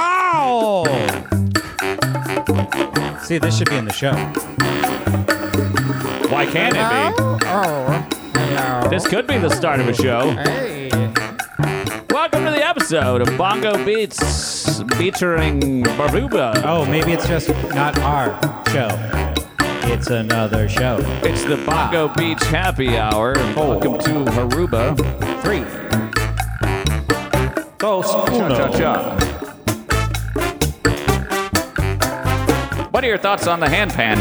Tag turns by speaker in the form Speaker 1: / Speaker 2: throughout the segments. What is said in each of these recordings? Speaker 1: Oh! See, this should be in the show.
Speaker 2: Why can't it
Speaker 3: Oh, oh, hello.
Speaker 2: be? This could be the start of a show.
Speaker 3: Hey.
Speaker 2: Welcome to the episode of Bongo Beats featuring Barbuba.
Speaker 1: Oh, maybe it's just not our show. It's another show.
Speaker 2: It's the Bongo Beach Happy Hour. Welcome to Haruba.
Speaker 1: Three. Dos,
Speaker 2: Cha
Speaker 1: uno.
Speaker 2: cha. What are your thoughts on the handpan?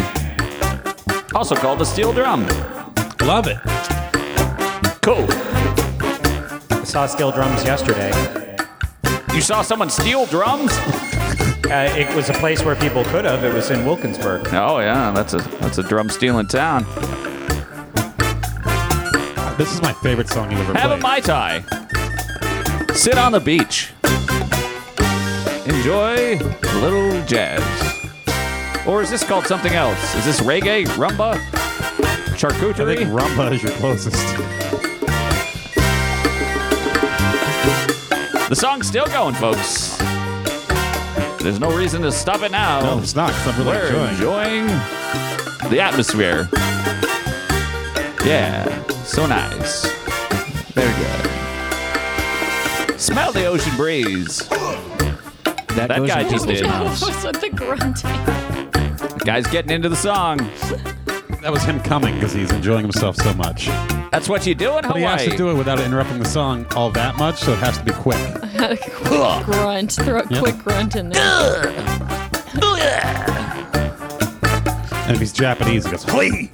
Speaker 2: Also called the steel drum.
Speaker 4: Love it.
Speaker 2: Cool.
Speaker 1: I saw steel drums yesterday.
Speaker 2: You saw someone steal drums?
Speaker 1: Uh, it was a place where people could have. It was in Wilkinsburg.
Speaker 2: Oh yeah, that's a that's a drum stealing town.
Speaker 4: This is my favorite song you've ever
Speaker 2: Have a
Speaker 4: played.
Speaker 2: mai tai. Sit on the beach. Enjoy a little jazz. Or is this called something else? Is this reggae, rumba,
Speaker 4: I think
Speaker 2: charcuterie?
Speaker 4: Rumba is your closest.
Speaker 5: Oh.
Speaker 2: the song's still going, folks. There's no reason to stop it now.
Speaker 4: No, it's not. 'cause I'm really
Speaker 2: We're
Speaker 4: enjoying.
Speaker 2: enjoying the atmosphere. Yeah, so nice. Very good. Smell the ocean breeze. That,
Speaker 1: goes
Speaker 2: guy
Speaker 1: into
Speaker 2: just did.
Speaker 6: with the grunting?
Speaker 2: Guy's getting into the song.
Speaker 4: That was him coming because he's enjoying himself so much.
Speaker 2: That's what you do in
Speaker 4: But he has
Speaker 2: Hawaii.
Speaker 4: to do it without interrupting the song all that much, so it has to be quick.
Speaker 6: grunt. Throw a
Speaker 4: Yep.
Speaker 6: quick grunt in there.
Speaker 4: And if he's Japanese, he goes, "Hoi!"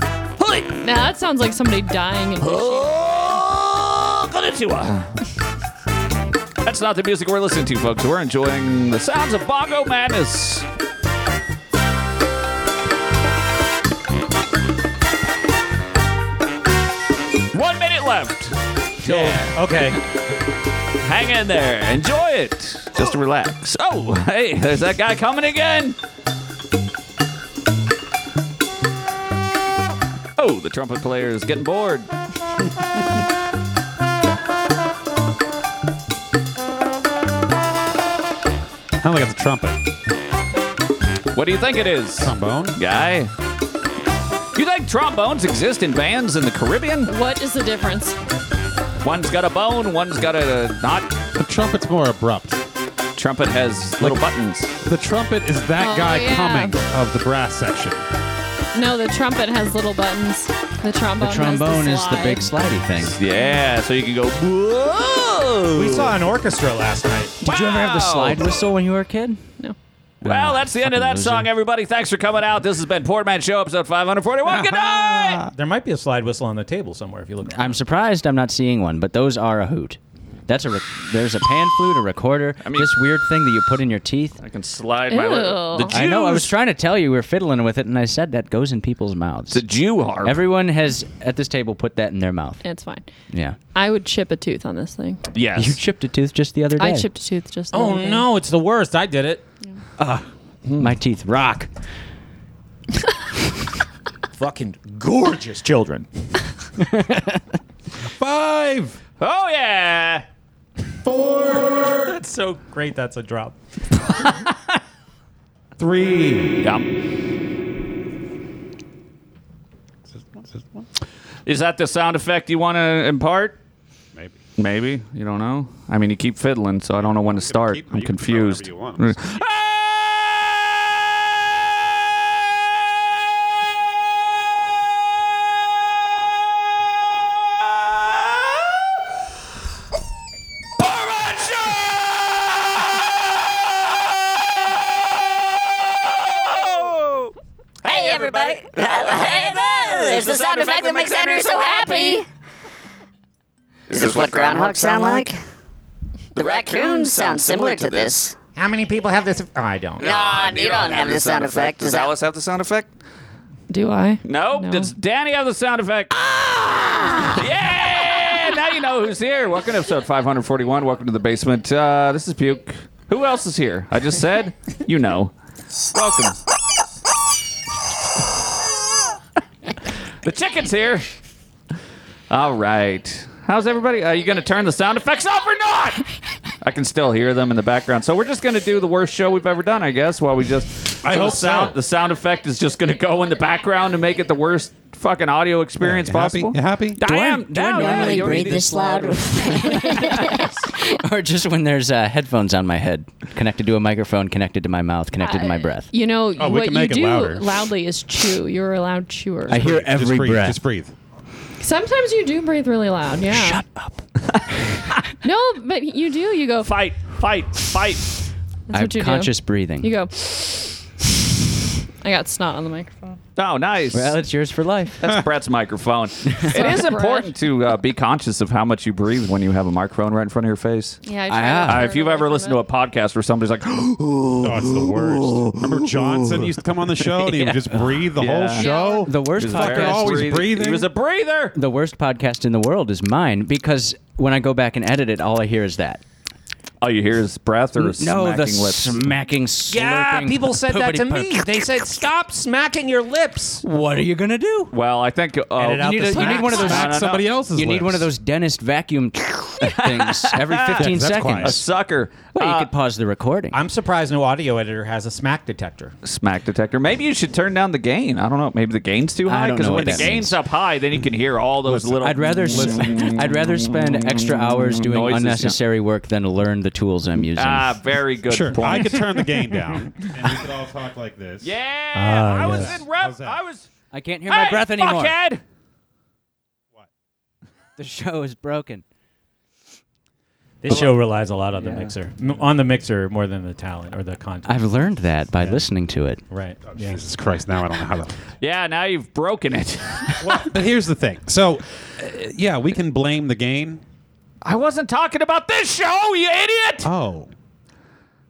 Speaker 6: Now that sounds like somebody dying. In-
Speaker 2: Oh, konnichiwa. Ah. That's not the music we're listening to, folks. We're enjoying the sounds of Bongo Madness. One minute left. Yeah.
Speaker 1: Okay.
Speaker 2: Hang in there. Enjoy it. Just relax. Oh, hey, there's that guy coming again. Oh, the trumpet player is getting bored.
Speaker 4: I don't think it's a trumpet.
Speaker 2: What do you think it is?
Speaker 4: Trombone?
Speaker 2: guy. You think trombones exist in bands in the Caribbean?
Speaker 6: what is the difference?
Speaker 2: One's got a bone, one's got a knot.
Speaker 4: The trumpet's more abrupt.
Speaker 2: Trumpet has little buttons.
Speaker 4: The trumpet is that
Speaker 6: Oh,
Speaker 4: guy
Speaker 6: yeah.
Speaker 4: coming of the brass section.
Speaker 6: No, the trumpet has little buttons. The trombone.
Speaker 5: The trombone
Speaker 6: has
Speaker 5: is the big
Speaker 6: slide.
Speaker 5: slidey thing.
Speaker 2: Yeah, so you can go. Whoa!
Speaker 1: We saw an orchestra last night.
Speaker 5: Did you ever have the
Speaker 2: Wow!
Speaker 5: slide whistle when you were a kid?
Speaker 6: No.
Speaker 2: Well, that's the end of that
Speaker 5: Fucking
Speaker 2: song,
Speaker 5: loser.
Speaker 2: everybody. Thanks for coming out. This has been Portman Show, episode 541. Good night!
Speaker 1: There might be a slide whistle on the table somewhere if you look.
Speaker 5: I'm surprised I'm not seeing one, but those are a hoot. That's a rec- there's a pan flute, a recorder,
Speaker 2: mean-
Speaker 5: this weird thing that you put in your teeth.
Speaker 2: I can slide
Speaker 6: my lip- Ew.
Speaker 2: The Jews.
Speaker 5: I know. I was trying to tell you we were fiddling with it, and I said that goes in people's
Speaker 2: It's a
Speaker 5: mouths.
Speaker 2: Jew harp.
Speaker 5: Everyone has at this table put that in their mouth.
Speaker 6: It's fine.
Speaker 5: Yeah.
Speaker 6: I would chip a tooth on this thing.
Speaker 2: yes.
Speaker 5: You chipped a tooth just the other day.
Speaker 6: I chipped a tooth just. the
Speaker 1: Oh
Speaker 6: other day.
Speaker 1: no, it's the worst. I did it.
Speaker 5: Mm. My teeth rock.
Speaker 1: Fucking gorgeous children.
Speaker 4: Five!
Speaker 2: oh, yeah!
Speaker 1: That's so great. That's a drop.
Speaker 2: Yeah. Is that the sound effect you want to impart?
Speaker 4: Maybe.
Speaker 2: Maybe you don't know. I mean, you keep fiddling, so I don't know when to start.
Speaker 4: keep-
Speaker 2: I'm
Speaker 4: you can throw
Speaker 2: confused.
Speaker 4: whatever you want.
Speaker 2: Hey everybody!
Speaker 7: There's the sound effect that makes Andrew so happy. Is this what groundhogs sound like? The raccoons sound similar to this.
Speaker 3: How many people have this? Oh, I don't.
Speaker 7: Nah, you don't have the sound effect. Does Alice have the sound effect?
Speaker 6: Do I?
Speaker 2: Nope.
Speaker 6: No.
Speaker 2: Does Danny have the sound effect?
Speaker 7: Ah!
Speaker 2: yeah! Now you know who's here. Welcome to episode 541. Welcome to the basement. Uh, this is Puke. Who else is here? I just said, you know. Welcome. the chicken's here. All right. How's everybody? Are you going to turn the sound effects off or not? I can still hear them in the background. So we're just going to do the worst show we've ever done, I guess, while we just
Speaker 4: I hope
Speaker 2: the sound,
Speaker 4: so.
Speaker 2: the sound effect is just going to go in the background and make it the worst fucking audio experience
Speaker 4: You happy?
Speaker 2: possible.
Speaker 4: You happy?
Speaker 2: I am.
Speaker 5: I
Speaker 2: now, yeah,
Speaker 7: normally
Speaker 2: you already
Speaker 7: breathe
Speaker 2: did.
Speaker 7: this loud.
Speaker 5: or just when there's uh, headphones on my head, connected to a microphone, connected to my mouth, connected to my breath.
Speaker 6: You know
Speaker 4: we
Speaker 6: what
Speaker 4: can
Speaker 6: you
Speaker 4: make it
Speaker 6: do
Speaker 4: louder.
Speaker 6: loudly is chew. You're a loud chewer.
Speaker 5: I hear every
Speaker 4: just breathe,
Speaker 5: breath.
Speaker 4: Just breathe.
Speaker 6: Sometimes you do breathe really loud. Yeah. Shut up. no, but you do. You go. That's
Speaker 2: Fight, fight, fight.
Speaker 5: I have
Speaker 6: what you
Speaker 5: conscious
Speaker 6: do.
Speaker 5: breathing.
Speaker 6: You go. I got snot on the microphone.
Speaker 2: Oh, nice.
Speaker 5: Well, it's yours for life.
Speaker 2: That's Brett's microphone. it is
Speaker 6: Brett.
Speaker 2: important to uh, be conscious of how much you breathe when you have a microphone right in front of your face.
Speaker 6: Yeah. I
Speaker 5: I
Speaker 6: try
Speaker 5: have.
Speaker 6: not
Speaker 2: Uh,
Speaker 6: to
Speaker 2: if
Speaker 6: turn
Speaker 2: you've
Speaker 6: away
Speaker 2: ever
Speaker 6: from
Speaker 2: listened
Speaker 6: it.
Speaker 2: to a podcast where somebody's like,
Speaker 4: Oh, it's the worst. Remember Johnson used to come on the show and he would just breathe the
Speaker 2: Yeah.
Speaker 4: whole show?
Speaker 5: The worst
Speaker 2: He's
Speaker 4: Fucking
Speaker 2: very
Speaker 5: podcast.
Speaker 4: always breathing.
Speaker 2: he was a breather.
Speaker 5: The worst podcast in the world is mine because when I go back and edit it, all I hear is that.
Speaker 2: All Oh, you hear is breath or
Speaker 5: No,
Speaker 2: smacking
Speaker 5: the
Speaker 2: lips.
Speaker 5: smacking, slurping.
Speaker 1: Yeah, people said that to me.
Speaker 5: poopity-poop.
Speaker 1: They said, "Stop smacking your lips."
Speaker 5: What are you gonna do?
Speaker 2: well, I think uh,
Speaker 1: Edit out
Speaker 5: need
Speaker 1: the
Speaker 5: a- you need one of those-
Speaker 1: smacks.
Speaker 2: No, no, no.
Speaker 4: somebody else's
Speaker 5: You need one of
Speaker 4: lips.
Speaker 5: those dentist vacuum things every 15
Speaker 4: That's
Speaker 5: seconds.
Speaker 4: quiet.
Speaker 2: a sucker.
Speaker 5: Well, you
Speaker 2: Uh,
Speaker 5: could pause the recording.
Speaker 1: I'm surprised no audio editor has a smack detector.
Speaker 2: smack detector. Maybe you should turn down the gain. I don't know. Maybe the gain's too
Speaker 5: I
Speaker 2: high
Speaker 5: don't
Speaker 2: because
Speaker 5: know
Speaker 2: when
Speaker 5: what
Speaker 2: the
Speaker 5: that
Speaker 2: gain's
Speaker 5: means.
Speaker 2: up high, then you can hear all those little.
Speaker 5: I'd rather s- I'd rather spend extra hours doing
Speaker 2: Noises,
Speaker 5: unnecessary work than learn the tools I'm using.
Speaker 2: Ah, very good
Speaker 4: Sure.
Speaker 2: point.
Speaker 4: I could turn the gain down and we could all talk like this.
Speaker 2: yeah,
Speaker 1: Ah,
Speaker 2: I
Speaker 1: yes.
Speaker 2: was in rep.
Speaker 4: How's that?
Speaker 2: I was.
Speaker 5: I can't hear
Speaker 2: Hey,
Speaker 5: my breath anymore.
Speaker 2: Fuckhead!
Speaker 5: The show is broken.
Speaker 1: This show relies a lot on the mixer, M- on the mixer more than the talent or the content.
Speaker 5: I've learned that by listening to it.
Speaker 1: right. Yeah.
Speaker 4: Jesus Christ, now I don't know how to.
Speaker 2: Yeah, now you've broken it.
Speaker 4: But here's the thing. So, uh, yeah, we can blame the gain.
Speaker 2: I wasn't talking about this show, you idiot.
Speaker 4: Oh.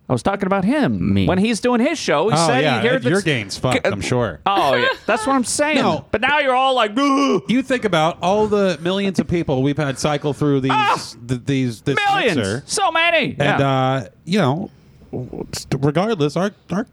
Speaker 2: I was talking about him.
Speaker 5: Me.
Speaker 2: When he's doing his show, he
Speaker 4: Oh,
Speaker 2: said
Speaker 4: yeah.
Speaker 2: he heard
Speaker 4: your
Speaker 2: this-
Speaker 4: gain's fucked, I'm sure.
Speaker 2: Oh, yeah. That's what I'm saying.
Speaker 4: No.
Speaker 2: But now you're all like, "Ugh."
Speaker 4: You think about all the millions of people we've had cycle through these, th- these, this
Speaker 2: millions,
Speaker 4: mixer.
Speaker 2: so many.
Speaker 4: And
Speaker 2: yeah.
Speaker 4: uh, you know, regardless, our our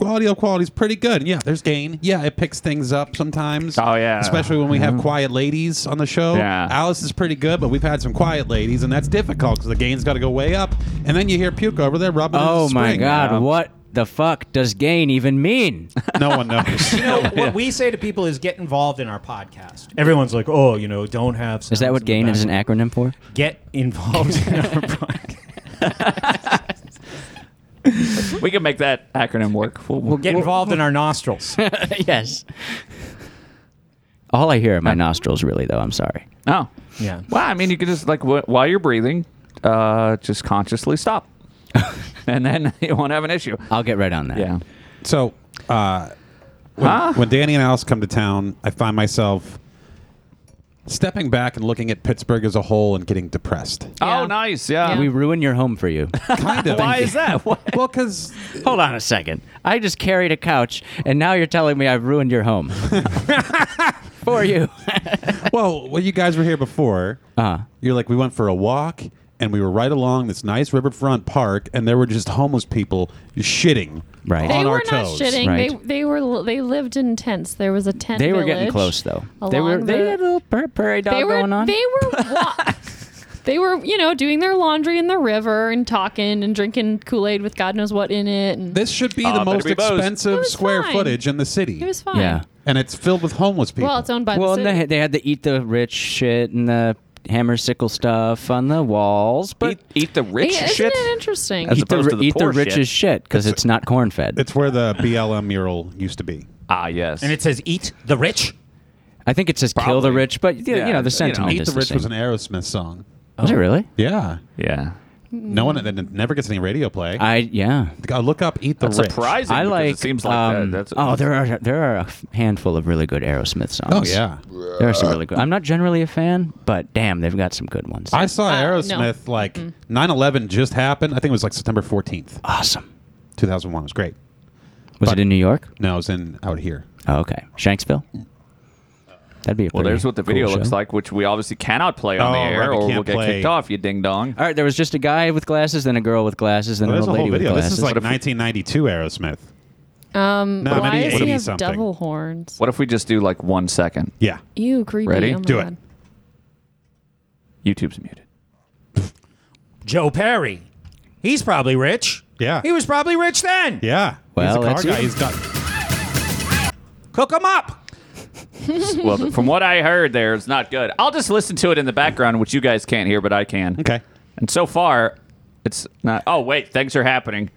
Speaker 4: audio quality's pretty good. Yeah, there's gain. Yeah, it picks things up sometimes.
Speaker 2: Oh, yeah.
Speaker 4: especially when we have quiet ladies on the show.
Speaker 2: Yeah.
Speaker 4: Alice is pretty good, but we've had some quiet ladies, and that's difficult because the gain's got to go way up, and then you hear puke over there rubbing. into
Speaker 5: Oh
Speaker 4: the
Speaker 5: my
Speaker 4: spring.
Speaker 5: God! What the fuck does gain even mean?
Speaker 4: No one knows.
Speaker 1: You know, what we say to people is get involved in our podcast. Everyone's like, "Oh, you know, don't have."
Speaker 5: Is that
Speaker 1: sounds
Speaker 5: what
Speaker 1: in the
Speaker 5: gain is an
Speaker 1: background."
Speaker 5: acronym for?
Speaker 1: Get involved in our podcast.
Speaker 4: uh,
Speaker 2: we can make that acronym work. We'll,
Speaker 1: Get involved in our nostrils.
Speaker 5: yes. All I hear are my nostrils, really, though. I'm sorry.
Speaker 2: Oh.
Speaker 1: Yeah.
Speaker 2: Well, I mean, you could just like w- while you're breathing, uh, just consciously stop, and then you won't have an issue.
Speaker 5: I'll get right on that.
Speaker 2: Yeah.
Speaker 4: So, uh, when,
Speaker 2: Huh?
Speaker 4: when Danny and Alice come to town, I find myself stepping back and looking at Pittsburgh as a whole and getting depressed.
Speaker 2: Oh, nice. Yeah.
Speaker 6: Yeah.
Speaker 5: We ruin your home for you.
Speaker 4: Kind of.
Speaker 2: Why is that? What?
Speaker 4: Well, because
Speaker 5: Hold on a second. I just carried a couch, and now you're telling me I've ruined your home for you.
Speaker 4: well, when you guys were here before,
Speaker 5: Uh-huh.
Speaker 4: you're like, we went for a walk and we were right along this nice riverfront park, and there were just homeless people shitting
Speaker 5: Right.
Speaker 6: They
Speaker 4: on
Speaker 6: were
Speaker 4: our
Speaker 6: not
Speaker 4: toes.
Speaker 6: shitting. They
Speaker 5: Right.
Speaker 6: they were they lived in tents. There was a tent.
Speaker 5: They were getting
Speaker 6: village
Speaker 5: close though. They
Speaker 6: along
Speaker 5: were. they
Speaker 6: the-
Speaker 5: had a little pra- prairie dog
Speaker 6: they were
Speaker 5: going on.
Speaker 6: they were wa- they were you know doing their laundry in the river and talking and drinking Kool Aid with God knows what in it and
Speaker 4: This should be
Speaker 2: Uh,
Speaker 4: the
Speaker 2: better
Speaker 4: most
Speaker 2: be both.
Speaker 6: It
Speaker 4: expensive
Speaker 6: was
Speaker 4: square
Speaker 6: fine.
Speaker 4: footage in the city,
Speaker 6: it was fine.
Speaker 5: yeah.
Speaker 4: and it's filled with homeless people.
Speaker 6: Well, it's owned by
Speaker 5: Well,
Speaker 6: the
Speaker 5: and they
Speaker 6: city.
Speaker 5: had, they had the eat the rich shit and the hammer sickle stuff on the walls, but
Speaker 2: eat, eat the rich
Speaker 6: Yeah,
Speaker 2: shit.
Speaker 6: Isn't it interesting?
Speaker 2: As
Speaker 5: eat the
Speaker 2: opposed to the
Speaker 5: eat the
Speaker 2: poor shit.
Speaker 5: richest shit because it's, not corn fed.
Speaker 4: it's where the BLM mural used to be.
Speaker 2: Ah, yes.
Speaker 1: and it says, "Eat the rich."
Speaker 5: I think it says kill the
Speaker 2: Probably.
Speaker 5: rich, but you,
Speaker 2: Yeah,
Speaker 5: you know
Speaker 2: you know,
Speaker 5: Oh, the sentiment
Speaker 4: Eat
Speaker 5: is
Speaker 4: the Rich
Speaker 5: same.
Speaker 4: was an Aerosmith song.
Speaker 5: Was it really?
Speaker 4: Yeah,
Speaker 2: yeah.
Speaker 4: no one that never gets any radio play. I,
Speaker 5: I yeah.
Speaker 4: look up "Eat the Rich."
Speaker 2: Surprising.
Speaker 5: I
Speaker 2: because
Speaker 5: like.
Speaker 2: It seems like
Speaker 5: um,
Speaker 2: that. That's
Speaker 5: oh, there are there are a handful of really good Aerosmith songs.
Speaker 4: Oh yeah,
Speaker 5: There are some really good. I'm not generally a fan, but damn, they've got some good ones.
Speaker 4: I saw
Speaker 6: Uh, no.
Speaker 4: Aerosmith like 9/11 just happened. I think it was like September 14th,
Speaker 5: awesome.
Speaker 4: 2001. It was great.
Speaker 5: Was
Speaker 4: But-
Speaker 5: it in New York?
Speaker 4: No, it's in out here.
Speaker 5: Oh, okay, Shanksville. That'd be a
Speaker 2: Well,
Speaker 5: pretty
Speaker 2: there's what the
Speaker 5: cool
Speaker 2: video looks
Speaker 5: show.
Speaker 2: like, which we obviously cannot play on the
Speaker 4: Oh,
Speaker 2: air,
Speaker 4: right, we
Speaker 2: or we'll
Speaker 4: can't
Speaker 2: get
Speaker 4: play.
Speaker 2: kicked off. You ding dong.
Speaker 5: All right, there was just a guy with glasses, then a girl with glasses, then an
Speaker 4: there's
Speaker 5: old
Speaker 4: a
Speaker 5: lady
Speaker 4: whole
Speaker 5: with
Speaker 4: video. This
Speaker 5: glasses.
Speaker 4: is like 1992 Aerosmith.
Speaker 6: um,
Speaker 4: No,
Speaker 6: why
Speaker 4: maybe
Speaker 6: does he
Speaker 4: 80
Speaker 6: have
Speaker 4: something.
Speaker 6: devil horns?
Speaker 2: What if we just do like one second?
Speaker 4: Yeah.
Speaker 6: Ew, creepy.
Speaker 2: Ready?
Speaker 6: Oh my
Speaker 4: Do it.
Speaker 6: God.
Speaker 2: YouTube's muted.
Speaker 1: Joe Perry. He's probably rich.
Speaker 4: Yeah.
Speaker 1: He was probably rich then.
Speaker 4: Yeah.
Speaker 5: Well,
Speaker 4: He's a car
Speaker 5: that's
Speaker 4: guy.
Speaker 5: you.
Speaker 4: He's got. Cook him up.
Speaker 2: well, from what I heard, there it's not good. I'll just listen to it in the background, which you guys can't hear, but I can.
Speaker 4: Okay.
Speaker 2: And so far, it's not. Oh wait, things are happening.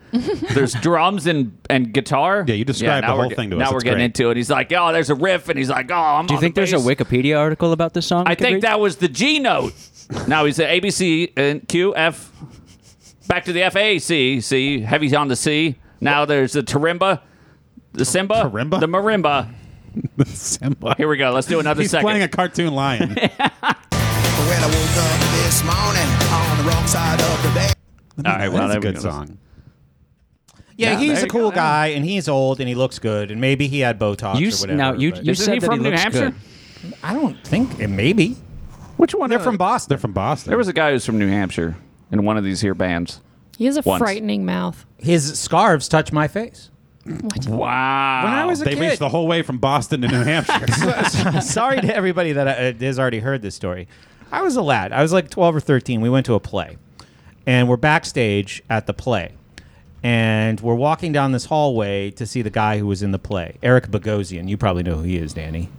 Speaker 2: There's drums and and guitar.
Speaker 4: Yeah, you described
Speaker 2: now
Speaker 4: the
Speaker 2: we're
Speaker 4: whole
Speaker 2: get-
Speaker 4: thing to us.
Speaker 2: Now
Speaker 4: It's
Speaker 2: we're getting
Speaker 4: great.
Speaker 2: into it. He's like, oh, there's a riff, and he's like, oh, I'm.
Speaker 5: Do you
Speaker 2: on
Speaker 5: think
Speaker 2: the
Speaker 5: there's a
Speaker 2: bass."
Speaker 5: Wikipedia article about this song? we
Speaker 2: I
Speaker 5: could
Speaker 2: think
Speaker 5: read?
Speaker 2: that was the G note. now he's at ABC and Q F. Back to the F A C C. Heavy's on the C. Now there's the Tarimba, the Simba,
Speaker 4: Tarimba?
Speaker 2: the Marimba.
Speaker 4: Simba.
Speaker 2: Here we go. Let's do another
Speaker 4: He's
Speaker 2: second.
Speaker 4: playing a cartoon lion.
Speaker 8: Well, I woke up this morning on the wrong side of the bed.
Speaker 2: All right, well,
Speaker 4: that's
Speaker 2: there
Speaker 4: a
Speaker 2: we
Speaker 4: good
Speaker 2: go.
Speaker 4: song.
Speaker 3: Yeah,
Speaker 2: Yeah, there
Speaker 3: he's
Speaker 2: you
Speaker 3: a cool
Speaker 2: go.
Speaker 3: guy, and he's old, and he looks good, and maybe he had Botox
Speaker 5: You
Speaker 3: or
Speaker 5: s-
Speaker 3: whatever.
Speaker 5: now you
Speaker 3: but-
Speaker 5: you
Speaker 2: Isn't
Speaker 5: said
Speaker 2: he
Speaker 5: that
Speaker 2: from New
Speaker 5: looks
Speaker 2: Hampshire?
Speaker 5: good.
Speaker 3: I don't think eh, maybe
Speaker 2: Which one?
Speaker 3: they're from Boston.
Speaker 4: They're from Boston.
Speaker 2: There was a guy who's from New Hampshire in one of these here bands.
Speaker 6: He has a
Speaker 2: Once.
Speaker 6: frightening mouth.
Speaker 3: His scarves touch my face.
Speaker 2: Wow.
Speaker 3: When I was a
Speaker 4: they
Speaker 3: kid,
Speaker 4: reached the whole way from Boston to New Hampshire.
Speaker 3: sorry to everybody that uh, has already heard this story. I was a lad. I was like 12 or 13. We went to a play, and we're backstage at the play, and we're walking down this hallway to see the guy who was in the play, Eric Bogosian. You probably know who he is, Danny.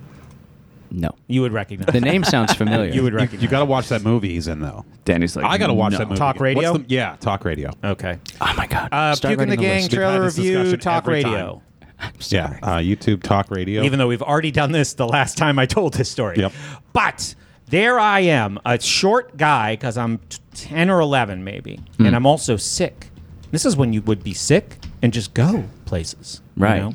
Speaker 5: No,
Speaker 3: You would recognize.
Speaker 5: the name sounds familiar.
Speaker 3: You would
Speaker 4: you
Speaker 3: recognize.
Speaker 4: got to watch that movie he's in though.
Speaker 2: Danny's like,
Speaker 4: I got to watch
Speaker 2: no.
Speaker 4: that movie.
Speaker 3: Talk
Speaker 4: What's
Speaker 3: radio?
Speaker 4: the- yeah, talk radio.
Speaker 3: okay.
Speaker 5: oh my god!
Speaker 3: Uh,
Speaker 5: Start
Speaker 3: Puke in the
Speaker 5: writing a
Speaker 3: Gang
Speaker 5: list.
Speaker 4: had
Speaker 3: trailer
Speaker 4: this
Speaker 3: review,
Speaker 4: discussion
Speaker 3: talk
Speaker 4: every time.
Speaker 3: radio.
Speaker 4: Yeah, uh, YouTube talk radio.
Speaker 3: even though we've already done this the last time I told this story.
Speaker 4: Yep.
Speaker 3: But there I am, a short guy, because I'm t- 10 or 11 maybe, and I'm also sick. This is when you would be sick and just go places. you
Speaker 5: Right.
Speaker 3: know?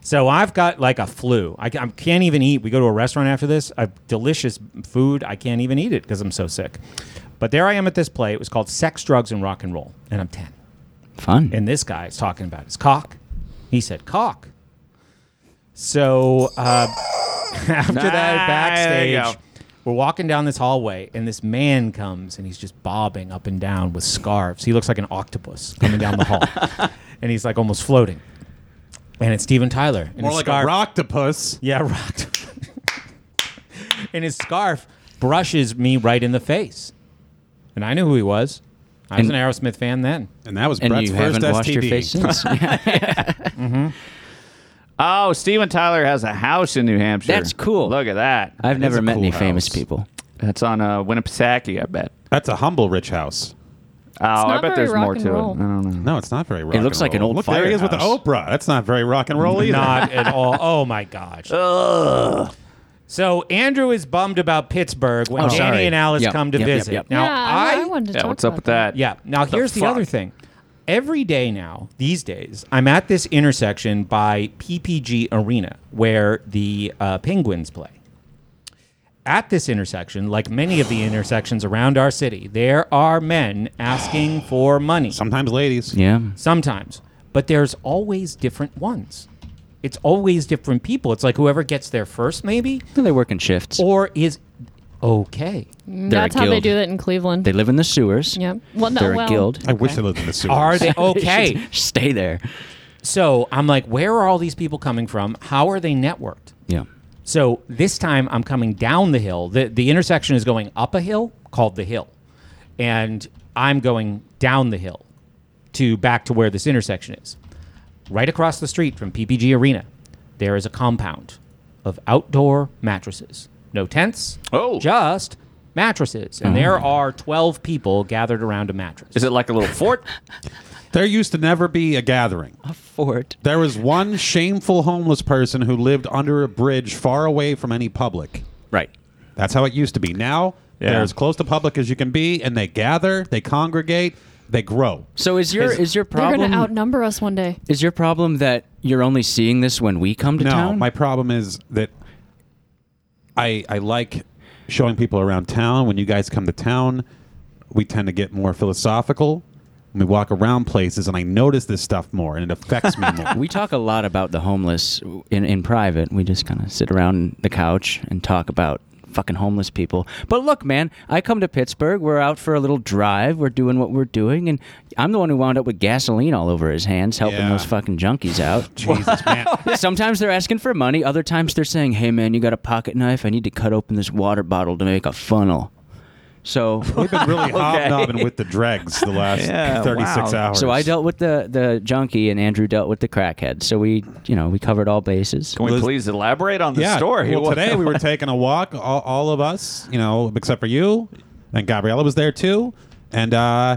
Speaker 3: So I've got like a flu. I, ca- I can't even eat. We go to a restaurant after this. I delicious food. I can't even eat it because I'm so sick. But there I am at this play. It was called Sex, Drugs, and Rock and Roll, and I'm 10.
Speaker 5: Fun.
Speaker 3: And this guy is talking about his cock. He said cock. So uh, after
Speaker 2: Ah,
Speaker 3: that
Speaker 2: there you
Speaker 3: backstage, we're walking down this hallway, and this man comes and he's just bobbing up and down with scarves. He looks like an octopus coming down the hall, and he's like almost floating. And it's Steven Tyler. And
Speaker 4: more
Speaker 3: his
Speaker 4: like
Speaker 3: scarf-
Speaker 4: a rocktopus.
Speaker 3: Yeah, rocked. and his scarf brushes me right in the face, and I knew who he was. I was
Speaker 5: And-
Speaker 3: an Aerosmith fan then.
Speaker 4: And that was
Speaker 5: And
Speaker 4: Brett's
Speaker 5: you
Speaker 4: first
Speaker 5: haven't
Speaker 4: STD.
Speaker 5: washed your face since.
Speaker 2: Oh, Steven Tyler has a house in New Hampshire.
Speaker 5: That's cool.
Speaker 2: Look at that.
Speaker 5: I've never
Speaker 4: a
Speaker 5: met
Speaker 4: cool
Speaker 5: any famous
Speaker 4: house.
Speaker 5: people.
Speaker 2: That's on uh, Winnipesaukee, I bet.
Speaker 4: That's a humble rich house.
Speaker 2: Oh, I
Speaker 6: not
Speaker 2: bet
Speaker 6: very
Speaker 2: there's
Speaker 6: rock
Speaker 2: more
Speaker 6: and
Speaker 2: to
Speaker 6: roll.
Speaker 2: it. I don't know.
Speaker 4: No, it's not very rock.
Speaker 5: Mm-hmm. looks
Speaker 4: and
Speaker 5: like an
Speaker 4: roll.
Speaker 5: old
Speaker 4: Look, there he is with the
Speaker 5: firehouse.
Speaker 4: Oprah. That's not very rock and roll either.
Speaker 3: Not at all. Oh my gosh. So Andrew is bummed about Pittsburgh when
Speaker 5: Oh,
Speaker 3: Danny
Speaker 5: sorry.
Speaker 3: and Alice
Speaker 5: Yep,
Speaker 3: come to
Speaker 5: yep, yep,
Speaker 3: visit.
Speaker 5: yep.
Speaker 3: Now
Speaker 6: yeah, I, I
Speaker 3: I,
Speaker 6: wanted to
Speaker 2: Yeah,
Speaker 6: talk
Speaker 2: what's up
Speaker 6: about
Speaker 2: with that?
Speaker 3: yeah. Now here's the,
Speaker 2: fuck?
Speaker 3: other thing. Every day now, these days, I'm at this intersection by PPG Arena where the uh, Penguins play. At this intersection, like many of the intersections around our city, there are men asking for money.
Speaker 4: Sometimes ladies.
Speaker 5: Yeah.
Speaker 3: Sometimes. But there's always different ones. It's always different people. It's like whoever gets there first, maybe,
Speaker 5: They work in shifts.
Speaker 3: or is okay.
Speaker 5: They're a
Speaker 6: That's how they
Speaker 5: guild.
Speaker 6: do that in Cleveland.
Speaker 5: They live in the sewers.
Speaker 6: yeah. Well, no,
Speaker 5: They're
Speaker 6: well,
Speaker 5: a guild.
Speaker 4: I wish I lived in the sewers.
Speaker 3: Are they
Speaker 5: They should
Speaker 3: okay?
Speaker 5: Stay there.
Speaker 3: so I'm like, where are all these people coming from? How are they networked?
Speaker 5: Yeah.
Speaker 3: So this time I'm coming down the hill. The, the intersection is going up a hill called the hill. And I'm going down the hill to back to where this intersection is. Right across the street from PPG Arena, there is a compound of outdoor mattresses. No tents.
Speaker 2: Oh. Mm-hmm.
Speaker 3: Just mattresses. And there are 12 people gathered around a mattress.
Speaker 2: Is it like a little fort?
Speaker 4: There used to never be a gathering.
Speaker 5: Fort.
Speaker 4: There was one shameful homeless person who lived under a bridge far away from any public.
Speaker 5: Right.
Speaker 4: That's how it used to be. Now
Speaker 2: Yeah.
Speaker 4: they're as close to public as you can be, and they gather, they congregate, they grow.
Speaker 5: So is your is, your
Speaker 6: they're going
Speaker 5: problem
Speaker 6: to outnumber us one day.
Speaker 5: is your problem that you're only seeing this when we come to
Speaker 4: no,
Speaker 5: town?
Speaker 4: my problem is that I I like showing people around town. When you guys come to town, we tend to get more philosophical. We walk around places, and I notice this stuff more, and it affects me more.
Speaker 5: we talk a lot about the homeless in, in private. We just kind of sit around the couch and talk about fucking homeless people. But look, man, I come to Pittsburgh. We're out for a little drive. We're doing what we're doing. And I'm the one who wound up with gasoline all over his hands helping
Speaker 4: Yeah.
Speaker 5: those fucking junkies out.
Speaker 4: Jesus, man.
Speaker 5: Sometimes they're asking for money. Other times they're saying, hey, man, you got a pocket knife? I need to cut open this water bottle to make a funnel. So
Speaker 4: We've been really hobnobbing with the dregs the last
Speaker 5: Yeah,
Speaker 4: 36
Speaker 5: wow.
Speaker 4: hours.
Speaker 5: So I dealt with the the junkie, and Andrew dealt with the crackhead. So we, you know, we covered all bases.
Speaker 2: Can we please elaborate on the
Speaker 4: yeah,
Speaker 2: story?
Speaker 4: Well,
Speaker 2: What-
Speaker 4: today we were taking a walk, all, all of us, you know, except for you, and Gabriella was there too, and uh,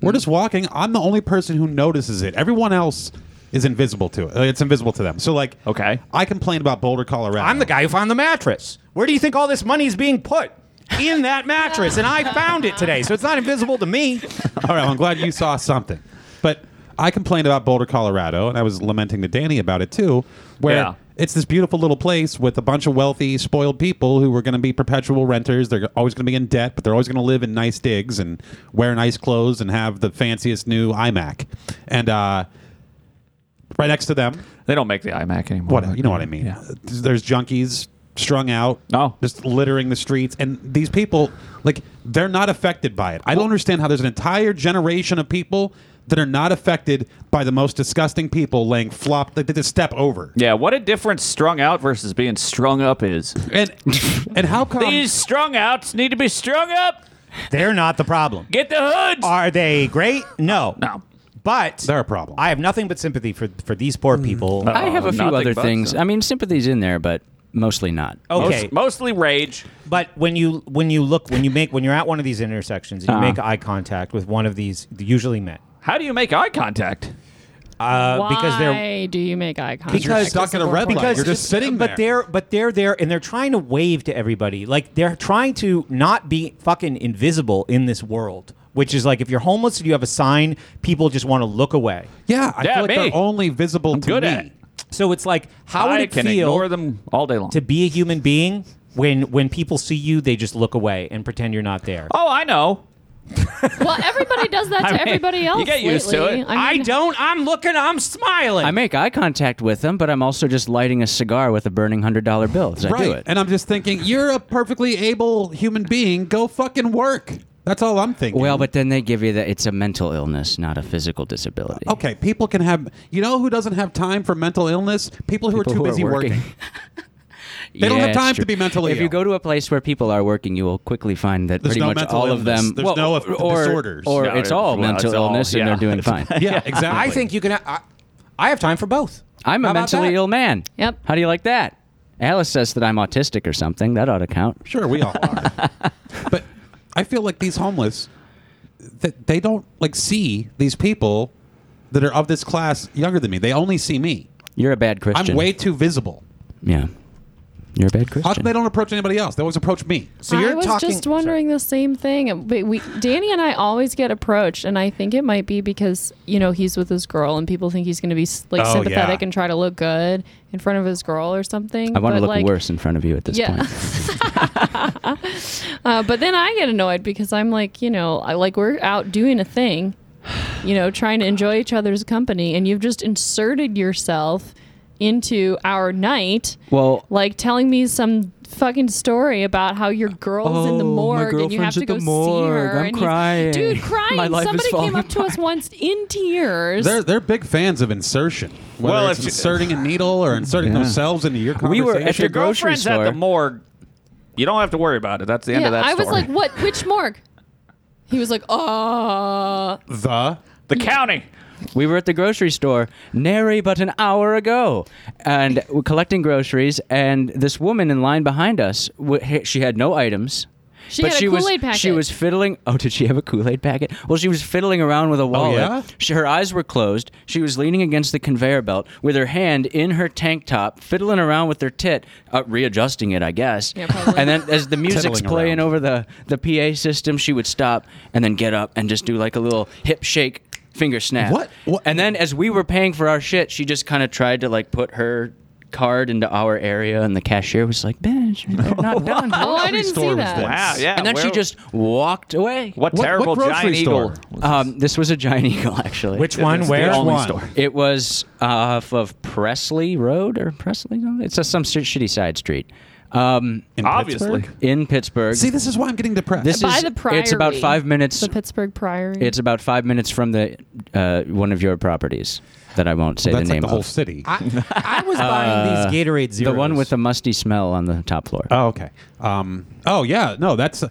Speaker 4: we're just walking. I'm the only person who notices it. Everyone else is invisible to it. Uh, It's invisible to them. So like,
Speaker 2: Okay.
Speaker 4: I complained about Boulder, Colorado.
Speaker 3: I'm the guy who found the mattress. Where do you think all this money is being put? In that mattress, and I found it today, so it's not invisible to me.
Speaker 4: All right, well, I'm glad you saw something. But I complained about Boulder, Colorado, and I was lamenting to Danny about it too, where
Speaker 2: Yeah.
Speaker 4: it's this beautiful little place with a bunch of wealthy, spoiled people who are going to be perpetual renters. They're always going to be in debt, but they're always going to live in nice digs and wear nice clothes and have the fanciest new iMac. And uh, right next to them,
Speaker 2: They don't make the iMac anymore.
Speaker 4: what you know what I mean. There's junkies strung out,
Speaker 2: Oh.
Speaker 4: just littering the streets, and these people like they're not affected by it. I don't understand how there's an entire generation of people that are not affected by the most disgusting people laying flop like they just step over.
Speaker 2: Yeah, what a difference strung out versus being strung up is.
Speaker 4: And and how come
Speaker 2: These strung outs need to be strung up.
Speaker 3: They're not the problem.
Speaker 2: Get the hoods.
Speaker 3: Are they great? No.
Speaker 2: No.
Speaker 3: But
Speaker 4: they're a problem?
Speaker 3: I have nothing but sympathy for for these poor people.
Speaker 5: I
Speaker 4: Um,
Speaker 5: have a few
Speaker 2: nothing
Speaker 5: other
Speaker 2: but
Speaker 5: things.
Speaker 2: some.
Speaker 5: I mean, sympathy's in there, but mostly not.
Speaker 2: Most-
Speaker 3: okay.
Speaker 2: mostly rage.
Speaker 3: But when you when you look when you make when you're at one of these intersections and you
Speaker 2: Uh-huh.
Speaker 3: make eye contact with one of these usually men
Speaker 2: How do you make eye contact?
Speaker 3: uh,
Speaker 6: Why
Speaker 3: because they're
Speaker 6: do you make eye contact?
Speaker 3: Because-
Speaker 6: with
Speaker 4: stuck in a
Speaker 6: the
Speaker 4: red
Speaker 6: forehead?
Speaker 4: light.
Speaker 3: because
Speaker 4: You're just sitting
Speaker 3: but they're
Speaker 4: there.
Speaker 3: but they're there and they're trying to wave to everybody like they're trying to not be fucking invisible in this world which is like if you're homeless and you have a sign people just want to look away
Speaker 4: yeah, I
Speaker 2: Yeah,
Speaker 4: feel like
Speaker 2: me.
Speaker 4: they're only visible to
Speaker 2: good
Speaker 4: me.
Speaker 2: at it.
Speaker 3: so it's like how would
Speaker 2: I
Speaker 3: it
Speaker 2: can
Speaker 3: feel
Speaker 2: ignore them all day long.
Speaker 3: to be a human being when when people see you they just look away and pretend you're not there
Speaker 2: oh, I know.
Speaker 6: well, everybody does that to
Speaker 2: I mean,
Speaker 6: everybody
Speaker 2: you
Speaker 6: else.
Speaker 2: get used to
Speaker 6: lately.
Speaker 2: it.
Speaker 6: I, mean,
Speaker 3: don't i'm looking i'm smiling
Speaker 5: I make eye contact with them, but I'm also just lighting a cigar with a burning hundred dollar bill as I
Speaker 4: Right.
Speaker 5: do it.
Speaker 4: And I'm just thinking, you're a perfectly able human being. Go fucking work. That's all I'm thinking.
Speaker 5: well, but then they give you that it's a mental illness, not a physical disability.
Speaker 4: Okay, people can have. You know who doesn't have time for mental illness? People who
Speaker 5: People
Speaker 4: are too
Speaker 5: who are
Speaker 4: busy
Speaker 5: working.
Speaker 4: working. They don't have
Speaker 5: it's
Speaker 4: time to
Speaker 5: true.
Speaker 4: be mentally
Speaker 5: If
Speaker 4: ill.
Speaker 5: you go to a place where people are working, you will quickly find that
Speaker 4: There's
Speaker 5: pretty
Speaker 4: no
Speaker 5: much
Speaker 4: mental
Speaker 5: all of
Speaker 4: illness.
Speaker 5: them.
Speaker 4: There's
Speaker 5: well,
Speaker 4: no
Speaker 5: or,
Speaker 4: disorders.
Speaker 5: or
Speaker 2: No,
Speaker 5: it's
Speaker 2: it's-
Speaker 5: all
Speaker 2: well, it's
Speaker 5: mental
Speaker 2: all-
Speaker 5: illness, and
Speaker 2: yeah.
Speaker 5: they're doing fine.
Speaker 4: Yeah, exactly.
Speaker 3: i think you can I, I have time for both
Speaker 5: I'm
Speaker 3: How
Speaker 5: a
Speaker 3: about
Speaker 5: mentally
Speaker 3: that?
Speaker 5: ill man.
Speaker 6: Yep.
Speaker 5: How do you like that? Alice says that I'm autistic or something. That ought to count.
Speaker 4: sure we all are, but I feel like these homeless that they don't like see these people that are of this class younger than me. They only see me.
Speaker 5: You're a bad
Speaker 4: I'm
Speaker 5: Christian.
Speaker 4: way too visible.
Speaker 5: Yeah. You're a bad
Speaker 4: How come
Speaker 5: Christian.
Speaker 4: they don't approach anybody else? They always approach me.
Speaker 3: so you're
Speaker 6: I was
Speaker 3: talking
Speaker 6: just wondering the same thing. But we, Danny and I always get approached, and I think it might be because you know he's with his girl, and people think he's going to be s- like
Speaker 4: Oh,
Speaker 6: sympathetic
Speaker 4: yeah.
Speaker 6: and try to look good in front of his girl or something.
Speaker 5: I want
Speaker 6: But,
Speaker 5: to look
Speaker 6: like,
Speaker 5: worse in front of you at this
Speaker 6: Yeah.
Speaker 5: point.
Speaker 6: Uh, but then I get annoyed because I'm like, you know, I like we're out doing a thing, you know, trying to enjoy each other's company, and you've just inserted yourself into our night,
Speaker 5: Well,
Speaker 6: like telling me some fucking story about how your girl's in the
Speaker 5: Oh, my
Speaker 6: morgue and you have
Speaker 5: girlfriend's
Speaker 6: to
Speaker 5: at
Speaker 6: go
Speaker 5: the
Speaker 6: see
Speaker 5: morgue.
Speaker 6: her.
Speaker 5: I'm
Speaker 6: and you-
Speaker 5: crying.
Speaker 6: dude, crying.
Speaker 5: My life is
Speaker 6: Somebody came
Speaker 5: falling
Speaker 6: up to us once in tears.
Speaker 4: They're they're big fans of insertion. Whether
Speaker 2: Well,
Speaker 4: it's
Speaker 2: if-
Speaker 4: inserting a needle or inserting themselves into your
Speaker 5: We
Speaker 4: conversation.
Speaker 5: were- if you're
Speaker 2: Your
Speaker 5: The grocery
Speaker 2: girlfriend's at the
Speaker 5: store.
Speaker 2: morgue. You don't have to worry about it. That's the end
Speaker 6: yeah,
Speaker 2: of that
Speaker 6: I
Speaker 2: story.
Speaker 6: was like, what? Which morgue? He was like, oh.
Speaker 4: the
Speaker 2: the county.
Speaker 5: We were at the grocery store nary but an hour ago, and we're collecting groceries. And this woman in line behind us, w- ha- she had no items.
Speaker 6: She
Speaker 5: but
Speaker 6: had a
Speaker 5: she was
Speaker 6: Kool-Aid packet.
Speaker 5: she was fiddling. Oh, did she have a Kool Aid packet? Well, she was fiddling around with a wallet.
Speaker 4: Oh, yeah?
Speaker 5: She- her eyes were closed. She was leaning against the conveyor belt with her hand in her tank top, fiddling around with her tit, uh, readjusting it, I guess.
Speaker 6: Yeah, probably.
Speaker 5: And then as the music's
Speaker 4: Tiddling
Speaker 5: playing
Speaker 4: around.
Speaker 5: over the the PA system, she would stop and then get up and just do like a little hip shake. Finger snap.
Speaker 4: What? What-
Speaker 5: And then as we were paying for our shit, she just kind of tried to like put her card into our area, and the cashier was like, "Bitch, they're not done."
Speaker 6: Oh, I didn't see that.
Speaker 2: Wow. Yeah.
Speaker 5: And then she
Speaker 2: where-
Speaker 5: just walked away.
Speaker 2: What
Speaker 4: What-
Speaker 2: terrible
Speaker 4: what grocery
Speaker 2: giant eagle?
Speaker 4: store?
Speaker 5: Um, this was a giant eagle, actually.
Speaker 3: which one
Speaker 2: It's
Speaker 3: where
Speaker 2: the only
Speaker 4: one?
Speaker 2: store.
Speaker 5: It was off of Presley Road or Presley? No, it's a, some sh- shitty side street um,
Speaker 2: Obviously.
Speaker 5: in Pittsburgh.
Speaker 4: See, this is why I'm getting depressed.
Speaker 5: this
Speaker 6: By
Speaker 5: is
Speaker 6: the Priory.
Speaker 5: it's about five minutes.
Speaker 6: The Pittsburgh Priory.
Speaker 5: it's about five minutes from the uh, one of your properties that I won't say
Speaker 4: that's
Speaker 5: the
Speaker 4: like
Speaker 5: name
Speaker 4: the whole
Speaker 5: of.
Speaker 4: city.
Speaker 3: I, I was
Speaker 4: Uh,
Speaker 3: buying these Gatorade
Speaker 5: The
Speaker 3: Zeros.
Speaker 5: one with the musty smell on the top floor.
Speaker 4: Oh, okay. Um, oh, yeah. No, that's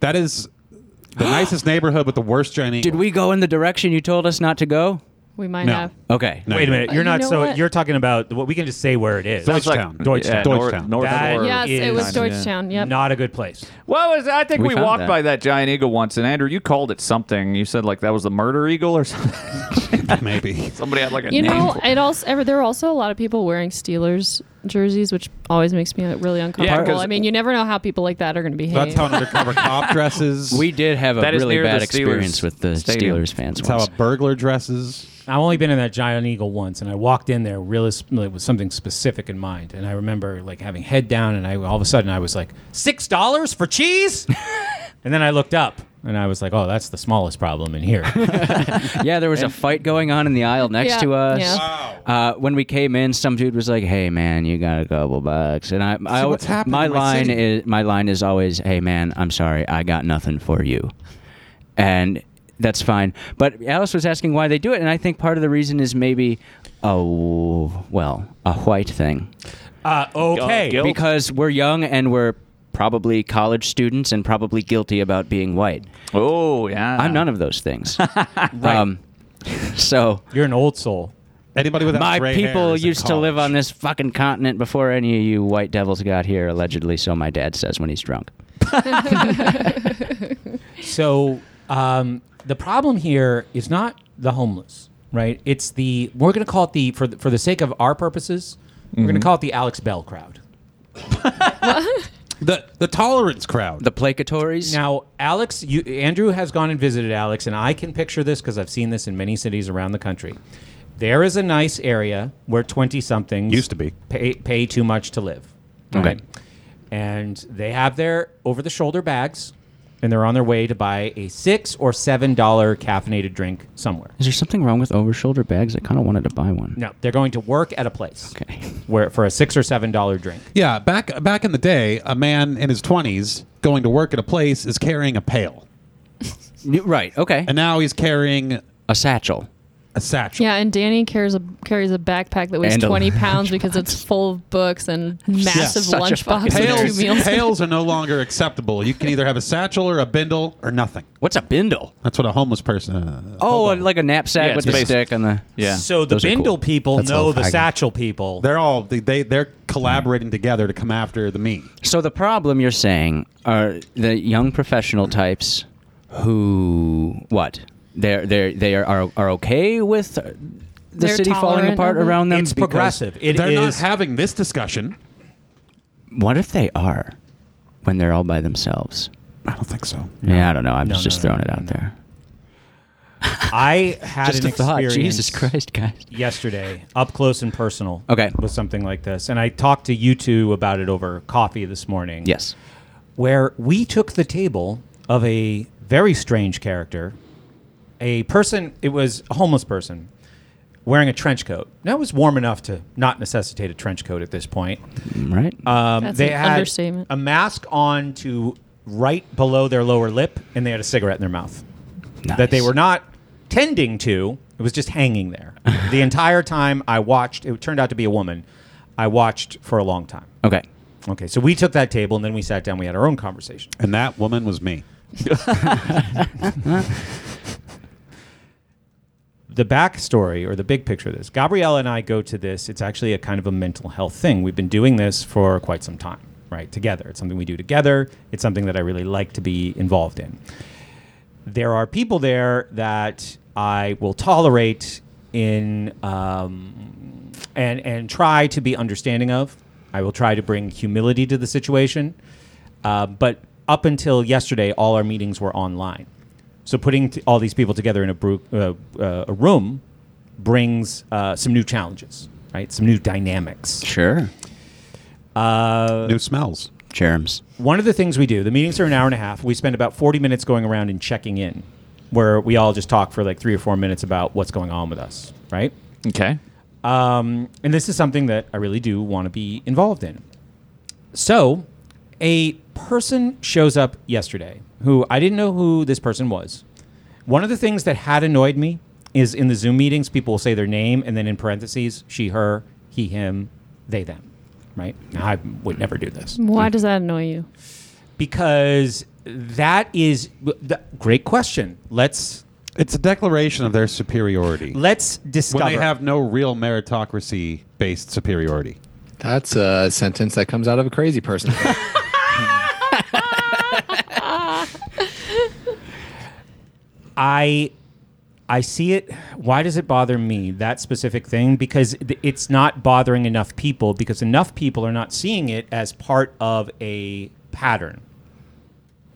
Speaker 4: that is The nicest neighborhood with the worst giant
Speaker 5: Did
Speaker 4: eagle.
Speaker 5: we go in the direction you told us not to go?
Speaker 6: We might
Speaker 4: No.
Speaker 6: have.
Speaker 5: Okay.
Speaker 4: No,
Speaker 1: Wait a minute.
Speaker 6: Uh,
Speaker 1: You're
Speaker 6: you
Speaker 1: not
Speaker 6: know
Speaker 1: so.
Speaker 6: what?
Speaker 1: You're talking about what we can just say where it is.
Speaker 4: Deutschtown.
Speaker 1: Deutschtown.
Speaker 2: Yeah, North,
Speaker 4: Deutschtown.
Speaker 2: north
Speaker 1: That
Speaker 2: or-
Speaker 1: Yeah.
Speaker 6: Yes, it was
Speaker 1: is-
Speaker 6: Georgetown. Yep.
Speaker 1: Not a good place.
Speaker 2: Well, it was, I think we,
Speaker 5: We found
Speaker 2: walked
Speaker 5: that.
Speaker 2: by that giant eagle once, and Andrew, you called it something. You said like that was the murder eagle or something.
Speaker 4: Maybe.
Speaker 2: Somebody had like a
Speaker 6: you
Speaker 2: name.
Speaker 6: know,
Speaker 2: for it.
Speaker 6: it also ever there are also a lot of people wearing Steelers jerseys, which always makes me really uncomfortable.
Speaker 2: 'cause-
Speaker 6: I mean, you never know how people like that are going to behave.
Speaker 4: That's how an undercover cop dresses.
Speaker 5: We did have a
Speaker 2: That is
Speaker 5: really
Speaker 2: near the
Speaker 5: bad
Speaker 2: Steelers
Speaker 5: experience with the
Speaker 2: stadium.
Speaker 5: Steelers fans
Speaker 4: That's how
Speaker 5: once.
Speaker 4: a burglar dresses.
Speaker 1: I've only been in that giant eagle once, and I walked in there really sp- like, with something specific in mind, and I remember like having head down, and I all of a sudden I was like six dollars for cheese, and then I looked up, and I was like, oh, that's the smallest problem in here.
Speaker 5: yeah, there was a fight going on in the aisle next
Speaker 6: Yeah,
Speaker 5: to us.
Speaker 6: yeah.
Speaker 5: Uh, when we came in, some dude was like, "Hey man, you got a couple bucks," and I, I
Speaker 4: what's happening
Speaker 5: my
Speaker 4: in my
Speaker 5: line
Speaker 4: city.
Speaker 5: is my line is always, "Hey man, I'm sorry, I got nothing for you," and that's fine. But Alice was asking why they do it, and I think part of the reason is maybe, oh well, a white thing
Speaker 1: Uh, okay,
Speaker 5: Oh.
Speaker 2: Guilt.
Speaker 5: because we're young and we're probably college students and probably guilty about being white.
Speaker 2: oh yeah,
Speaker 5: I'm none of those things. um, so.
Speaker 1: you're an old soul.
Speaker 4: Anybody with
Speaker 5: My people used to live on this fucking continent before any of you white devils got here, allegedly, so my dad says when he's drunk.
Speaker 1: So um, the problem here is not the homeless, right? It's the we're going to call it the for the, for the sake of our purposes, we're going to call it the Alex Bell crowd.
Speaker 4: the the tolerance crowd.
Speaker 5: The placatories?
Speaker 1: Now, Alex, you, Andrew has gone and visited Alex, and I can picture this because I've seen this in many cities around the country. There is a nice area where twenty somethings
Speaker 4: Used to be.
Speaker 1: pay, pay too much to live.
Speaker 5: Okay.
Speaker 1: and they have their over the shoulder bags and they're on their way to buy a six or seven dollar caffeinated drink somewhere.
Speaker 5: Is there something wrong with over shoulder bags? I kind of wanted to buy one.
Speaker 1: No, they're going to work at a place
Speaker 5: Okay.
Speaker 1: where for a six or seven dollar drink.
Speaker 4: yeah, back back in the day, a man in his twenties going to work at a place is carrying a pail,
Speaker 5: N- Right, okay.
Speaker 4: and now he's carrying
Speaker 5: a satchel.
Speaker 4: a satchel.
Speaker 6: yeah, and Danny carries a carries a backpack that weighs
Speaker 5: And a
Speaker 6: twenty pounds because it's full of books and massive
Speaker 5: such a
Speaker 6: lunchbox
Speaker 5: fucking
Speaker 6: with
Speaker 4: Pails,
Speaker 6: two meals.
Speaker 4: pails are no longer acceptable. You can either have a satchel or a bindle or nothing.
Speaker 5: What's a bindle?
Speaker 4: That's what a homeless person. Uh,
Speaker 5: Oh, like a knapsack
Speaker 2: Yeah,
Speaker 5: with
Speaker 2: it's
Speaker 5: a
Speaker 2: basic.
Speaker 5: stick and the.
Speaker 2: yeah.
Speaker 1: So the
Speaker 5: Those are cool.
Speaker 1: bindle people
Speaker 4: That's a
Speaker 1: know
Speaker 4: little
Speaker 1: the
Speaker 4: faggot.
Speaker 1: satchel people.
Speaker 4: they're all they, they they're collaborating together to come after the me.
Speaker 5: So the problem you're saying are the young professional types who what they're they they are, are are okay with the
Speaker 6: They're
Speaker 5: city falling
Speaker 6: tolerant
Speaker 5: apart
Speaker 6: of it?
Speaker 5: around them.
Speaker 1: it's
Speaker 5: because-
Speaker 1: progressive. It
Speaker 4: they're not
Speaker 1: is
Speaker 4: having this discussion.
Speaker 5: What if they are when they're all by themselves?
Speaker 4: I don't think so.
Speaker 5: yeah, I don't know. I'm
Speaker 1: No,
Speaker 5: just
Speaker 1: no,
Speaker 5: throwing
Speaker 1: no,
Speaker 5: it out there.
Speaker 1: I had
Speaker 5: Just
Speaker 1: an
Speaker 5: a thought.
Speaker 1: experience
Speaker 5: Jesus Christ, guys.
Speaker 1: yesterday, up close and personal.
Speaker 5: Okay.
Speaker 1: With something like this. And I talked to you two about it over coffee this morning.
Speaker 5: Yes.
Speaker 1: where we took the table of a very strange character, a person, it was a homeless person wearing a trench coat. Now it was warm enough to not necessitate a trench coat at this point.
Speaker 5: Right.
Speaker 1: Um,
Speaker 6: That's
Speaker 1: they
Speaker 6: an
Speaker 1: had
Speaker 6: understatement.
Speaker 1: a mask on to right below their lower lip, and they had a cigarette in their mouth that they
Speaker 5: Nice.
Speaker 1: were not tending to. It was just hanging there. the entire time I watched, it turned out to be a woman. I watched for a long time.
Speaker 5: Okay.
Speaker 1: Okay, so we took that table and then we sat down. We had our own conversation.
Speaker 4: And that woman was me.
Speaker 1: the backstory or the big picture of this. Gabrielle and I go to this. It's actually a kind of a mental health thing. We've been doing this for quite some time, right? Together. It's something we do together. It's something that I really like to be involved in. There are people there that I will tolerate in um, and and try to be understanding of. I will try to bring humility to the situation. Uh, but up until yesterday, all our meetings were online. So putting t- all these people together in a, bru- uh, uh, a room brings uh, some new challenges, right? Some new dynamics.
Speaker 5: Sure.
Speaker 4: New smells.
Speaker 5: Germs.
Speaker 1: One of the things we do, the meetings are an hour and a half. We spend about 40 minutes going around and checking in, where we all just talk for like three or four minutes about what's going on with us, right?
Speaker 2: okay.
Speaker 1: Um, and this is something that I really do want to be involved in. So, a person shows up yesterday who I didn't know who this person was. One of the things that had annoyed me is in the Zoom meetings, people will say their name and then in parentheses, she, her, he, him, they, them, right? Now, I would never do this
Speaker 6: Why does that annoy you?
Speaker 1: because that is the, great question. Let's
Speaker 4: It's a declaration of their superiority
Speaker 1: let's discover.
Speaker 4: when they have no real meritocracy-based superiority.
Speaker 9: That's a sentence that comes out of a crazy person.
Speaker 1: I I see it. Why does it bother me that specific thing? Because th- it's not bothering enough people because enough people are not seeing it as part of a pattern.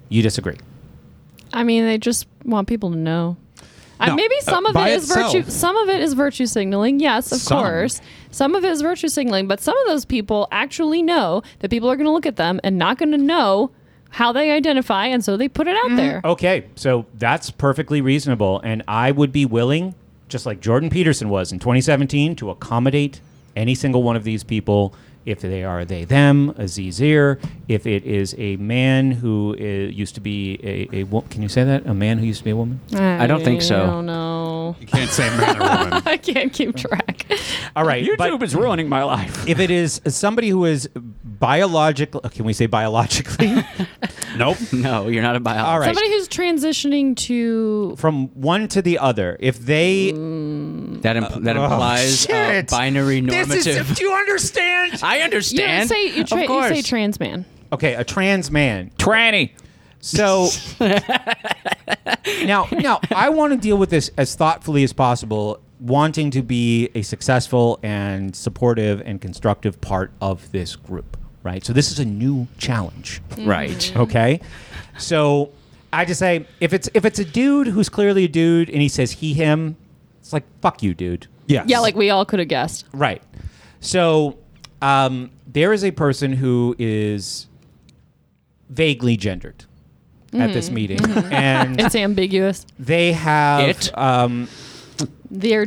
Speaker 1: You disagree.
Speaker 6: I mean, they just want people to know. Uh,
Speaker 4: No,
Speaker 6: maybe
Speaker 4: uh,
Speaker 6: some of
Speaker 4: by
Speaker 6: it is
Speaker 4: itself.
Speaker 6: virtue. Some of it is virtue signaling. Yes, of
Speaker 4: Some.
Speaker 6: course. Some of it is virtue signaling, but some of those people actually know that people are going to look at them and not going to know how they identify, and so they put it out there.
Speaker 5: Oh,
Speaker 1: Okay, so that's perfectly reasonable and I would be willing just like Jordan Peterson was in 2017 to accommodate any single one of these people if they are a they them, a zir, if it is a man who uh, used to be a, a wo- can you say that? A man who used to be a woman?
Speaker 5: I don't think so.
Speaker 6: I don't know.
Speaker 4: You can't say man or woman.
Speaker 6: I can't keep track.
Speaker 1: All right. but-
Speaker 2: YouTube is ruining my life.
Speaker 1: if it is somebody who is biological can we say biologically
Speaker 4: Nope.
Speaker 5: No, you're not a biologist.
Speaker 1: all right
Speaker 6: Somebody who's transitioning to
Speaker 1: from one to the other if they
Speaker 5: That, imp- that implies uh,
Speaker 1: Oh, shit.
Speaker 5: binary normative.
Speaker 1: you understand
Speaker 5: I
Speaker 6: you
Speaker 5: understand.
Speaker 6: don't say you, tra-
Speaker 5: of
Speaker 6: you
Speaker 5: course.
Speaker 6: say trans man.
Speaker 1: okay a trans man
Speaker 2: Tranny.
Speaker 1: so now now i want to deal with this as thoughtfully as possible wanting to be a successful and supportive and constructive part of this group right so this is a new challenge
Speaker 5: Mm-hmm. right.
Speaker 1: Okay. So I just say if it's if it's a dude who's clearly a dude and he says he him, it's like fuck you, dude.
Speaker 4: Yes.
Speaker 6: Yeah, like we all could have guessed.
Speaker 1: Right. So um, there is a person who is vaguely gendered at this
Speaker 5: Mm-hmm.
Speaker 1: meeting, and
Speaker 6: It's ambiguous.
Speaker 1: they have
Speaker 5: It?
Speaker 1: Um,
Speaker 6: Their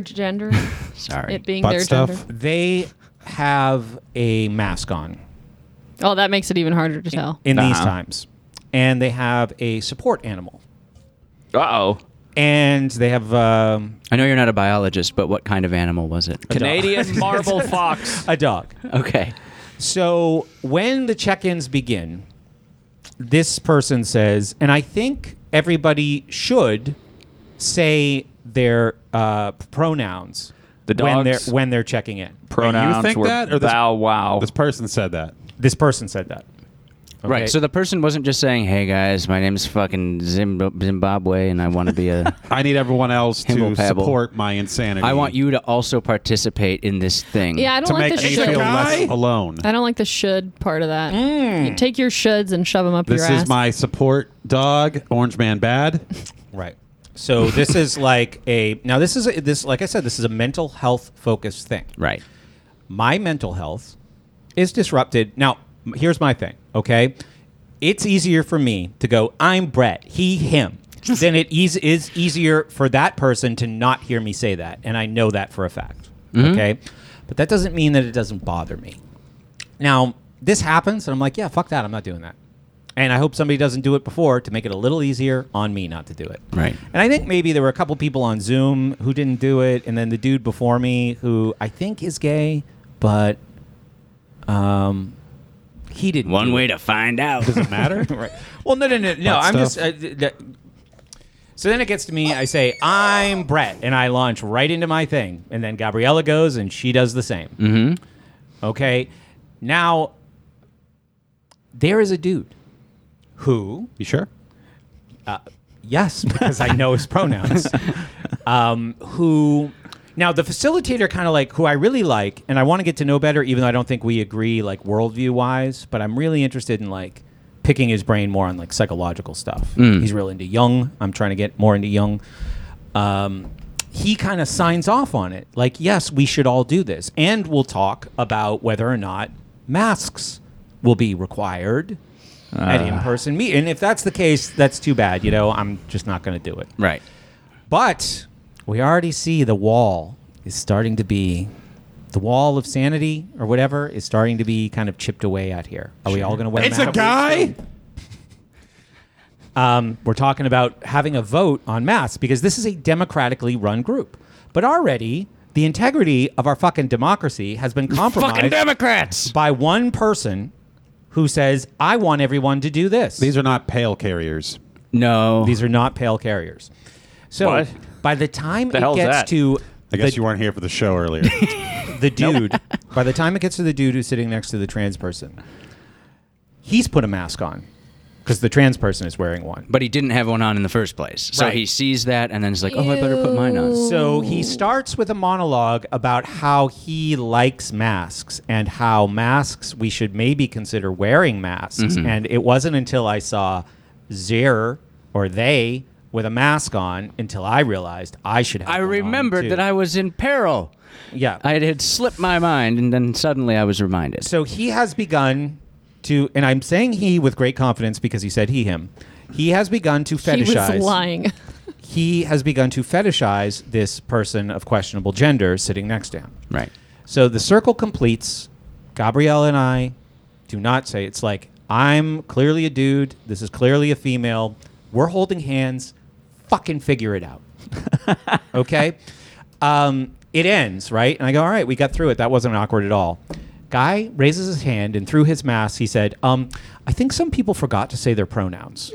Speaker 6: gender,
Speaker 5: Sorry.
Speaker 6: it being
Speaker 4: butt
Speaker 6: their
Speaker 4: stuff.
Speaker 6: gender.
Speaker 1: they have a mask on
Speaker 6: Oh, that makes it even harder to tell.
Speaker 1: in these
Speaker 2: Uh-huh.
Speaker 1: times, and they have a support animal,
Speaker 2: Uh oh.
Speaker 1: and they have um,
Speaker 5: I know you're not a biologist, but what kind of animal was it?
Speaker 2: Canadian marble fox.
Speaker 1: a dog.
Speaker 5: Okay.
Speaker 1: So when the check-ins begin, this person says, and I think everybody should say their uh, pronouns
Speaker 2: The
Speaker 1: when they're
Speaker 2: dogs?
Speaker 1: when they're checking in.
Speaker 2: Pronouns
Speaker 4: think
Speaker 2: were
Speaker 4: that, or this-
Speaker 2: thou wow.
Speaker 4: This person said that.
Speaker 1: This person said that. Okay.
Speaker 5: Right. So the person wasn't just saying, "Hey guys, my name's fucking Zimb- Zimbabwe, and I want to be a.
Speaker 4: I need everyone else to
Speaker 5: Himble pabble.
Speaker 4: support my insanity.
Speaker 5: I want you to also participate in this thing."
Speaker 6: Yeah, I don't
Speaker 4: to
Speaker 6: like
Speaker 4: make
Speaker 6: the
Speaker 4: me
Speaker 6: should.
Speaker 4: feel less
Speaker 1: Guy?
Speaker 4: alone.
Speaker 6: I don't like the should part of that. You take your shoulds and shove them up
Speaker 4: This
Speaker 6: your ass.
Speaker 4: is my support dog, Orange Man Bad.
Speaker 1: Right. So this is like a now this is a, this like I said this is a mental health focused thing.
Speaker 5: Right.
Speaker 1: my mental health is disrupted. Now, m- here's my thing, okay? It's easier for me to go, I'm Brett, he, him, than it is, is easier for that person to not hear me say that. And I know that for a fact, okay? But that doesn't mean that it doesn't bother me. Now, this happens, and I'm like, yeah, fuck that, I'm not doing that. And I hope somebody doesn't do it before to make it a little easier on me not to do it.
Speaker 5: Right.
Speaker 1: And I think maybe there were a couple people on Zoom who didn't do it, and then the dude before me who I think is gay, but um, he didn't.
Speaker 5: One
Speaker 1: do
Speaker 5: way to find out.
Speaker 4: Matter?
Speaker 1: it. right. Well, no, no, no, no.
Speaker 4: Butt
Speaker 1: I'm
Speaker 4: stuff.
Speaker 1: just. Uh, th- th- so then it gets to me. I say, "I'm Brett," and I launch right into my thing, and then Gabriella goes, and she does the same. Mm-hmm. Okay. Now, there is a dude who Uh,
Speaker 4: You sure?
Speaker 1: Yes, because I know his pronouns. Um, who now the facilitator kind of like who I really like and I want to get to know better, even though I don't think we agree like worldview wise, but I'm really interested in like picking his brain more on like psychological stuff. He's real into Jung. I'm trying to get more into Jung. Um, he kind of signs off on it. Like, yes, we should all do this. And we'll talk about whether or not masks will be required at in-person meet. And if that's the case, that's too bad. You know, I'm just not going to do it.
Speaker 5: right.
Speaker 1: But we already see the wall is starting to be the wall of sanity or whatever is starting to be kind of chipped away at here. Are we all going to wear masks?
Speaker 4: guy?
Speaker 1: We're talking about having a vote on masks because this is a democratically run group. But already the integrity of our fucking democracy has been compromised
Speaker 5: Democrats.
Speaker 1: by one person who says, I want everyone to do this.
Speaker 4: These are not pail carriers.
Speaker 5: No.
Speaker 1: These are not pale carriers. So
Speaker 2: What?
Speaker 1: by the time
Speaker 2: The
Speaker 1: it
Speaker 2: hell's
Speaker 1: gets
Speaker 2: that?
Speaker 1: to
Speaker 4: I guess
Speaker 1: the,
Speaker 4: you weren't here for the show earlier.
Speaker 1: the dude, by the time it gets to the dude who's sitting next to the trans person, he's put a mask on because the trans person is wearing one.
Speaker 5: but he didn't have one on in the first place. So
Speaker 1: Right.
Speaker 5: he sees that and then he's like, oh, I better put mine on.
Speaker 1: So he starts with a monologue about how he likes masks and how masks we should maybe consider wearing masks. And it wasn't until I saw Zer or they with a mask on until I realized I should have
Speaker 5: I
Speaker 1: one on,
Speaker 5: remembered
Speaker 1: too.
Speaker 5: that I was in peril.
Speaker 1: yeah.
Speaker 5: I had slipped my mind and then suddenly I was reminded.
Speaker 1: so he has begun to, and I'm saying he with great confidence because he said he, him. He has begun to
Speaker 6: He was
Speaker 1: fetishize.
Speaker 6: lying.
Speaker 1: He has begun to fetishize this person of questionable gender sitting next to him.
Speaker 5: right.
Speaker 1: So the circle completes. Gabrielle and I do not say it's like I'm clearly a dude. This is clearly a female. We're holding hands. Fucking figure it out. okay. Um, it ends right, and I go, all right, we got through it. That wasn't awkward at all. Guy raises his hand and through his mask, he said, um, "I think some people forgot to say their pronouns."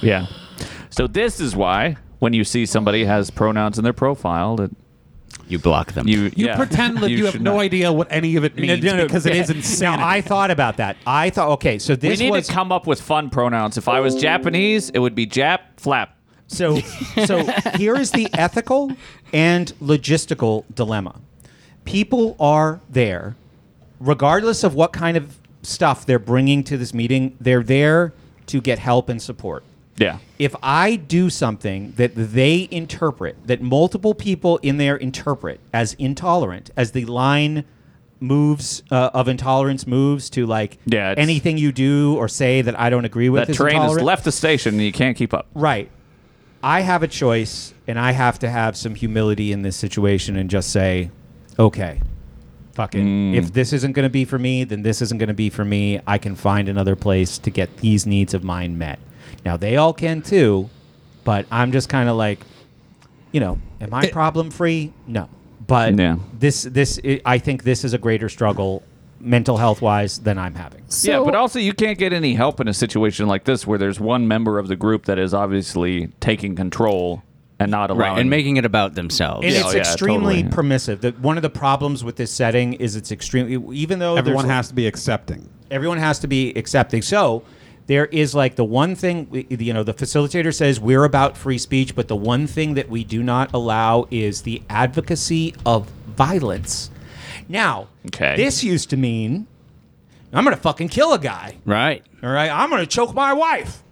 Speaker 2: Yeah. So this is why when you see somebody has pronouns in their profile that
Speaker 5: You block them.
Speaker 2: you
Speaker 4: You
Speaker 2: yeah,
Speaker 4: pretend that you, have
Speaker 2: should
Speaker 4: no
Speaker 2: not-
Speaker 4: idea what any of it means because it is
Speaker 1: Now
Speaker 4: insane.
Speaker 1: I thought about that. I thought, okay, so
Speaker 2: We
Speaker 1: this
Speaker 2: need
Speaker 1: was
Speaker 2: to come up with fun pronouns. If I was Japanese, it would be Jap flap.
Speaker 1: So, so here is the ethical and logistical dilemma. People are there, regardless of what kind of stuff they're bringing to this meeting, they're there to get help and support.
Speaker 2: Yeah.
Speaker 1: If I do something that they interpret, that multiple people in there interpret as intolerant, as the line moves uh, of intolerance moves to like
Speaker 2: Yeah, it's-
Speaker 1: anything you do or say that I don't agree with
Speaker 2: That
Speaker 1: is
Speaker 2: train has
Speaker 1: intolerant.
Speaker 2: left the station and you can't keep up.
Speaker 1: Right. I have a choice, and I have to have some humility in this situation and just say, okay,
Speaker 3: Mm.
Speaker 1: fucking,
Speaker 2: Mm.
Speaker 1: if this isn't going to be for me, then this isn't going to be for me. I can find another place to get these needs of mine met. Now, they all can too, but I'm just kind of like, you know, am I problem free? No. But
Speaker 2: Eh. Yeah.
Speaker 1: this, this, I I think this is a greater struggle mental health wise than I'm having.
Speaker 6: So,
Speaker 2: yeah, but also you can't get any help in a situation like this where there's one member of the group that is obviously taking control and not allowing.
Speaker 5: right. And making it about themselves.
Speaker 1: And
Speaker 2: Yeah,
Speaker 1: it's
Speaker 2: oh, yeah,
Speaker 1: extremely
Speaker 2: totally.
Speaker 1: permissive. The, one of the problems with this setting is it's extremely, even though there's-
Speaker 4: Everyone has to be accepting.
Speaker 1: everyone has to be accepting. So there is like the one thing, we- you know, the facilitator says we're about free speech, but the one thing that we do not allow is the advocacy of violence. Now,
Speaker 2: Okay.
Speaker 1: this used to mean I'm going to fucking kill a guy.
Speaker 5: Right.
Speaker 1: All right, I'm going to choke my wife.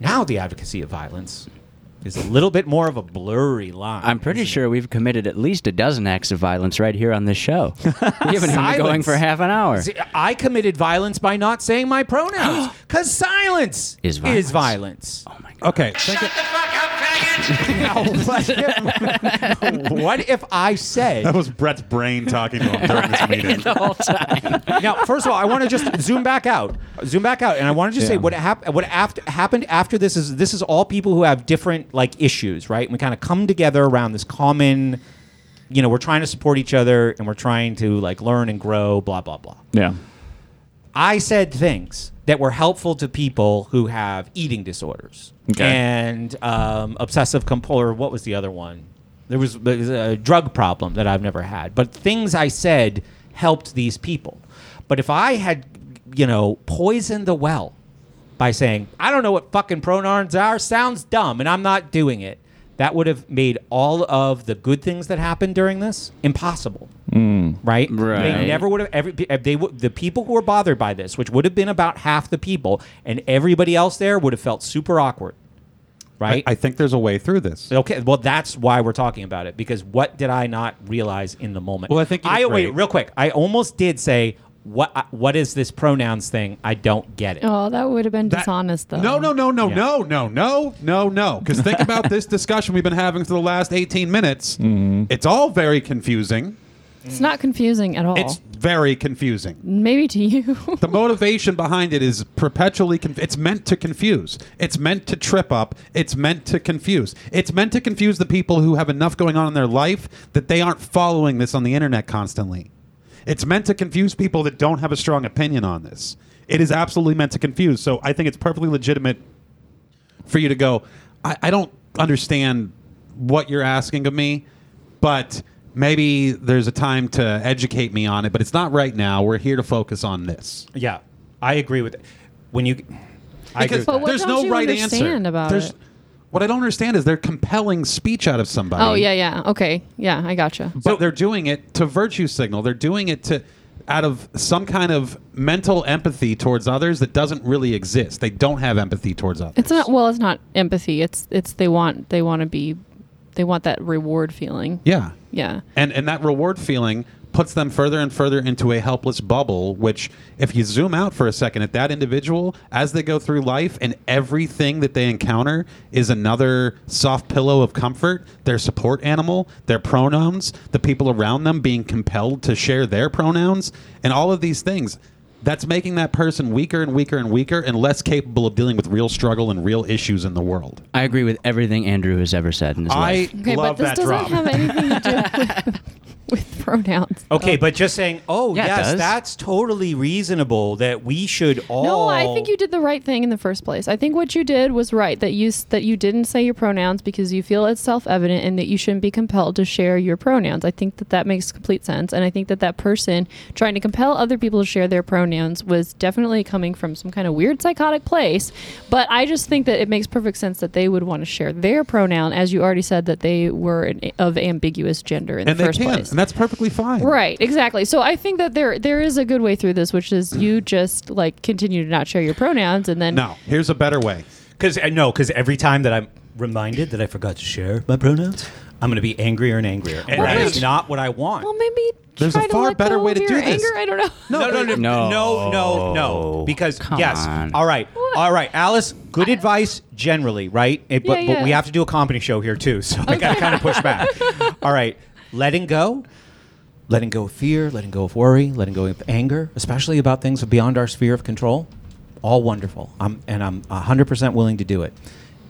Speaker 1: Now the advocacy of violence is a little bit more of a blurry line.
Speaker 5: I'm pretty sure we've committed at least a dozen acts of violence right here on this show. we haven't even been going
Speaker 1: Silence.
Speaker 5: for half an hour.
Speaker 1: See, I committed violence by not saying my pronouns because silence
Speaker 5: Is violence.
Speaker 1: violence.
Speaker 4: Okay, think it-
Speaker 1: Now,
Speaker 5: Oh
Speaker 1: what, if, what if I say?
Speaker 4: that was Brett's brain talking to him during this meeting.
Speaker 1: Now, first of all, I want to just zoom back out, zoom back out, and I want to just say what happened. What after, happened after this is this is all people who have different like issues, right? And we kind of come together around this common. You know, we're trying to support each other and we're trying to like learn and grow. Blah blah blah.
Speaker 2: yeah.
Speaker 1: I said things that were helpful to people who have eating disorders
Speaker 2: Okay.
Speaker 1: and um, obsessive compulsive. Or what was the other one? There was, there was a drug problem that I've never had, but things I said helped these people. But if I had, you know, poisoned the well by saying I don't know what fucking pronouns are, sounds dumb, and I'm not doing it, that would have made all of the good things that happened during this impossible
Speaker 2: Mm.
Speaker 1: right? They
Speaker 5: Right.
Speaker 1: never would have every they would the people who were bothered by this, which would have been about half the people, and everybody else there would have felt super awkward,
Speaker 4: I,
Speaker 1: right?
Speaker 4: I think there's a way through this.
Speaker 1: okay, well that's why we're talking about it because what did I not realize in the moment?
Speaker 4: Well, I think you
Speaker 1: I
Speaker 4: did
Speaker 1: wait
Speaker 4: great.
Speaker 1: real quick. I almost did say what uh, what is this pronouns thing? I don't get it.
Speaker 6: oh, that would have been
Speaker 4: That-
Speaker 6: dishonest, though.
Speaker 4: No, no, no, no,
Speaker 1: Yeah.
Speaker 4: no, no, no, no, no. Because think about this discussion we've been having for the last 18 minutes. It's all very confusing.
Speaker 6: It's not confusing at all.
Speaker 4: It's very confusing.
Speaker 6: Maybe to you.
Speaker 4: The motivation behind it is perpetually. Conf- it's meant to confuse. It's meant to trip up. It's meant to confuse. It's meant to confuse the people who have enough going on in their life that they aren't following this on the internet constantly. It's meant to confuse people that don't have a strong opinion on this. It is absolutely meant to confuse. So I think it's perfectly legitimate for you to go, I, I don't understand what you're asking of me, but maybe there's a time to educate me on it, but it's not right now. We're here to focus on this.
Speaker 1: Yeah, I agree with when you. I
Speaker 4: Because
Speaker 1: agree with that.
Speaker 6: But what
Speaker 4: there's
Speaker 6: don't
Speaker 4: no
Speaker 6: you
Speaker 4: right
Speaker 6: understand
Speaker 4: answer.
Speaker 6: about
Speaker 4: There's-
Speaker 6: it?
Speaker 4: What I don't understand is they're compelling speech out of somebody.
Speaker 6: Oh yeah, yeah. Okay, yeah, I gotcha.
Speaker 4: But they're doing it to virtue signal. They're doing it to out of some kind of mental empathy towards others that doesn't really exist. They don't have empathy towards others.
Speaker 6: It's not well. It's not empathy. It's it's they want they want to be, they want that reward feeling.
Speaker 4: Yeah.
Speaker 6: Yeah.
Speaker 4: And and that reward feeling puts them further and further into a helpless bubble which if you zoom out for a second at that individual as they go through life and everything that they encounter is another soft pillow of comfort, their support animal, their pronouns, the people around them being compelled to share their pronouns and all of these things that's making that person weaker and weaker and weaker and less capable of dealing with real struggle and real issues in the world.
Speaker 5: I agree with everything Andrew has ever said in his
Speaker 4: I
Speaker 5: life.
Speaker 6: Okay,
Speaker 4: love
Speaker 6: but this
Speaker 4: that
Speaker 6: doesn't
Speaker 4: drop.
Speaker 6: have anything to do with, with pronouns.
Speaker 1: Okay, but just saying, oh
Speaker 5: Yeah, it
Speaker 1: yes,
Speaker 5: does.
Speaker 1: that's totally reasonable. That we should all.
Speaker 6: No, I
Speaker 4: Oh.
Speaker 6: think you did the right thing in the first place. I think what you did was right that you s- that you didn't say your pronouns because you feel it's self-evident and that you shouldn't be compelled to share your pronouns. I think that that makes complete sense and I think that that person trying to compel other people to share their pronouns was definitely coming from some kind of weird psychotic place, but I just think that it makes perfect sense that they would want to share their pronoun as you already said that they were an, of ambiguous gender in
Speaker 4: and
Speaker 6: the
Speaker 4: they
Speaker 6: first
Speaker 4: can,
Speaker 6: place.
Speaker 4: and that's perfectly fine.
Speaker 6: Right, exactly. So I think that there there is a good way through this, which is you just like continue to not share your pronouns, and then
Speaker 4: No, here's a better way.
Speaker 1: Because uh, no, because every time that I'm reminded that I forgot to share my pronouns, I'm going to be angrier and angrier, and
Speaker 6: Right.
Speaker 1: that is not what I want.
Speaker 6: well maybe
Speaker 4: There's
Speaker 6: try
Speaker 4: a far
Speaker 6: to let
Speaker 4: better
Speaker 6: go
Speaker 4: way
Speaker 6: of
Speaker 4: to do
Speaker 6: your
Speaker 4: this.
Speaker 6: Anger, I don't know.
Speaker 1: No, no, no,
Speaker 5: No.
Speaker 1: no, no, no, no. Because
Speaker 5: Come
Speaker 1: yes,
Speaker 5: on.
Speaker 1: all right, all right, Alice. Good advice generally, right? Eh, but
Speaker 6: Yeah,
Speaker 1: but we
Speaker 6: yeah.
Speaker 1: have to do a comedy show here too, so I got to kind of push back. all right, letting go, letting go of fear, letting go of worry, letting go of anger, especially about things beyond our sphere of control. All wonderful. I'm and I'm 100% willing to do it.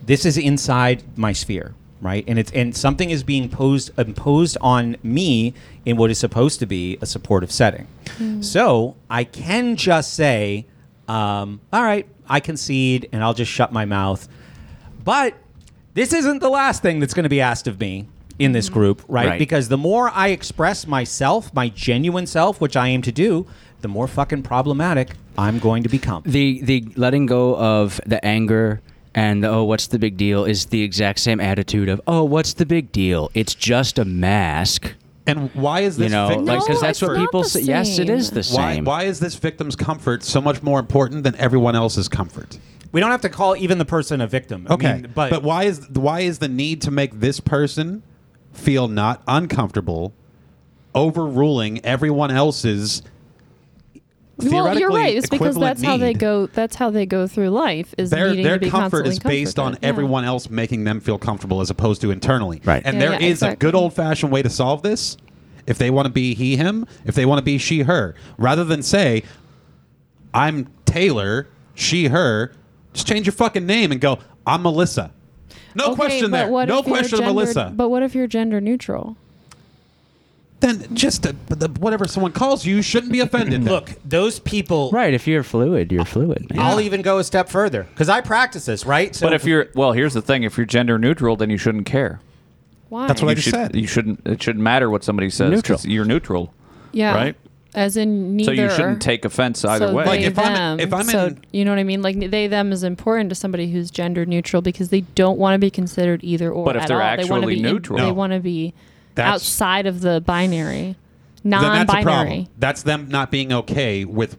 Speaker 1: This is inside my sphere, right? And it's and something is being posed imposed on me in what is supposed to be a supportive setting.
Speaker 6: Hmm.
Speaker 1: So I can just say, um, all right, I concede, and I'll just shut my mouth. But this isn't the last thing that's going to be asked of me in this group, right?
Speaker 5: Right.
Speaker 1: Because the more I express myself, my genuine self, which I aim to do, the more fucking problematic I'm going to become.
Speaker 5: The the letting go of the anger and the, oh what's the big deal is the exact same attitude of oh what's the big deal? It's just a mask.
Speaker 4: And why is this
Speaker 5: you know,
Speaker 4: victim's
Speaker 5: like
Speaker 6: No,
Speaker 5: because that's what
Speaker 6: it's not
Speaker 5: people
Speaker 6: the
Speaker 5: say. Yes, it is
Speaker 6: same.
Speaker 5: the
Speaker 4: why,
Speaker 5: same.
Speaker 4: why is this victim's comfort so much more important than everyone else's comfort?
Speaker 1: we don't have to call even the person a victim. I
Speaker 4: Okay,
Speaker 1: mean,
Speaker 4: but,
Speaker 1: but,
Speaker 4: why is why is the need to make this person feel not uncomfortable overruling everyone else's?
Speaker 6: Well, you're
Speaker 4: theoretically
Speaker 6: right. It's because
Speaker 4: equivalent
Speaker 6: that's how they
Speaker 4: need?
Speaker 6: go. That's how they go through life. Is
Speaker 4: Their,
Speaker 6: needing
Speaker 4: their
Speaker 6: to be
Speaker 4: comfort
Speaker 6: constantly
Speaker 4: is based on
Speaker 6: comforted. Yeah.
Speaker 4: everyone else making them feel comfortable as opposed to internally.
Speaker 5: Right.
Speaker 4: And
Speaker 6: Yeah,
Speaker 4: there is a
Speaker 6: yeah,
Speaker 4: good
Speaker 6: exactly.
Speaker 4: old fashioned way to solve this if they want to be he, him, if they want to be she, her, rather than say, I'm Taylor, she, her, just change your fucking name and go, I'm Melissa. No
Speaker 6: Okay,
Speaker 4: question
Speaker 6: but
Speaker 4: there.
Speaker 6: what
Speaker 4: No
Speaker 6: if you're
Speaker 4: question,
Speaker 6: gender-
Speaker 4: Melissa.
Speaker 6: But what if you're gender neutral?
Speaker 4: then just uh, the, whatever someone calls you, you shouldn't be offended. then.
Speaker 1: look, those people.
Speaker 5: Right. If you're fluid,
Speaker 6: Uh,
Speaker 5: you're fluid. man.
Speaker 1: I'll even go a step further because I practice this, right? So
Speaker 2: But if you're well, here's the thing: if you're gender neutral, then you shouldn't care.
Speaker 6: Why?
Speaker 4: That's what
Speaker 2: you
Speaker 4: I just
Speaker 2: should,
Speaker 4: said.
Speaker 2: You shouldn't. It shouldn't matter what somebody says. 'cause
Speaker 5: Neutral.
Speaker 2: You're neutral,
Speaker 6: yeah.
Speaker 2: right?
Speaker 6: As in neither.
Speaker 2: so you shouldn't take offense either
Speaker 6: so
Speaker 2: way.
Speaker 6: They,
Speaker 4: Like, if
Speaker 6: them,
Speaker 4: I'm- if I'm
Speaker 6: so
Speaker 4: in-
Speaker 6: you know what I mean. Like they them is important to somebody who's gender neutral because they don't want to be considered either or.
Speaker 2: But if
Speaker 6: at
Speaker 2: they're
Speaker 6: all. they want to
Speaker 2: actually
Speaker 6: be in-
Speaker 2: neutral-
Speaker 6: they
Speaker 4: No.
Speaker 6: want to be
Speaker 4: That's-
Speaker 6: outside of the binary,
Speaker 4: then that's a problem.
Speaker 6: non-binary.
Speaker 4: That's them not being okay with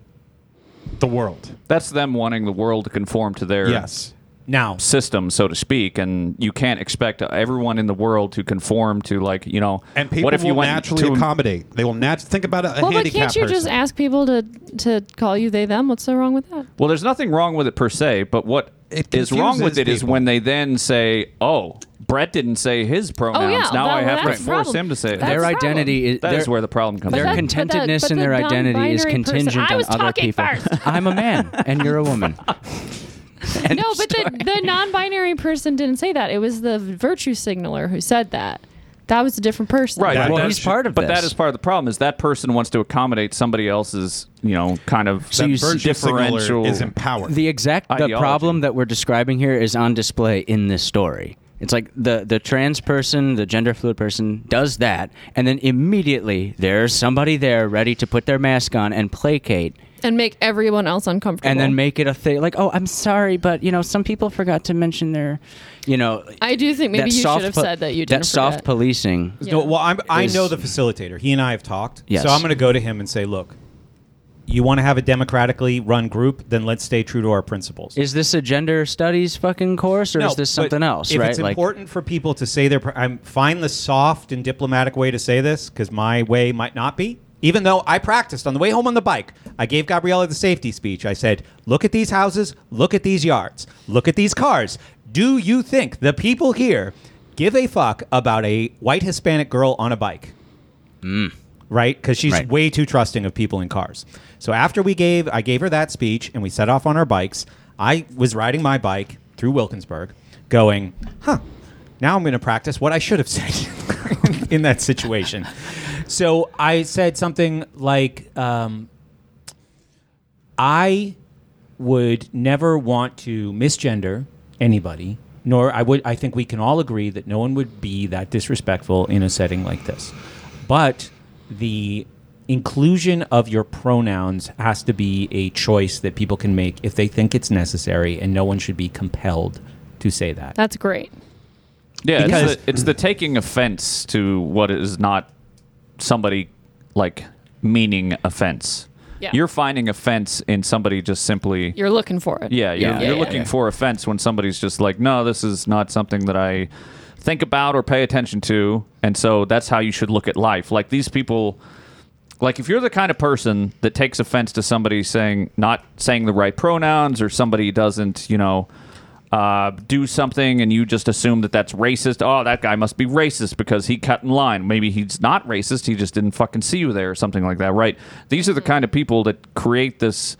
Speaker 4: the world.
Speaker 2: That's them wanting the world to conform to their
Speaker 4: Yes.
Speaker 1: now,
Speaker 2: system, so to speak, and you can't expect everyone in the world to conform to like you know.
Speaker 4: And people
Speaker 2: what if you
Speaker 4: will
Speaker 2: went
Speaker 4: naturally
Speaker 2: to
Speaker 4: accommodate. They will nat- think about a, a
Speaker 6: Well, but
Speaker 4: handicap
Speaker 6: can't you
Speaker 4: person.
Speaker 6: just ask people to to call you they them? What's so wrong with that?
Speaker 2: Well, there's nothing wrong with it per se, but what
Speaker 4: It
Speaker 2: is wrong with
Speaker 4: confuses
Speaker 2: it is
Speaker 4: people.
Speaker 2: when they then say, "Oh, Brett didn't say his pronouns.
Speaker 6: Oh, yeah,
Speaker 2: now
Speaker 6: that-
Speaker 2: I have
Speaker 6: that's
Speaker 2: to
Speaker 6: the
Speaker 2: force
Speaker 6: problem.
Speaker 2: him to say it."
Speaker 6: That's
Speaker 5: their
Speaker 6: the
Speaker 5: identity is
Speaker 2: That
Speaker 5: their-
Speaker 2: is where the problem comes.
Speaker 5: Their
Speaker 2: in.
Speaker 6: that's- con- but
Speaker 5: contentedness
Speaker 6: that-
Speaker 5: in
Speaker 6: but
Speaker 5: their
Speaker 6: the
Speaker 5: identity is
Speaker 6: non-binary person-
Speaker 5: contingent
Speaker 6: I was
Speaker 5: on other
Speaker 6: talking
Speaker 5: people.
Speaker 6: first.
Speaker 5: I'm a man and you're a woman. End
Speaker 6: No,
Speaker 5: of
Speaker 6: but the,
Speaker 5: story.
Speaker 6: the non-binary person didn't say that. It was the virtue signaler who said that. That was a different person.
Speaker 2: Right.
Speaker 4: That-
Speaker 2: but
Speaker 4: well,
Speaker 2: that
Speaker 4: he's
Speaker 2: should-
Speaker 5: part of
Speaker 2: But that
Speaker 5: this.
Speaker 2: is part of the problem is that person wants to accommodate somebody else's, you know, kind of
Speaker 5: So you
Speaker 4: that virtue
Speaker 2: differential-
Speaker 4: signaler is empowered.
Speaker 5: The exact the
Speaker 2: Ideology.
Speaker 5: problem that we're describing here is on display in this story. It's like the the trans person, the gender fluid person does that, and then immediately there's somebody there ready to put their mask on and placate,
Speaker 6: And make everyone else uncomfortable.
Speaker 5: and then make it a thing. Like, oh, I'm sorry, but you know, some people forgot to mention their, you know,
Speaker 6: I do think maybe
Speaker 5: that
Speaker 6: you should
Speaker 5: soft
Speaker 6: have
Speaker 5: po-
Speaker 6: said that you didn't.
Speaker 5: that soft
Speaker 6: forget.
Speaker 5: policing.
Speaker 1: No, well, I'm, I
Speaker 5: Is-
Speaker 1: know the facilitator. He and I have talked.
Speaker 5: Yes.
Speaker 1: So I'm going to go to him and say, look, you want to have a democratically run group, then let's stay true to our principles.
Speaker 5: Is this a gender studies fucking course, or
Speaker 1: No,
Speaker 5: is this
Speaker 1: but
Speaker 5: something else?
Speaker 1: If
Speaker 5: right?
Speaker 1: it's important for people to say their, pr- I'm find the soft and diplomatic way to say this because my way might not be. Even though I practiced on the way home on the bike, I gave Gabriella the safety speech. I said, "Look at these houses. Look at these yards. Look at these cars. Do you think the people here give a fuck about a white Hispanic girl on a bike?"
Speaker 5: Mm.
Speaker 1: right? Because she's
Speaker 5: Right.
Speaker 1: way too trusting of people in cars. So after we gave, I gave her that speech, and we set off on our bikes. I was riding my bike through Wilkinsburg, going, "Huh? Now I'm going to practice what I should have said in that situation." So I said something like, um, "I would never want to misgender anybody." Nor I would. I think we can all agree that no one would be that disrespectful in a setting like this but the inclusion of your pronouns has to be a choice that people can make if they think it's necessary and no one should be compelled to say that
Speaker 6: That's great.
Speaker 2: Yeah,
Speaker 1: Because-
Speaker 2: it's, the, it's the taking offense to what is not somebody like meaning offense.
Speaker 6: Yeah.
Speaker 2: You're finding offense in somebody just simply.
Speaker 6: You're looking for it.
Speaker 2: yeah, you're,
Speaker 5: Yeah.
Speaker 2: you're
Speaker 6: Yeah,
Speaker 2: looking
Speaker 6: yeah.
Speaker 2: for offense when somebody's just like, no, this is not something that I think about or pay attention to. And so that's how you should look at life. Like these people. Like if you're the kind of person that takes offense to somebody saying not saying the right pronouns or somebody doesn't, you know, uh, do something and you just assume that that's racist. Oh, that guy must be racist because he cut in line. Maybe he's not racist. He just didn't fucking see you there or something like that, right? These are the kind of people that create this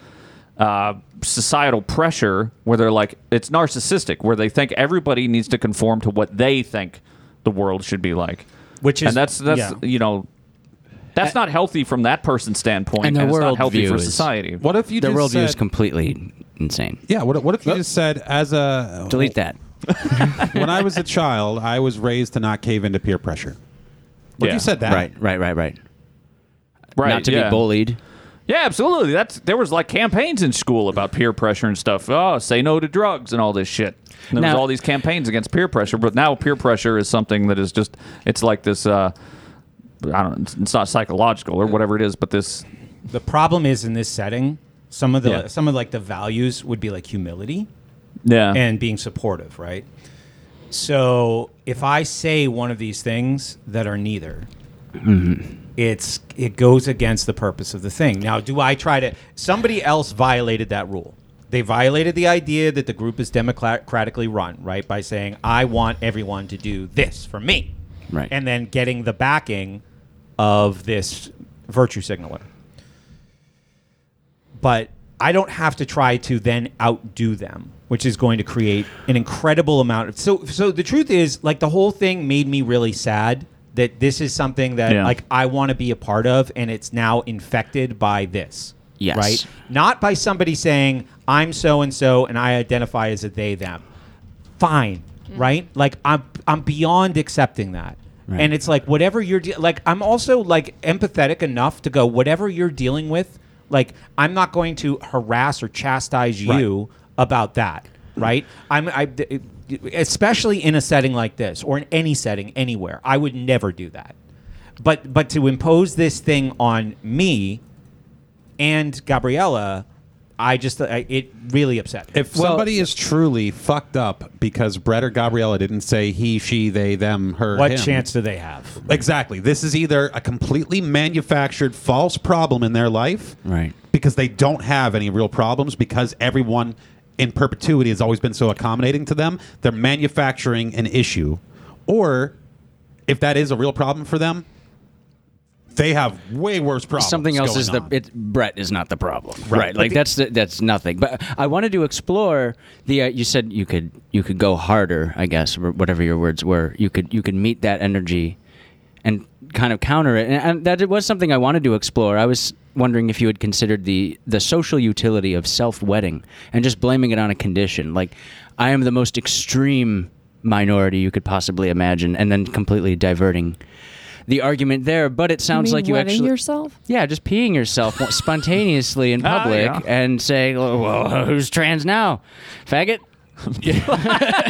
Speaker 2: uh, societal pressure where they're like, it's narcissistic, where they think everybody needs to conform to what they think the world should be like.
Speaker 1: Which is-
Speaker 2: and that's that's
Speaker 1: yeah.
Speaker 2: you know. That's not healthy from that person's standpoint,
Speaker 5: And
Speaker 2: and,
Speaker 5: the
Speaker 2: it's not
Speaker 5: world
Speaker 2: healthy
Speaker 5: view
Speaker 2: for
Speaker 5: is-
Speaker 2: society.
Speaker 4: what if you
Speaker 5: their
Speaker 4: just
Speaker 5: worldview
Speaker 4: said,
Speaker 5: is completely insane.
Speaker 4: Yeah. What, what
Speaker 2: Oh.
Speaker 4: if you just said as a
Speaker 5: Delete that.
Speaker 4: when I was a child, I was raised to not cave into peer pressure. What if
Speaker 2: Yeah.
Speaker 4: you said that?
Speaker 5: Right, right, right, right.
Speaker 2: right?
Speaker 5: Not to
Speaker 2: yeah.
Speaker 5: be bullied.
Speaker 2: Yeah, absolutely. That's there was like campaigns in school about peer pressure and stuff. Oh, say no to drugs and all this shit. And there was
Speaker 5: Now-
Speaker 2: all these campaigns against peer pressure, but now peer pressure is something that is just it's like this uh I don't it's- it's not psychological or whatever it is, but this
Speaker 1: the problem is in this setting some of the
Speaker 2: Yeah.
Speaker 1: some of like the values would be like humility
Speaker 2: yeah.
Speaker 1: and being supportive right so if i say one of these things that are neither it's it goes against the purpose of the thing. Now, do I try to? Somebody else violated that rule. They violated the idea that the group is democratically run, right? By saying, "I want everyone to do this for me,"
Speaker 5: Right.
Speaker 1: and then getting the backing of this virtue signaler. But I don't have to try to then outdo them, which is going to create an incredible amount of. So, so the truth is, like the whole thing made me really sad that this is something that
Speaker 2: Yeah.
Speaker 1: like I want to be a part of, and it's now infected by this.
Speaker 5: Yes.
Speaker 1: Right? Not by somebody saying, I'm so and so and I identify as a they, them. Fine. Right? Like, I'm, I'm beyond accepting that.
Speaker 5: Right.
Speaker 1: And it's like, whatever you're, de- like, I'm also like empathetic enough to go, whatever you're dealing with, like, I'm not going to harass or chastise you about that. Right? I'm, I, especially in a setting like this or in any setting anywhere, I would never do that. But, but to impose this thing on me and Gabriella, I just I, it really upset. Me.
Speaker 4: If somebody is truly fucked up because Brett or Gabriella didn't say he, she, they, them, her,
Speaker 1: what
Speaker 4: him.
Speaker 1: chance do they have?
Speaker 4: Exactly. This is either a completely manufactured false problem in their life,
Speaker 5: Right.
Speaker 4: Because they don't have any real problems because everyone in perpetuity has always been so accommodating to them. They're manufacturing an issue, or if that is a real problem for them, they have way worse problems.
Speaker 5: Something else
Speaker 4: going
Speaker 5: is the
Speaker 4: on.
Speaker 5: it, Brett is not the problem, right?
Speaker 4: But
Speaker 5: Like
Speaker 4: the-
Speaker 5: that's the, that's nothing. But I wanted to explore the. Uh, you said you could you could go harder, I guess, or whatever your words were. You could you could meet that energy and kind of counter it. And, and that it was something I wanted to explore. I was wondering if you had considered the the social utility of self wedding and just blaming it on a condition like I am the most extreme minority you could possibly imagine, and then completely diverting the argument there. But it sounds
Speaker 6: mean
Speaker 5: like you
Speaker 6: wetting
Speaker 5: actually
Speaker 6: yourself.
Speaker 5: yeah, just peeing yourself spontaneously in
Speaker 2: Ah,
Speaker 5: public
Speaker 2: yeah.
Speaker 5: and saying, "Well, well, who's trans now? Faggot?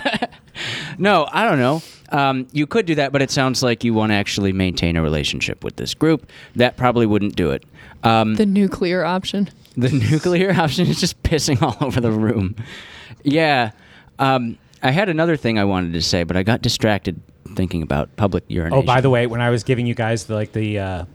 Speaker 5: no, I don't know. Um, you could do that, but it sounds like you want to actually maintain a relationship with this group. That probably wouldn't do it. Um,
Speaker 6: The nuclear option.
Speaker 5: the nuclear option is just pissing all over the room. Yeah. Um, I had another thing I wanted to say, but I got distracted thinking about public urination.
Speaker 1: Oh, by the way, when I was giving you guys the, like the uh,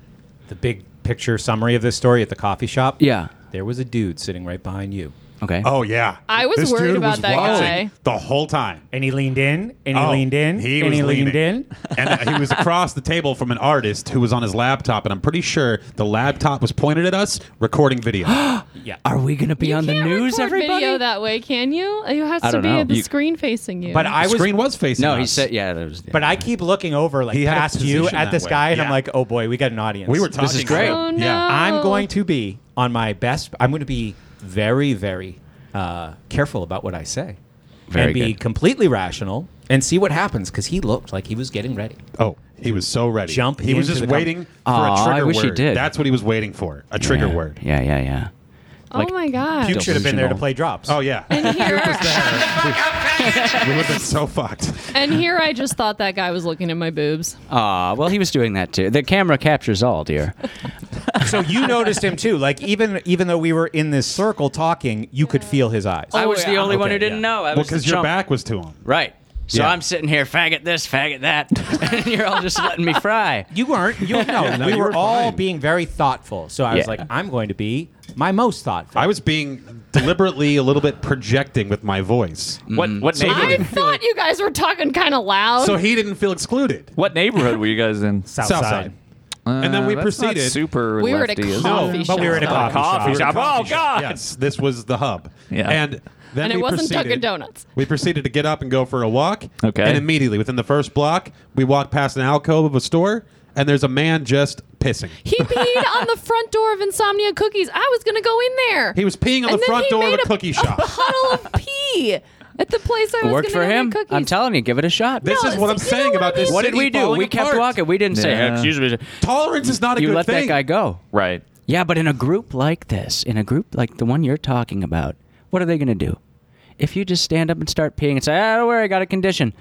Speaker 1: the big picture summary of this story at the coffee shop,
Speaker 5: Yeah.
Speaker 1: there was a dude sitting right behind you,
Speaker 5: Okay.
Speaker 4: Oh yeah,
Speaker 6: I was
Speaker 4: This
Speaker 6: worried
Speaker 4: dude
Speaker 6: about
Speaker 4: was
Speaker 6: that
Speaker 4: watching
Speaker 6: guy.
Speaker 4: the whole time.
Speaker 1: and he leaned in, and he
Speaker 4: Oh,
Speaker 1: leaned in,
Speaker 4: he
Speaker 1: and
Speaker 4: was
Speaker 1: he leaned
Speaker 4: leaning.
Speaker 1: in.
Speaker 4: and uh, he was across the table from an artist who was on his laptop, and I'm pretty sure the laptop was pointed at us recording video.
Speaker 1: Yeah,
Speaker 5: Are we going to be
Speaker 6: You
Speaker 5: on the
Speaker 6: can't
Speaker 5: news,
Speaker 6: record
Speaker 5: everybody?
Speaker 6: video that way, can you? It has
Speaker 5: I
Speaker 6: to
Speaker 5: don't
Speaker 6: be
Speaker 5: know.
Speaker 6: the
Speaker 5: You-
Speaker 6: screen facing you.
Speaker 1: but I
Speaker 4: the
Speaker 1: was,
Speaker 4: screen was facing.
Speaker 5: no, he
Speaker 4: us.
Speaker 5: said, yeah, that was. yeah.
Speaker 1: but I keep looking over like
Speaker 4: He had a
Speaker 1: past you
Speaker 4: position
Speaker 1: at
Speaker 4: that
Speaker 1: this
Speaker 4: way.
Speaker 1: guy, and I'm
Speaker 4: Yeah.
Speaker 1: like, oh boy, we got an audience.
Speaker 4: We were talking.
Speaker 5: is great.
Speaker 4: to him.
Speaker 6: Oh,
Speaker 4: Yeah.
Speaker 6: no.
Speaker 1: I'm going to be on my best. I'm going to be very, very uh, careful about what I say,
Speaker 5: Very
Speaker 1: and be
Speaker 5: good.
Speaker 1: completely rational and see what happens because he looked like he was getting ready.
Speaker 4: Oh, he was so ready.
Speaker 1: Jump
Speaker 4: He was just
Speaker 1: into the com-
Speaker 4: waiting
Speaker 5: Aw, I
Speaker 4: for a trigger
Speaker 5: wish he
Speaker 4: word.
Speaker 5: did.
Speaker 4: That's what he was waiting for. A trigger
Speaker 5: Yeah.
Speaker 4: word.
Speaker 5: Yeah, yeah, yeah.
Speaker 6: Oh
Speaker 5: like,
Speaker 6: my god.
Speaker 1: Puke should have been there to
Speaker 5: Delusional.
Speaker 1: play drops.
Speaker 4: Oh yeah.
Speaker 6: And here,
Speaker 4: we would have been so fucked.
Speaker 6: and here, I just thought that guy was looking at my boobs.
Speaker 5: Ah, well, he was doing that too. The camera captures all, dear.
Speaker 1: so you noticed him too. Like even even though we were in this circle talking, you could feel his eyes.
Speaker 5: I was the only one
Speaker 1: Okay,
Speaker 5: who didn't
Speaker 1: yeah.
Speaker 5: know. I
Speaker 4: Well,
Speaker 5: was the
Speaker 4: because your
Speaker 5: chump.
Speaker 4: back was to him.
Speaker 5: Right. So
Speaker 4: Yeah.
Speaker 5: I'm sitting here, faggot this, faggot that, and you're all just letting me fry.
Speaker 1: You weren't. You no.
Speaker 4: no,
Speaker 1: we
Speaker 4: you
Speaker 1: were,
Speaker 4: were
Speaker 1: all
Speaker 4: fine.
Speaker 1: being very thoughtful. So I was
Speaker 5: Yeah.
Speaker 1: like, I'm going to be my most thoughtful.
Speaker 4: I was being deliberately a little bit projecting with my voice,
Speaker 2: What what
Speaker 6: I
Speaker 2: neighborhood?
Speaker 6: thought you guys were talking kind of loud.
Speaker 4: so he didn't feel excluded.
Speaker 2: What neighborhood were you guys in?
Speaker 1: Southside.
Speaker 4: Southside. and then
Speaker 2: Uh,
Speaker 4: we
Speaker 2: that's not
Speaker 4: proceeded.
Speaker 2: super.
Speaker 6: We were at a
Speaker 2: lefty, is it?
Speaker 6: No, Coffee
Speaker 1: but we were at a
Speaker 2: shop.
Speaker 1: coffee,
Speaker 2: Coffee
Speaker 1: shop.
Speaker 2: shop. Oh, God.
Speaker 4: Yes, this was the hub.
Speaker 2: Yeah.
Speaker 4: and then
Speaker 6: And it
Speaker 4: we
Speaker 6: wasn't
Speaker 4: proceeded-
Speaker 6: Dunkin' Donuts.
Speaker 4: We proceeded to get up and go for a walk.
Speaker 2: Okay.
Speaker 4: and immediately within the first block, we walked past an alcove of a store, and there's a man just pissing.
Speaker 6: he peed on the front door of Insomnia Cookies. I was gonna go in there.
Speaker 4: He was peeing on
Speaker 6: And
Speaker 4: the
Speaker 6: then
Speaker 4: front
Speaker 6: he
Speaker 4: door of
Speaker 6: made
Speaker 4: a cookie shop.
Speaker 6: A puddle of pee at the place I
Speaker 5: It
Speaker 6: was
Speaker 5: worked
Speaker 6: gonna
Speaker 5: for
Speaker 6: go get
Speaker 5: him.
Speaker 6: Cookies.
Speaker 5: I'm telling you, give it a shot.
Speaker 4: This
Speaker 6: No,
Speaker 4: is what I'm
Speaker 6: it's- you know
Speaker 4: saying
Speaker 6: what
Speaker 4: about
Speaker 6: I mean?
Speaker 4: this.
Speaker 5: what did
Speaker 4: city
Speaker 5: we do?
Speaker 4: falling
Speaker 5: We kept
Speaker 4: apart.
Speaker 5: walking. We didn't say,
Speaker 2: Yeah.
Speaker 5: excuse me.
Speaker 4: Tolerance is not a
Speaker 5: You
Speaker 4: good
Speaker 5: let
Speaker 4: thing.
Speaker 5: that guy go.
Speaker 2: Right.
Speaker 5: Yeah, but in a group like this, in a group like the one you're talking about, what are they going to do? If you just stand up and start peeing and say, ah, don't worry, I got a condition.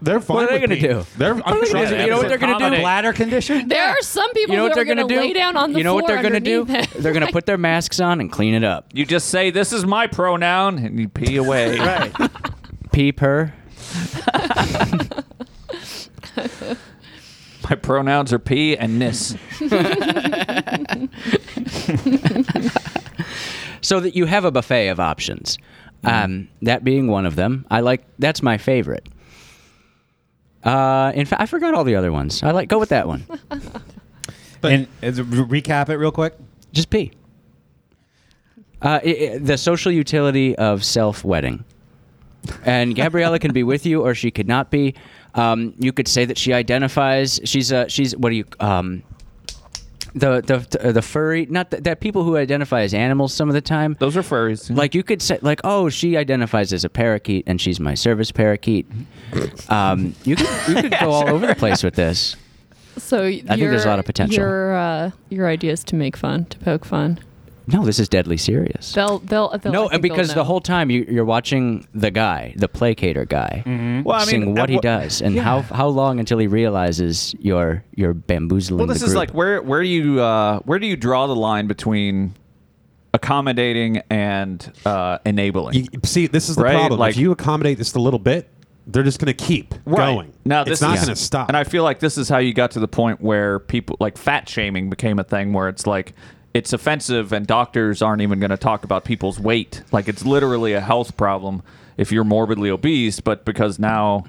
Speaker 4: They're fine.
Speaker 5: What are they
Speaker 4: going to
Speaker 5: gonna do?
Speaker 4: They're.
Speaker 5: are
Speaker 4: I'm
Speaker 5: they gonna
Speaker 4: sure
Speaker 5: do? You know what they're gonna do?
Speaker 2: Accommodate.
Speaker 1: Bladder condition.
Speaker 6: there are some people
Speaker 5: You know
Speaker 6: who
Speaker 5: what
Speaker 6: are
Speaker 5: they're
Speaker 6: gonna
Speaker 5: going to do?
Speaker 6: lay down on the
Speaker 5: you know what
Speaker 6: floor
Speaker 5: they're gonna do?
Speaker 6: underneath it.
Speaker 5: They're going to put their masks on and clean it up.
Speaker 2: You just say this is my pronoun and you pee away. right.
Speaker 5: Pee purr.
Speaker 2: My pronouns are pee and nis.
Speaker 5: so that you have a buffet of options.
Speaker 6: Mm-hmm.
Speaker 5: Um, that being one of them, I like. That's my favorite. Uh, in fact, I forgot all the other ones. I like go with that one.
Speaker 1: And uh, re- recap it real quick.
Speaker 5: Just pee. Uh, i i the social utility of self wedding. And Gabriella can be with you, or she could not be. Um, you could say that she identifies. She's a she's what do you um, the the the furry not the, that people who identify as animals some of the time.
Speaker 2: Those are furries.
Speaker 5: Like you could say, like, oh, she identifies as a parakeet, and she's my service parakeet. Um, you could you could go all over the place with this.
Speaker 6: So I
Speaker 5: there's a lot of potential.
Speaker 6: Your uh, your idea is to make fun, to poke fun.
Speaker 5: No, this is deadly serious.
Speaker 6: They'll they'll, they'll I
Speaker 5: no,
Speaker 6: think
Speaker 5: and because
Speaker 6: they'll
Speaker 5: the
Speaker 6: know.
Speaker 5: whole time you, you're watching the guy, the placater guy,
Speaker 2: well,
Speaker 5: seeing what
Speaker 2: at
Speaker 5: he
Speaker 2: wha-
Speaker 5: does and how how long until he realizes you're you're bamboozling.
Speaker 2: Well, this
Speaker 5: the
Speaker 2: is
Speaker 5: group.
Speaker 2: like where where you uh, where do you draw the line between accommodating and uh, enabling?
Speaker 4: You, see, this is the
Speaker 2: Right,
Speaker 4: problem.
Speaker 2: like-
Speaker 4: if you accommodate this a little bit, they're just going to keep going.
Speaker 2: Now this
Speaker 4: it's not
Speaker 2: is-
Speaker 4: going to stop.
Speaker 2: And I feel like this is how you got to the point where people like fat shaming became a thing where it's like it's offensive and doctors aren't even going to talk about people's weight. Like it's literally a health problem if you're morbidly obese, but because now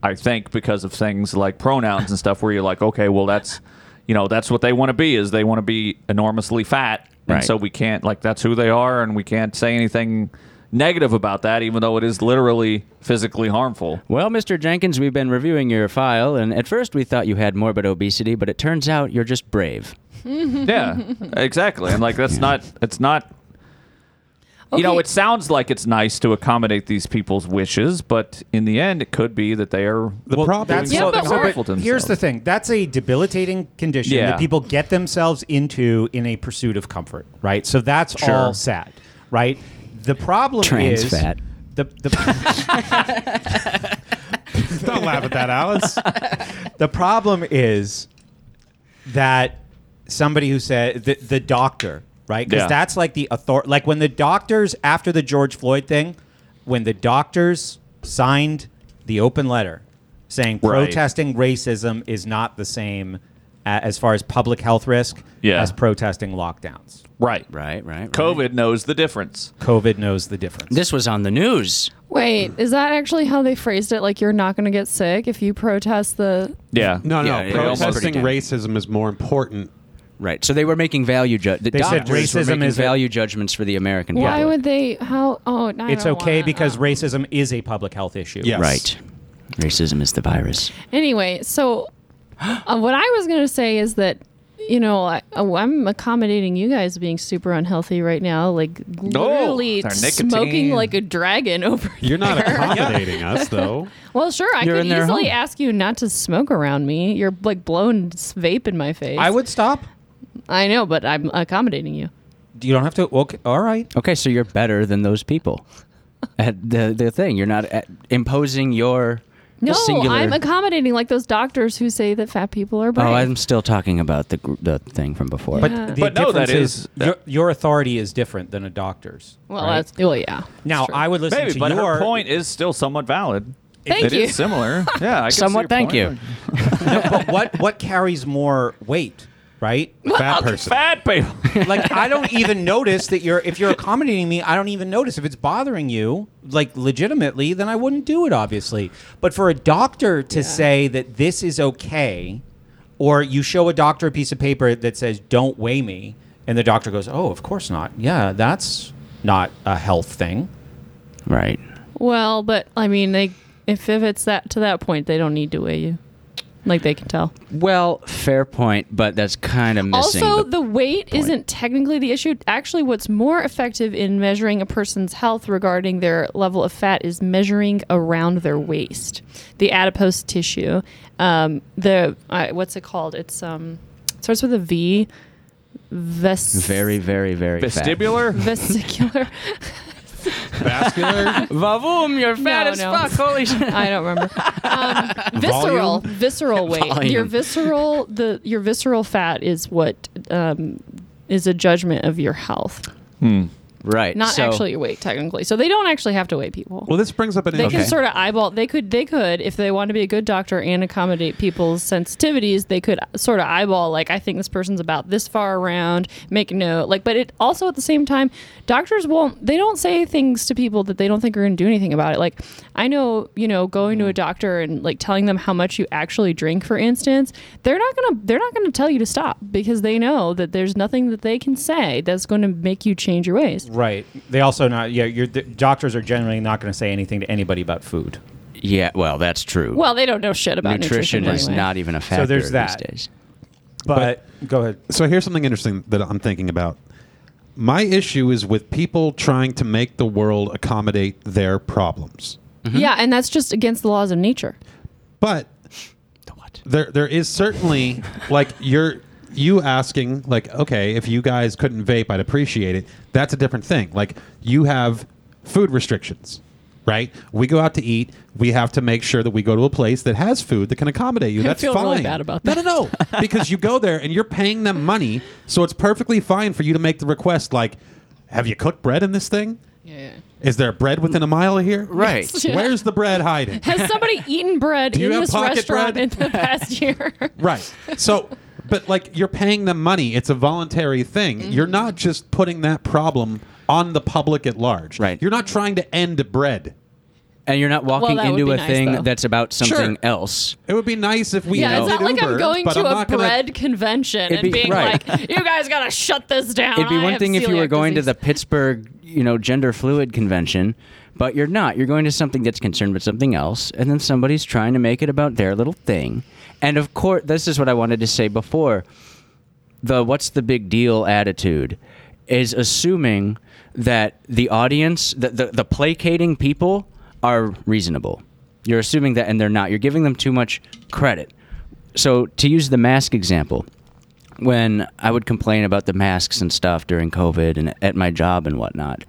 Speaker 2: I think because of things like pronouns and stuff where you're like, okay, well that's you know, that's what they want to be is they want to be enormously fat. And
Speaker 5: Right.
Speaker 2: so we can't like that's who they are and we can't say anything negative about that, even though it is literally physically harmful.
Speaker 5: Well, Mr. Jenkins, we've been reviewing your file, and at first we thought you had morbid obesity, but it turns out you're just brave.
Speaker 2: yeah, exactly. And like that's not it's not you know,
Speaker 6: Okay.
Speaker 2: it sounds like it's nice to accommodate these people's wishes, but in the end, it could be that they are
Speaker 4: The problem-
Speaker 2: doing
Speaker 1: That's
Speaker 6: Yeah,
Speaker 1: so-
Speaker 2: something
Speaker 6: but
Speaker 1: so, but
Speaker 2: harmful to
Speaker 1: here's the
Speaker 2: themselves.
Speaker 1: thing. That's a debilitating condition
Speaker 2: Yeah.
Speaker 1: that people get themselves into in a pursuit of comfort, right? So that's
Speaker 2: Sure.
Speaker 1: all sad, right? The problem
Speaker 5: Trans
Speaker 1: is
Speaker 5: fat.
Speaker 1: The, the,
Speaker 4: Don't laugh at that, Alice.
Speaker 1: the problem is that somebody who said the, the doctor, right? Because
Speaker 2: Yeah.
Speaker 1: that's like the author like when the doctors after the George Floyd thing, when the doctors signed the open letter saying
Speaker 2: Right.
Speaker 1: protesting racism is not the same a- as far as public health risk
Speaker 2: Yeah.
Speaker 1: as protesting lockdowns.
Speaker 2: Right.
Speaker 5: Right, right. right.
Speaker 2: COVID knows the difference.
Speaker 1: COVID knows the difference.
Speaker 5: This was on the news.
Speaker 6: Wait, is that actually how they phrased it? Like you're not going to get sick if you protest the.
Speaker 2: Yeah.
Speaker 4: No, no.
Speaker 5: Yeah, yeah, almost
Speaker 4: protesting
Speaker 5: pretty
Speaker 4: racism is more important.
Speaker 5: Right. So they were making value ju- the
Speaker 1: They said
Speaker 5: doctors were
Speaker 1: racism
Speaker 5: making
Speaker 1: is a-
Speaker 5: value judgments for the American
Speaker 6: Why
Speaker 5: public.
Speaker 6: would they? How? Oh, I
Speaker 1: it's
Speaker 6: don't
Speaker 1: okay
Speaker 6: wanna-
Speaker 1: because
Speaker 6: oh.
Speaker 1: racism is a public health issue.
Speaker 4: Yes.
Speaker 5: right. Racism is the virus.
Speaker 6: Anyway, so uh, what I was going to say is that you know I, oh, I'm accommodating you guys being super unhealthy right now, like literally
Speaker 2: our
Speaker 6: smoking
Speaker 2: nicotine.
Speaker 6: like a dragon over.
Speaker 4: You're not
Speaker 6: there.
Speaker 4: accommodating us, though.
Speaker 6: Well, sure, I
Speaker 5: You're
Speaker 6: could
Speaker 5: in their
Speaker 6: easily
Speaker 5: home.
Speaker 6: ask you not to smoke around me. You're like blowing s- vape in my face.
Speaker 1: I would stop.
Speaker 6: I know, but I'm accommodating you.
Speaker 1: You don't have to. Okay, all right.
Speaker 5: Okay, so you're better than those people. At the the thing, you're not at imposing your
Speaker 6: No,
Speaker 5: singular.
Speaker 6: I'm accommodating like those doctors who say that fat people are brave.
Speaker 5: oh, I'm still talking about the gr- the thing from before.
Speaker 1: But
Speaker 6: Yeah.
Speaker 1: the
Speaker 2: But no, that
Speaker 1: difference
Speaker 2: is-
Speaker 1: is your, your authority is different than a doctor's.
Speaker 6: well,
Speaker 1: right?
Speaker 6: that's well, yeah.
Speaker 1: Now I would listen
Speaker 2: Maybe,
Speaker 1: to
Speaker 2: but
Speaker 1: your
Speaker 2: her point is still somewhat valid.
Speaker 6: Thank
Speaker 2: It
Speaker 6: you.
Speaker 2: is similar. Yeah, I can see
Speaker 5: Somewhat,
Speaker 2: your
Speaker 5: thank
Speaker 2: point.
Speaker 1: but what what carries more weight, right?
Speaker 4: Fat person.
Speaker 2: Fat people.
Speaker 1: Like I don't even notice that you're if you're accommodating me, I don't even notice if it's bothering you, like legitimately, then I wouldn't do it obviously. But for a doctor to say that this is okay or you show a doctor a piece of paper that says don't weigh me and the doctor goes, "Oh, of course not." Yeah, that's not a health thing.
Speaker 5: right.
Speaker 6: Well, but I mean, they if if it's that to that point, they don't need to weigh you. Like they can tell.
Speaker 5: Well, fair point, but that's kind of missing.
Speaker 6: also,
Speaker 5: the-
Speaker 6: the, weight isn't technically the issue. Actually, what's more effective in measuring a person's health regarding their level of fat is measuring around their waist, the adipose tissue. Um, the uh, what's it called? It's um starts with a V. Ves-
Speaker 5: very, very, very fat.
Speaker 2: Vestibular?
Speaker 6: vesicular.
Speaker 4: Vascular.
Speaker 5: Vavoom, you're fat
Speaker 6: No,
Speaker 5: as
Speaker 6: no.
Speaker 5: fuck. Holy shit.
Speaker 6: I don't remember. Um, visceral, visceral weight.
Speaker 5: Volume.
Speaker 6: Your visceral, the your visceral fat is what um, is a judgment of your health,
Speaker 5: Right.
Speaker 6: not
Speaker 5: so,
Speaker 6: actually your weight technically. So they don't actually have to weigh people.
Speaker 4: Well, this brings up an
Speaker 6: they can
Speaker 4: interesting.
Speaker 6: sort of eyeball. They could, they could, if they want to be a good doctor and accommodate people's sensitivities, they could sort of eyeball. Like, I think this person's about this far around. Make a note. Like, but it also at the same time, doctors won't. They don't say things to people that they don't think are going to do anything about it. Like, I know, you know, going
Speaker 5: Mm.
Speaker 6: to a doctor and like telling them how much you actually drink, for instance, they're not gonna, they're not gonna tell you to stop because they know that there's nothing that they can say that's going to make you change your ways.
Speaker 1: Right. They also not. Yeah, your the doctors are generally not going to say anything to anybody about food.
Speaker 5: Yeah, well, that's true.
Speaker 6: Well, they don't know shit about nutrition,
Speaker 5: nutrition, is
Speaker 6: anyway.
Speaker 5: not even a factor
Speaker 1: there's that.
Speaker 5: these days.
Speaker 1: But, go ahead.
Speaker 4: so here's something interesting that I'm thinking about. My issue is with people trying to make the world accommodate their problems.
Speaker 6: Yeah, and that's just against the laws of nature.
Speaker 4: But there there is certainly like you're you asking like okay if you guys couldn't vape I'd appreciate it. That's a different thing. Like you have food restrictions, right? We go out to eat. We have to make sure that we go to a place that has food that can accommodate you. That's
Speaker 6: feel
Speaker 4: fine.
Speaker 6: really bad about
Speaker 4: No, no, no. because you go there and you're paying them money, so it's perfectly fine for you to make the request like, "Have you cooked bread in this thing?
Speaker 6: Yeah.
Speaker 4: Is there bread within a mile of here?
Speaker 5: Right.
Speaker 4: Where's the bread hiding?"
Speaker 6: Has somebody eaten bread
Speaker 4: you
Speaker 6: in
Speaker 4: have
Speaker 6: this
Speaker 4: pocket
Speaker 6: restaurant
Speaker 4: bread?
Speaker 6: in the past year?
Speaker 4: Right. So, but like you're paying them money. It's a voluntary thing.
Speaker 6: Mm-hmm.
Speaker 4: You're not just putting that problem on the public at large.
Speaker 5: Right.
Speaker 4: You're not trying to end bread.
Speaker 5: and you're not walking
Speaker 6: that would
Speaker 5: into
Speaker 6: be
Speaker 5: a
Speaker 6: nice,
Speaker 5: thing
Speaker 6: though.
Speaker 5: that's about
Speaker 4: Sure.
Speaker 5: something else.
Speaker 4: It would be nice if we.
Speaker 6: Yeah, it's
Speaker 4: had
Speaker 6: not like I'm
Speaker 4: Uber,
Speaker 6: going
Speaker 4: but
Speaker 6: to
Speaker 4: I'm
Speaker 6: a
Speaker 4: not gonna-
Speaker 6: bread convention
Speaker 5: It'd
Speaker 6: and
Speaker 5: be-
Speaker 6: being
Speaker 5: right.
Speaker 6: like, "You guys gotta shut this down."
Speaker 5: It'd be
Speaker 6: I
Speaker 5: one
Speaker 6: have
Speaker 5: thing if you were
Speaker 6: celiac
Speaker 5: going
Speaker 6: disease."
Speaker 5: to the Pittsburgh, you know, gender fluid convention, but you're not. You're going to something that's concerned with something else, and then somebody's trying to make it about their little thing. And of course, this is what I wanted to say before. The what's the big deal attitude is assuming that the audience, the, the, the placating people are reasonable. You're assuming that, and they're not. You're giving them too much credit. So, to use the mask example, when I would complain about the masks and stuff during COVID and at my job and whatnot,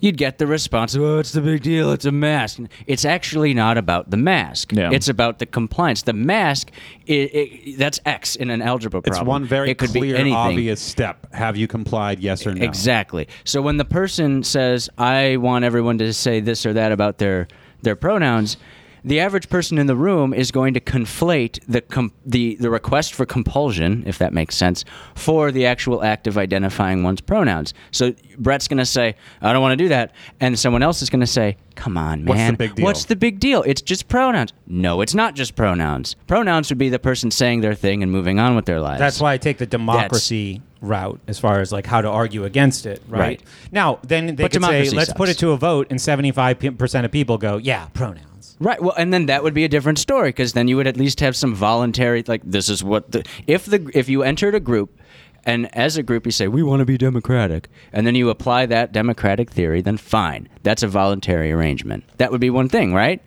Speaker 5: you'd get the response, "Oh, it's the big deal. It's a mask." It's actually not about the mask.
Speaker 2: Yeah.
Speaker 5: It's about the compliance. The mask, i i that's X in an algebra
Speaker 4: It's
Speaker 5: problem.
Speaker 4: one very
Speaker 5: it could be
Speaker 4: clear,
Speaker 5: anything.
Speaker 4: obvious step. Have you complied? Yes or no?
Speaker 5: Exactly. So when the person says, "I want everyone to say this or that about their their pronouns," the average person in the room is going to conflate the com- the the request for compulsion, if that makes sense, for the actual act of identifying one's pronouns. So Brett's going to say, "I don't want to do that," and someone else is going to say, "Come on, man,
Speaker 4: What's the big deal?"
Speaker 5: What's the big deal? It's just pronouns." No, it's not just pronouns. Pronouns would be the person saying their thing and moving on with their lives.
Speaker 1: That's why I take the democracy route as far as like how to argue against it, right?
Speaker 5: Right.
Speaker 1: Now, then they
Speaker 5: But
Speaker 1: could say,
Speaker 5: democracy
Speaker 1: let's put it
Speaker 5: sucks."
Speaker 1: to a vote, and 75% of people go, yeah, pronouns.
Speaker 5: Right. Well, and then that would be a different story because then you would at least have some voluntary like this is what the if the if you entered a group and as a group you say we want to be democratic and then you apply that democratic theory then fine. That's a voluntary arrangement. That would be one thing, right?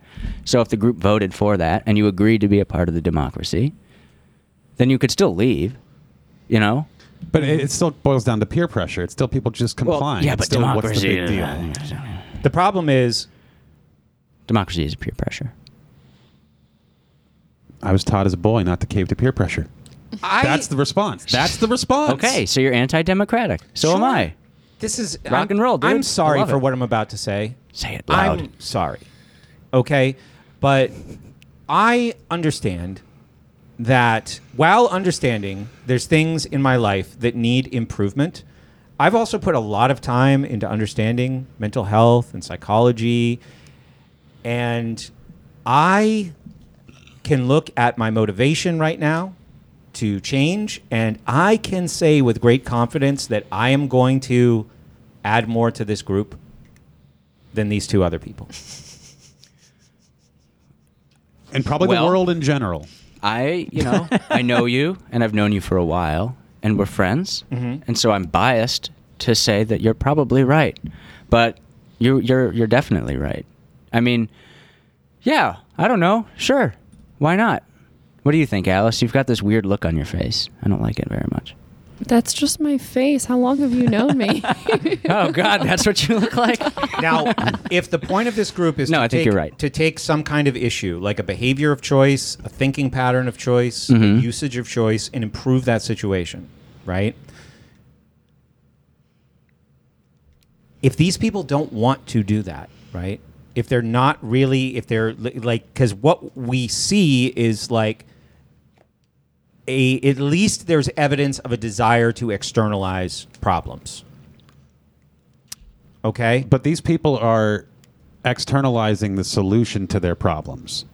Speaker 5: So if the group voted for that and you agreed to be a part of the democracy, then you could still leave, you know?
Speaker 4: But it, it still boils down to peer pressure. It's still people just complying.
Speaker 5: yeah,
Speaker 4: It's
Speaker 5: but
Speaker 4: still,
Speaker 5: democracy
Speaker 4: What's the big deal?
Speaker 1: The problem is,
Speaker 5: democracy is peer pressure.
Speaker 4: I was taught as a boy not to cave to peer pressure.
Speaker 1: I,
Speaker 4: That's the response. That's the response.
Speaker 5: Okay, so you're anti-democratic. So am
Speaker 1: Sure.
Speaker 5: I.
Speaker 1: this is
Speaker 5: Rock
Speaker 1: I'm-
Speaker 5: and roll, dude.
Speaker 1: I'm sorry
Speaker 5: I love
Speaker 1: for
Speaker 5: it.
Speaker 1: what I'm about to say.
Speaker 5: Say it loud.
Speaker 1: I'm sorry. Okay. But I understand that while understanding there's things in my life that need improvement, I've also put a lot of time into understanding mental health and psychology. And I can look at my motivation right now to change. And I can say with great confidence that I am going to add more to this group than these two other people.
Speaker 4: And probably
Speaker 5: Well-
Speaker 4: the world in general.
Speaker 5: I, you know, I know you and I've known you for a while and we're friends. And so I'm biased to say that you're probably right. But you you're you're definitely right. I mean, yeah, I don't know. Sure. Why not? What do you think, Alice? You've got this weird look on your face. I don't like it very much.
Speaker 6: That's just my face. How long have you known me?
Speaker 5: Oh god, that's what you look like.
Speaker 1: Now, if the point of this group is
Speaker 5: No,
Speaker 1: to
Speaker 5: I think
Speaker 1: take,
Speaker 5: you're right.
Speaker 1: to take some kind of issue, like a behavior of choice, a thinking pattern of choice,
Speaker 5: Mm-hmm.
Speaker 1: a usage of choice, and improve that situation, right? If these people don't want to do that, right? If they're not really, if they're li- like, because what we see is like, a, at least there's evidence of a desire to externalize problems. Okay?
Speaker 4: But these people are externalizing the solution to their problems.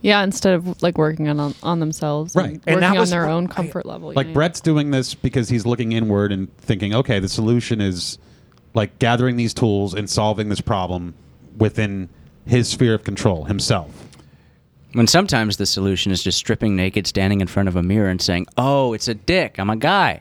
Speaker 6: yeah, instead of like working on on themselves,
Speaker 4: Right.
Speaker 6: and
Speaker 4: And
Speaker 6: working
Speaker 1: that was
Speaker 6: on their
Speaker 1: what
Speaker 6: own
Speaker 1: I-
Speaker 6: comfort level. you
Speaker 4: Like
Speaker 6: know?
Speaker 4: Brett's doing this because he's looking inward and thinking, okay, the solution is like gathering these tools and solving this problem within his sphere of control himself.
Speaker 5: When sometimes the solution is just stripping naked, standing in front of a mirror and saying, "Oh, it's a dick. I'm a guy."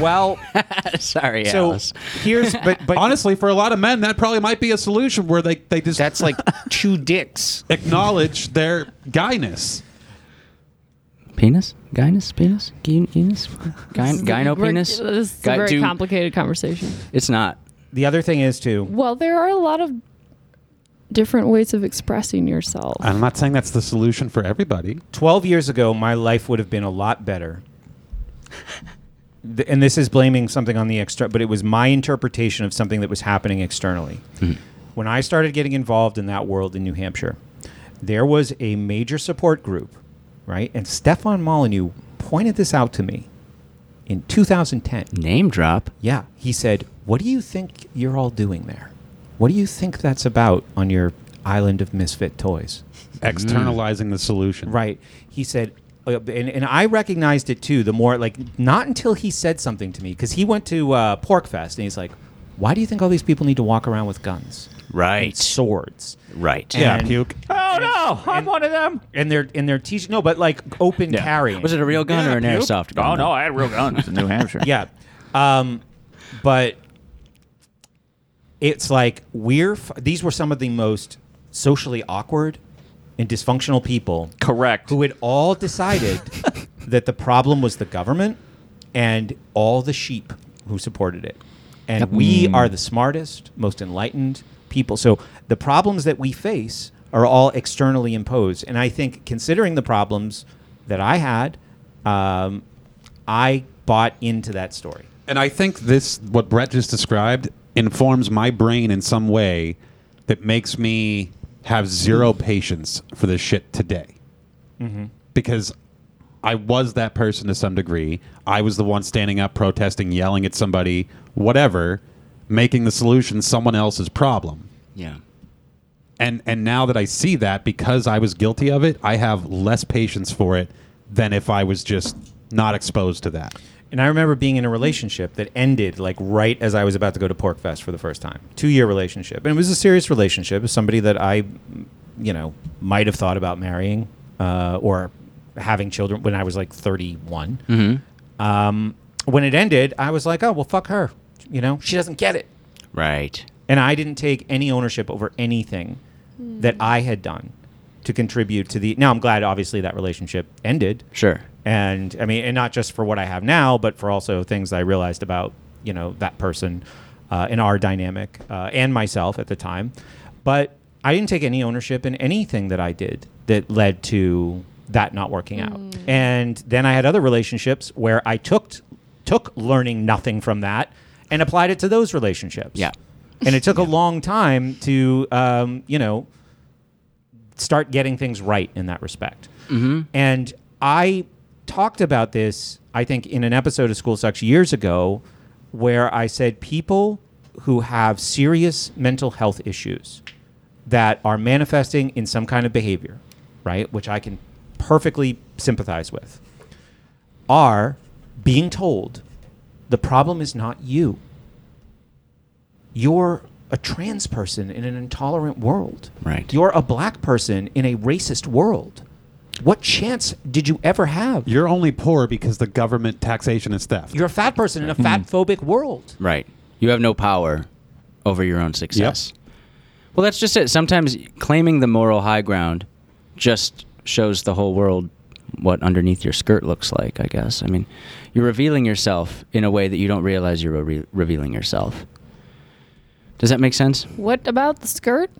Speaker 1: Well,
Speaker 5: Sorry,
Speaker 1: so
Speaker 5: Alice.
Speaker 1: here's but but
Speaker 4: Honestly, for a lot of men, that probably might be a solution where they, they just
Speaker 1: that's like two dicks.
Speaker 4: acknowledge their guyness.
Speaker 5: Penis? Gynus? Penis? Gyn- Gynus? Gyn- gyno
Speaker 6: We're-
Speaker 5: penis?
Speaker 6: This is
Speaker 5: Gy-
Speaker 6: a very
Speaker 5: do-
Speaker 6: complicated conversation.
Speaker 5: It's not.
Speaker 1: The other thing is too.
Speaker 6: Well, there are a lot of different ways of expressing yourself.
Speaker 4: And I'm not saying that's the solution for everybody.
Speaker 1: Twelve years ago, my life would have been a lot better. Th- And this is blaming something on the extra, but it was my interpretation of something that was happening externally. When I started getting involved in that world in New Hampshire, there was a major support group, right? And Stefan Molyneux pointed this out to me in 2010.
Speaker 5: Name drop.
Speaker 1: Yeah. He said, What do you think you're all doing there? What do you think that's about on your island of misfit toys?
Speaker 4: Externalizing the solution.
Speaker 1: Right. He said, uh, and, and I recognized it too. The more like, not until he said something to me, because he went to uh, Porkfest and he's like, "Why do you think all these people need to walk around with guns,
Speaker 10: Right.
Speaker 1: swords?"
Speaker 10: Right.
Speaker 4: Yeah,
Speaker 1: And-
Speaker 4: puke.
Speaker 2: Oh no, I'm one of them.
Speaker 1: And they're and they're teaching no, but like open carrying.
Speaker 5: Was it a real gun or an
Speaker 4: puke.
Speaker 5: airsoft gun?
Speaker 2: Oh no, I had real guns in New Hampshire.
Speaker 1: yeah. Um, but it's like we're f- these were some of the most socially awkward and dysfunctional people
Speaker 2: correct.
Speaker 1: who had all decided that the problem was the government and all the sheep who supported it. And we are the smartest, most enlightened people. So the problems that we face are all externally imposed. And I think considering the problems that I had, um, I bought into that story.
Speaker 4: And I think this, what Brett just described, informs my brain in some way that makes me have zero patience for this shit today. Because I was that person to some degree. I was the one standing up, protesting, yelling at somebody, whatever, making the solution someone else's problem.
Speaker 5: Yeah.
Speaker 4: And and now that I see that, because I was guilty of it, I have less patience for it than if I was just not exposed to that.
Speaker 1: And I remember being in a relationship that ended like right as I was about to go to Porkfest for the first time. Two year relationship. And it was a serious relationship. It was somebody that I, you know, might have thought about marrying uh, or having children when I was like 31. Um, when it ended, I was like, oh, well, fuck her. You know, she doesn't get it
Speaker 5: Right.
Speaker 1: and I didn't take any ownership over anything that I had done to contribute to the. Now I'm glad, obviously, that relationship ended.
Speaker 5: Sure.
Speaker 1: And I mean, and not just for what I have now, but for also things I realized about you know that person, uh, and our dynamic, uh, and myself at the time. But I didn't take any ownership in anything that I did that led to that not working out. And then I had other relationships where I took took learning nothing from that and applied it to those relationships
Speaker 5: Yeah.
Speaker 1: and it took a long time to um, you know start getting things right in that respect and i talked about this i think in an episode of school sucks years ago where i said people who have serious mental health issues that are manifesting in some kind of behavior right which i can perfectly sympathize with are being told the problem is not you you're a trans person in an intolerant world.
Speaker 5: Right.
Speaker 1: You're a black person in a racist world. What chance did you ever have?
Speaker 4: You're only poor because the government taxation is theft.
Speaker 1: You're a fat person in a fat phobic world.
Speaker 5: Right. You have no power over your own success. Well, that's just it. Sometimes claiming the moral high ground just shows the whole world what underneath your skirt looks like, I guess. I mean, you're revealing yourself in a way that you don't realize you're re- revealing yourself. Does that make sense?
Speaker 6: What about the skirt?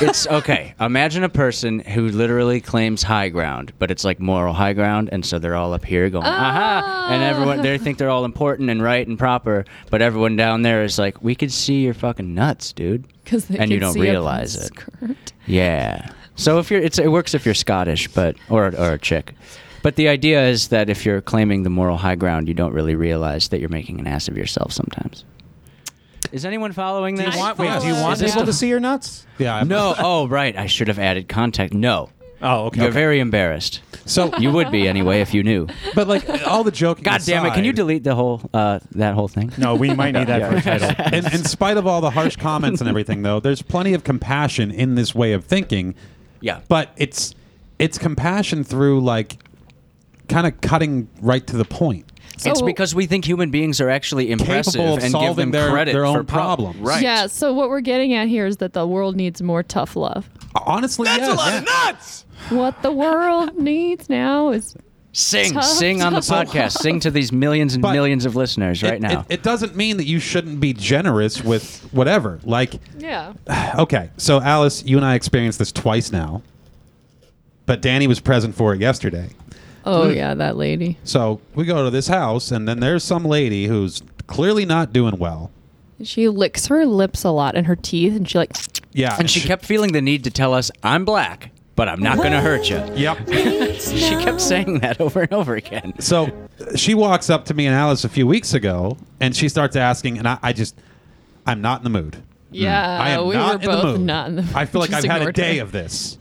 Speaker 5: It's okay. Imagine a person who literally claims high ground, but it's like moral high ground, and so they're all up here going, aha, and everyone they think they're all important and right and proper, but everyone down there is like, we could see your fucking nuts, dude.
Speaker 6: Because
Speaker 5: and you don't realize it.
Speaker 6: Skirt.
Speaker 5: Yeah. So if you're, it's, it works if you're Scottish, but or or a chick. But the idea is that if you're claiming the moral high ground, you don't really realize that you're making an ass of yourself sometimes. Is anyone following this?
Speaker 6: want- wait, do you want
Speaker 5: Is this
Speaker 6: people
Speaker 5: the-
Speaker 6: to
Speaker 1: see your nuts?
Speaker 4: yeah. I'm-
Speaker 5: no. Oh, right. I should have added context. No.
Speaker 1: Oh, okay.
Speaker 5: You're very embarrassed.
Speaker 4: So
Speaker 5: You would be anyway if you knew.
Speaker 4: But like all the joking.
Speaker 5: God damn it! Can you
Speaker 4: aside,
Speaker 5: delete the whole uh, that whole thing?
Speaker 1: no, we might need that for a title.
Speaker 4: In, in spite of all the harsh comments and everything, though, there's plenty of compassion in this way of thinking.
Speaker 5: Yeah.
Speaker 4: But it's it's compassion through like kind of cutting right to the point.
Speaker 5: it's because we think human beings are actually impressive
Speaker 4: Capable of
Speaker 5: and give
Speaker 4: solving
Speaker 5: them
Speaker 4: their-
Speaker 5: credit
Speaker 4: their
Speaker 5: for
Speaker 4: own
Speaker 5: prob-
Speaker 4: problems.
Speaker 5: Right.
Speaker 6: Yeah, so what we're getting at here is that the world needs more tough love.
Speaker 4: Honestly, yes.
Speaker 6: What the world needs now is
Speaker 5: Sing,
Speaker 6: Tough
Speaker 5: sing on the
Speaker 6: love.
Speaker 5: podcast. sing to these millions and
Speaker 4: But
Speaker 5: millions of listeners
Speaker 4: It-
Speaker 5: right now.
Speaker 4: it, it doesn't mean that you shouldn't be generous with whatever. Like,
Speaker 6: yeah.
Speaker 4: okay, so Alice, you and I experienced this twice now, but Danny was present for it yesterday.
Speaker 6: Oh yeah, that lady.
Speaker 4: So we go to this house, and then there's some lady who's clearly not doing well.
Speaker 6: She licks her lips a lot and her teeth, and she like
Speaker 4: Yeah,
Speaker 5: and she kept feeling the need to tell us, "I'm black, but I'm not going to hurt you."
Speaker 4: Yep.
Speaker 5: She kept saying that over and over again.
Speaker 4: so she walks up to me and Alice a few weeks ago, and she starts asking, and I, I just, I'm not in the mood.
Speaker 6: Yeah,
Speaker 4: I am
Speaker 6: Uh, we
Speaker 4: not
Speaker 6: were
Speaker 4: in the
Speaker 6: both
Speaker 4: mood.
Speaker 6: not in the
Speaker 4: I feel like I've
Speaker 6: just
Speaker 4: had a
Speaker 6: ignored
Speaker 4: day
Speaker 6: her.
Speaker 4: of this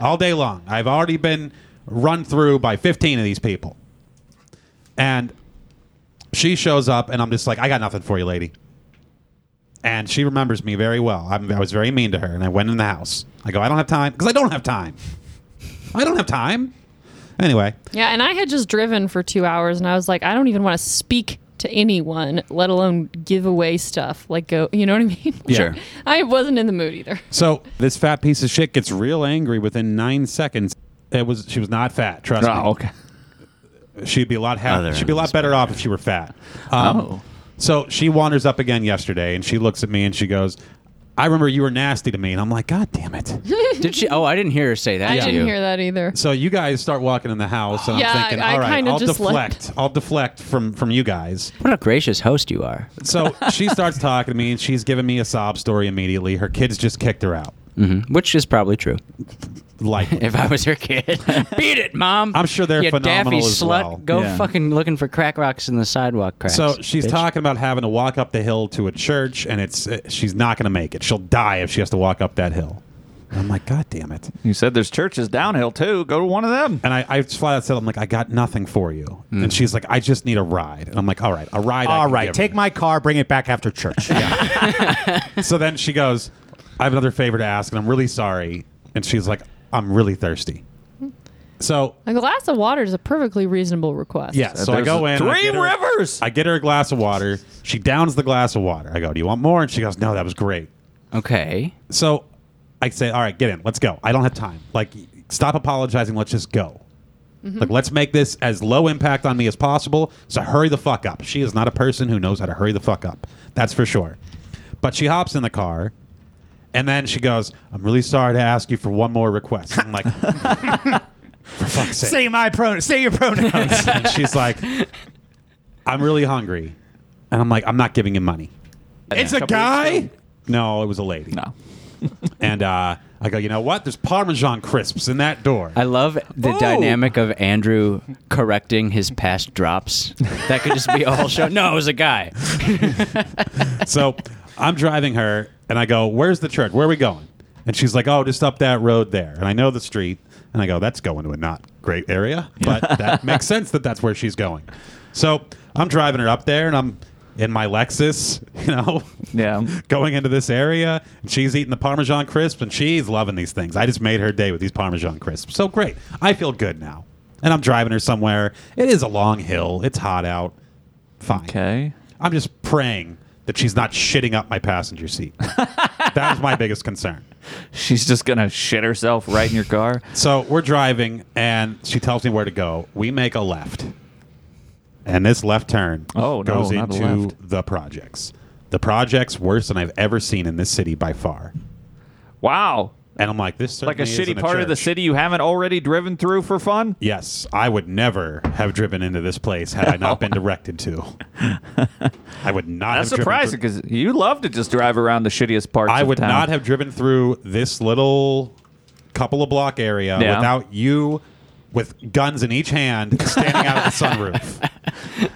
Speaker 4: all day long. I've already been run through by 15 of these people. And she shows up, and I'm just like, I got nothing for you, lady. And she remembers me very well. I'm, I was very mean to her, and I went in the house. I go, I don't have time because I don't have time. I don't have time. Anyway,
Speaker 6: Yeah, and I had just driven for two hours, and I was like, I don't even want to speak to anyone, let alone give away stuff. Like, go, you know what I mean?
Speaker 5: Sure.
Speaker 6: I wasn't in the mood either.
Speaker 4: so this fat piece of shit gets real angry within nine seconds. It was she was not fat. Trust me.
Speaker 2: Oh, okay.
Speaker 4: She'd be a lot happier.
Speaker 5: Other
Speaker 4: She'd be a lot better off if she were fat. Um,
Speaker 2: Oh.
Speaker 4: So she wanders up again yesterday, and she looks at me and she goes, "I remember you were nasty to me," and I'm like, "God damn it!"
Speaker 5: Did she? Oh, I didn't hear her say that.
Speaker 6: I
Speaker 5: to
Speaker 6: didn't
Speaker 5: you.
Speaker 6: hear that either.
Speaker 4: so you guys start walking in the house, and
Speaker 6: Yeah,
Speaker 4: I'm thinking,
Speaker 6: I- I
Speaker 4: "All right,
Speaker 6: kinda
Speaker 4: I'll
Speaker 6: just
Speaker 4: deflect. I'll deflect from from you guys."
Speaker 5: What a gracious host you are.
Speaker 4: So she starts talking to me, and she's giving me a sob story immediately. Her kids just kicked her out.
Speaker 5: Which is probably true.
Speaker 4: Like,
Speaker 5: If I was her kid, beat it, mom.
Speaker 4: I'm sure they're
Speaker 5: you
Speaker 4: phenomenal
Speaker 5: daffy
Speaker 4: as
Speaker 5: slut.
Speaker 4: well.
Speaker 5: Go
Speaker 4: Yeah.
Speaker 5: fucking looking for crack rocks in the sidewalk cracks.
Speaker 4: so she's
Speaker 5: bitch.
Speaker 4: talking about having to walk up the hill to a church, and it's uh, she's not going to make it. She'll die if she has to walk up that hill. And I'm like, God damn it.
Speaker 2: You said there's churches downhill too. Go to one of them.
Speaker 4: And I, I just flat out said, I'm like, I got nothing for you.
Speaker 2: Mm.
Speaker 4: And she's like, I just need a ride. And I'm like, all right, a ride. I
Speaker 1: All
Speaker 4: can
Speaker 1: right,
Speaker 4: give
Speaker 1: take
Speaker 4: her."
Speaker 1: my car, bring it back after church.
Speaker 4: So then she goes, I have another favor to ask, and I'm really sorry. And she's like, I'm really thirsty. So
Speaker 6: Like, a glass of water is a perfectly reasonable request.
Speaker 4: yeah, so I
Speaker 2: There's
Speaker 4: go in. and I
Speaker 2: Three
Speaker 4: get her-
Speaker 2: rivers.
Speaker 4: I get her a glass of water. She downs the glass of water. I go, Do you want more? And she goes, No, that was great.
Speaker 5: Okay.
Speaker 4: So I say, All right, get in. Let's go. I don't have time. Like, stop apologizing. Let's just go. Like, let's make this as low impact on me as possible. So hurry the fuck up. She is not a person who knows how to hurry the fuck up. That's for sure. But she hops in the car. And then she goes, I'm really sorry to ask you for one more request. I'm like, for fuck's sake.
Speaker 1: say my pronoun. Say your pronoun.
Speaker 4: and she's like, I'm really hungry. And I'm like, I'm not giving him money. It's a guy? No, it was a lady.
Speaker 2: No.
Speaker 4: And uh, I go, you know what? There's Parmesan crisps in that door.
Speaker 5: I love the
Speaker 4: Oh!
Speaker 5: dynamic of Andrew correcting his past drops. That could just be a whole show. No, it was a guy.
Speaker 4: so I'm driving her, and I go, where's the church? Where are we going? And she's like, oh, just up that road there. And I know the street. And I go, that's going to a not great area, but that makes sense that that's where she's going. So I'm driving her up there, and I'm in my Lexus, you know,
Speaker 2: Yeah.
Speaker 4: going into this area and she's eating the parmesan crisps and she's loving these things i just made her day with these parmesan crisps so great i feel good now and i'm driving her somewhere it is a long hill it's hot out fine
Speaker 2: Okay.
Speaker 4: i'm just praying that she's not shitting up my passenger seat that was my biggest concern
Speaker 2: She's just gonna shit herself right in your car.
Speaker 4: so we're driving and she tells me where to go we make a left and this left turn
Speaker 2: Oh, no,
Speaker 4: goes
Speaker 2: not a
Speaker 4: into
Speaker 2: left.
Speaker 4: the projects the projects worse than i've ever seen in this city by far
Speaker 2: Wow.
Speaker 4: And I'm like, this
Speaker 2: Like a
Speaker 4: certainly isn't
Speaker 2: shitty part of the
Speaker 4: church.
Speaker 2: city you haven't already driven through for fun.
Speaker 4: Yes, I would never have driven into this place had I not been directed to. I would not.
Speaker 2: That's
Speaker 4: have driven
Speaker 2: surprising
Speaker 4: through-
Speaker 2: because you love to just drive around the shittiest parts.
Speaker 4: I
Speaker 2: of
Speaker 4: would
Speaker 2: town.
Speaker 4: not have driven through this little couple of block area
Speaker 2: Yeah.
Speaker 4: without you, with guns in each hand, standing out of the sunroof.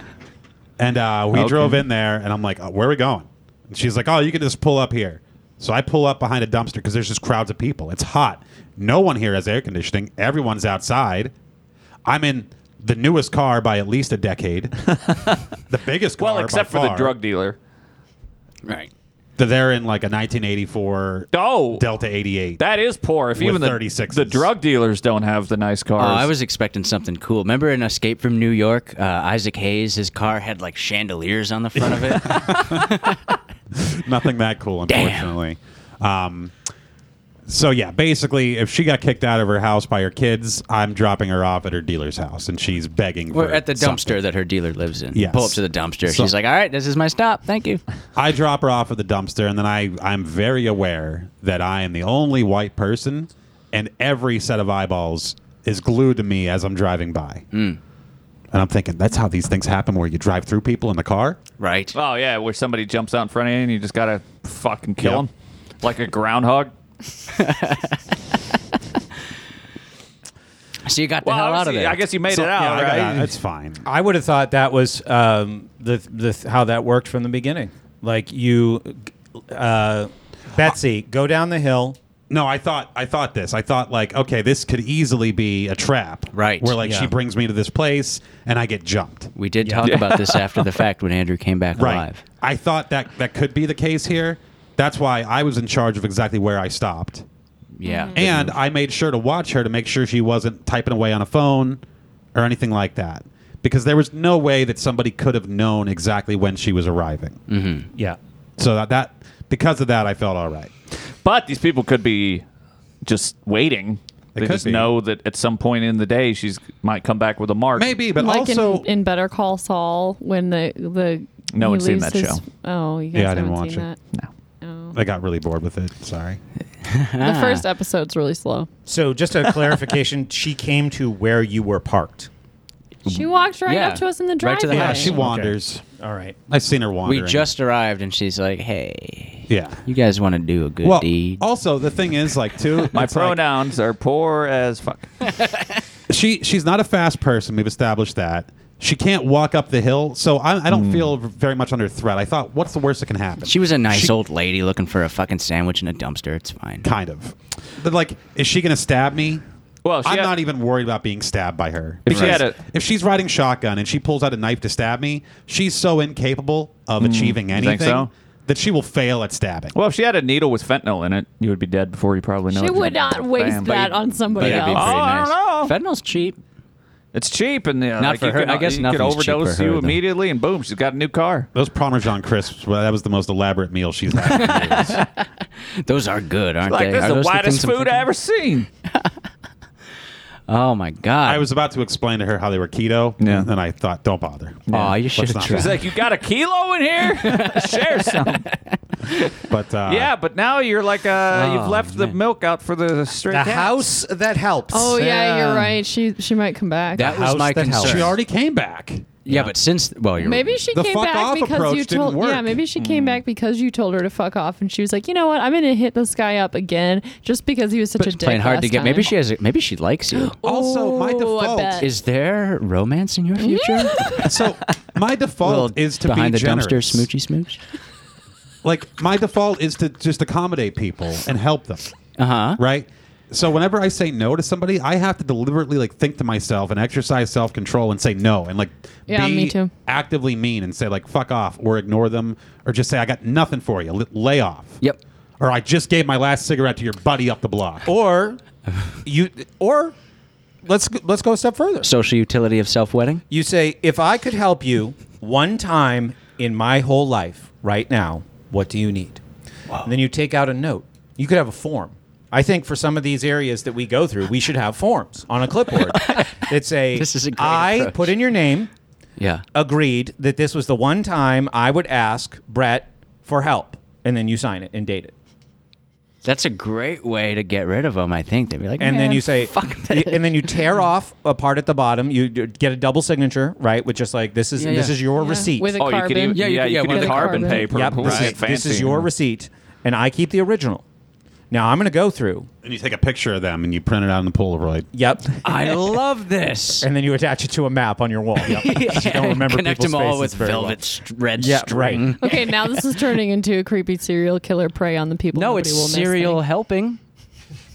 Speaker 4: And uh, we
Speaker 2: Okay.
Speaker 4: drove in there, and I'm like, "Uh, "Where are we going?" And she's like, "Oh, you can just pull up here." So I pull up behind a dumpster because there's just crowds of people. It's hot. No one here has air conditioning. Everyone's outside. I'm in the newest car by at least a decade. the biggest car.
Speaker 2: Well, except
Speaker 4: by
Speaker 2: for the
Speaker 4: far.
Speaker 2: drug dealer.
Speaker 5: Right.
Speaker 4: That They're in like a 1984
Speaker 2: Oh,
Speaker 4: Delta 88.
Speaker 2: that is poor. If
Speaker 4: With
Speaker 2: even the,
Speaker 4: 36s.
Speaker 2: the drug dealers don't have the nice cars.
Speaker 5: Oh, I was expecting something cool. Remember in Escape from New York, uh, Isaac Hayes, his car had like chandeliers on the front of it.
Speaker 4: Nothing that cool, unfortunately. Um, so yeah, basically, if she got kicked out of her house by her kids, I'm dropping her off at her dealer's house, and she's begging.
Speaker 5: We're
Speaker 4: for
Speaker 5: at the dumpster
Speaker 4: something.
Speaker 5: that her dealer lives in.
Speaker 4: Yes.
Speaker 5: Pull up to the dumpster.
Speaker 4: So-
Speaker 5: She's like, all right, this is my stop. Thank you.
Speaker 4: I drop her off at the dumpster, and then I I'm very aware that I am the only white person, and every set of eyeballs is glued to me as I'm driving by. And I'm thinking that's how these things happen, where you drive through people in the car.
Speaker 5: Right.
Speaker 2: Oh yeah, where somebody jumps out in front of you and you just gotta fucking kill
Speaker 4: Yep.
Speaker 2: him, like a groundhog.
Speaker 5: So you got the
Speaker 2: Well,
Speaker 5: hell out of
Speaker 2: obviously,
Speaker 5: there.
Speaker 2: I guess you made
Speaker 4: So-
Speaker 2: it out,
Speaker 4: yeah, I got
Speaker 2: right?
Speaker 4: out. It's fine.
Speaker 1: I would have thought that was um, the the how that worked from the beginning. Like you, uh, Betsy, go down the hill.
Speaker 4: No, I thought I thought this. I thought like, okay, this could easily be a trap.
Speaker 5: Right.
Speaker 4: Where like
Speaker 1: Yeah.
Speaker 4: she brings me to this place and I get jumped.
Speaker 5: We did talk about this after the fact when Andrew came back
Speaker 4: Right.
Speaker 5: alive.
Speaker 4: I thought that that could be the case here. That's why I was in charge of exactly where I stopped.
Speaker 5: Yeah.
Speaker 2: Mm-hmm.
Speaker 4: And I made sure to watch her to make sure she wasn't typing away on a phone or anything like that. Because there was no way that somebody could have known exactly when she was arriving.
Speaker 5: Mm.
Speaker 1: Yeah.
Speaker 4: So that, that because of that I felt all right.
Speaker 2: But these people could be just waiting.
Speaker 4: They
Speaker 2: They
Speaker 4: could
Speaker 2: just
Speaker 4: be.
Speaker 2: know that at some point in the day she's might come back with a mark.
Speaker 4: Maybe, but
Speaker 6: like
Speaker 4: also
Speaker 6: in, in Better Call Saul when the the
Speaker 2: No
Speaker 6: he
Speaker 2: one's seen
Speaker 6: leaves
Speaker 2: that
Speaker 6: his-
Speaker 2: show.
Speaker 6: Oh, you guys
Speaker 4: Yeah, I
Speaker 6: haven't
Speaker 4: didn't watch
Speaker 6: seen
Speaker 4: it.
Speaker 6: that.
Speaker 2: No.
Speaker 4: I got really bored with it. Sorry.
Speaker 6: The first episode's really slow.
Speaker 1: So just a clarification, she came to where you were parked.
Speaker 6: She walked right
Speaker 5: Yeah.
Speaker 6: up to us in the
Speaker 5: Right to
Speaker 6: driveway.
Speaker 5: the
Speaker 4: Yeah,
Speaker 5: house.
Speaker 4: she wanders.
Speaker 1: All right.
Speaker 4: I've seen her
Speaker 5: we
Speaker 4: wandering.
Speaker 5: just arrived and she's like, hey,
Speaker 4: yeah.
Speaker 5: you guys want to do a good
Speaker 4: Well,
Speaker 5: deed?
Speaker 4: also the thing is like too.
Speaker 2: My
Speaker 4: it's like-
Speaker 2: pronouns are poor as fuck.
Speaker 4: she she's not a fast person. We've established that. She can't walk up the hill, so I, I don't
Speaker 2: Hmm.
Speaker 4: feel very much under threat. I thought, what's the worst that can happen?
Speaker 5: She was a nice
Speaker 4: She-
Speaker 5: old lady looking for a fucking sandwich in a dumpster. It's fine.
Speaker 4: kind of, but like, is she going to stab me?
Speaker 2: Well, she
Speaker 4: I'm
Speaker 2: had-
Speaker 4: not even worried about being stabbed by her.
Speaker 2: If she
Speaker 4: Because
Speaker 2: had a-
Speaker 4: if she's riding shotgun and she pulls out a knife to stab me, she's so incapable of achieving
Speaker 2: Hmm. think
Speaker 4: anything
Speaker 2: so?
Speaker 4: that she will fail at stabbing.
Speaker 2: Well, if she had a needle with fentanyl in it, you would be dead before you probably know.
Speaker 6: She
Speaker 2: it.
Speaker 6: would not waste
Speaker 2: Bam.
Speaker 6: that
Speaker 2: But
Speaker 6: on somebody
Speaker 5: That'd be
Speaker 6: else.
Speaker 2: Oh, I don't know.
Speaker 5: Fentanyl's cheap.
Speaker 2: It's cheap, and uh,
Speaker 5: Not
Speaker 2: like
Speaker 5: for
Speaker 2: you
Speaker 5: her.
Speaker 2: Could,
Speaker 5: I guess
Speaker 2: you could
Speaker 5: nothing's cheap for
Speaker 2: overdose
Speaker 5: her,
Speaker 2: you
Speaker 5: though.
Speaker 2: immediately, and boom, she's got a new car.
Speaker 4: Those Parmesan crisps, well, that was the most elaborate meal she's had. in years.
Speaker 5: Those are good, aren't
Speaker 2: Like
Speaker 5: they?
Speaker 2: this
Speaker 5: Are
Speaker 2: is the
Speaker 5: those
Speaker 2: whitest
Speaker 5: things I'm
Speaker 2: food I
Speaker 5: thinking-
Speaker 2: ever seen.
Speaker 5: Oh my god!
Speaker 4: I was about to explain to her how they were keto,
Speaker 2: Yeah.
Speaker 4: and I thought, don't bother.
Speaker 5: Aw, you should have
Speaker 4: not-
Speaker 2: She's
Speaker 5: tried.
Speaker 2: like, you got a kilo in here? Share some.
Speaker 4: But uh,
Speaker 2: Yeah, but now you're like, uh,
Speaker 5: Oh,
Speaker 2: you've left the
Speaker 5: man.
Speaker 2: milk out for the straight
Speaker 1: The
Speaker 2: cats.
Speaker 1: house that helps.
Speaker 6: Oh yeah,
Speaker 5: Yeah.
Speaker 6: you're right. She she might come back.
Speaker 5: that was
Speaker 1: house
Speaker 5: my
Speaker 1: that helps.
Speaker 5: concern.
Speaker 4: she already came back.
Speaker 5: yeah, but since well, you're
Speaker 6: maybe she
Speaker 4: The
Speaker 6: came
Speaker 4: fuck
Speaker 6: back
Speaker 4: off
Speaker 6: because
Speaker 4: approach
Speaker 6: you
Speaker 4: didn't
Speaker 6: told
Speaker 4: work.
Speaker 6: yeah maybe she came back because you told her to fuck off and she was like you know what I'm gonna hit this guy up again just because he was such a dick
Speaker 5: playing hard to
Speaker 6: last
Speaker 5: get. Maybe
Speaker 6: time.
Speaker 5: she has. A, maybe she likes you.
Speaker 4: Also, my
Speaker 6: Ooh, I
Speaker 4: default
Speaker 6: bet.
Speaker 5: Is there romance in your
Speaker 2: Mm-hmm.
Speaker 5: future?
Speaker 4: so my default is to
Speaker 5: behind
Speaker 4: be
Speaker 5: the dumpster
Speaker 4: generous.
Speaker 5: smoochy smooch.
Speaker 4: Like my default is to just accommodate people and help them.
Speaker 5: Uh huh.
Speaker 4: Right? So whenever I say no to somebody, I have to deliberately like think to myself and exercise self control and say no and like
Speaker 6: Yeah,
Speaker 4: be
Speaker 6: me too.
Speaker 4: actively mean and say like fuck off or ignore them or just say I got nothing for you. L- lay off.
Speaker 5: Yep.
Speaker 4: Or I just gave my last cigarette to your buddy up the block.
Speaker 1: Or you or let's let's go a step further.
Speaker 5: Social utility of self wedding.
Speaker 1: You say, if I could help you one time in my whole life right now, what do you need? And then you take out a note. You could have a form. I think for some of these areas that we go through, we should have forms on a clipboard that say,
Speaker 5: This is a great
Speaker 1: I
Speaker 5: approach.
Speaker 1: put in your name,
Speaker 5: Yeah.
Speaker 1: agreed that this was the one time I would ask Brett for help. And then you sign it and date it.
Speaker 5: That's a great way to get rid of them. I think they'd be like,
Speaker 1: and then
Speaker 5: "Man,
Speaker 1: you say
Speaker 5: fuck
Speaker 1: y-
Speaker 5: this."
Speaker 1: and then you tear off a part at the bottom you d- get a double signature right with just like this is
Speaker 5: Yeah,
Speaker 1: this
Speaker 5: yeah.
Speaker 1: is your
Speaker 6: Yeah.
Speaker 1: receipt
Speaker 6: With a
Speaker 2: Oh, you could
Speaker 6: carbon.
Speaker 2: even, yeah, you
Speaker 5: yeah,
Speaker 2: could,
Speaker 5: one of
Speaker 2: do
Speaker 5: the
Speaker 2: carbon,
Speaker 6: carbon.
Speaker 2: paper.
Speaker 1: yep
Speaker 2: right,
Speaker 1: this, is, this is
Speaker 2: fancy.
Speaker 1: your receipt and i keep the original now i'm going to go through
Speaker 4: And you take a picture of them and you print it out in the Polaroid.
Speaker 1: yep
Speaker 5: I love this.
Speaker 1: and then you attach it to a map on your wall yep. 'Cause you don't remember
Speaker 5: Connect
Speaker 1: people's
Speaker 5: them all
Speaker 1: faces
Speaker 5: with
Speaker 1: very well.
Speaker 5: velvet st- red
Speaker 1: yeah
Speaker 5: string.
Speaker 1: right
Speaker 6: okay now this is turning into a creepy serial killer prey on the people
Speaker 5: No,
Speaker 6: nobody
Speaker 5: it's
Speaker 6: will miss
Speaker 5: cereal
Speaker 6: thing.
Speaker 5: helping.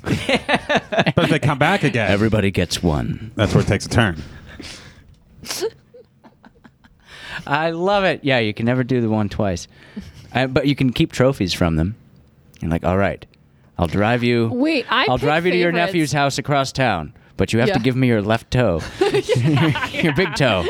Speaker 4: But if they come back again,
Speaker 5: Everybody gets one.
Speaker 4: that's where it takes a turn.
Speaker 5: I love it. Yeah, you can never do the one twice, uh, but you can keep trophies from them. And like, all right, I'll drive you.
Speaker 6: Wait, I
Speaker 5: will
Speaker 6: pick
Speaker 5: drive you to your
Speaker 6: favorites.
Speaker 5: nephew's house across town, but you have to
Speaker 6: Yeah.
Speaker 5: give me your left toe, your big toe.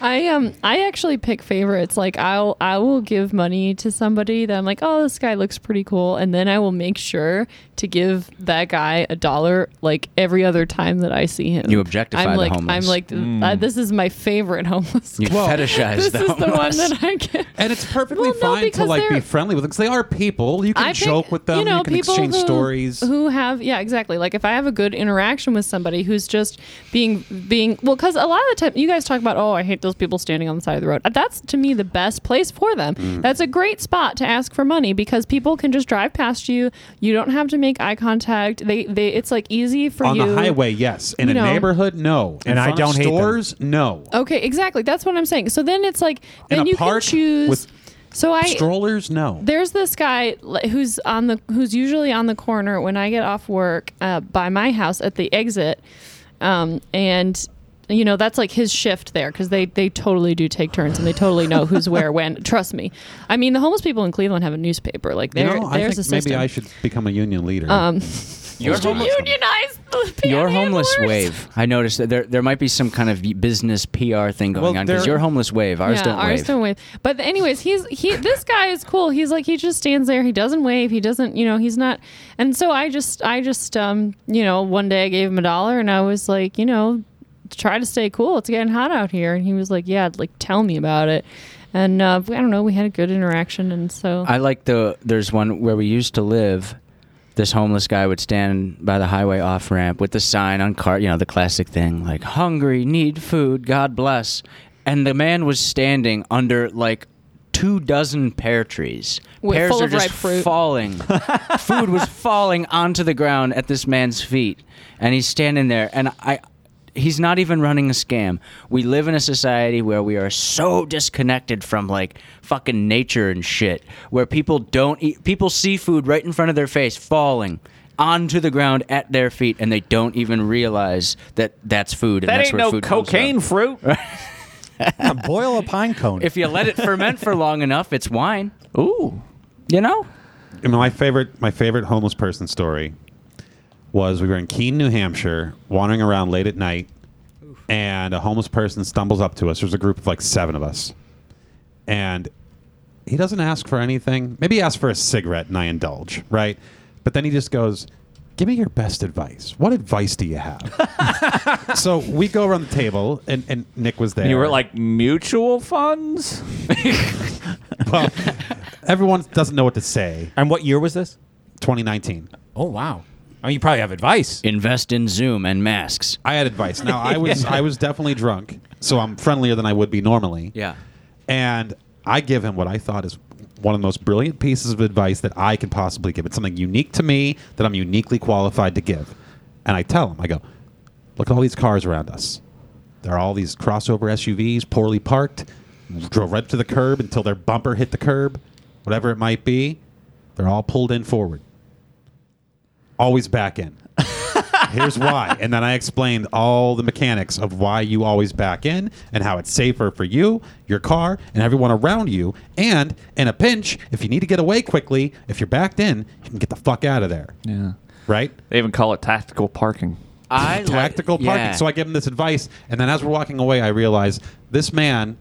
Speaker 6: I um I actually pick favorites. Like I'll I will give money to somebody that I'm like, oh, this guy looks pretty cool, and then I will make sure to give that guy a dollar like every other time that I see him.
Speaker 5: You objectify
Speaker 6: I'm
Speaker 5: the
Speaker 6: like,
Speaker 5: homeless.
Speaker 6: I'm like,
Speaker 5: Mm.
Speaker 6: uh, this is my favorite homeless.
Speaker 5: You
Speaker 6: guy.
Speaker 5: fetishize
Speaker 6: this
Speaker 5: the
Speaker 6: is the one
Speaker 5: homeless.
Speaker 6: that I get.
Speaker 4: And it's perfectly
Speaker 6: Well, no,
Speaker 4: fine to
Speaker 6: because
Speaker 4: like be
Speaker 6: they're-
Speaker 4: friendly with them because they are people. You can
Speaker 6: I pick-
Speaker 4: joke with them. You,
Speaker 6: know,
Speaker 4: can
Speaker 6: people
Speaker 4: exchange
Speaker 6: who-
Speaker 4: stories.
Speaker 6: Who have yeah, exactly. Like if I have a good interaction with somebody who's just being being well, because a lot of the time you guys talk about oh, I hate those people standing on the side of the road. That's to me the best place for them.
Speaker 4: Mm.
Speaker 6: That's a great spot to ask for money because people can just drive past you. You don't have to make eye contact. They they it's like easy for
Speaker 4: on
Speaker 6: you
Speaker 4: the highway, yes. In a
Speaker 6: you know. Oh,
Speaker 4: neighborhood, no. In
Speaker 1: And I
Speaker 4: front of
Speaker 1: don't hate them.
Speaker 4: stores, no.
Speaker 6: Okay, exactly. That's what I'm saying. So then it's like
Speaker 4: In
Speaker 6: then
Speaker 4: a
Speaker 6: you
Speaker 4: park
Speaker 6: can choose
Speaker 4: with
Speaker 6: So I
Speaker 4: Strollers, no.
Speaker 6: there's this guy li- who's on the who's usually on the corner when I get off work uh, by my house at the exit, um, and you know that's like his shift there because they they totally do take turns and they totally know who's where when. Trust me, I mean the homeless people in Cleveland have a newspaper. Like
Speaker 4: You
Speaker 6: there,
Speaker 4: know, I
Speaker 6: there's
Speaker 4: think
Speaker 6: a system. Um,
Speaker 4: maybe I should become a union leader.
Speaker 2: Your homeless,
Speaker 6: unionize the
Speaker 5: Your homeless
Speaker 6: panhandlers.
Speaker 5: wave. I noticed that there there might be some kind of business PR thing going
Speaker 4: Well,
Speaker 5: on because
Speaker 4: there-
Speaker 5: your homeless wave, ours
Speaker 6: yeah,
Speaker 5: don't
Speaker 6: ours
Speaker 5: wave.
Speaker 6: don't wave. But anyways, he's he. This guy is cool. He's like he just stands there. He doesn't wave. He doesn't. You know, he's not. And so I just I just um you know one day I gave him a dollar and I was like you know try to stay cool. It's getting hot out here. And he was like yeah like tell me about it. And uh, I don't know. We had a good interaction and so
Speaker 5: I like the there's one where we used to live. This homeless guy would stand by the highway off ramp with the sign on cart, you know, the classic thing like "hungry, need food, God bless," and the man was standing under like two dozen pear trees.
Speaker 6: With-
Speaker 5: Pears
Speaker 6: full
Speaker 5: are
Speaker 6: of
Speaker 5: just
Speaker 6: ripe fruit.
Speaker 5: falling. food was falling onto the ground at this man's feet, and he's standing there, and I. He's not even running a scam. We live in a society where we are so disconnected from like fucking nature and shit, where people don't eat, people see food right in front of their face falling onto the ground at their feet, and they don't even realize that that's food. And
Speaker 2: that
Speaker 5: that's
Speaker 2: ain't
Speaker 5: where
Speaker 2: no
Speaker 5: food comes
Speaker 2: cocaine
Speaker 5: from.
Speaker 2: fruit.
Speaker 1: boil a pine cone.
Speaker 5: If you let it ferment for long enough, it's wine.
Speaker 2: Ooh,
Speaker 5: You know?
Speaker 4: And my favorite my favorite homeless person story was we were in Keene, New Hampshire, wandering around late at night, and a homeless person stumbles up to us. There's a group of like seven of us, and he doesn't ask for anything. Maybe he asks for a cigarette, and I indulge, right? But then he just goes, "Give me your best advice. What advice do you have?" so we go around the table, and, and Nick was there.
Speaker 2: you were like mutual funds.
Speaker 4: Well, everyone doesn't know what to say.
Speaker 1: and what year was this?
Speaker 4: 2019.
Speaker 1: Oh wow. I mean, you probably have advice.
Speaker 5: Invest in Zoom and masks.
Speaker 4: I had advice. Now I was I was definitely drunk, so I'm friendlier than I would be normally.
Speaker 5: Yeah.
Speaker 4: And I give him what I thought is one of the most brilliant pieces of advice that I can possibly give. It's something unique to me that I'm uniquely qualified to give. And I tell him, I go, look at all these cars around us. There are all these crossover SUVs, poorly parked, drove right to the curb until their bumper hit the curb, whatever it might be. They're all pulled in forward, always back in. Here's why. And then I explained all the mechanics of why you always back in and how it's safer for you, your car, and everyone around you. And in a pinch, if you need to get away quickly, if you're backed in, you can get the fuck out of there.
Speaker 2: Yeah,
Speaker 4: Right?
Speaker 2: they even call it tactical parking.
Speaker 5: I
Speaker 4: Tactical
Speaker 5: like,
Speaker 4: parking.
Speaker 5: yeah.
Speaker 4: So I give him this advice. And then as we're walking away, I realize this man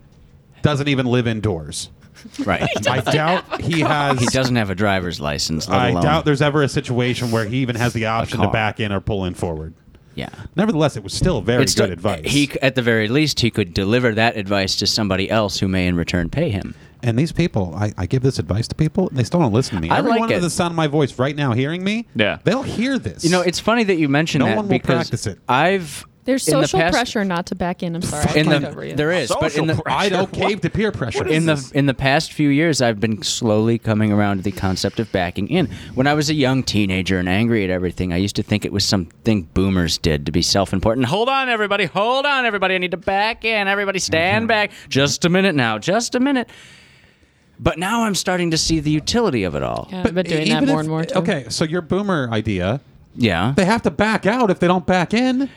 Speaker 4: doesn't even live indoors.
Speaker 5: right.
Speaker 4: I doubt he has.
Speaker 5: He doesn't have a driver's license. Let
Speaker 4: I
Speaker 5: alone,
Speaker 4: doubt there's ever a situation where he even has the option to
Speaker 5: car.
Speaker 4: back in or pull in forward.
Speaker 5: Yeah.
Speaker 4: Nevertheless, it was still very
Speaker 5: It's
Speaker 4: good
Speaker 5: the-
Speaker 4: advice.
Speaker 5: He, c- at the very least, he could deliver that advice to somebody else who may, in return, pay him.
Speaker 4: And these people, I, I give this advice to people, and they still don't listen to me.
Speaker 5: I
Speaker 4: Everyone
Speaker 5: like
Speaker 4: under
Speaker 5: it.
Speaker 4: the sound of my voice right now hearing me,
Speaker 2: Yeah.
Speaker 4: they'll hear this.
Speaker 5: You know, it's funny that you mentioned
Speaker 4: No
Speaker 5: that
Speaker 4: one will
Speaker 5: because
Speaker 4: practice it.
Speaker 5: I've
Speaker 6: there's
Speaker 5: in the
Speaker 6: social
Speaker 5: past-
Speaker 6: pressure not to back in. I'm sorry, I
Speaker 5: In
Speaker 6: talked over
Speaker 5: the
Speaker 6: you.
Speaker 5: there is, but in the
Speaker 4: I don't cave to peer pressure.
Speaker 5: in the in the past few years, I've been slowly coming around to the concept of backing in. When I was a young teenager and angry at everything, I used to think it was something boomers did to be self-important. Hold on, everybody! Hold on, everybody! I need to back in. Everybody, stand back! Just a minute now. Just a minute. But now I'm starting to see the utility of it all.
Speaker 6: Yeah, I've been doing that
Speaker 4: even
Speaker 6: more
Speaker 4: if-
Speaker 6: and more. Too.
Speaker 4: Okay, so your boomer idea,
Speaker 5: Yeah,
Speaker 4: they have to back out if they don't back in.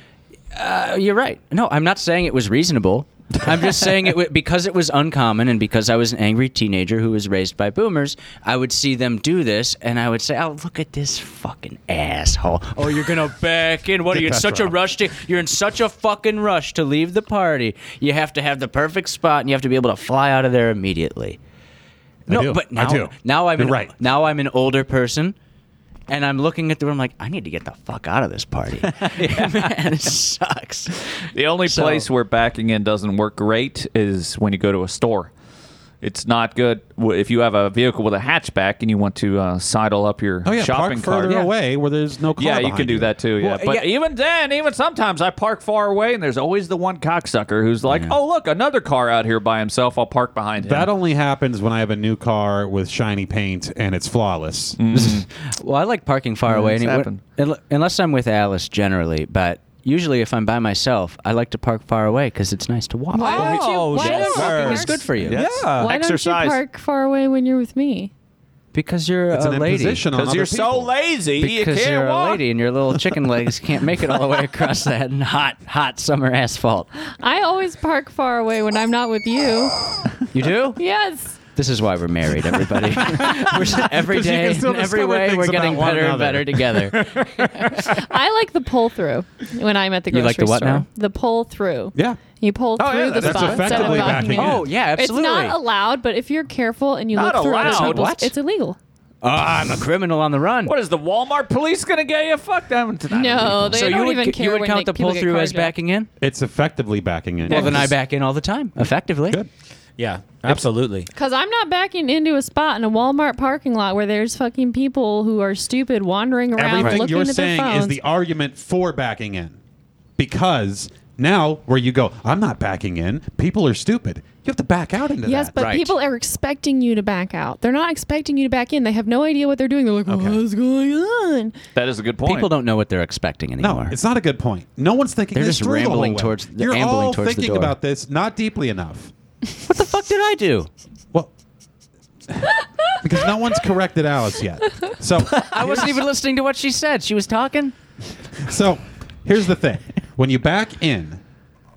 Speaker 5: Uh, you're right. No, I'm not saying it was reasonable. I'm just saying it wa- because it was uncommon and because I was an angry teenager who was raised by boomers. I would see them do this, and I would say, "Oh, look at this fucking asshole! Oh, you're gonna back in? What are you in
Speaker 4: That's
Speaker 5: such a
Speaker 4: right.
Speaker 5: rush to? You're in such a fucking rush to leave the party. You have to have the perfect spot, and you have to be able to fly out of there immediately." No,
Speaker 4: do.
Speaker 5: but
Speaker 4: I
Speaker 5: now,
Speaker 4: do.
Speaker 5: now I'm
Speaker 4: You're
Speaker 5: an,
Speaker 4: right.
Speaker 5: Now I'm an older person. And I'm looking at the room like, I need to get the fuck out of this party. Man, it sucks.
Speaker 2: The only
Speaker 5: So-
Speaker 2: place where backing in doesn't work great is when you go to a store. It's not good w- if you have a vehicle with a hatchback and you want to uh, sidle up your
Speaker 4: Oh yeah,
Speaker 2: shopping
Speaker 4: park
Speaker 2: cart.
Speaker 4: further
Speaker 2: Yeah.
Speaker 4: away where there's no car.
Speaker 2: Yeah, you
Speaker 4: behind
Speaker 2: can do that too. Yeah,
Speaker 5: Well,
Speaker 2: but
Speaker 5: yeah.
Speaker 2: even then, even sometimes I park far away, and there's always the one cocksucker who's like, "Oh, look, another car out here by himself. I'll park behind him."
Speaker 4: That only happens when I have a new car with shiny paint and it's flawless.
Speaker 5: Well, I like parking far away.
Speaker 2: it's
Speaker 5: any-
Speaker 2: happened.
Speaker 5: unle- unless I'm with Alice generally, but usually if I'm by myself, I like to park far away because it's nice to walk.
Speaker 6: Why don't you-
Speaker 2: Oh,
Speaker 6: why
Speaker 2: yes.
Speaker 6: don't you-
Speaker 2: Walking
Speaker 5: It's good for you
Speaker 4: Yes.
Speaker 2: Yeah.
Speaker 6: Why don't
Speaker 1: Exercise.
Speaker 6: you park far away when you're with me?
Speaker 5: because you're
Speaker 4: It's
Speaker 5: a
Speaker 4: an
Speaker 5: lady.
Speaker 4: imposition on
Speaker 1: Because
Speaker 4: other
Speaker 1: you're
Speaker 4: people.
Speaker 1: so lazy,
Speaker 5: Because
Speaker 1: you can't
Speaker 5: are
Speaker 1: walk.
Speaker 5: a lady and your little chicken legs can't make it all the way across that hot, hot summer asphalt.
Speaker 6: I always park far away when I'm not with you.
Speaker 5: You do?
Speaker 6: Yes.
Speaker 5: This is why we're married, everybody. we're, s- every
Speaker 4: 'Cause you
Speaker 5: day,
Speaker 4: can still
Speaker 5: in every
Speaker 4: discover
Speaker 5: way,
Speaker 4: things
Speaker 5: we're
Speaker 4: about
Speaker 5: getting
Speaker 4: one
Speaker 5: better and
Speaker 4: another.
Speaker 5: better together.
Speaker 6: I like the pull through when I'm at the
Speaker 5: You
Speaker 6: grocery
Speaker 5: like the what
Speaker 6: store.
Speaker 5: now?
Speaker 6: The pull through.
Speaker 4: Yeah.
Speaker 6: You pull
Speaker 1: Oh,
Speaker 6: through
Speaker 1: yeah,
Speaker 6: the
Speaker 1: that's
Speaker 6: spot instead of
Speaker 4: effectively
Speaker 6: backing
Speaker 4: backing
Speaker 6: in.
Speaker 4: in.
Speaker 5: oh, yeah, absolutely.
Speaker 6: It's not allowed, but if you're careful and you
Speaker 1: Not
Speaker 6: look through other
Speaker 1: allowed.
Speaker 6: people's-
Speaker 5: What?
Speaker 6: it's illegal.
Speaker 5: Oh, I'm a criminal on the run.
Speaker 1: What is the Walmart police gonna get you? Fuck them.
Speaker 6: No, they
Speaker 5: so
Speaker 6: don't
Speaker 5: you would,
Speaker 6: even
Speaker 5: c-
Speaker 6: care
Speaker 5: you would
Speaker 6: when
Speaker 5: count
Speaker 6: they-
Speaker 5: the
Speaker 6: people
Speaker 5: pull
Speaker 6: get
Speaker 5: through as
Speaker 6: carjacked.
Speaker 5: backing in?
Speaker 4: It's effectively backing in.
Speaker 5: Well, then I back in all the time, effectively.
Speaker 4: Good.
Speaker 2: Yeah, absolutely.
Speaker 6: Because I'm not backing into a spot in a Walmart parking lot where there's fucking people who are stupid wandering around
Speaker 4: Everything
Speaker 6: looking
Speaker 4: you're
Speaker 6: at their
Speaker 4: saying
Speaker 6: phones.
Speaker 4: is the argument for backing in. Because now, where you go, I'm not backing in. People are stupid. You have to back out into
Speaker 6: Yes,
Speaker 4: that.
Speaker 6: but
Speaker 5: Right.
Speaker 6: people are expecting you to back out. They're not expecting you to back in. They have no idea what they're doing. They're like, what's going on?
Speaker 1: That is a good point.
Speaker 5: People don't know what they're expecting anymore.
Speaker 4: No, it's not a good point. No one's thinking.
Speaker 5: They're
Speaker 4: this
Speaker 5: just
Speaker 4: through the whole
Speaker 5: rambling
Speaker 4: way.
Speaker 5: towards- they're
Speaker 4: You're
Speaker 5: ambling
Speaker 4: all
Speaker 5: towards the
Speaker 4: thinking
Speaker 5: door.
Speaker 4: about this not deeply enough.
Speaker 5: what the fuck did I do?
Speaker 4: Well, because no one's corrected Alice yet. So
Speaker 5: I wasn't even listening to what she said. She was talking.
Speaker 4: So here's the thing: when you back in,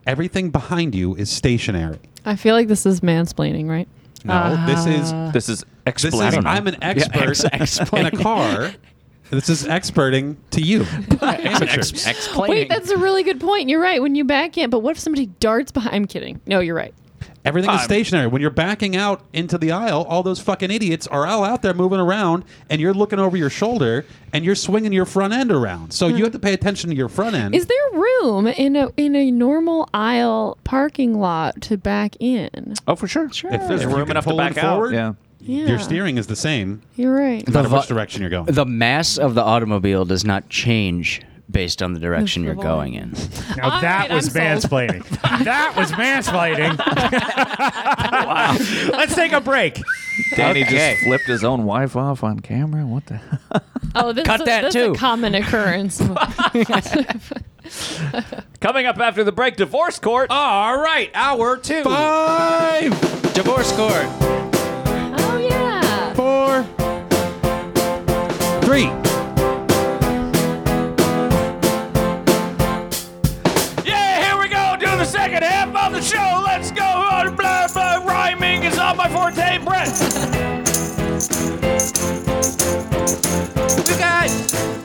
Speaker 4: everything behind you is stationary.
Speaker 6: I feel like this is mansplaining, right?
Speaker 4: No, this is
Speaker 6: Uh-huh.
Speaker 1: This is
Speaker 4: this is.
Speaker 1: explaining.
Speaker 4: I'm an expert
Speaker 5: ex-
Speaker 4: in
Speaker 5: explain.
Speaker 4: a car. This is experting to you. Amateurs.
Speaker 5: Explaining.
Speaker 6: Wait, that's a really good point. You're right. When you back in, but what if somebody darts behind? I'm kidding. No, you're right.
Speaker 4: Everything is
Speaker 1: I'm-
Speaker 4: stationary. When you're backing out into the aisle, all those fucking idiots are all out there moving around, and you're looking over your shoulder, and you're swinging your front end around. So you have to pay attention to your front end.
Speaker 6: Is there room in a in a normal aisle parking lot to back in?
Speaker 1: oh, for sure. Sure. If there's
Speaker 4: If you
Speaker 1: room
Speaker 4: can
Speaker 1: enough to
Speaker 4: pull it
Speaker 1: back
Speaker 4: forward,
Speaker 1: out.
Speaker 6: Yeah,
Speaker 4: Your steering is the same,
Speaker 6: You're right.
Speaker 4: no matter
Speaker 5: vo-
Speaker 4: which direction you're going.
Speaker 5: the mass of the automobile does not change based on the direction you're
Speaker 6: Frivolous.
Speaker 5: going in.
Speaker 11: Now
Speaker 6: All
Speaker 11: that
Speaker 6: right,
Speaker 11: was
Speaker 6: I'm sold.
Speaker 11: mansplaining. that was mansplaining. Let's take a break.
Speaker 1: Yeah. Danny just flipped his own wife off on camera. What the?
Speaker 6: Oh, this
Speaker 5: Cut
Speaker 6: is,
Speaker 5: that,
Speaker 6: this
Speaker 5: too.
Speaker 6: is a common occurrence. Oh,
Speaker 1: Coming up after the break, divorce court. All right, hour two.
Speaker 4: Five,
Speaker 5: Divorce court.
Speaker 6: oh yeah.
Speaker 4: four, three.
Speaker 1: Yeah, here we go. Do the second half of the show. Let's go. Uh, Blah, blah, rhyming is on my forte, Brett. We got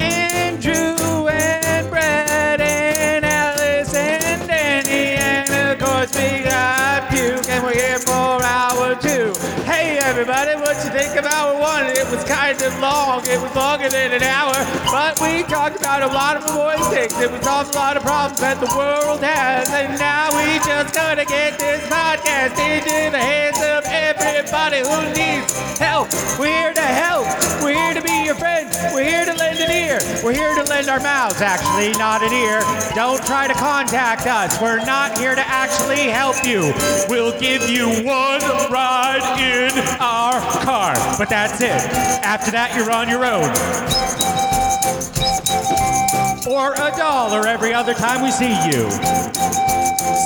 Speaker 1: Andrew and Brett and Alice and Danny and of course we got Puke and we're here for hour two. Hey everybody, what you think of hour one? It was kind of long. It was longer than an hour, but we talked about a lot of important things. It was also a lot of problems that the world has, and now we just gonna get this podcast into the hands of everybody who needs help. We're here to help. We're here to be your friend. We're here to lend an ear. We're here to lend our mouths, actually, not an ear. Don't try to contact us. We're not here to actually help you. We'll give you one ride in our car, but that's it. After that, you're on your own or a dollar every other time we see you.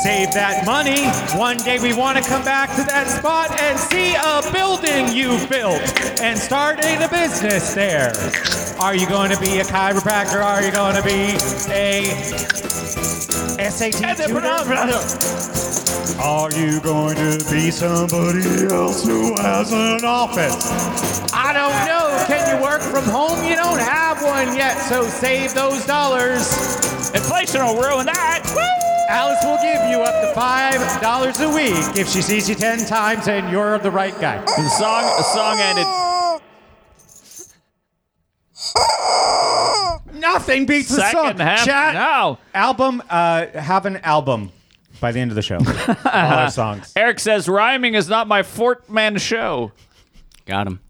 Speaker 1: Save that money. One day we want to come back to that spot and see a building you've built and starting a business there. Are you going to be a chiropractor? Are you going to be a SAT tutor? Are you going to be somebody else who has an office? I don't know. Can you work from home? You don't have one yet, so save those dollars. Inflation will ruin that. Alice will give you up to five dollars a week if she sees you ten times and you're the right guy. The song, the song ended.
Speaker 2: Nothing beats the song. Chat
Speaker 1: No.
Speaker 2: album. Uh, have an album by the end of the show. All our songs.
Speaker 1: Eric says rhyming is not my fort man show.
Speaker 5: Got him.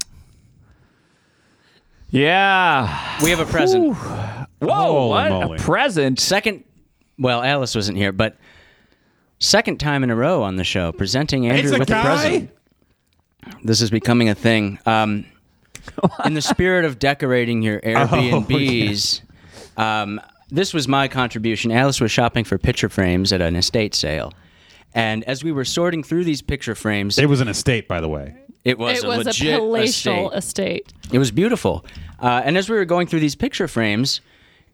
Speaker 1: Yeah.
Speaker 5: We have a present.
Speaker 1: Whoa.
Speaker 4: Holy
Speaker 1: what
Speaker 4: moly.
Speaker 1: a present.
Speaker 5: Second, well, Alice wasn't here, but second time in a row on the show, presenting Andrew
Speaker 4: It's a
Speaker 5: with
Speaker 4: guy?
Speaker 5: a present. This is becoming a thing. Um,
Speaker 4: Oh,
Speaker 5: in the spirit of decorating your Airbnbs, um, this was my contribution. Alice was shopping for picture frames at an estate sale. And as we were sorting through these picture frames,
Speaker 4: It was an estate, by the way.
Speaker 5: it was,
Speaker 6: it
Speaker 5: a
Speaker 6: was a
Speaker 5: legit
Speaker 6: palatial
Speaker 5: estate.
Speaker 6: estate.
Speaker 5: It was beautiful. Uh, and as we were going through these picture frames,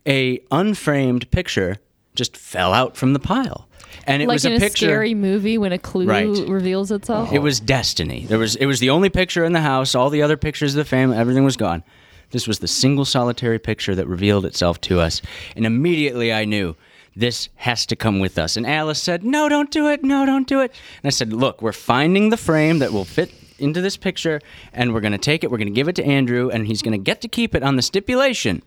Speaker 5: a unframed picture just fell out from the pile. And it
Speaker 6: like
Speaker 5: was
Speaker 6: in
Speaker 5: a
Speaker 6: a
Speaker 5: picture
Speaker 6: scary movie when a clue
Speaker 5: Right.
Speaker 6: reveals itself.
Speaker 5: It was destiny. There was it was the only picture in the house. All the other pictures of the family, everything was gone. This was the single solitary picture that revealed itself to us, and immediately I knew this has to come with us. And Alice said, "No, don't do it. No, don't do it." And I said, "Look, we're finding the frame that will fit into this picture, and we're going to take it. We're going to give it to Andrew, and he's going to get to keep it on the stipulation."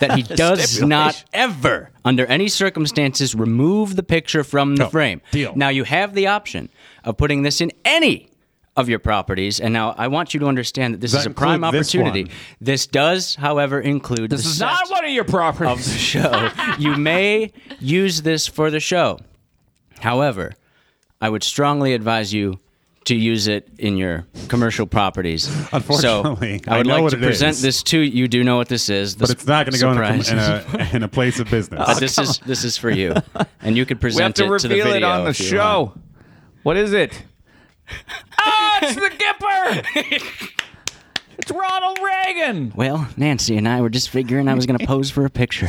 Speaker 5: that he does not ever, under any circumstances, remove the picture from the frame.
Speaker 4: deal.
Speaker 5: Now you have the option of putting this in any of your properties, and now I want you to understand that this
Speaker 4: Does
Speaker 5: is
Speaker 4: that
Speaker 5: a prime
Speaker 4: include this
Speaker 5: opportunity.
Speaker 4: one?
Speaker 5: This, does, however, include
Speaker 2: This
Speaker 5: the
Speaker 2: is
Speaker 5: set
Speaker 2: not one of your properties.
Speaker 5: of the show. you may use this for the show. However, I would strongly advise you to use it in your commercial properties.
Speaker 4: Unfortunately,
Speaker 5: so
Speaker 4: I
Speaker 5: I would
Speaker 4: know
Speaker 5: like
Speaker 4: what
Speaker 5: to
Speaker 4: it
Speaker 5: present
Speaker 4: is.
Speaker 5: this to you. Do know what this is,
Speaker 4: But it's not going to go in a,
Speaker 5: surprise.
Speaker 4: in, a, in a place of
Speaker 5: But
Speaker 4: business.
Speaker 5: this is this is for you, and you could
Speaker 2: we have
Speaker 5: present
Speaker 2: to
Speaker 5: it to the
Speaker 2: reveal
Speaker 5: video
Speaker 2: it on the
Speaker 5: if you want.
Speaker 2: show. What is it? oh, it's the Gipper. it's Ronald Reagan.
Speaker 5: Well, Nancy and I were just figuring I was going to pose for a picture,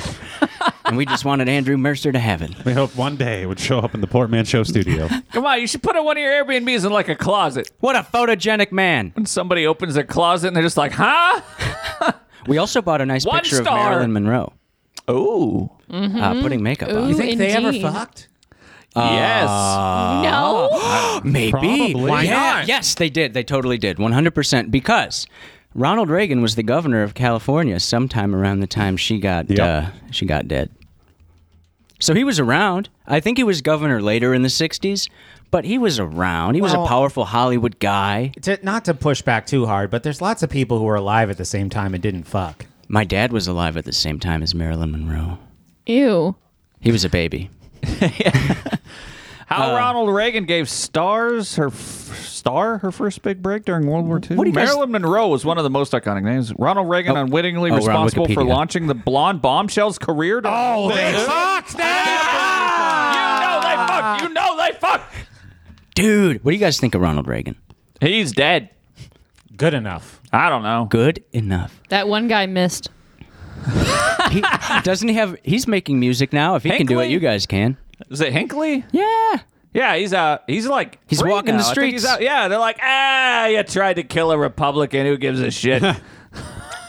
Speaker 5: and we just wanted Andrew Mercer to have it.
Speaker 4: we hope one day it would show up in the Portman Show studio.
Speaker 2: Come on, you should put it in one of your Airbnbs in like a closet.
Speaker 5: What a photogenic man!
Speaker 2: And somebody opens their closet and they're just like, huh?
Speaker 5: We also bought a nice
Speaker 2: One
Speaker 5: picture
Speaker 2: star.
Speaker 5: of Marilyn Monroe
Speaker 2: Oh.
Speaker 5: uh, putting makeup on.
Speaker 6: Ooh, indeed.
Speaker 2: yes.
Speaker 6: No,
Speaker 5: Ah. Maybe.
Speaker 4: Probably. Why
Speaker 5: Yeah.
Speaker 4: not?
Speaker 5: Yes, they did. They totally did. 100%. Because Ronald Reagan was the governor of California sometime around the time she got
Speaker 4: Yep.
Speaker 5: uh, she got dead. So he was around. I think he was governor later in the 60s, but he was around. He was a
Speaker 1: Well-
Speaker 5: powerful Hollywood guy.
Speaker 1: To, not to push back too hard, but there's lots of people who were alive at the same time and didn't fuck.
Speaker 5: My dad was alive at the same time as Marilyn Monroe.
Speaker 6: ew.
Speaker 5: He was a baby.
Speaker 2: How Ronald Reagan gave stars her f- star her first big break during World War II.
Speaker 5: What do you guys-
Speaker 2: Marilyn Monroe was one of the most iconic names. Ronald Reagan unwittingly
Speaker 5: Oh, we're on
Speaker 2: responsible for
Speaker 5: Wikipedia.
Speaker 2: launching the blonde bombshell's career. Oh, they fucked that! You know they fucked. You know they fucked.
Speaker 5: Dude, what do you guys think of Ronald Reagan?
Speaker 2: He's dead.
Speaker 1: Good enough.
Speaker 2: I don't know.
Speaker 5: Good enough.
Speaker 6: That one guy missed.
Speaker 5: He Ah. doesn't he have he's making music now. If he can do it,
Speaker 2: Hinckley?
Speaker 5: you guys can.
Speaker 2: Is it Hinckley?
Speaker 5: Yeah.
Speaker 2: Yeah, he's uh he's like
Speaker 5: He's
Speaker 2: free
Speaker 5: walking the
Speaker 2: now. I think he's
Speaker 5: streets.
Speaker 2: out. Yeah, they're like, ah, you tried to kill a Republican. Who gives a shit?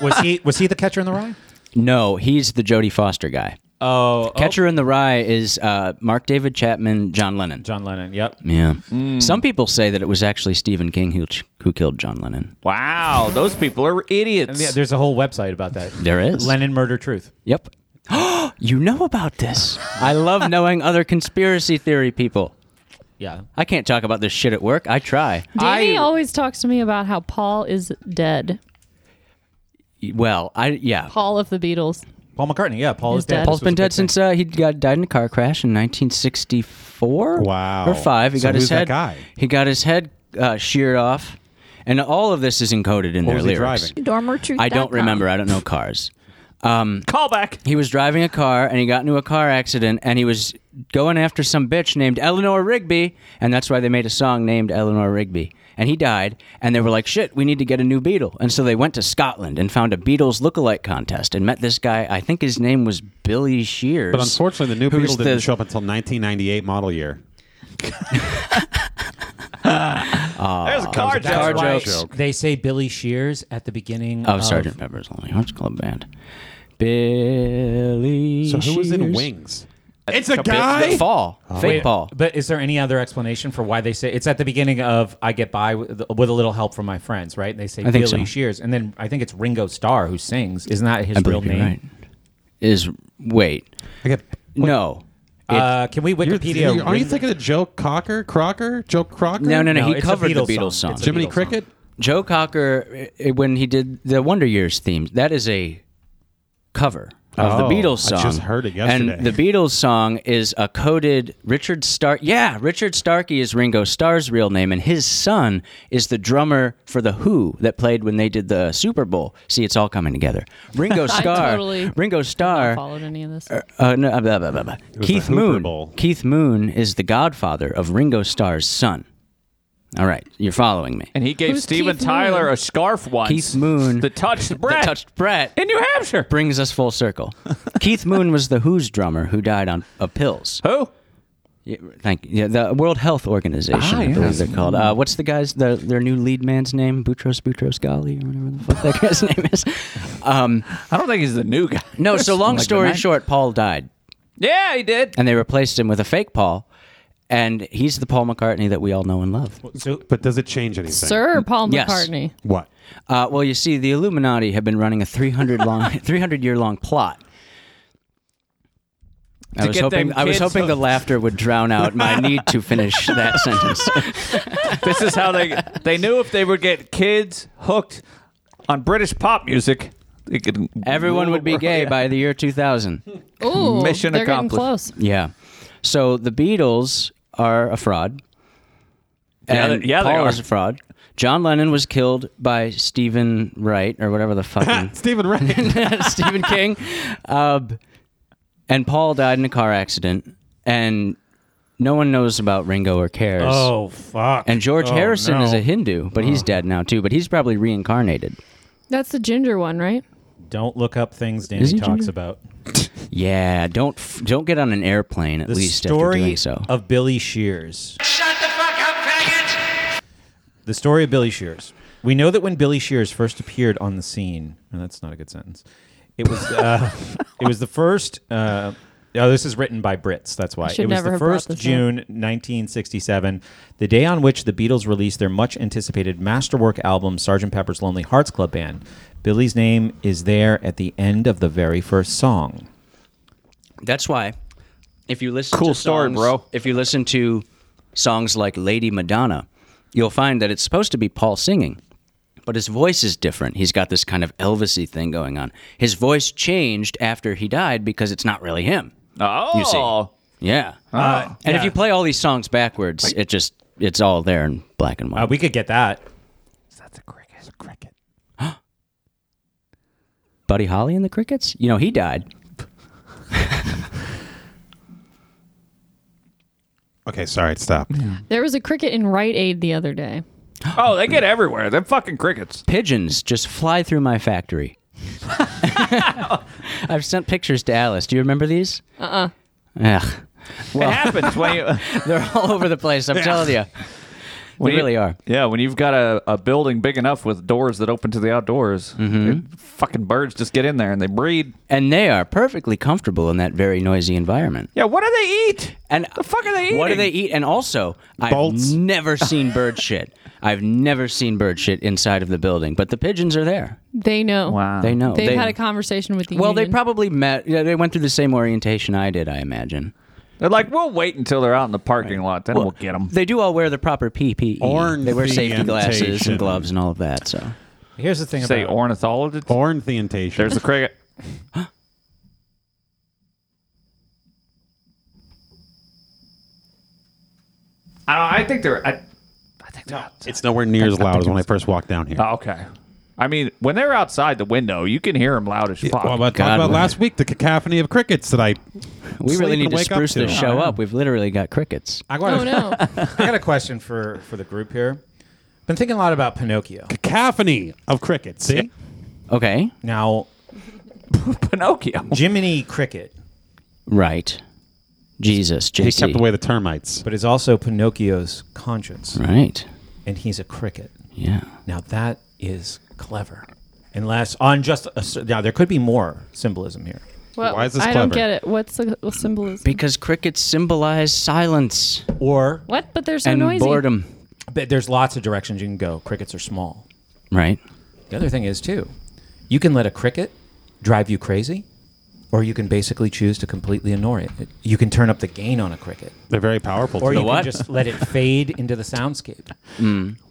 Speaker 1: Was he was he the catcher in the rye?
Speaker 5: No, he's the Jodie Foster guy.
Speaker 1: Oh,
Speaker 5: Catcher in the Rye is uh, Mark David Chapman, John Lennon.
Speaker 1: John Lennon. Yep. Mm.
Speaker 5: Yeah. Some people say that it was actually Stephen King who, ch- who killed John Lennon.
Speaker 2: wow, those people are idiots.
Speaker 1: Yeah, there's a whole website about that.
Speaker 5: There is.
Speaker 1: Lennon Murder Truth.
Speaker 5: Yep. you know about this. I love knowing other conspiracy theory people.
Speaker 1: Yeah.
Speaker 5: I can't talk about this shit at work. I try.
Speaker 6: Danny
Speaker 1: I-
Speaker 6: always talks to me about how Paul is dead.
Speaker 5: Well, I yeah.
Speaker 6: Paul of the Beatles.
Speaker 1: Paul McCartney. Yeah, Paul
Speaker 6: He's
Speaker 1: is dead.
Speaker 6: dead.
Speaker 1: This
Speaker 5: Paul's
Speaker 1: was
Speaker 5: been
Speaker 1: a
Speaker 5: dead
Speaker 1: big
Speaker 5: since uh, he got died in a car crash in 1964.
Speaker 4: Wow.
Speaker 5: Or five. He
Speaker 4: So
Speaker 5: got
Speaker 4: who's
Speaker 5: his
Speaker 4: that
Speaker 5: head.
Speaker 4: guy?
Speaker 5: He got his head uh, sheared off, and all of this is encoded in
Speaker 4: What
Speaker 5: their
Speaker 4: was he
Speaker 5: lyrics.
Speaker 4: driving?
Speaker 5: I don't remember. I don't know cars. Um,
Speaker 2: Callback.
Speaker 5: He was driving a car and he got into a car accident and he was going after some bitch named Eleanor Rigby and that's why they made a song named Eleanor Rigby. And he died and they were like, "Shit, we need to get a new Beatle." And so they went to Scotland and found a Beatles lookalike contest and met this guy. I think his name was Billy Shears.
Speaker 4: But unfortunately, the new
Speaker 5: who's
Speaker 4: Beatle didn't
Speaker 5: the-
Speaker 4: show up until 1998 model year.
Speaker 2: there's a car
Speaker 1: That's
Speaker 4: Car
Speaker 2: joke.
Speaker 1: why
Speaker 4: jokes. joke.
Speaker 1: They say Billy Shears at the beginning.
Speaker 5: of
Speaker 1: of
Speaker 5: Oh, Sergeant Pepper's Lonely Hearts Club Band. Billy
Speaker 4: So who was in
Speaker 5: Shears.
Speaker 4: Wings? It's a
Speaker 5: Big Fall. Fake
Speaker 1: Wait,
Speaker 5: Paul.
Speaker 1: But is there any other explanation for why they say it's at the beginning of "I Get By with, with a Little Help from My Friends"? Right? They say
Speaker 5: I
Speaker 1: Billy
Speaker 5: think so.
Speaker 1: Shears, and then I think it's Ringo Starr who sings. Isn't that his
Speaker 5: I
Speaker 1: real
Speaker 5: believe you're
Speaker 1: name?
Speaker 5: right. Is wait.
Speaker 4: I get,
Speaker 5: No.
Speaker 1: Uh, can we
Speaker 4: you're,
Speaker 1: Wikipedia?
Speaker 4: you're- are you
Speaker 1: Ringo-
Speaker 4: thinking of Joe Cocker? Crocker? Joe Crocker?
Speaker 5: No, no, no.
Speaker 1: No,
Speaker 5: he
Speaker 1: it's a
Speaker 5: covered
Speaker 1: Beatles
Speaker 5: the Beatles
Speaker 1: song.
Speaker 5: song.
Speaker 1: It's a
Speaker 4: Jiminy
Speaker 1: Beatles
Speaker 4: Cricket?
Speaker 5: Joe Cocker, eh, eh, when he did the Wonder Years theme, that is a cover of
Speaker 4: Oh,
Speaker 5: the Beatles
Speaker 4: I
Speaker 5: song.
Speaker 4: just heard it yesterday.
Speaker 5: And the Beatles song is a coded Richard Stark. Yeah, Richard Starkey is Ringo Starr's real name, and his son is the drummer for the Who that played when they did the Super Bowl. See, it's all coming together. Ringo Starr.
Speaker 6: totally
Speaker 5: Ringo Starr.
Speaker 6: followed any of this.
Speaker 5: Uh, no, uh, blah, blah, blah, blah.
Speaker 4: was
Speaker 5: Keith
Speaker 4: the Hooper
Speaker 5: Moon.
Speaker 4: Bowl.
Speaker 5: Keith Moon is the godfather of Ringo Starr's son. All right, you're following me.
Speaker 2: And he gave
Speaker 6: Who's
Speaker 2: Steven
Speaker 6: Keith
Speaker 2: Tyler
Speaker 6: Moon?
Speaker 2: a scarf once.
Speaker 5: Keith Moon.
Speaker 2: That touched
Speaker 5: That
Speaker 2: Brett.
Speaker 5: touched Brett.
Speaker 2: in New Hampshire.
Speaker 5: brings us full circle. Keith Moon was the WHO's drummer who died on of pills.
Speaker 2: Who?
Speaker 5: Yeah, thank you. Yeah, the World Health Organization,
Speaker 4: Ah,
Speaker 5: I believe they're called. Uh, what's the guy's the, their new lead man's name? Boutros Boutros Ghali or whatever the fuck that guy's name is. Um,
Speaker 2: I don't think he's the new guy.
Speaker 5: no, so long
Speaker 2: Like the
Speaker 5: story
Speaker 2: nine-
Speaker 5: short, Paul died,
Speaker 2: Yeah, he did.
Speaker 5: and they replaced him with a fake Paul, and he's the Paul McCartney that we all know and love.
Speaker 4: But does it change anything?
Speaker 6: Sir Paul
Speaker 5: Yes.
Speaker 6: McCartney.
Speaker 4: What?
Speaker 5: Uh, well, you see, the Illuminati have been running a 300 long, 300 year long plot. I
Speaker 2: To
Speaker 5: was
Speaker 2: get
Speaker 5: hoping
Speaker 2: them
Speaker 5: I was
Speaker 2: kids
Speaker 5: hoping the laughter would drown out my need to finish that sentence.
Speaker 2: This is how they they knew if they would get kids hooked on British pop music, they could
Speaker 5: Everyone would be gay
Speaker 2: Yeah.
Speaker 5: by the year 2000.
Speaker 6: Ooh,
Speaker 2: Mission
Speaker 6: they're
Speaker 2: accomplished.
Speaker 6: getting close.
Speaker 5: Yeah. So the Beatles are a fraud.
Speaker 2: Yeah,
Speaker 5: And
Speaker 2: they- yeah, they
Speaker 5: Paul
Speaker 2: are.
Speaker 5: is a fraud. John Lennon was killed by Stephen Wright or whatever the fucking
Speaker 4: Stephen Wright.
Speaker 5: Stephen King. Um, and Paul died in a car accident, and no one knows about Ringo or cares.
Speaker 3: Oh fuck!
Speaker 5: And George
Speaker 3: Oh,
Speaker 5: Harrison
Speaker 3: no.
Speaker 5: is a Hindu, but he's dead now too. But he's probably reincarnated.
Speaker 6: That's the ginger one, right?
Speaker 3: Don't look up things Danny
Speaker 5: he
Speaker 3: talks
Speaker 5: ginger?
Speaker 3: about.
Speaker 5: Yeah, don't f- don't get on an airplane at
Speaker 3: The
Speaker 5: least after
Speaker 3: story
Speaker 5: doing so.
Speaker 3: of Billy Shears. Shut the fuck up, faggot! The story of Billy Shears. We know that when Billy Shears first appeared on the scene, and that's not a good sentence. It was uh, it was the first. Uh, oh, this is written by Brits. That's why
Speaker 6: should
Speaker 3: it was
Speaker 6: never
Speaker 3: the
Speaker 6: have brought
Speaker 3: first
Speaker 6: this up.
Speaker 3: June 1967, the day on which the Beatles released their much-anticipated masterwork album, Sgt. Pepper's Lonely Hearts Club Band. Billy's name is there at the end of the very first song.
Speaker 5: That's why if you listen
Speaker 2: Cool
Speaker 5: to
Speaker 2: story,
Speaker 5: songs-
Speaker 2: bro.
Speaker 5: If you listen to songs like Lady Madonna, you'll find that it's supposed to be Paul singing, but his voice is different. He's got this kind of Elvisy thing going on. His voice changed after he died because it's not really him.
Speaker 2: Oh,
Speaker 5: You see. Yeah. Uh, and if you play all these songs backwards, it just it's all there in black and white.
Speaker 3: Uh, we could get that.
Speaker 2: that's a cricket. That's a cricket.
Speaker 5: Buddy Holly and the Crickets? You know, he died.
Speaker 4: okay, sorry, stop.
Speaker 6: There was a cricket in Rite Aid the other day.
Speaker 2: Oh, they get everywhere. They're fucking crickets.
Speaker 5: Pigeons just fly through my factory. I've sent pictures to Alice. Do you remember these? Uh
Speaker 6: Uh-uh.
Speaker 5: uh Ugh.
Speaker 2: it happens when you
Speaker 5: They're all over the place, I'm telling you. We
Speaker 2: when you-
Speaker 5: really are.
Speaker 2: Yeah, when you've got a, a building big enough with doors that open to the outdoors,
Speaker 5: Mm-hmm.
Speaker 2: it- fucking birds just get in there and they breed.
Speaker 5: And they are perfectly comfortable in that very noisy environment.
Speaker 2: Yeah, what do they eat?
Speaker 5: And
Speaker 2: the fuck are they
Speaker 5: What do
Speaker 2: eating?
Speaker 5: they eat? And also,
Speaker 4: Bolts.
Speaker 5: I've never seen bird shit. I've never seen bird shit inside of the building, but the pigeons are there.
Speaker 6: They know.
Speaker 5: They know.
Speaker 6: They've
Speaker 5: They-
Speaker 6: had a conversation with the
Speaker 5: Well, they
Speaker 6: union.
Speaker 5: probably met. Yeah, they went through the same orientation I did, I imagine.
Speaker 2: They're like, we'll wait until they're out in the parking lot, then we'll, get them.
Speaker 5: They do all wear the proper PPE. They wear safety glasses
Speaker 4: Orientation.
Speaker 5: and gloves and all of that. So
Speaker 3: Here's the thing
Speaker 2: Say
Speaker 3: about
Speaker 2: ornithologist.
Speaker 4: Oh. Ornithentation.
Speaker 2: There's the cricket. I don't. I think they're. I, I think they're. out.
Speaker 4: it's nowhere near as loud as when I first walked down here.
Speaker 2: Oh, okay. I mean, when they're outside the window, you can hear them loud as fuck.
Speaker 4: Well, but talk
Speaker 5: God,
Speaker 4: about
Speaker 5: woman.
Speaker 4: last week the cacophony of crickets that I
Speaker 5: we
Speaker 4: Sleep
Speaker 5: really
Speaker 4: and
Speaker 5: need to
Speaker 4: wake up
Speaker 5: spruce
Speaker 4: to
Speaker 5: this
Speaker 4: it.
Speaker 5: show up. We've literally got crickets.
Speaker 3: I
Speaker 6: Oh
Speaker 3: got, a,
Speaker 6: no!
Speaker 3: I got a question for for the group here. Been thinking a lot about Pinocchio.
Speaker 4: cacophony of crickets. See,
Speaker 5: Okay,
Speaker 3: Now,
Speaker 2: Pinocchio.
Speaker 3: Jiminy Cricket,
Speaker 5: right. Jesus,
Speaker 4: he
Speaker 5: JC.
Speaker 4: kept away the termites.
Speaker 3: but is also Pinocchio's conscience,
Speaker 5: Right.
Speaker 3: and he's a cricket.
Speaker 5: Yeah.
Speaker 3: Now that is clever. Unless on just a, cer- now there could be more symbolism here.
Speaker 6: Well,
Speaker 4: Why is this
Speaker 6: I don't
Speaker 4: clever?
Speaker 6: get it. What's the what's symbolism?
Speaker 5: Because crickets symbolize silence
Speaker 3: Or
Speaker 6: what? But they're so
Speaker 5: and
Speaker 6: noisy.
Speaker 5: boredom.
Speaker 3: but there's lots of directions you can go. Crickets are small.
Speaker 5: Right.
Speaker 3: The other thing is too, you can let a cricket drive you crazy, or you can basically choose to completely ignore it. You can turn up the gain on a cricket.
Speaker 4: They're very powerful.
Speaker 3: Or
Speaker 4: too.
Speaker 3: you can
Speaker 5: what?
Speaker 3: just let it fade into the soundscape.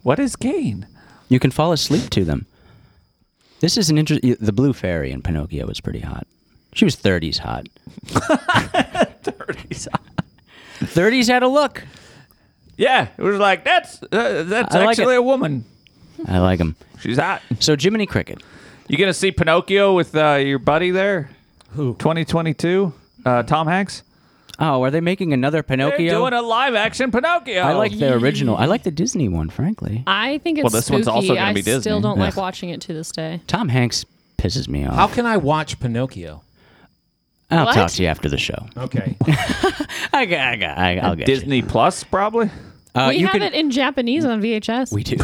Speaker 2: What is gain?
Speaker 5: You can fall asleep to them. This is an interesting. The blue fairy in Pinocchio is pretty hot. She was 30s hot. 30s hot. 30s had a look.
Speaker 2: Yeah, it was like that's uh, that's
Speaker 5: I like
Speaker 2: actually
Speaker 5: it.
Speaker 2: a woman.
Speaker 5: I like him.
Speaker 2: She's hot.
Speaker 5: So Jiminy Cricket.
Speaker 2: You gonna see Pinocchio with uh, your buddy there? Who? 2022. Uh, Tom Hanks.
Speaker 5: Oh, are they making another
Speaker 2: They're
Speaker 5: Pinocchio?
Speaker 2: doing a live action Pinocchio.
Speaker 5: I like the original. I like the Disney one, frankly.
Speaker 6: I think it's
Speaker 2: Well, this
Speaker 6: spooky.
Speaker 2: one's also gonna
Speaker 6: I
Speaker 2: be Disney.
Speaker 6: still don't like
Speaker 5: Ugh.
Speaker 6: watching it to this day.
Speaker 5: Tom Hanks pisses me off.
Speaker 3: How can I watch Pinocchio?
Speaker 5: I'll
Speaker 6: What?
Speaker 5: talk to you after the show.
Speaker 3: Okay.
Speaker 5: I, got- I, got- I, will get you.
Speaker 2: Disney Plus, probably.
Speaker 5: Uh,
Speaker 6: we
Speaker 5: you
Speaker 6: have
Speaker 5: can-
Speaker 6: it in Japanese on VHS.
Speaker 5: We do.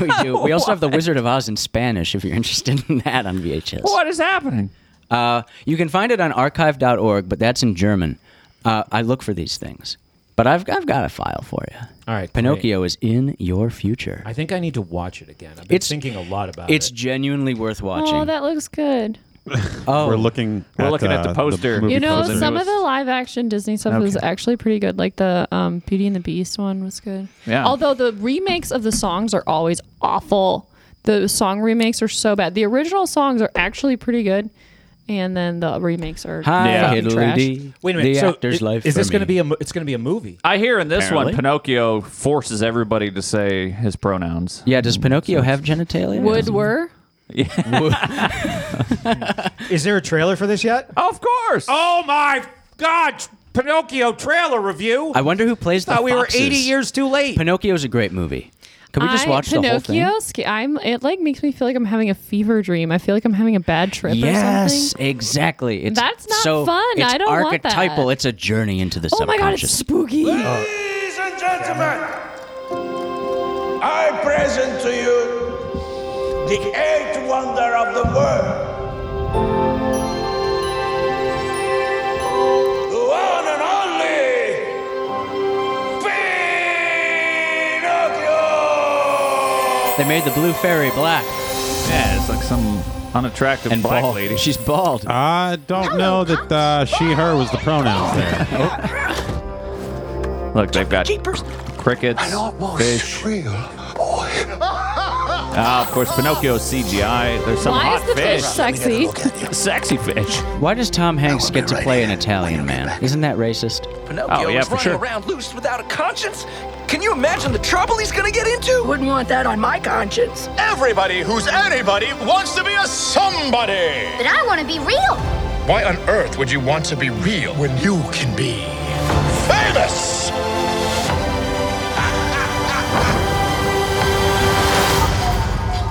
Speaker 5: we do. We also have The Wizard of Oz in Spanish if you're interested in that on VHS.
Speaker 2: What is happening?
Speaker 5: Uh, you can find it on archive.org, but that's in German. Uh, I look for these things, but I've, I've got a file for you.
Speaker 3: All right,
Speaker 5: Pinocchio is in your future.
Speaker 3: I think I need to watch it again. I've been
Speaker 5: It's-
Speaker 3: thinking a lot about
Speaker 5: it's
Speaker 3: it.
Speaker 5: genuinely worth watching.
Speaker 6: Oh, that looks good.
Speaker 5: Oh,
Speaker 4: We're looking. uh,
Speaker 2: We're looking at the poster.
Speaker 4: movie
Speaker 6: You know,
Speaker 4: poster.
Speaker 6: some of the live action Disney stuff was actually pretty good. Like the um, Beauty and the Beast one was good.
Speaker 2: Yeah.
Speaker 6: Although the remakes of the songs are always awful. The song remakes are so bad. The original songs are actually pretty good, and then the remakes are
Speaker 5: hi,
Speaker 2: Yeah.
Speaker 6: fucking trash.
Speaker 5: Hiddledy.
Speaker 3: Wait a minute.
Speaker 5: The
Speaker 3: so
Speaker 5: actor's
Speaker 3: i-
Speaker 5: life.
Speaker 3: is
Speaker 5: for
Speaker 3: this going to
Speaker 5: me.
Speaker 3: be a? mo- It's going to be a movie.
Speaker 2: I hear in this
Speaker 5: Apparently.
Speaker 2: one, Pinocchio forces everybody to say his pronouns.
Speaker 5: Yeah, does Pinocchio have genitalia?
Speaker 6: Would were.
Speaker 3: Is there a trailer for this yet?
Speaker 2: Of course.
Speaker 3: Oh my God! Pinocchio trailer review.
Speaker 5: I wonder who plays the
Speaker 3: thought we were
Speaker 5: foxes.
Speaker 3: 80 years too late.
Speaker 5: Pinocchio's a great movie. Can we just
Speaker 6: I-
Speaker 5: watch
Speaker 6: Pinocchio,
Speaker 5: the whole thing?
Speaker 6: sca- I'm. It like makes me feel like I'm having a fever dream. I feel like I'm having a bad trip or
Speaker 5: Yes,
Speaker 6: something.
Speaker 5: exactly. It's
Speaker 6: That's not
Speaker 5: so,
Speaker 6: fun.
Speaker 5: It's
Speaker 6: I don't want that.
Speaker 5: archetypal. It's a journey into the
Speaker 6: Oh my god, it's
Speaker 5: subconscious.
Speaker 6: spooky.
Speaker 10: Ladies and gentlemen, I present to you the eighth wonder of the world. The one and only Pinocchio!
Speaker 5: they made the blue fairy black
Speaker 2: Yeah, it's like some unattractive
Speaker 5: and
Speaker 2: black
Speaker 5: bald.
Speaker 2: lady. Uh,
Speaker 5: She's bald.
Speaker 4: I don't know that uh, she, her was the pronouns there.
Speaker 2: Look, they've got crickets, fish. Ah, of course, Pinocchio's CGI. There's some
Speaker 6: Why
Speaker 2: hot
Speaker 6: is the fish, sexy?
Speaker 2: Sexy fish.
Speaker 5: Why does Tom Hanks get to play an Italian man? Isn't that racist?
Speaker 2: Oh, yeah, for sure.
Speaker 7: Wouldn't want that on my conscience.
Speaker 10: Everybody who's anybody wants to be a somebody!
Speaker 12: But I want to be real.
Speaker 10: Why on earth would you want to be real when you can be famous?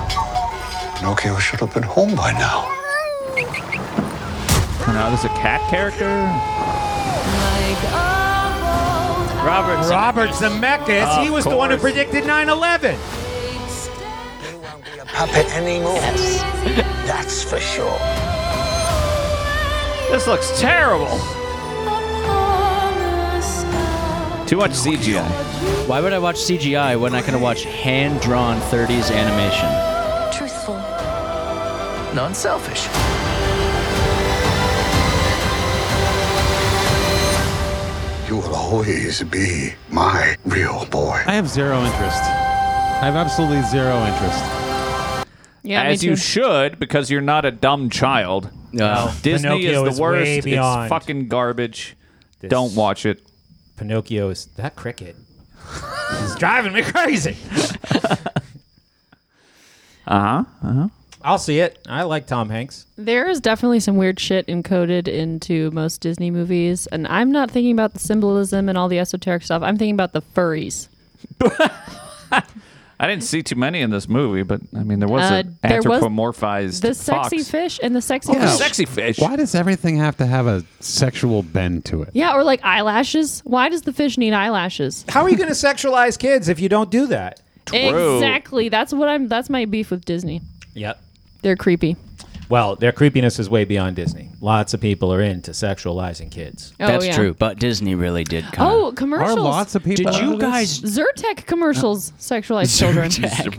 Speaker 8: Pinocchio should have been home by now.
Speaker 2: Now Oh, there's a cat character. Robert.
Speaker 3: Robert Zemeckis. he was the one who
Speaker 2: course.
Speaker 3: predicted 9/11.
Speaker 10: You won't be a puppet anymore. That's for sure.
Speaker 2: This looks terrible. Too much CGI.
Speaker 5: Why would I watch CGI when I could watch hand drawn 30s
Speaker 6: Oh.
Speaker 5: animation?
Speaker 12: Truthful.
Speaker 10: Non-selfish.
Speaker 8: You will always be my real boy.
Speaker 4: I have zero interest. I have absolutely zero interest.
Speaker 6: Yeah, me
Speaker 2: As you
Speaker 6: too.
Speaker 2: should, because you're not a dumb child.
Speaker 5: No.
Speaker 2: Disney
Speaker 3: Pinocchio
Speaker 2: is
Speaker 3: is
Speaker 2: the worst.
Speaker 3: way beyond.
Speaker 2: It's fucking garbage. Don't watch it.
Speaker 3: Pinocchio is that cricket. It's driving me crazy. uh huh. Uh
Speaker 6: Uh-huh.
Speaker 3: huh. I'll see it. I like Tom Hanks.
Speaker 6: There is definitely some weird shit encoded into most Disney movies, and I'm not thinking about the symbolism and all the esoteric stuff. I'm thinking about the furries.
Speaker 2: I didn't see too many in this movie, but I mean, there was
Speaker 6: Uh,
Speaker 2: an
Speaker 6: there was
Speaker 2: anthropomorphized
Speaker 6: The sexy
Speaker 2: fox.
Speaker 6: fish and the sexy
Speaker 2: The
Speaker 6: fish.
Speaker 2: sexy fish.
Speaker 4: Why does everything have to have a sexual bend to it?
Speaker 6: Yeah, or like eyelashes. Why does the fish need eyelashes?
Speaker 3: How are you going to sexualize kids if you don't do that?
Speaker 6: Exactly. That's what I'm. That's my beef with Disney.
Speaker 3: Yep.
Speaker 6: They're creepy.
Speaker 3: Well, their creepiness is way beyond Disney. Lots of people are into sexualizing kids.
Speaker 6: Oh,
Speaker 5: That's
Speaker 6: yeah.
Speaker 5: true, but Disney really did come.
Speaker 6: Oh,
Speaker 4: Are
Speaker 6: commercials.
Speaker 4: lots of people?
Speaker 5: did you
Speaker 4: into this?
Speaker 5: guys?
Speaker 6: Zyrtec
Speaker 5: Uh,
Speaker 6: commercials sexualize children.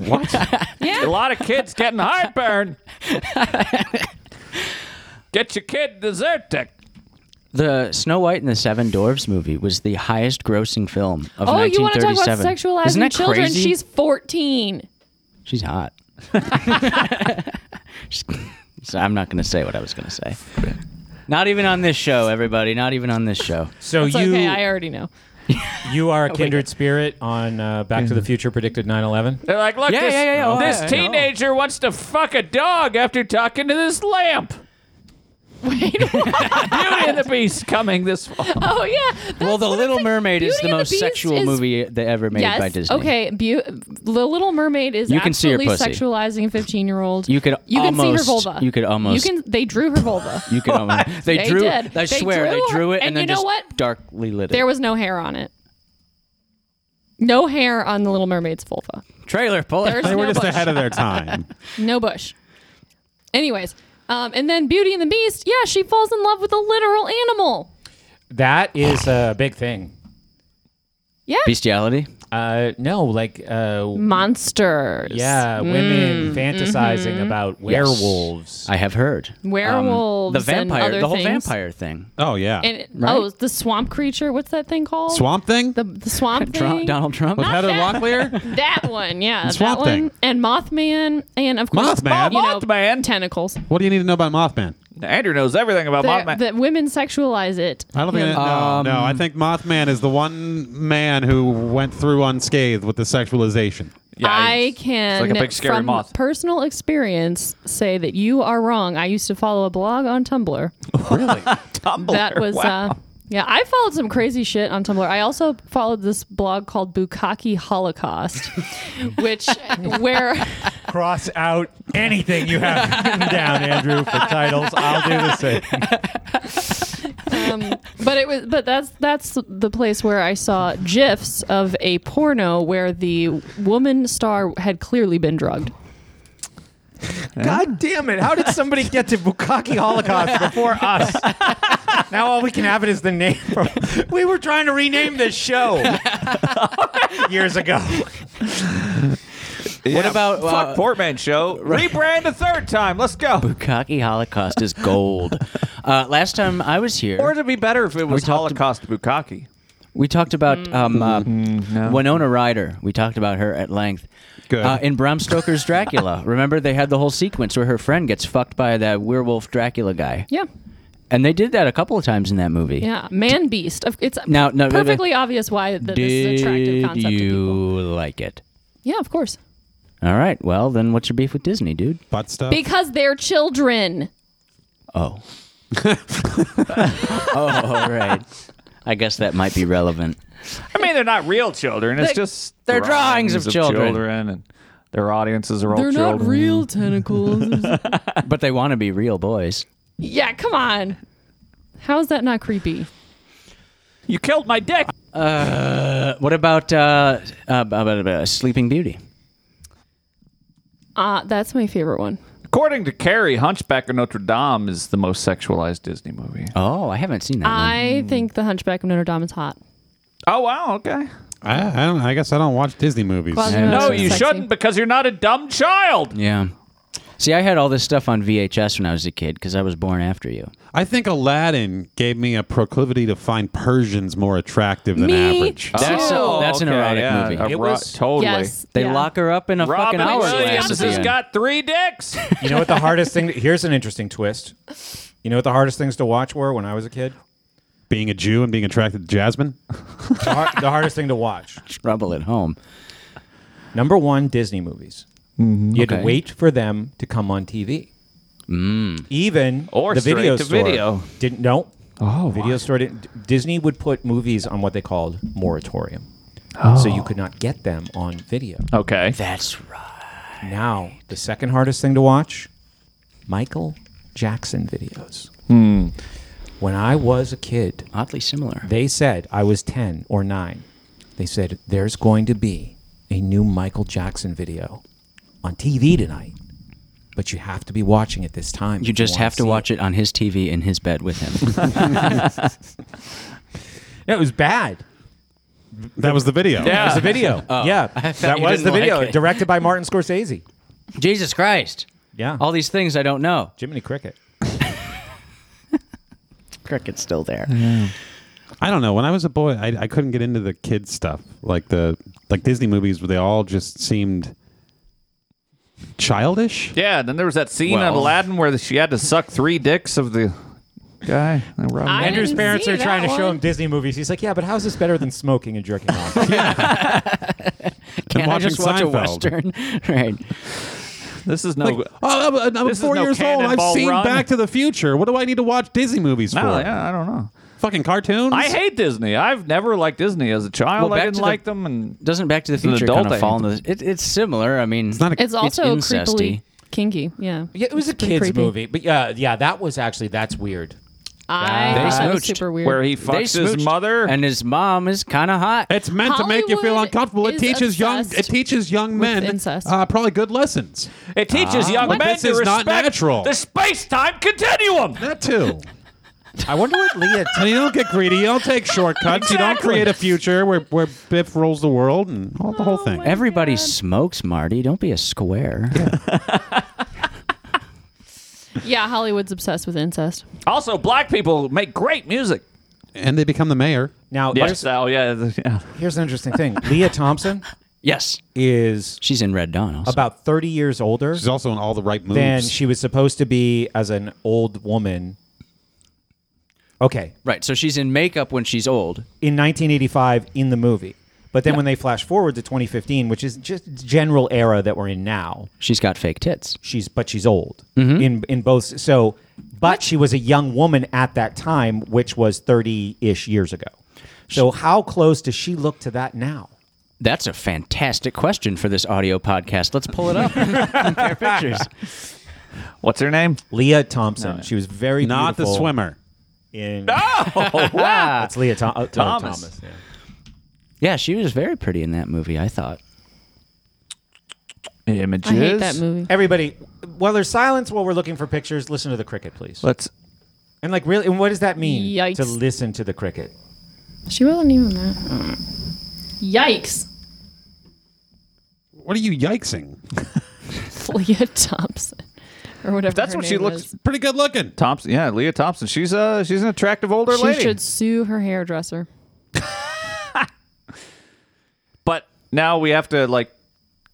Speaker 2: What? A lot of kids getting heartburn. Get your kid dessert tech.
Speaker 5: The Snow White and the Seven Dwarfs movie was the highest grossing film of
Speaker 6: Oh, you want to talk
Speaker 5: 1937.
Speaker 6: about sexualizing
Speaker 5: Isn't that
Speaker 6: children?
Speaker 5: crazy?
Speaker 6: She's 14.
Speaker 5: She's hot. So I'm not going to say what I was going to say. Not even on this show, everybody. Not even on this show.
Speaker 3: So
Speaker 6: It's
Speaker 3: you
Speaker 6: okay. I already know.
Speaker 3: you are a kindred spirit on uh, Back to the Future predicted 9/11.
Speaker 2: They're like, look,
Speaker 5: Yeah,
Speaker 2: this,
Speaker 5: yeah, yeah, yeah. Oh,
Speaker 2: this
Speaker 5: yeah, yeah.
Speaker 2: teenager wants to fuck a dog after talking to this lamp.
Speaker 6: Wait.
Speaker 2: Beauty and the Beast coming this fall.
Speaker 6: oh yeah.
Speaker 5: Well, The Little Mermaid is
Speaker 6: Beauty
Speaker 5: the
Speaker 6: and the
Speaker 5: most
Speaker 6: Beast
Speaker 5: sexual
Speaker 6: is-
Speaker 5: movie they ever made
Speaker 6: yes.
Speaker 5: by Disney.
Speaker 6: Okay. Beau- the Little Mermaid is
Speaker 5: You can see her
Speaker 6: absolutely
Speaker 5: pussy.
Speaker 6: sexualizing a 15 year old.
Speaker 5: You could
Speaker 6: you can
Speaker 5: almost.
Speaker 6: see her vulva.
Speaker 5: You could almost.
Speaker 6: You can. They drew her vulva.
Speaker 5: You can almost. They,
Speaker 6: They
Speaker 5: drew.
Speaker 6: did.
Speaker 5: I
Speaker 6: They drew
Speaker 5: swear, they drew it
Speaker 6: her-
Speaker 5: and,
Speaker 6: and
Speaker 5: then
Speaker 6: you know
Speaker 5: just
Speaker 6: what?
Speaker 5: darkly lit it.
Speaker 6: There was no hair on it. No hair on the Little Mermaid's vulva.
Speaker 5: Trailer pull it.
Speaker 6: There's
Speaker 4: They
Speaker 6: no
Speaker 4: were just
Speaker 6: bush.
Speaker 4: ahead of their time.
Speaker 6: No bush. Anyways, um, and then Beauty and the Beast. Yeah, she falls in love with a literal animal.
Speaker 3: That is a big thing.
Speaker 6: Yeah.
Speaker 5: Bestiality.
Speaker 3: Uh, no, like uh,
Speaker 6: Monsters.
Speaker 3: yeah, women fantasizing about werewolves.
Speaker 5: I have heard. Um,
Speaker 6: Werewolves.
Speaker 5: the vampire.
Speaker 6: And other
Speaker 5: the whole
Speaker 6: things.
Speaker 5: vampire thing.
Speaker 4: Oh yeah.
Speaker 6: And it- oh, the swamp creature. What's that thing called?
Speaker 4: Swamp Thing
Speaker 6: The, the swamp
Speaker 5: Trump-
Speaker 6: thing.
Speaker 5: Donald Trump.
Speaker 4: with Heather
Speaker 6: that.
Speaker 4: Locklear.
Speaker 6: That one. Yeah.
Speaker 4: Swamp
Speaker 6: that
Speaker 4: Thing.
Speaker 6: one. And Mothman. And of course,
Speaker 4: Mothman?
Speaker 6: You know,
Speaker 2: Mothman?
Speaker 6: Tentacles.
Speaker 4: what do you need to know about Mothman?
Speaker 2: Andrew knows everything about
Speaker 6: That-
Speaker 2: Mothman.
Speaker 6: That women sexualize it.
Speaker 4: I don't think. I, no,
Speaker 6: Um,
Speaker 4: no. I think Mothman is the one man who went through unscathed with the sexualization.
Speaker 2: Yeah,
Speaker 6: I
Speaker 2: it's-
Speaker 6: can,
Speaker 2: It's like a big scary
Speaker 6: from
Speaker 2: moth.
Speaker 6: personal experience, say that you are wrong. I used to follow a blog on Tumblr.
Speaker 4: Really?
Speaker 2: Tumblr.
Speaker 6: That was,
Speaker 2: Wow.
Speaker 6: uh, yeah, I followed some crazy shit on Tumblr. I also followed this blog called Bukaki Holocaust, which where
Speaker 3: Cross out anything you have written down, Andrew, for titles. I'll do the same.
Speaker 6: um, but it was but that's that's the place where I saw gifs of a porno where the woman star had clearly been drugged.
Speaker 3: God damn it! How did somebody get to Bukaki Holocaust before us? Now all we can have it is the name. From, we were trying to rename this show years ago.
Speaker 5: What about
Speaker 2: Fuck
Speaker 5: uh,
Speaker 2: Portman Show. Rebrand a third time. Let's go.
Speaker 5: Bukaki Holocaust is gold. uh, last time I was here,
Speaker 2: Or it'd be better if it was
Speaker 5: talked
Speaker 2: Holocaust Bukaki.
Speaker 5: we talked
Speaker 6: Mm.
Speaker 5: about um, uh, Winona Ryder. We talked about her at length.
Speaker 4: Good.
Speaker 5: Uh, in Bram Stoker's Dracula, remember they had the whole sequence where her friend gets fucked by that werewolf Dracula guy,
Speaker 6: Yeah,
Speaker 5: and they did that a couple of times in that movie.
Speaker 6: yeah, man beast. It's
Speaker 5: Now- now-
Speaker 6: perfectly obvious why that this
Speaker 5: Did
Speaker 6: is attractive concept to people.
Speaker 5: you like it?
Speaker 6: Yeah, of course.
Speaker 5: All right. Well, then what's your beef with Disney, dude?
Speaker 4: Butt stuff.
Speaker 6: Because they're children.
Speaker 5: Oh. oh, all right. I guess that might be relevant.
Speaker 2: I mean, they're not real children. It's
Speaker 5: They-
Speaker 2: just
Speaker 5: they're drawings of children.
Speaker 2: and their audiences are all
Speaker 6: They're
Speaker 2: children.
Speaker 6: not real tentacles.
Speaker 5: But they want to be real boys.
Speaker 6: yeah, come on. How is that not creepy?
Speaker 2: You killed my dick.
Speaker 5: Uh, what about uh, uh, about, uh, Sleeping Beauty?
Speaker 6: Uh, that's my favorite one.
Speaker 2: According to Carrie, Hunchback of Notre Dame is the most sexualized Disney movie.
Speaker 5: Oh, I haven't seen that. one.
Speaker 6: I
Speaker 2: Mm.
Speaker 6: think The Hunchback of Notre Dame is hot.
Speaker 2: Oh wow, okay.
Speaker 4: I, I don't. I guess I don't watch Disney movies.
Speaker 6: Quasimodo
Speaker 2: No,
Speaker 6: is
Speaker 2: you
Speaker 6: sexy.
Speaker 2: shouldn't because you're not a dumb child.
Speaker 5: Yeah. See, I had all this stuff on VHS when I was a kid because I was born after you.
Speaker 4: I think Aladdin gave me a proclivity to find Persians more attractive than
Speaker 6: Me
Speaker 4: average.
Speaker 6: too.
Speaker 5: That's
Speaker 2: Oh,
Speaker 5: a- that's an erotic movie.
Speaker 2: Ero-
Speaker 3: It was-
Speaker 2: totally.
Speaker 6: Yes.
Speaker 5: They
Speaker 6: yeah.
Speaker 5: lock her up in a
Speaker 2: Robin
Speaker 5: fucking hourglass. at
Speaker 2: Williams
Speaker 5: the
Speaker 2: has
Speaker 5: end.
Speaker 2: got three dicks.
Speaker 3: You know what the hardest thing? Here's an interesting twist. You know what the hardest things to watch were when I was a kid?
Speaker 4: Being a Jew and being attracted to Jasmine.
Speaker 3: The, har- the hardest thing to watch.
Speaker 5: trouble at home.
Speaker 3: Number one, Disney movies. You had
Speaker 5: Okay.
Speaker 3: to wait for them to come on TV. Even
Speaker 2: Or
Speaker 3: the video
Speaker 2: straight to
Speaker 3: store
Speaker 2: video.
Speaker 3: didn't no. Oh, video store didn't. Disney would put movies on what they called moratorium, so you could not get them on video.
Speaker 2: okay.
Speaker 5: That's right.
Speaker 3: Now the second hardest thing to watch, Michael Jackson videos. When I was a kid,
Speaker 5: Oddly similar.
Speaker 3: they said I was 10 or 9. They said there's going to be a new Michael Jackson video on TV tonight, but you have to be watching it this time.
Speaker 5: you
Speaker 3: if
Speaker 5: just
Speaker 3: wanna
Speaker 5: have to
Speaker 3: see
Speaker 5: watch it on his TV in his bed with him.
Speaker 3: No, it was bad.
Speaker 4: That was the video.
Speaker 3: That was the video. Oh. yeah. That
Speaker 5: Oh. you
Speaker 3: was the
Speaker 5: didn't
Speaker 3: video
Speaker 5: like it.
Speaker 3: directed by Martin Scorsese.
Speaker 5: Jesus Christ.
Speaker 3: Yeah.
Speaker 5: All these things I don't know.
Speaker 3: Jiminy Cricket.
Speaker 5: Cricket's still there.
Speaker 4: I don't know. When I was a boy, I, I couldn't get into the kids stuff, like the like Disney movies, where they all just seemed childish.
Speaker 2: Yeah, then there was that scene in
Speaker 5: Well-
Speaker 2: Aladdin where she had to suck three dicks of the guy? That Rob
Speaker 6: I
Speaker 3: Andrew's
Speaker 6: didn't
Speaker 3: parents
Speaker 6: see
Speaker 3: are trying
Speaker 6: that
Speaker 3: to show
Speaker 6: one.
Speaker 3: him Disney movies. He's like, yeah, but how's this better than smoking and jerking off?
Speaker 5: Can't I
Speaker 4: watching
Speaker 5: just watch a
Speaker 4: Seinfeld.
Speaker 5: western? right.
Speaker 2: This is no.
Speaker 4: Like, oh, I'm, I'm
Speaker 2: This is
Speaker 4: four
Speaker 2: no
Speaker 4: years old. I've
Speaker 2: Cannonball
Speaker 4: seen
Speaker 2: Run.
Speaker 4: Back to the Future. What do I need to watch Disney movies for?
Speaker 2: no, yeah, I don't know.
Speaker 4: Fucking cartoons.
Speaker 2: I hate Disney. I've never liked Disney as a child.
Speaker 5: Well,
Speaker 2: I
Speaker 5: back
Speaker 2: didn't
Speaker 5: to the-
Speaker 2: like them, and
Speaker 5: Doesn't Back to the
Speaker 2: an
Speaker 5: Future
Speaker 2: adult,
Speaker 5: kind
Speaker 2: I
Speaker 5: of fall into this? It, it's similar. I mean,
Speaker 4: It's not a.
Speaker 6: It's also
Speaker 5: incesty.
Speaker 6: creepily kinky. Yeah.
Speaker 3: yeah, it was a
Speaker 6: pretty
Speaker 3: kids
Speaker 6: creepy.
Speaker 3: movie, but yeah, yeah, that was actually that's weird.
Speaker 6: I
Speaker 5: They
Speaker 6: thought that was
Speaker 5: smooched.
Speaker 6: super weird.
Speaker 2: where he
Speaker 5: they
Speaker 2: fucks his
Speaker 5: smooched,
Speaker 2: mother.
Speaker 5: and his mom is kind of hot.
Speaker 4: it's meant to make you feel
Speaker 6: Hollywood
Speaker 4: uncomfortable. It
Speaker 6: is
Speaker 4: teaches young. It
Speaker 6: obsessed
Speaker 4: teaches young men
Speaker 6: incest.
Speaker 4: uh, probably good lessons.
Speaker 2: it teaches young
Speaker 4: But
Speaker 2: men
Speaker 4: this
Speaker 2: to
Speaker 4: is not
Speaker 2: respect
Speaker 4: natural.
Speaker 2: the space-time continuum.
Speaker 4: That too.
Speaker 3: I wonder what Leah.
Speaker 4: I mean, you don't get greedy. You don't take shortcuts. You don't create a future where, where Biff rules the world and all, the whole thing.
Speaker 5: Everybody smokes, Marty. Don't be a square.
Speaker 6: Yeah, Hollywood's obsessed with incest.
Speaker 2: Also, black people make great music.
Speaker 4: And they become the mayor.
Speaker 3: Now,
Speaker 2: Yes.
Speaker 3: here's,
Speaker 2: Oh, yeah. the- yeah.
Speaker 3: here's an interesting thing. Leah Thompson
Speaker 5: yes,
Speaker 3: is
Speaker 5: she's in Red Dawn. Also.
Speaker 3: about 30 years older
Speaker 4: She's also in all the right moves.
Speaker 3: than she was supposed to be as an old woman. Okay,
Speaker 5: right, so she's in makeup when she's old.
Speaker 3: in 1985 in the movie. But then when they flash forward to 2015, which is just general era that we're in now,
Speaker 5: She's got fake tits.
Speaker 3: she's but she's old
Speaker 4: Mm-hmm.
Speaker 3: in in both. So, but she was a young woman at that time, which was 30-ish years ago. So how close does she look to that now?
Speaker 5: That's a fantastic question for this audio podcast. Let's pull it up. Compare pictures.
Speaker 2: What's her name?
Speaker 3: Leah Thompson. She was very
Speaker 4: not the
Speaker 3: beautiful
Speaker 4: swimmer.
Speaker 3: In
Speaker 2: Oh, wow.
Speaker 3: that's Leah Thom- uh, Thomas.
Speaker 2: Thomas.
Speaker 3: Thomas yeah.
Speaker 5: Yeah, she was very pretty in that movie. I thought.
Speaker 2: Images.
Speaker 6: I hate that movie.
Speaker 3: Everybody, while there's silence while we're looking for pictures, listen to the cricket, please.
Speaker 2: Let's.
Speaker 3: And like, really, and what does that mean? To
Speaker 6: Yikes.
Speaker 3: listen to the cricket.
Speaker 6: She wasn't even that. uh, Yikes.
Speaker 4: What are you yikesing?
Speaker 6: Leah Thompson. Or whatever.
Speaker 2: That's
Speaker 6: her
Speaker 2: what she
Speaker 6: name
Speaker 2: looks.
Speaker 6: is.
Speaker 4: Pretty good looking.
Speaker 2: Thompson. Yeah, Leah Thompson. She's uh she's an attractive older
Speaker 6: She
Speaker 2: lady.
Speaker 6: should sue her hairdresser.
Speaker 2: But now we have to like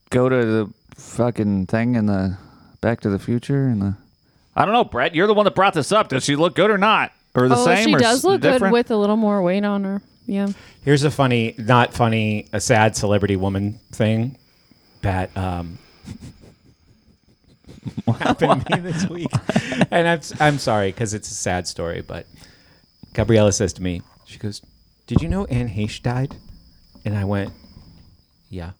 Speaker 2: go to the fucking thing in the Back to the Future and the. I don't know, Brett. You're the one that brought this up. Does she look good or not, or the
Speaker 6: oh,
Speaker 2: same?
Speaker 6: she
Speaker 2: or
Speaker 6: does
Speaker 2: s-
Speaker 6: look
Speaker 2: different?
Speaker 6: good with a little more weight on her. Yeah.
Speaker 3: Here's a funny, not funny, a sad celebrity woman thing that um, happened to me this week. And I'm, I'm sorry because it's a sad story, but Gabriella says to me, she goes, Did you know Anne Heche died? And I went, Yeah.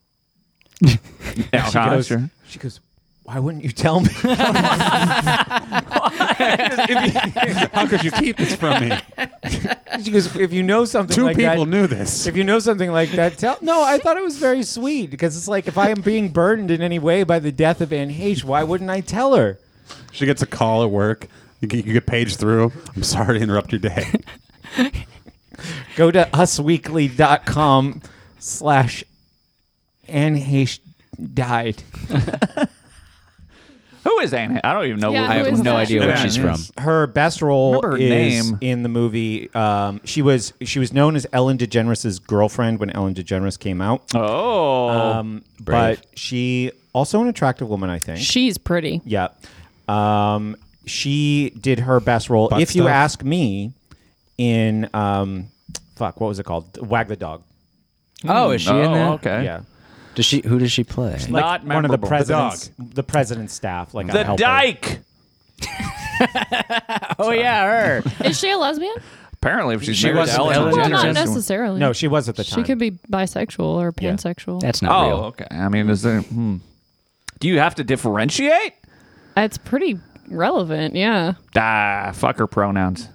Speaker 2: Yeah,
Speaker 3: She goes,
Speaker 2: sure.
Speaker 3: she goes, Why wouldn't you tell me?
Speaker 4: How could you keep this from me?
Speaker 3: Oh she goes, If you know something
Speaker 4: Two
Speaker 3: like that-
Speaker 4: people knew this.
Speaker 3: If you know something like that, tell. No, I thought it was very sweet because it's like if I am being burdened in any way by the death of Anne Heche, why wouldn't I tell her?
Speaker 4: She gets a call at work. You get, you get paged through. I'm sorry to interrupt your day.
Speaker 3: Go to usweekly.com slash Anne Heche died.
Speaker 2: Who is Anne? I don't even know.
Speaker 6: Yeah,
Speaker 2: what-
Speaker 6: who
Speaker 5: I
Speaker 6: is
Speaker 5: have no
Speaker 6: that?
Speaker 5: idea where
Speaker 4: Yeah,
Speaker 5: she's
Speaker 4: it
Speaker 5: from.
Speaker 4: is.
Speaker 3: Her best role
Speaker 2: Remember her
Speaker 3: is
Speaker 2: name.
Speaker 3: in the movie. Um, she was she was known as Ellen DeGeneres' girlfriend when Ellen DeGeneres came out.
Speaker 2: Oh,
Speaker 3: Um, but she also an attractive woman, I think.
Speaker 6: She's pretty.
Speaker 3: Yeah. Um, she did her best role.
Speaker 4: Butt
Speaker 3: if you
Speaker 4: stuff?
Speaker 3: ask me, in um, fuck, what was it called? Wag the dog.
Speaker 5: Oh, is she in
Speaker 2: Oh,
Speaker 5: that?
Speaker 2: okay.
Speaker 3: Yeah,
Speaker 5: Does she? Who does she play?
Speaker 2: Not
Speaker 3: one of the
Speaker 2: memorable. The
Speaker 3: president's the, president's staff. Like
Speaker 2: the dyke.
Speaker 5: oh yeah, her.
Speaker 6: Is she a lesbian?
Speaker 2: Apparently, if she's
Speaker 5: She
Speaker 2: married to
Speaker 5: wasn't
Speaker 2: Ellen
Speaker 5: Ellen
Speaker 6: Well,
Speaker 5: Generous.
Speaker 6: not
Speaker 2: DeGeneres, she-
Speaker 6: necessarily.
Speaker 3: No, she was at the time.
Speaker 6: She could be bisexual or pansexual.
Speaker 5: That's not
Speaker 2: Oh,
Speaker 5: real.
Speaker 2: okay. I mean, is there? Hmm. Do you have to differentiate?
Speaker 6: That's pretty relevant. Yeah.
Speaker 2: Ah, fuck her pronouns.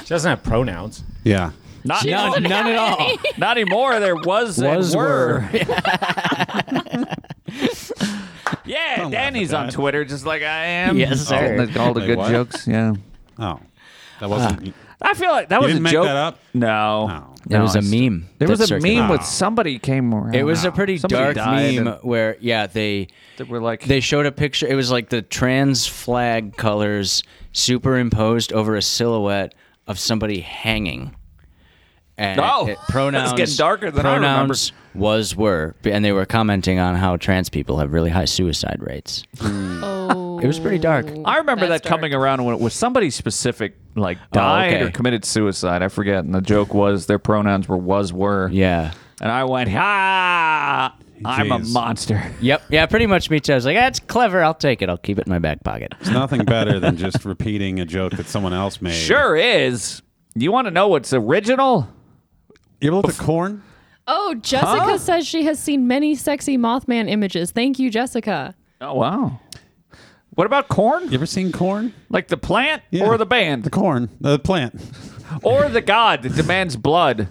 Speaker 3: She doesn't have pronouns.
Speaker 4: Yeah.
Speaker 2: Not
Speaker 5: None, none at all.
Speaker 2: Not anymore. There was,
Speaker 5: Was,
Speaker 2: and were.
Speaker 5: were.
Speaker 2: Yeah,
Speaker 4: laugh at
Speaker 2: Danny's on
Speaker 4: that.
Speaker 2: Twitter, just like I am.
Speaker 5: Yes, sir.
Speaker 2: All the, all the
Speaker 4: Like
Speaker 2: good
Speaker 4: what?
Speaker 2: jokes. Yeah.
Speaker 4: Oh, that wasn't.
Speaker 3: Ah.
Speaker 2: I feel like that was
Speaker 4: didn't
Speaker 2: a
Speaker 4: make
Speaker 2: joke.
Speaker 4: that up?
Speaker 2: No.
Speaker 4: No.
Speaker 5: There was a
Speaker 2: it's-
Speaker 5: meme
Speaker 2: There
Speaker 5: that
Speaker 2: was a
Speaker 5: circulated.
Speaker 2: meme with somebody came around.
Speaker 5: It was a pretty
Speaker 2: Somebody
Speaker 5: dark
Speaker 2: died
Speaker 5: meme
Speaker 2: and
Speaker 5: where yeah they
Speaker 2: They were like,
Speaker 5: they showed a picture. It was like the trans flag colors superimposed over a silhouette of somebody hanging. And
Speaker 2: Oh,
Speaker 5: it-
Speaker 2: that's
Speaker 5: pronouns
Speaker 2: getting darker than I remember.
Speaker 5: pronouns was were, and they were commenting on how trans people have really high suicide rates.
Speaker 6: Oh.
Speaker 5: It was pretty dark.
Speaker 2: I remember
Speaker 6: That's
Speaker 2: that coming
Speaker 6: dark.
Speaker 2: around when it was somebody specific, like died
Speaker 5: Oh, okay.
Speaker 2: or committed suicide. I forget. And the joke was their pronouns were was were.
Speaker 5: Yeah.
Speaker 2: And I went, ah, I'm a
Speaker 4: Jeez.
Speaker 2: monster.
Speaker 5: Yep. Yeah, pretty much me too. I was like, that's clever. I'll take it. I'll keep it in my back pocket.
Speaker 4: It's nothing better than just repeating a joke that someone else made.
Speaker 2: Sure is. You want to know what's original?
Speaker 4: You ever looked at corn?
Speaker 6: Oh, Jessica says she has seen many sexy Mothman images. Thank you, Jessica.
Speaker 2: Oh wow. What about corn?
Speaker 4: You ever seen corn?
Speaker 2: Like the plant
Speaker 4: Yeah.
Speaker 2: or the band
Speaker 4: The corn, the plant,
Speaker 2: or the god that demands blood?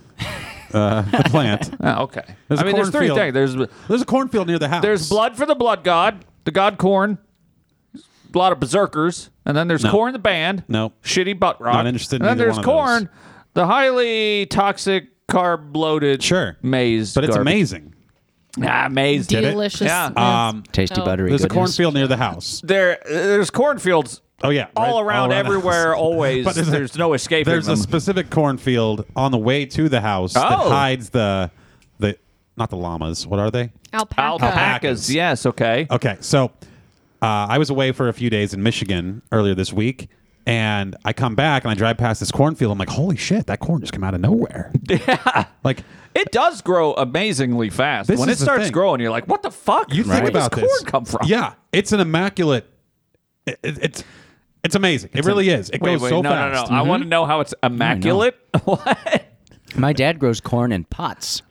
Speaker 4: the plant.
Speaker 2: Oh, okay.
Speaker 4: There's
Speaker 2: I
Speaker 4: a
Speaker 2: mean, there's three
Speaker 4: cornfield.
Speaker 2: things. There's
Speaker 4: There's a cornfield near the house.
Speaker 2: there's blood for the blood god, the god corn, a lot of berserkers, and then there's
Speaker 4: No.
Speaker 2: corn the band.
Speaker 4: No.
Speaker 2: Shitty butt rock.
Speaker 4: Not interested in
Speaker 2: And then there's
Speaker 4: either one of
Speaker 2: corn,
Speaker 4: those.
Speaker 2: the highly toxic carb bloated
Speaker 4: Sure.
Speaker 2: maize.
Speaker 4: But it's
Speaker 2: garbage.
Speaker 4: amazing.
Speaker 2: Ah, maize.
Speaker 4: it?
Speaker 6: Delicious.
Speaker 2: Yeah.
Speaker 6: Yes.
Speaker 4: Um,
Speaker 5: Tasty
Speaker 6: Oh.
Speaker 5: buttery.
Speaker 4: there's a
Speaker 5: goodness.
Speaker 4: cornfield near the house.
Speaker 2: There, there's cornfields.
Speaker 4: Oh yeah,
Speaker 2: all,
Speaker 4: right-
Speaker 2: around,
Speaker 4: the
Speaker 2: everywhere,
Speaker 4: house.
Speaker 2: always.
Speaker 4: But
Speaker 2: there's,
Speaker 4: a-
Speaker 2: no escaping
Speaker 4: There's
Speaker 2: them.
Speaker 4: a specific cornfield on the way to the house that
Speaker 2: Oh.
Speaker 4: hides the the not the llamas. What are they?
Speaker 6: Alpaca.
Speaker 2: alpacas. Yes. Okay.
Speaker 4: Okay, so uh, I was away for a few days in Michigan earlier this week, and I come back and I drive past this cornfield. I'm like, holy shit, that corn just came out of nowhere. Yeah, like
Speaker 2: It does grow amazingly fast.
Speaker 4: This
Speaker 2: when it
Speaker 4: is the
Speaker 2: starts
Speaker 4: thing.
Speaker 2: growing, you're like, "What the fuck?
Speaker 4: you
Speaker 2: Where
Speaker 4: think about
Speaker 2: does
Speaker 4: this.
Speaker 2: corn come from?"
Speaker 4: Yeah, it's an immaculate. It, it- it's it's amazing. It really is. It
Speaker 2: Wait,
Speaker 4: goes
Speaker 2: wait,
Speaker 4: so
Speaker 2: no,
Speaker 4: fast.
Speaker 2: no, no, Mm-hmm. I want to know how it's immaculate. what?
Speaker 5: My dad grows corn in pots.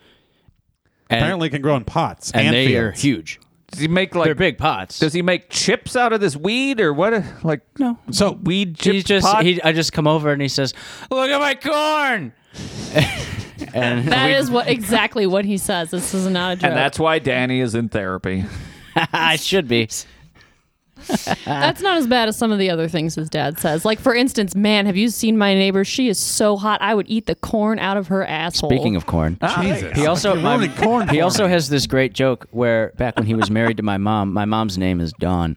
Speaker 5: And,
Speaker 4: Apparently, it can grow in pots
Speaker 5: and
Speaker 4: and
Speaker 5: they are
Speaker 4: fields.
Speaker 5: huge.
Speaker 2: Does he make like
Speaker 5: They're big pots.
Speaker 2: Does he make chips out of this weed or what? Like
Speaker 5: No.
Speaker 4: So
Speaker 2: weed chips?
Speaker 5: He's just.
Speaker 2: pot?
Speaker 5: He, I just come over and he says, "Look at my corn." and
Speaker 6: That
Speaker 5: we-
Speaker 6: is what exactly what he says. This is not a joke.
Speaker 2: and that's why Danny is in therapy.
Speaker 5: I should be.
Speaker 6: That's not as bad as some of the other things his dad says. Like for instance, man, have you seen my neighbor? She is so hot. I would eat the corn out of her asshole.
Speaker 5: Speaking of corn,
Speaker 4: Jesus.
Speaker 5: He also
Speaker 4: You're
Speaker 5: my-
Speaker 4: ruining corn
Speaker 5: he
Speaker 4: for
Speaker 5: also
Speaker 4: me.
Speaker 5: has this great joke where back when he was married to my mom, my mom's name is Dawn,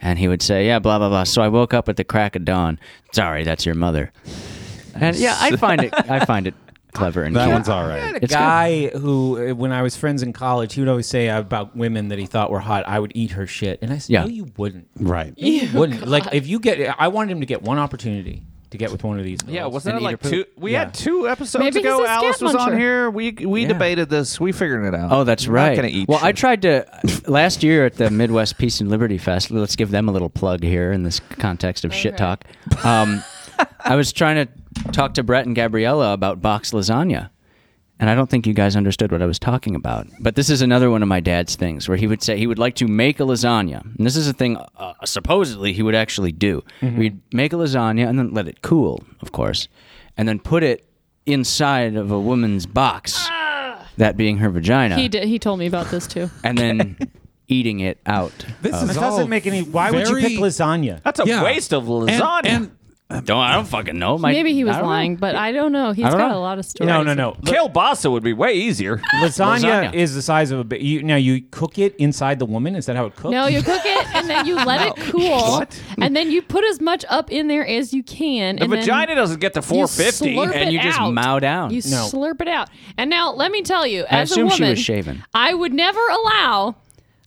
Speaker 5: and he would say, "Yeah, blah blah blah." So I woke up at the crack of dawn. Sorry, that's your mother. And yeah, I find it I find it clever and
Speaker 4: that
Speaker 5: cute.
Speaker 4: one's all right.
Speaker 5: It's
Speaker 3: guy who, uh, when I was friends in college, he would always say about women that he thought were hot, I would eat her shit. And I said,
Speaker 5: Yeah.
Speaker 3: no, you wouldn't.
Speaker 4: Right.
Speaker 3: You wouldn't. Like, if you get, I wanted him to get one opportunity to get with one of these.
Speaker 2: Yeah,
Speaker 3: girls
Speaker 2: wasn't
Speaker 3: and eat
Speaker 2: it
Speaker 3: her
Speaker 2: like
Speaker 3: poop.
Speaker 2: two? We
Speaker 3: Yeah.
Speaker 2: had two episodes
Speaker 6: Maybe he's
Speaker 2: ago.
Speaker 6: a
Speaker 2: Alice was on
Speaker 6: scatmuncher.
Speaker 2: here. We we
Speaker 5: Yeah.
Speaker 2: debated this. We figured it out.
Speaker 5: Oh, that's
Speaker 2: We're
Speaker 5: right.
Speaker 2: Not gonna eat.
Speaker 5: well, I
Speaker 2: shit.
Speaker 5: tried to last year at the Midwest Peace and Liberty Fest. Let's give them a little plug here in this context of shit talk. Um, I was trying to talk to Brett and Gabriella about box lasagna. And I don't think you guys understood what I was talking about. But this is another one of my dad's things where he would say he would like to make a lasagna. And this is a thing uh, supposedly he would actually do.
Speaker 2: Mm-hmm.
Speaker 5: We'd make a lasagna and then let it cool, of course, and then put it inside of a woman's box, that being her vagina
Speaker 6: he did he told me about this too.
Speaker 5: and then eating it out.
Speaker 4: This
Speaker 3: This doesn't make any. Why would you pick lasagna?
Speaker 2: That's a
Speaker 4: Yeah.
Speaker 2: waste of lasagna.
Speaker 4: And, and
Speaker 5: Don't I don't fucking know. My,
Speaker 6: Maybe he was
Speaker 5: I don't know.
Speaker 6: lying, but I don't know. He's
Speaker 5: don't
Speaker 6: got
Speaker 5: know.
Speaker 6: a lot of stories.
Speaker 3: No, no, no.
Speaker 2: kielbasa would be way easier.
Speaker 3: Lasagna,
Speaker 5: Lasagna.
Speaker 3: is the size of a. Ba- you, now you cook it inside the woman. Is that how it cooks?
Speaker 6: No, you cook it and then you let it cool. And then you put as much up in there as you can.
Speaker 2: The
Speaker 6: and then
Speaker 2: vagina doesn't get to
Speaker 6: you
Speaker 2: 450.
Speaker 6: slurp
Speaker 5: and
Speaker 6: it
Speaker 5: you just
Speaker 6: out.
Speaker 5: mow down.
Speaker 6: You
Speaker 3: No.
Speaker 6: slurp it out. And now let me tell you,
Speaker 5: I
Speaker 6: as
Speaker 5: assume
Speaker 6: a
Speaker 5: she
Speaker 6: woman,
Speaker 5: was shaven.
Speaker 6: I would never allow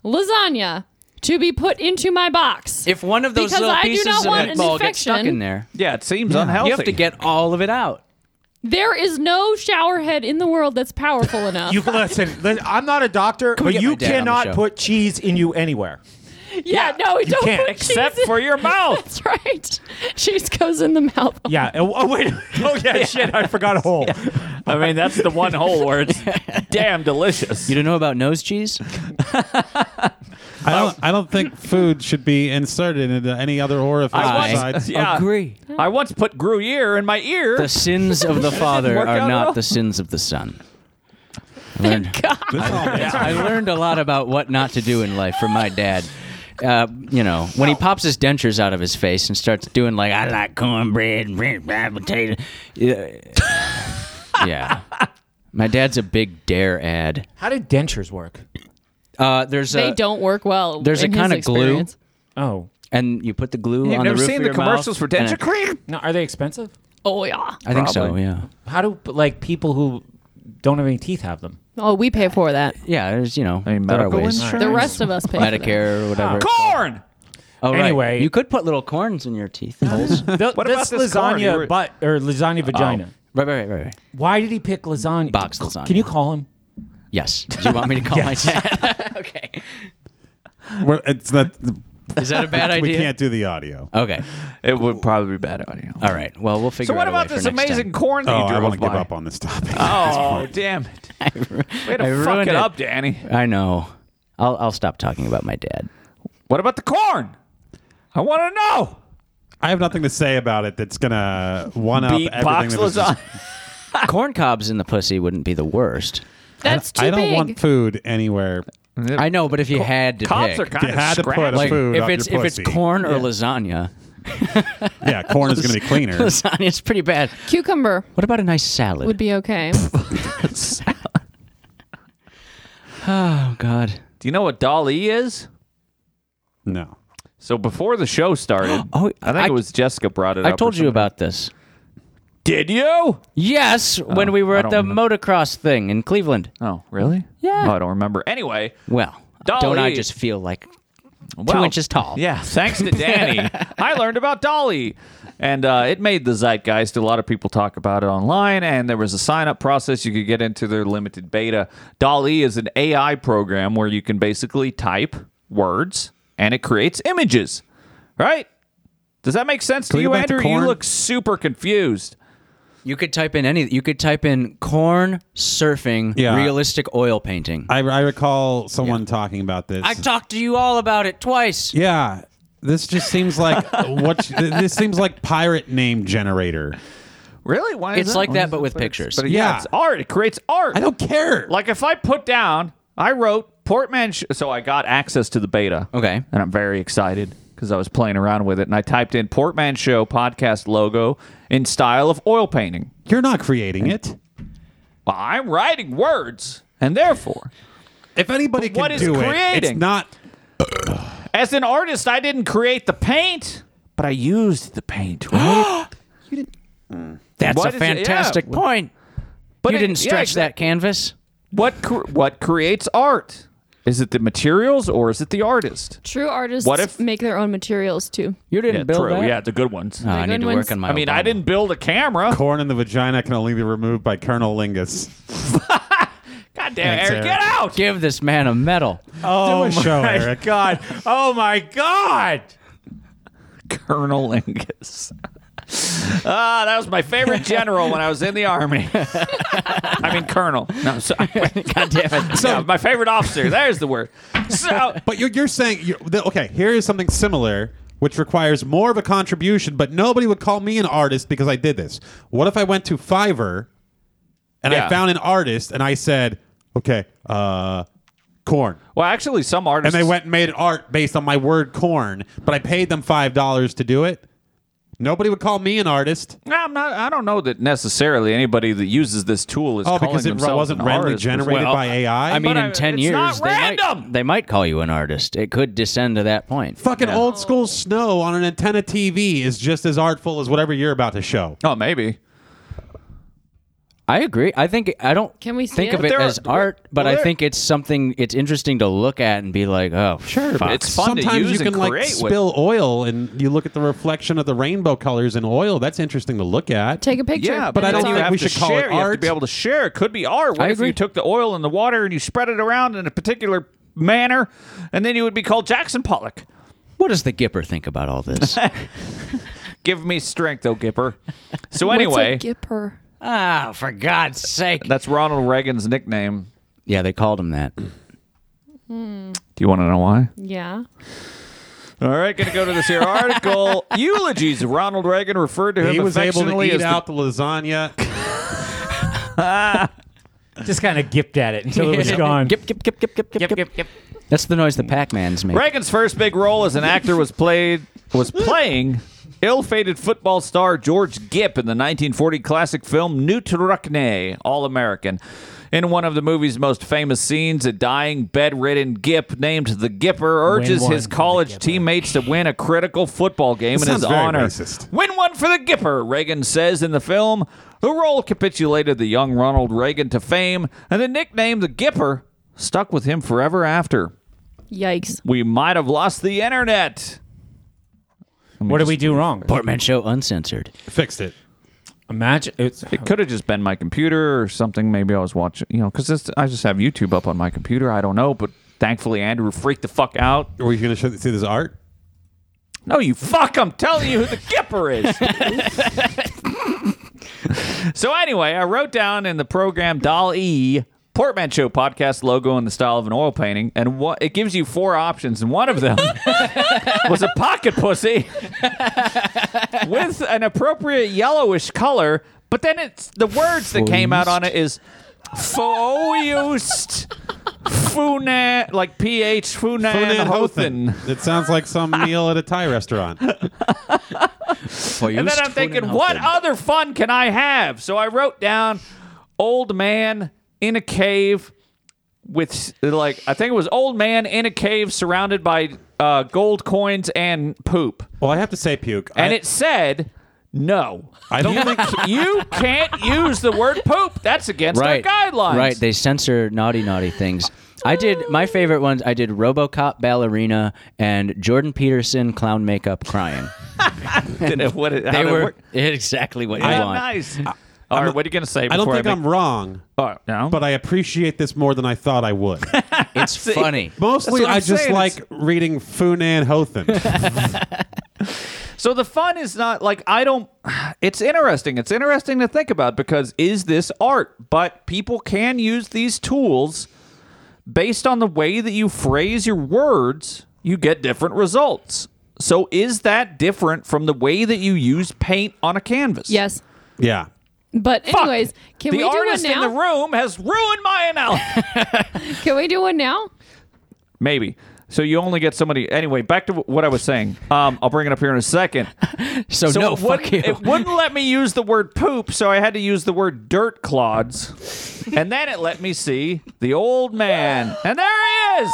Speaker 6: lasagna to be put into my box.
Speaker 5: If one of those
Speaker 6: Because
Speaker 5: little
Speaker 6: I do
Speaker 5: pieces
Speaker 6: not
Speaker 5: of
Speaker 6: want
Speaker 5: that
Speaker 6: an
Speaker 5: ball gets stuck
Speaker 6: infection.
Speaker 5: in there,
Speaker 2: yeah, it seems unhealthy.
Speaker 5: you have to get all of it out.
Speaker 6: there is no shower head in the world that's powerful enough.
Speaker 3: You listen. li- I'm not a doctor,
Speaker 5: we
Speaker 3: but
Speaker 5: get
Speaker 3: you
Speaker 5: my dad on the
Speaker 3: cannot
Speaker 5: show?
Speaker 3: put cheese in you anywhere.
Speaker 6: yeah, no, don't
Speaker 3: can't,
Speaker 6: put cheese
Speaker 2: except
Speaker 6: in-
Speaker 2: for your mouth.
Speaker 6: That's right. Cheese goes in the mouth.
Speaker 3: Yeah. Oh, oh, wait. Oh yeah, Shit. I forgot a hole.
Speaker 2: I mean, that's the one hole where it's damn delicious.
Speaker 5: You don't know about nose cheese?
Speaker 4: I don't. I don't think food should be inserted into any other orifice
Speaker 2: I
Speaker 4: besides.
Speaker 2: Yeah.
Speaker 5: Agree.
Speaker 2: I once put Gruyere in my ear.
Speaker 5: Oh, The sins of the father
Speaker 2: work
Speaker 5: are
Speaker 2: out at all.
Speaker 5: not the sins of the son. I learned,
Speaker 4: This all makes-
Speaker 5: I learned a lot about what not to do in life from my dad. Uh, you know, when he pops his dentures out of his face and starts doing like, I like cornbread, red fried potato. Yeah. yeah. My dad's a big dare ad.
Speaker 3: How did dentures work?
Speaker 5: Uh, there's
Speaker 6: They
Speaker 5: a,
Speaker 6: don't work well.
Speaker 5: there's a
Speaker 6: in his
Speaker 5: kinda glue.
Speaker 6: experience.
Speaker 3: Oh.
Speaker 5: and you put the glue
Speaker 2: You've
Speaker 5: on
Speaker 2: never
Speaker 5: the roof
Speaker 2: seen
Speaker 5: of
Speaker 2: the
Speaker 5: your
Speaker 2: commercials
Speaker 5: mouth,
Speaker 2: for
Speaker 5: and
Speaker 2: denture
Speaker 5: it-
Speaker 2: cream?
Speaker 3: No. Are they expensive?
Speaker 6: Oh yeah.
Speaker 5: I think so.
Speaker 2: Probably.
Speaker 5: Yeah.
Speaker 3: How do like people who don't have any teeth have them?
Speaker 6: Oh, we pay for that.
Speaker 5: Yeah. There's you know
Speaker 2: I mean,
Speaker 5: there are
Speaker 2: medical
Speaker 5: ways.
Speaker 2: insurance.
Speaker 6: The rest of us pay. For that.
Speaker 5: Medicare or whatever.
Speaker 2: Corn.
Speaker 5: Oh, right.
Speaker 3: anyway,
Speaker 5: you could put little corns in your teeth. holes. right,
Speaker 3: th-
Speaker 2: What
Speaker 3: this
Speaker 2: about this corn? You
Speaker 3: lasagna
Speaker 2: were-
Speaker 3: butt or lasagna vagina.
Speaker 5: right, right, right, right.
Speaker 3: Why did he pick lasagna?
Speaker 5: Box lasagna.
Speaker 3: Can you call him?
Speaker 5: Yes. Do you want me to call my dad? okay.
Speaker 4: We're, it's not.
Speaker 5: Is that a bad idea? Uh,
Speaker 4: we can't do the audio.
Speaker 5: Okay.
Speaker 2: It would probably be bad audio.
Speaker 5: All right. Well, we'll figure.
Speaker 2: So what
Speaker 5: out a way
Speaker 2: about
Speaker 5: for
Speaker 2: this
Speaker 5: next time.
Speaker 2: amazing corn that
Speaker 4: oh,
Speaker 2: you
Speaker 4: I
Speaker 2: drove
Speaker 4: want to
Speaker 2: by?
Speaker 4: give up on this topic.
Speaker 2: Oh, damn it. Way
Speaker 5: I
Speaker 2: to fuck
Speaker 5: ruined
Speaker 2: it
Speaker 5: it.
Speaker 2: up, Danny.
Speaker 5: I know. I'll I'll stop talking about my dad.
Speaker 2: What about the corn? I want to know.
Speaker 4: I have nothing to say about it. That's gonna one up
Speaker 2: Beat
Speaker 4: everything.
Speaker 2: box
Speaker 4: that was just-
Speaker 2: lasagna.
Speaker 5: Corn cobs in the pussy wouldn't be the worst.
Speaker 6: That's too
Speaker 4: I don't
Speaker 6: big.
Speaker 4: want food anywhere.
Speaker 5: I know, but if you had to
Speaker 2: Cobs
Speaker 5: pick,
Speaker 2: are
Speaker 4: You
Speaker 2: kind
Speaker 4: had to
Speaker 2: of
Speaker 4: put
Speaker 2: scratchy.
Speaker 4: a
Speaker 5: like
Speaker 4: food
Speaker 5: if
Speaker 4: up
Speaker 5: it's
Speaker 4: your
Speaker 5: if it's
Speaker 4: pussy.
Speaker 5: corn or lasagna,
Speaker 4: Yeah, corn is gonna be cleaner.
Speaker 5: lasagna's pretty bad.
Speaker 6: Cucumber
Speaker 5: What about a nice salad?
Speaker 6: would be okay.
Speaker 5: oh God.
Speaker 2: Do you know what Dolly is?
Speaker 4: No.
Speaker 2: So before the show started,
Speaker 5: Oh,
Speaker 2: I think
Speaker 5: I-
Speaker 2: it was Jessica brought it
Speaker 5: I
Speaker 2: up. or
Speaker 5: told you
Speaker 2: something.
Speaker 5: about this.
Speaker 2: Did you?
Speaker 5: Yes, when we were
Speaker 2: I
Speaker 5: at
Speaker 2: don't
Speaker 5: the
Speaker 2: remember.
Speaker 5: motocross thing in Cleveland.
Speaker 2: Oh, really?
Speaker 5: Yeah.
Speaker 2: Oh, I don't remember. Anyway,
Speaker 5: Well, don't I
Speaker 2: Dolly.
Speaker 5: just feel like
Speaker 2: well,
Speaker 5: inches tall.
Speaker 2: Yeah, thanks to Danny, I learned about Dolly, and uh, it made the zeitgeist. A lot of people talk about it online, and there was a sign-up process. You could get into their limited beta. Dolly is an AI program where you can basically type words, and it creates images. Right? Does that make sense
Speaker 4: we
Speaker 2: to you,
Speaker 4: go back to
Speaker 2: Andrew? You
Speaker 4: corn?
Speaker 2: look super confused.
Speaker 5: you could type in any? You could type in corn surfing
Speaker 4: Yeah.
Speaker 5: realistic oil painting.
Speaker 4: I, I recall someone talking about this.
Speaker 5: I talked to you all about it twice.
Speaker 4: yeah. This just seems like what you- this seems like pirate name generator.
Speaker 2: Really? Why?
Speaker 5: It's like that, but with pictures.
Speaker 2: But yeah,
Speaker 4: Yeah.
Speaker 2: it's art. It creates art.
Speaker 4: I don't care.
Speaker 2: Like if I put down, I wrote portmanteau. So I got access to the beta.
Speaker 5: Okay.
Speaker 2: And I'm very excited because I was playing around with it. And I typed in portmanteau podcast logo in style of oil painting.
Speaker 4: You're not creating it.
Speaker 2: Well, I'm writing words. And therefore,
Speaker 4: If anybody
Speaker 2: But
Speaker 4: can
Speaker 2: what is
Speaker 4: do it, it's
Speaker 2: creating?
Speaker 4: not.
Speaker 2: as an artist, I didn't create the paint, but I used the paint. Right?
Speaker 5: That's
Speaker 2: What is
Speaker 5: a
Speaker 2: it? Yeah.
Speaker 5: fantastic point.
Speaker 2: but
Speaker 5: you
Speaker 2: it-
Speaker 5: didn't
Speaker 2: yeah,
Speaker 5: stretch
Speaker 2: exact-
Speaker 5: that canvas.
Speaker 2: What cr- what creates art? Is it the materials or is it the artist?
Speaker 6: True artists
Speaker 2: What if-
Speaker 6: make their own materials too.
Speaker 5: You didn't build
Speaker 2: true.
Speaker 5: that.
Speaker 2: Yeah, the good ones.
Speaker 5: Oh, I
Speaker 6: The
Speaker 5: need
Speaker 6: good
Speaker 5: to
Speaker 6: ones.
Speaker 5: work on my.
Speaker 2: I mean, I
Speaker 5: Obama.
Speaker 2: didn't build a camera.
Speaker 4: Corn in the vagina can only be removed by Colonel Lingus.
Speaker 2: God damn,
Speaker 4: Thanks,
Speaker 2: Eric,
Speaker 4: Eric.
Speaker 2: get out!
Speaker 5: give this man a medal.
Speaker 4: Oh do a show, Eric.
Speaker 3: God. Oh my God.
Speaker 2: Colonel Ingus. Ah, that was my favorite general when I was in the army. I mean, Colonel. No, sorry. God damn it. So, my favorite officer. There's the word. So,
Speaker 4: But you're, you're saying you're, the- okay. Here is something similar, which requires more of a contribution. But nobody would call me an artist because I did this. What if I went to Fiverr and
Speaker 2: Yeah.
Speaker 4: I found an artist and I said, okay, uh, corn,
Speaker 2: well, actually, some artists.
Speaker 4: and they went and made art based on my word corn, but I paid them five dollars to do it. Nobody would call me an artist.
Speaker 2: No, I'm not. I don't know that necessarily anybody that uses this tool is.
Speaker 4: Oh,
Speaker 2: calling
Speaker 4: because it
Speaker 2: themselves
Speaker 4: wasn't
Speaker 2: an
Speaker 4: randomly
Speaker 2: artist.
Speaker 4: generated
Speaker 2: Well,
Speaker 4: by AI.
Speaker 5: I mean,
Speaker 2: But
Speaker 5: in
Speaker 2: I-
Speaker 5: ten
Speaker 2: it's
Speaker 5: years,
Speaker 2: not
Speaker 5: they might,
Speaker 2: random!
Speaker 5: they might call you an artist. It could descend to that point.
Speaker 4: Fucking old school snow on an antenna TV is just as artful as whatever you're about to show.
Speaker 2: Oh, maybe.
Speaker 5: I agree. I think I don't
Speaker 6: Can we see
Speaker 5: think
Speaker 6: it?
Speaker 5: of
Speaker 6: But
Speaker 5: it
Speaker 2: there
Speaker 5: as
Speaker 2: are-
Speaker 5: art, but
Speaker 2: well,
Speaker 5: I
Speaker 2: there-
Speaker 5: think it's something. It's interesting to look at and be like, oh, sure,
Speaker 4: but
Speaker 2: It's fun to
Speaker 4: Sometimes
Speaker 2: use
Speaker 4: you can
Speaker 2: and
Speaker 4: like
Speaker 2: create with.
Speaker 4: spill oil, and you look at the reflection of the rainbow colors in oil. That's interesting to look at.
Speaker 6: Take a picture.
Speaker 2: Yeah,
Speaker 4: but I
Speaker 2: then
Speaker 4: don't
Speaker 2: you
Speaker 4: think
Speaker 2: have
Speaker 4: we
Speaker 2: to
Speaker 4: should call it
Speaker 2: share. You have to
Speaker 4: art.
Speaker 2: be able to share. It could be art. What
Speaker 5: I
Speaker 2: if
Speaker 5: agree.
Speaker 2: you took the oil and the water and you spread it around in a particular manner, and then you would be called Jackson Pollock.
Speaker 5: What does the Gipper think about all this?
Speaker 2: Give me strength, though, Gipper. So
Speaker 6: What's a
Speaker 2: anyway,
Speaker 6: gipper?
Speaker 2: Oh,
Speaker 5: Ah, for God's sake!
Speaker 2: that's Ronald Reagan's nickname.
Speaker 5: Yeah, they called him that.
Speaker 2: Do you want to know why?
Speaker 6: Yeah.
Speaker 2: All right, going to go to this here article. Eulogies. of Ronald Reagan referred to him
Speaker 4: He was able to
Speaker 2: affectionately
Speaker 4: eat
Speaker 2: as the-
Speaker 4: out the lasagna.
Speaker 3: Just kind of gipped at it until it was gone.
Speaker 5: Gip, gip, gip, gip, gip, gip, gip, gip. That's the noise the Pac-Man's make.
Speaker 2: Reagan's first big role as an actor was played was playing ill-fated football star George Gipp in the 1940 classic film New Truckney, All American. In one of the movie's most famous scenes, a dying bedridden Gipp named the Gipper urges
Speaker 3: one
Speaker 2: his
Speaker 3: for the
Speaker 2: college
Speaker 3: Gipper.
Speaker 2: teammates to win a critical football game in
Speaker 4: That
Speaker 2: his
Speaker 4: sounds very
Speaker 2: honor.
Speaker 4: racist.
Speaker 2: Win one for the Gipper, Reagan says in the film. The role capitulated the young Ronald Reagan to fame, and the nickname the Gipper stuck with him forever after.
Speaker 6: Yikes.
Speaker 2: We might have lost the internet. Let me
Speaker 3: What did
Speaker 2: just-
Speaker 3: we do wrong?
Speaker 5: Portmanteau uncensored.
Speaker 4: Fixed it.
Speaker 3: Imagine it's
Speaker 2: It could have just been my computer or something. Maybe I was watching, you know, because I just have YouTube up on my computer. I don't know, but thankfully Andrew freaked the fuck out.
Speaker 4: Were you going to show see this art?
Speaker 2: No, you fuck! I'm telling you who the Gipper is. so anyway, I wrote down in the program Doll E portmanteau podcast logo in the style of an oil painting, and what it gives you four options, and one of them was a pocket pussy with an appropriate yellowish color. But then it's the words that came out on it is foist funan like ph funan hothen.
Speaker 4: It sounds like some meal at a Thai restaurant.
Speaker 2: And then I'm thinking, what other fun can I have? So I wrote down old man in a cave with s- like I think it was old man in a cave surrounded by uh, gold coins and poop.
Speaker 4: Well, I have to say, puke.
Speaker 2: And
Speaker 4: I,
Speaker 2: it said no.
Speaker 4: I don't think.
Speaker 2: you can't use the word poop. That's against
Speaker 5: right.
Speaker 2: our guidelines.
Speaker 5: Right. They censor naughty, naughty things. I did my favorite ones. I did RoboCop ballerina and Jordan Peterson clown makeup crying.
Speaker 2: Did it- what it- how
Speaker 5: They
Speaker 2: did it
Speaker 5: were
Speaker 2: work?
Speaker 5: exactly what you
Speaker 2: Yeah,
Speaker 5: want.
Speaker 2: nice. All right, what are you gonna say?
Speaker 4: I don't
Speaker 2: before
Speaker 4: think I am
Speaker 2: make-
Speaker 4: wrong,
Speaker 2: Oh, no?
Speaker 4: but I appreciate this more than I thought I would.
Speaker 5: It's funny.
Speaker 4: Mostly,
Speaker 2: That's what I'm
Speaker 4: I just
Speaker 2: saying.
Speaker 4: like reading Funan Hothan.
Speaker 2: So the fun is not like I don't. It's interesting. It's interesting to think about because is this art? But people can use these tools based on the way that you phrase your words. You get different results. So is that different from the way that you use paint on a canvas?
Speaker 6: Yes.
Speaker 4: yeah.
Speaker 6: But
Speaker 2: Fuck.
Speaker 6: anyways, can
Speaker 2: the
Speaker 6: we do one
Speaker 2: artist
Speaker 6: now?
Speaker 2: in the room has ruined my analysis.
Speaker 6: Can we do one now?
Speaker 2: Maybe. So you only get somebody. Anyway, back to what I was saying. Um, I'll bring it up here in a second.
Speaker 5: So, no,
Speaker 2: it
Speaker 5: fuck
Speaker 2: wouldn't,
Speaker 5: you.
Speaker 2: it wouldn't let me use the word poop, so I had to use the word dirt clods. and then it let me see the old man. And there he is!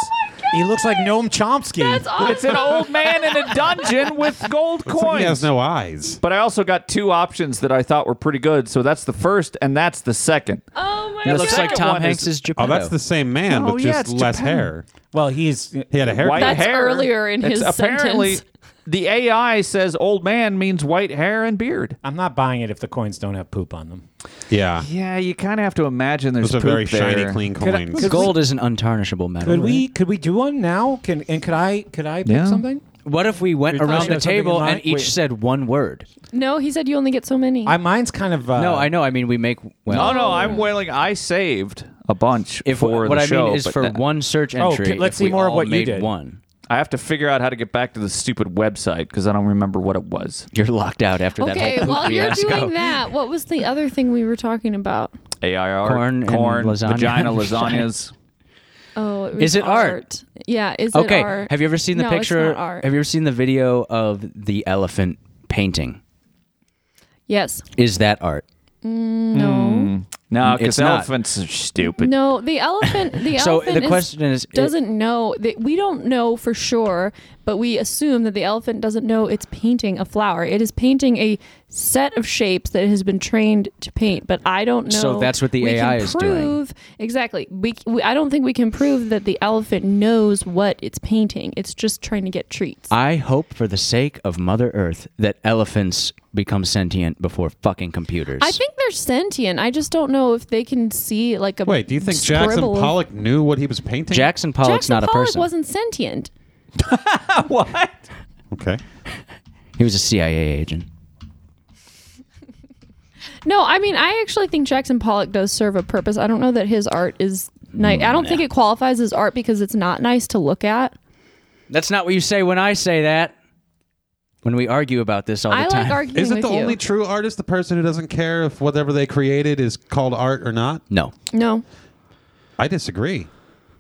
Speaker 3: he looks like Noam Chomsky.
Speaker 6: That's awesome.
Speaker 2: It's an old man in a dungeon with gold coins.
Speaker 4: He has no eyes.
Speaker 2: but I also got two options that I thought were pretty good. So that's the first, and that's the second.
Speaker 6: Oh my
Speaker 5: It
Speaker 6: god.
Speaker 5: looks like
Speaker 2: second
Speaker 5: Tom
Speaker 2: one
Speaker 5: Hanks
Speaker 2: is-
Speaker 5: is
Speaker 4: Oh,
Speaker 5: Geppetto.
Speaker 4: that's the same man
Speaker 2: Oh,
Speaker 4: with
Speaker 2: yeah,
Speaker 4: just
Speaker 2: it's
Speaker 4: less
Speaker 2: Japan.
Speaker 4: hair.
Speaker 3: well, he's
Speaker 4: He had a haircut.
Speaker 2: White
Speaker 6: That's
Speaker 2: hair.
Speaker 6: earlier in
Speaker 2: It's
Speaker 6: his
Speaker 2: apparently,
Speaker 6: sentence.
Speaker 2: The AI says old man means white hair and beard.
Speaker 3: I'm not buying it if the coins don't have poop on them.
Speaker 4: Yeah.
Speaker 2: Yeah, you kind of have to imagine there's
Speaker 4: Those are
Speaker 2: poop
Speaker 4: very shiny,
Speaker 2: there.
Speaker 4: clean coins.
Speaker 5: Gold is an untarnishable metal.
Speaker 3: Could
Speaker 5: right?
Speaker 3: we could we do one now? Can and could I could I pick
Speaker 2: Yeah.
Speaker 3: something?
Speaker 5: What if we went
Speaker 3: You're talking
Speaker 5: around the
Speaker 3: about something in
Speaker 5: table and
Speaker 3: mind?
Speaker 5: each
Speaker 3: Wait.
Speaker 5: said one word?
Speaker 6: No, he said you only get so many.
Speaker 3: I mine's kind of uh,
Speaker 5: no, I know. I mean, we make well.
Speaker 2: Oh no, I'm willing. I saved a bunch
Speaker 5: If
Speaker 2: for
Speaker 5: what
Speaker 2: the
Speaker 5: I
Speaker 2: show.
Speaker 5: mean is
Speaker 2: but
Speaker 5: for
Speaker 2: then
Speaker 5: one search
Speaker 3: Oh,
Speaker 5: entry.
Speaker 3: okay, let's
Speaker 5: if
Speaker 3: see
Speaker 5: we
Speaker 3: more of
Speaker 5: all
Speaker 3: what you
Speaker 5: made
Speaker 3: did.
Speaker 5: One.
Speaker 2: I have to figure out how to get back to the stupid website because I don't remember what it was.
Speaker 5: You're locked out after
Speaker 6: okay,
Speaker 5: that. whole
Speaker 6: while you're
Speaker 5: fiasco.
Speaker 6: doing that, what was the other thing we were talking about?
Speaker 2: AIR
Speaker 5: Corn and
Speaker 2: corn,
Speaker 5: lasagna.
Speaker 2: vagina, lasagnas.
Speaker 6: Oh, it was
Speaker 5: Is it art?
Speaker 6: Yeah, is
Speaker 5: Okay.
Speaker 6: it art?
Speaker 5: Have you ever seen the
Speaker 6: No, it's
Speaker 5: picture?
Speaker 6: not art.
Speaker 5: Have you ever seen the video of the elephant painting?
Speaker 6: yes.
Speaker 5: Is that art?
Speaker 6: No.
Speaker 2: No, because
Speaker 5: It's not.
Speaker 2: elephants are stupid.
Speaker 6: No, the elephant. The
Speaker 5: So
Speaker 6: elephant
Speaker 5: the
Speaker 6: is-
Speaker 5: question is, it-
Speaker 6: doesn't know. That we don't know for sure, but we assume that the elephant doesn't know it's painting a flower. It is painting a set of shapes that it has been trained to paint. But I don't know.
Speaker 5: So that's what the
Speaker 6: we
Speaker 5: AI
Speaker 6: can
Speaker 5: is doing.
Speaker 6: prove, Exactly. We, we. I don't think we can prove that the elephant knows what it's painting. It's just trying to get treats.
Speaker 5: I hope, for the sake of Mother Earth, that elephants become sentient before fucking computers.
Speaker 6: I think they're sentient. I just don't know if they can see like a.
Speaker 4: Wait, do you think
Speaker 6: scribble
Speaker 4: Jackson
Speaker 6: of-
Speaker 4: Pollock knew what he was painting?
Speaker 5: Jackson Pollock's
Speaker 6: Jackson
Speaker 5: not a
Speaker 6: Pollock
Speaker 5: person.
Speaker 6: wasn't sentient.
Speaker 2: what?
Speaker 4: Okay.
Speaker 5: He was a CIA agent.
Speaker 6: No, I mean, I actually think Jackson Pollock does serve a purpose. I don't know that his art is nice. I don't think it qualifies as art because it's not nice to look at.
Speaker 5: That's not what you say when I say that. When we argue about this all the
Speaker 6: I
Speaker 5: time.
Speaker 6: like arguing
Speaker 4: Isn't
Speaker 6: with
Speaker 4: the
Speaker 6: you.
Speaker 4: only true artist the person who doesn't care if whatever they created is called art or not?
Speaker 5: no,
Speaker 6: no,
Speaker 4: I disagree.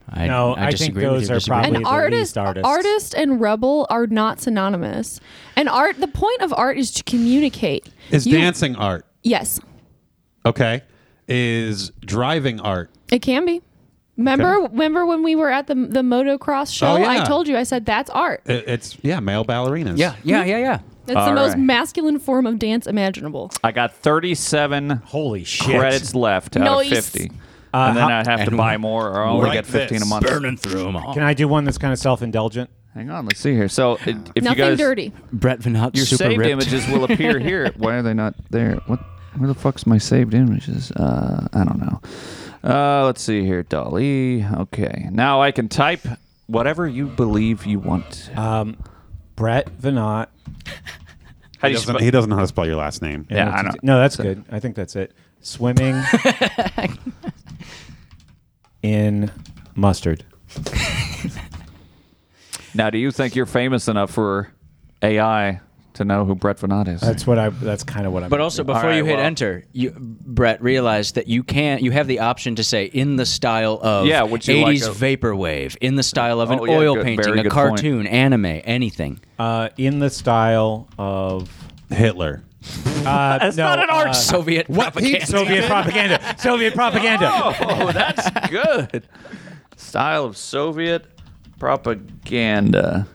Speaker 5: I,
Speaker 3: No, I
Speaker 5: I
Speaker 3: think
Speaker 5: disagree
Speaker 3: those
Speaker 5: with
Speaker 3: are
Speaker 5: you, disagree
Speaker 3: probably-
Speaker 5: with
Speaker 6: an
Speaker 3: the
Speaker 6: artist,
Speaker 3: least artists.
Speaker 6: artist and rebel are not synonymous. And art, the point of art is to communicate.
Speaker 4: Is
Speaker 6: You-
Speaker 4: dancing art?
Speaker 6: Yes,
Speaker 4: Okay. Is driving art?
Speaker 6: it can be. Remember, remember when we were at the the motocross show?
Speaker 4: Oh, yeah.
Speaker 6: I told you, I said that's art.
Speaker 4: I- It's yeah, male ballerinas.
Speaker 5: you. Yeah, yeah, yeah, yeah.
Speaker 6: That's
Speaker 2: All
Speaker 6: the most
Speaker 2: right.
Speaker 6: masculine form of dance imaginable.
Speaker 2: I got 37
Speaker 3: holy shit. Uh,
Speaker 2: credits left out
Speaker 6: Nice.
Speaker 2: of 50. and then
Speaker 3: how-
Speaker 2: I'd have to buy more, or I only
Speaker 4: Right
Speaker 2: get 15
Speaker 4: this.
Speaker 2: a month. Oh.
Speaker 5: Burning through them all.
Speaker 3: Can I do one that's kind of self indulgent?
Speaker 2: Hang on, let's see here. So, it, if
Speaker 6: Nothing
Speaker 2: you guys,
Speaker 6: dirty.
Speaker 5: Brett Van Hout
Speaker 2: your
Speaker 5: super
Speaker 2: saved
Speaker 5: ripped.
Speaker 2: images will appear here. Why are they not there? What? Where the fuck's my saved images? Uh, I don't know. Uh, let's see here, Dolly. Okay, now I can type whatever you believe you want.
Speaker 1: Brett
Speaker 2: How
Speaker 4: Um,
Speaker 1: Vanat.
Speaker 4: He
Speaker 2: do you
Speaker 4: doesn't,
Speaker 2: spell?
Speaker 4: he doesn't know how to spell your last name.
Speaker 2: Yeah, I know.
Speaker 1: No, that's good. I think that's it. Swimming in mustard.
Speaker 2: Now, do you think you're famous enough for AI to know who Brett Vanat is?
Speaker 1: That's what I. That's kind of what I'm.
Speaker 5: But also before
Speaker 2: right,
Speaker 5: you hit
Speaker 2: well-
Speaker 5: enter, you Brett realized that you can you have the option to say in the style of
Speaker 2: Yeah, would you like
Speaker 5: 80s
Speaker 2: a-
Speaker 5: vaporwave, in the style of an
Speaker 2: Oh, yeah,
Speaker 5: oil
Speaker 2: good-
Speaker 5: painting,
Speaker 2: very
Speaker 5: a
Speaker 2: good point.
Speaker 5: cartoon, anime, anything.
Speaker 1: uh, in the style of.
Speaker 4: Hitler.
Speaker 1: Uh, that's no, not an art.
Speaker 5: Soviet propaganda.
Speaker 1: Soviet propaganda. Soviet propaganda.
Speaker 2: Oh, that's good. Style of Soviet propaganda.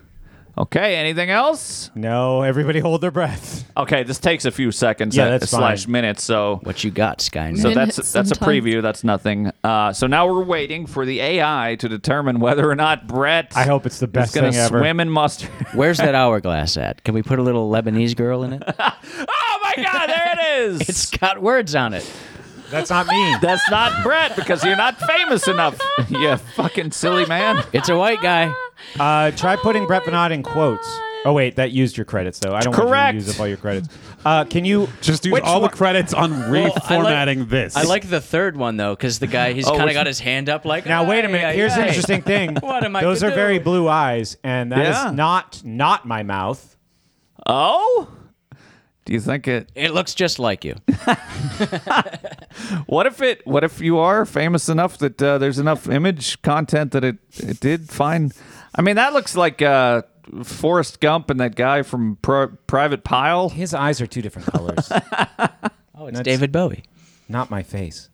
Speaker 2: Okay, anything else?
Speaker 1: No, everybody hold their breath.
Speaker 2: Okay, this takes a few seconds
Speaker 1: Yeah,
Speaker 2: uh,
Speaker 1: that's
Speaker 2: slash
Speaker 1: fine.
Speaker 2: minutes, so
Speaker 5: what you got, Skynet?
Speaker 2: so that's
Speaker 6: Minutes
Speaker 2: that's a
Speaker 6: sometimes.
Speaker 2: preview. That's nothing. Uh, so now we're waiting for the AI to determine whether or not Brett.
Speaker 1: I hope it's the best
Speaker 2: is gonna
Speaker 1: thing ever.
Speaker 2: Swim in mustard.
Speaker 5: Where's that hourglass at? Can we put a little Lebanese girl in it?
Speaker 2: oh my God! There it is.
Speaker 5: It's got words on it.
Speaker 1: That's not me.
Speaker 2: that's not Brett because you're not famous enough. you fucking silly man.
Speaker 5: It's a white guy.
Speaker 1: Uh, try putting Brett Bernard in quotes. Oh wait, that used your credits though. I don't want
Speaker 2: Correct.
Speaker 1: you to use up all your credits. Uh, can you?
Speaker 4: Just use
Speaker 1: Which
Speaker 4: all
Speaker 1: one-
Speaker 4: the credits on reformatting this.
Speaker 5: I like the third one though, because the guy he's
Speaker 2: Oh,
Speaker 5: kind
Speaker 2: which-
Speaker 5: of got his hand up like.
Speaker 1: Now wait a minute.
Speaker 5: "Ay,
Speaker 1: Here's
Speaker 5: ay,
Speaker 1: an
Speaker 5: ay."
Speaker 1: interesting thing.
Speaker 5: What am I
Speaker 1: Those
Speaker 5: to
Speaker 1: are
Speaker 5: do?
Speaker 1: very blue eyes, and that is
Speaker 2: Yeah.
Speaker 1: not not my mouth.
Speaker 2: Oh. Do you think it?
Speaker 5: It looks just like you.
Speaker 2: What if it? What if you are famous enough that uh, there's enough image content that it it did find? I mean, that looks like uh, Forrest Gump and that guy from Pro- Private Pile.
Speaker 1: His eyes are two different colors.
Speaker 5: Oh, it's David Bowie.
Speaker 1: not my face.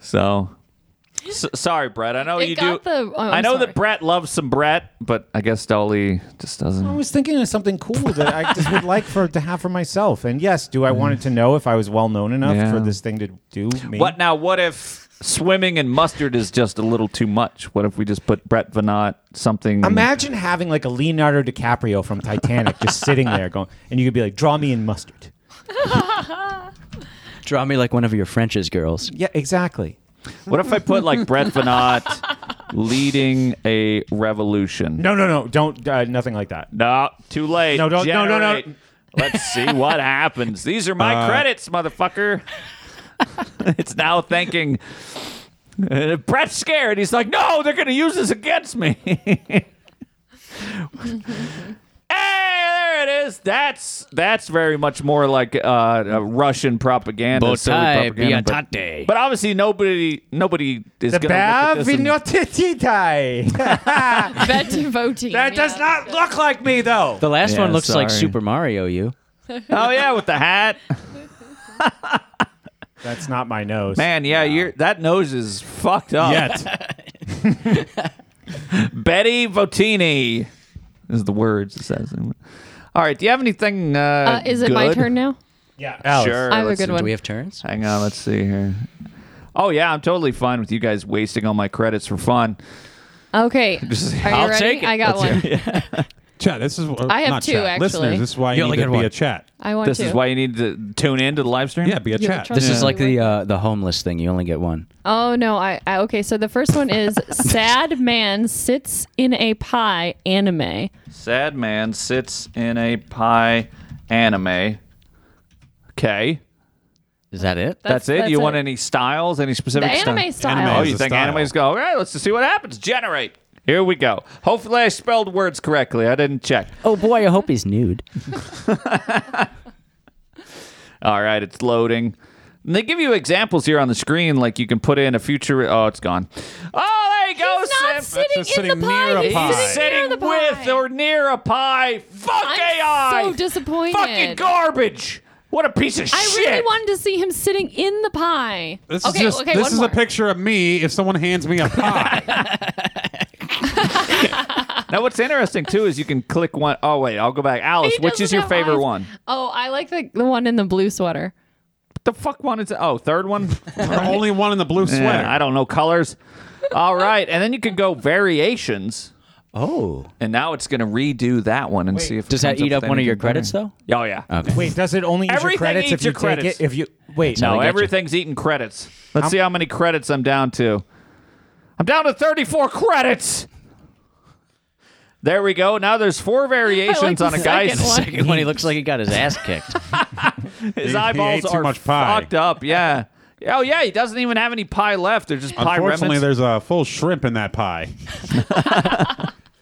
Speaker 2: So, S sorry, Brett. I know
Speaker 6: It
Speaker 2: you do.
Speaker 6: got the- oh, I'm
Speaker 2: I know
Speaker 6: sorry.
Speaker 2: that Brett loves some Brett, but I guess Dolly just
Speaker 1: I
Speaker 2: doesn't.
Speaker 1: was thinking of something cool that I just would like for to have for myself. And yes, do I wanted to know if I was well known enough
Speaker 2: Yeah.
Speaker 1: for this thing to do me?
Speaker 2: What now? What if swimming in mustard is just a little too much? What if we just put Brett Vanat something?
Speaker 1: Imagine having like a Leonardo DiCaprio from Titanic just sitting there going, and you could be like, "Draw me in mustard."
Speaker 5: Draw me like one of your French's girls.
Speaker 1: Yeah, exactly.
Speaker 2: What if I put like Brett Vanat leading a revolution?
Speaker 1: No, no, no. Don't uh, nothing like that.
Speaker 2: No, too late.
Speaker 1: No, don't- no, no, no. Uh,
Speaker 2: Generate. Let's see what happens. These are my credits, motherfucker. it's now thinking. Uh, Brett's scared. He's like, no, they're going to use this against me. hey, there it is. That's that's very much more like uh, uh, Russian propaganda. silly
Speaker 5: Bowtie
Speaker 2: propaganda, but-
Speaker 5: Biatate.
Speaker 2: But, obviously, nobody nobody is going to look at this and-
Speaker 1: that
Speaker 6: Vet voting.
Speaker 1: does not look like me though.
Speaker 5: The last
Speaker 2: Yeah,
Speaker 5: one looks like
Speaker 2: sorry.
Speaker 5: Super Mario. You.
Speaker 2: Oh yeah, with the hat.
Speaker 1: That's not my nose.
Speaker 2: Man, yeah, you're, that nose is fucked up.
Speaker 4: Yet.
Speaker 2: Betty Votini is the words it says. All right, do you have anything? Uh,
Speaker 6: Uh, is it my
Speaker 2: good?
Speaker 6: turn now?
Speaker 1: Yeah, Alice.
Speaker 2: Sure.
Speaker 6: I have a
Speaker 2: let's
Speaker 6: good
Speaker 2: see.
Speaker 6: one.
Speaker 5: Do we have turns?
Speaker 2: Hang on, let's see here. Oh yeah, I'm totally fine with you guys wasting all my credits for fun.
Speaker 6: Okay. Are you
Speaker 2: I'll
Speaker 6: ready?
Speaker 2: take it.
Speaker 6: I got
Speaker 2: Let's
Speaker 6: one.
Speaker 4: chat. This is or
Speaker 6: I have
Speaker 4: not
Speaker 6: two,
Speaker 4: chat.
Speaker 6: actually.
Speaker 4: Listeners, this is why
Speaker 5: You
Speaker 4: you,
Speaker 5: only
Speaker 4: need
Speaker 5: get
Speaker 4: to be
Speaker 5: one.
Speaker 4: a chat.
Speaker 6: I want
Speaker 2: This
Speaker 6: to.
Speaker 2: is why you need to tune in to the live stream.
Speaker 4: Yeah, be a
Speaker 6: You have
Speaker 4: chat.
Speaker 6: trouble.
Speaker 5: This is
Speaker 6: Yeah.
Speaker 5: like the uh, the homeless thing. You only get one.
Speaker 6: Oh no! I, I okay. So the first one is sad man sits in a pie anime.
Speaker 2: Sad man sits in a pie anime. Okay,
Speaker 5: Is that it?
Speaker 2: that's, it.
Speaker 6: that's
Speaker 2: you want
Speaker 6: it.
Speaker 2: any styles? Any
Speaker 6: The
Speaker 2: specific style?
Speaker 6: anime style.
Speaker 4: Anime
Speaker 2: Oh,
Speaker 4: as
Speaker 2: you
Speaker 4: a
Speaker 2: think
Speaker 4: style.
Speaker 2: animes go? All right, let's just see what happens. Generate. Here we go. Hopefully, I spelled words correctly. I didn't check.
Speaker 5: Oh boy, I hope he's nude.
Speaker 2: All right, it's loading. And they give you examples here on the screen, like you can put in a future. Oh, it's gone. Oh, there you go.
Speaker 6: He's
Speaker 2: Sim-
Speaker 6: not sitting in
Speaker 4: just sitting
Speaker 6: the pie.
Speaker 4: near a
Speaker 6: He's
Speaker 4: pie.
Speaker 6: sitting, near
Speaker 2: sitting
Speaker 6: the pie.
Speaker 2: with or near a pie. Fuck
Speaker 6: I'm
Speaker 2: AI.
Speaker 6: so disappointed.
Speaker 2: Fucking garbage. What a piece of
Speaker 6: I
Speaker 2: shit.
Speaker 6: really wanted to see him sitting in the pie.
Speaker 4: This
Speaker 6: okay,
Speaker 4: is just
Speaker 6: okay,
Speaker 4: this
Speaker 6: one
Speaker 4: is
Speaker 6: more.
Speaker 4: a picture of me if someone hands me a pie.
Speaker 2: now, what's interesting too is you can click one oh wait, I'll go back. Alice,
Speaker 6: He
Speaker 2: which is
Speaker 6: doesn't
Speaker 2: your
Speaker 6: have
Speaker 2: favorite
Speaker 6: eyes.
Speaker 2: one?
Speaker 6: Oh, I like the, the one in the blue sweater.
Speaker 2: The fuck one is oh third one.
Speaker 4: the only one in the blue sweater.
Speaker 2: Yeah, I don't know colors. All right, and then you could go variations.
Speaker 5: Oh.
Speaker 2: and now it's going to redo that one and see if it
Speaker 5: Does that
Speaker 2: comes
Speaker 5: eat
Speaker 2: with
Speaker 5: up one of
Speaker 2: anything
Speaker 5: your credits,
Speaker 2: better.
Speaker 5: though?
Speaker 2: Oh yeah.
Speaker 5: Okay.
Speaker 3: Wait, does it only use your
Speaker 2: Everything
Speaker 3: credits
Speaker 2: eats
Speaker 3: if
Speaker 2: your
Speaker 3: you
Speaker 2: credits.
Speaker 3: take it? If you wait,
Speaker 5: how
Speaker 2: No,
Speaker 5: I got you.
Speaker 2: everything's eating credits. Let's see how many credits I'm down to. I'm down to 34 credits. There we go. Now there's four variations
Speaker 6: the
Speaker 2: on a guy's.
Speaker 6: second one.
Speaker 5: Second one, he looks like he got his ass kicked.
Speaker 2: His
Speaker 4: he
Speaker 2: eyeballs
Speaker 4: ate too
Speaker 2: are
Speaker 4: much pie.
Speaker 2: fucked up. Yeah. Oh yeah, he doesn't even have any pie left. They're just pie
Speaker 4: Unfortunately,
Speaker 2: remnants.
Speaker 4: there's a full shrimp in that pie.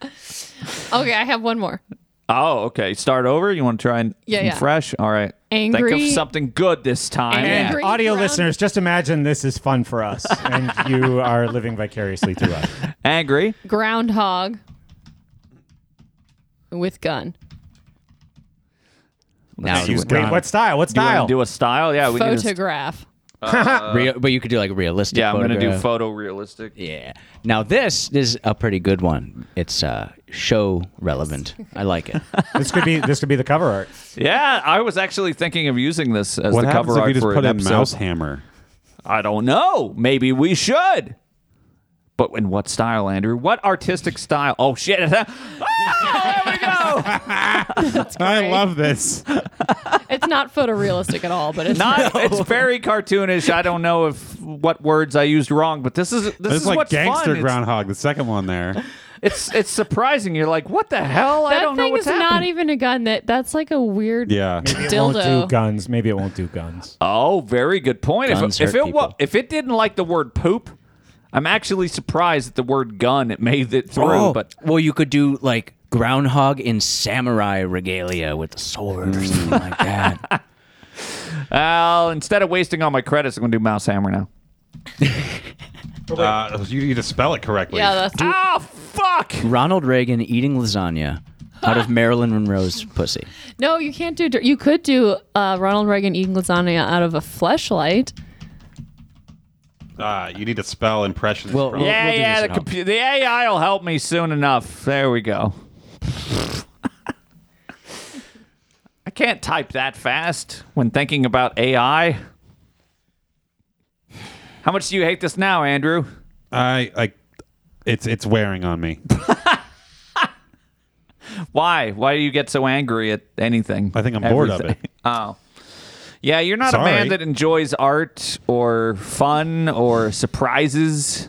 Speaker 6: Okay, I have one more.
Speaker 2: Oh, okay. Start over. You want to try and
Speaker 6: Yeah,
Speaker 2: and
Speaker 6: yeah.
Speaker 2: fresh? All right. Think
Speaker 6: Angry-
Speaker 2: of something good this time.
Speaker 6: Angry-
Speaker 2: Yeah.
Speaker 6: Green
Speaker 3: audio
Speaker 6: ground-
Speaker 3: listeners, just imagine this is fun for us, and you are living vicariously through us.
Speaker 2: Angry.
Speaker 6: Groundhog with gun.
Speaker 5: now,
Speaker 3: Wait, what style? What
Speaker 2: Do you
Speaker 3: style?
Speaker 2: want to do a style? Yeah, we need to-
Speaker 6: Photograph.
Speaker 5: Real, but you could do like a realistic.
Speaker 2: Yeah, I'm gonna do
Speaker 5: photograph.
Speaker 2: photorealistic.
Speaker 5: Yeah. Now this is a pretty good one. It's uh, show relevant. I like it.
Speaker 3: this could be this could be the cover art.
Speaker 2: Yeah, I was actually thinking of using this as
Speaker 4: what
Speaker 2: the
Speaker 4: happens
Speaker 2: cover
Speaker 4: if
Speaker 2: art
Speaker 4: you just
Speaker 2: for
Speaker 4: put
Speaker 2: an
Speaker 4: in
Speaker 2: episode.
Speaker 4: mouse hammer?
Speaker 2: I don't know. Maybe we should. But in what style, Andrew? What artistic style? Oh shit! oh, there we go.
Speaker 4: I love this.
Speaker 6: It's not photorealistic at all, but it's
Speaker 2: Not. It's very cartoonish. I don't know if what words I used wrong, but this is this
Speaker 4: This
Speaker 2: is
Speaker 4: is like
Speaker 2: what's
Speaker 4: Gangster
Speaker 2: fun.
Speaker 4: Groundhog, the second one there.
Speaker 2: It's, it's it's surprising. You're like, what the hell? I
Speaker 6: That
Speaker 2: don't know
Speaker 6: thing
Speaker 2: what's
Speaker 6: is not
Speaker 2: happening.
Speaker 6: even a gun. That that's like a weird
Speaker 4: Yeah.
Speaker 3: It won't do
Speaker 6: dildo.
Speaker 3: guns. Maybe it won't do guns.
Speaker 2: oh, very good point.
Speaker 5: Guns
Speaker 2: If, if
Speaker 5: hurt
Speaker 2: it wa-
Speaker 5: people.
Speaker 2: if it didn't like the word poop, I'm actually surprised that the word gun it made it through.
Speaker 4: Oh.
Speaker 2: But
Speaker 5: well, you could do like groundhog in samurai regalia with the sword or something like that.
Speaker 2: Well, instead of wasting all my credits, I'm going to do Mouse Hammer now.
Speaker 4: Uh, you need to spell it correctly.
Speaker 6: Yeah, that's
Speaker 2: Oh, fuck!
Speaker 5: Ronald Reagan eating lasagna out of Marilyn Monroe's pussy.
Speaker 6: no. You can't do. dir- You could do uh, Ronald Reagan eating lasagna out of a fleshlight.
Speaker 4: Uh, you need to spell impressionist.
Speaker 5: Well,
Speaker 4: probably.
Speaker 2: Yeah,
Speaker 5: we'll do
Speaker 2: yeah,
Speaker 5: this
Speaker 2: the,
Speaker 5: at home.
Speaker 2: compu- the AI will help me soon enough. There we go. I can't type that fast when thinking about AI. How much do you hate this now, Andrew?
Speaker 4: I like it's it's wearing on me.
Speaker 2: Why? Why do you get so angry at anything?
Speaker 4: I think I'm bored of
Speaker 2: Everything.
Speaker 4: it.
Speaker 2: Oh. Yeah, you're not a man
Speaker 4: Sorry.
Speaker 2: that enjoys art or fun or surprises.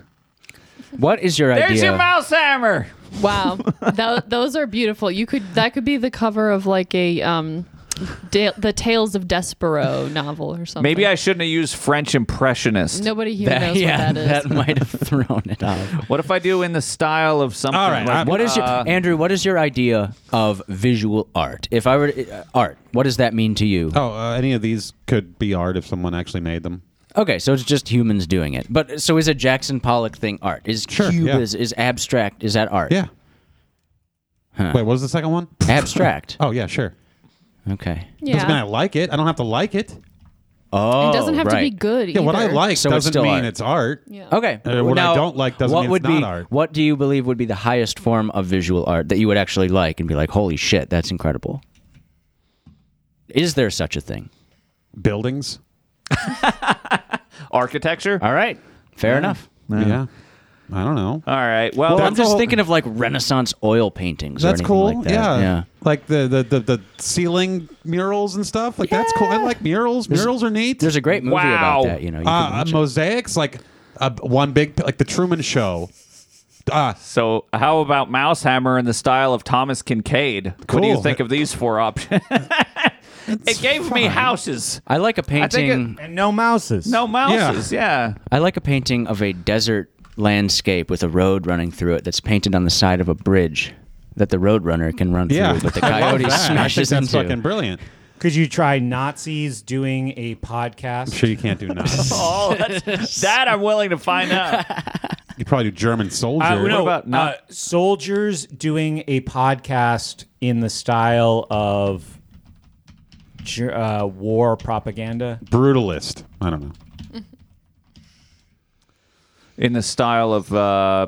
Speaker 5: What is your
Speaker 2: There's
Speaker 5: idea?
Speaker 2: your mouse hammer.
Speaker 6: Wow, Tho- those are beautiful. You could that could be the cover of like a um, da- the Tales of Despero novel or something.
Speaker 2: Maybe I shouldn't have used French impressionist.
Speaker 6: Nobody here
Speaker 5: That-
Speaker 6: knows
Speaker 5: yeah,
Speaker 6: what that is.
Speaker 5: might have thrown it off.
Speaker 2: What if I do in the style of something?
Speaker 4: All right,
Speaker 2: like,
Speaker 4: I'm-
Speaker 5: What is your Andrew? What is your idea of visual art? If I were to, uh, art, what does that mean to you?
Speaker 4: Oh, uh, any of these could be art if someone actually made them.
Speaker 5: Okay, so it's just humans doing it. But so is a Jackson Pollock thing art? Is
Speaker 4: Sure,
Speaker 5: cube
Speaker 4: yeah.
Speaker 5: is, is abstract? Is that art?
Speaker 4: Yeah. Wait, what was the second one?
Speaker 5: abstract.
Speaker 4: Oh yeah, sure.
Speaker 5: Okay.
Speaker 4: Doesn't mean I
Speaker 6: Yeah,
Speaker 4: like it. I don't have to like it.
Speaker 5: Oh,
Speaker 6: it doesn't have to be
Speaker 5: right.
Speaker 6: good.
Speaker 4: Yeah, what I
Speaker 6: either.
Speaker 4: like
Speaker 5: So it's
Speaker 4: doesn't
Speaker 5: still
Speaker 4: mean
Speaker 5: art.
Speaker 4: it's art.
Speaker 6: Yeah.
Speaker 5: Okay.
Speaker 4: Uh, what I
Speaker 5: now,
Speaker 4: don't like doesn't
Speaker 5: what
Speaker 4: mean it's
Speaker 5: would
Speaker 4: not
Speaker 5: be,
Speaker 4: art.
Speaker 5: What do you believe would be the highest form of visual art that you would actually like and be like, "Holy shit, that's incredible"? Is there such a thing?
Speaker 4: Buildings.
Speaker 2: architecture?
Speaker 5: All right. Fair enough.
Speaker 4: Yeah. I don't know.
Speaker 2: All right. Well,
Speaker 5: Well,
Speaker 4: That's
Speaker 5: I'm just
Speaker 4: all-
Speaker 5: thinking of like Renaissance oil paintings. or
Speaker 4: That's
Speaker 5: anything
Speaker 4: cool.
Speaker 5: Like that.
Speaker 4: yeah.
Speaker 5: Yeah.
Speaker 4: Like the, the, the, the ceiling murals and stuff. Like that's cool. I like murals. murals are neat.
Speaker 5: There's a great movie
Speaker 2: Wow.
Speaker 5: about that. You know. You can
Speaker 4: uh,
Speaker 5: watch it.
Speaker 4: mosaics like uh, one big like the Truman Show. Uh,
Speaker 2: so how about Mouse Hammer in the style of Thomas Kincaid? What do you
Speaker 4: Cool.
Speaker 2: think of these four options? it gave me
Speaker 4: fine.
Speaker 2: houses.
Speaker 5: I like a
Speaker 2: think it-
Speaker 5: painting.
Speaker 3: And no mouses.
Speaker 2: No mouses. Yeah.
Speaker 5: I like a painting of a desert landscape with a road running through it that's painted on the side of a bridge that the road runner can run
Speaker 4: yeah,
Speaker 5: through, but the
Speaker 4: I love
Speaker 5: coyote
Speaker 4: that.
Speaker 5: smashes
Speaker 4: I think that's
Speaker 5: into.
Speaker 4: fucking brilliant.
Speaker 3: Could you try Nazis doing a podcast?
Speaker 4: I'm sure you can't do Nazis.
Speaker 2: Oh, that's, that I'm willing to find out.
Speaker 4: you probably do German soldier.
Speaker 3: Uh, no,
Speaker 2: about not-
Speaker 3: uh, soldiers doing a podcast in the style of ger- uh, war propaganda.
Speaker 4: Brutalist. I don't know.
Speaker 2: In the style of, uh,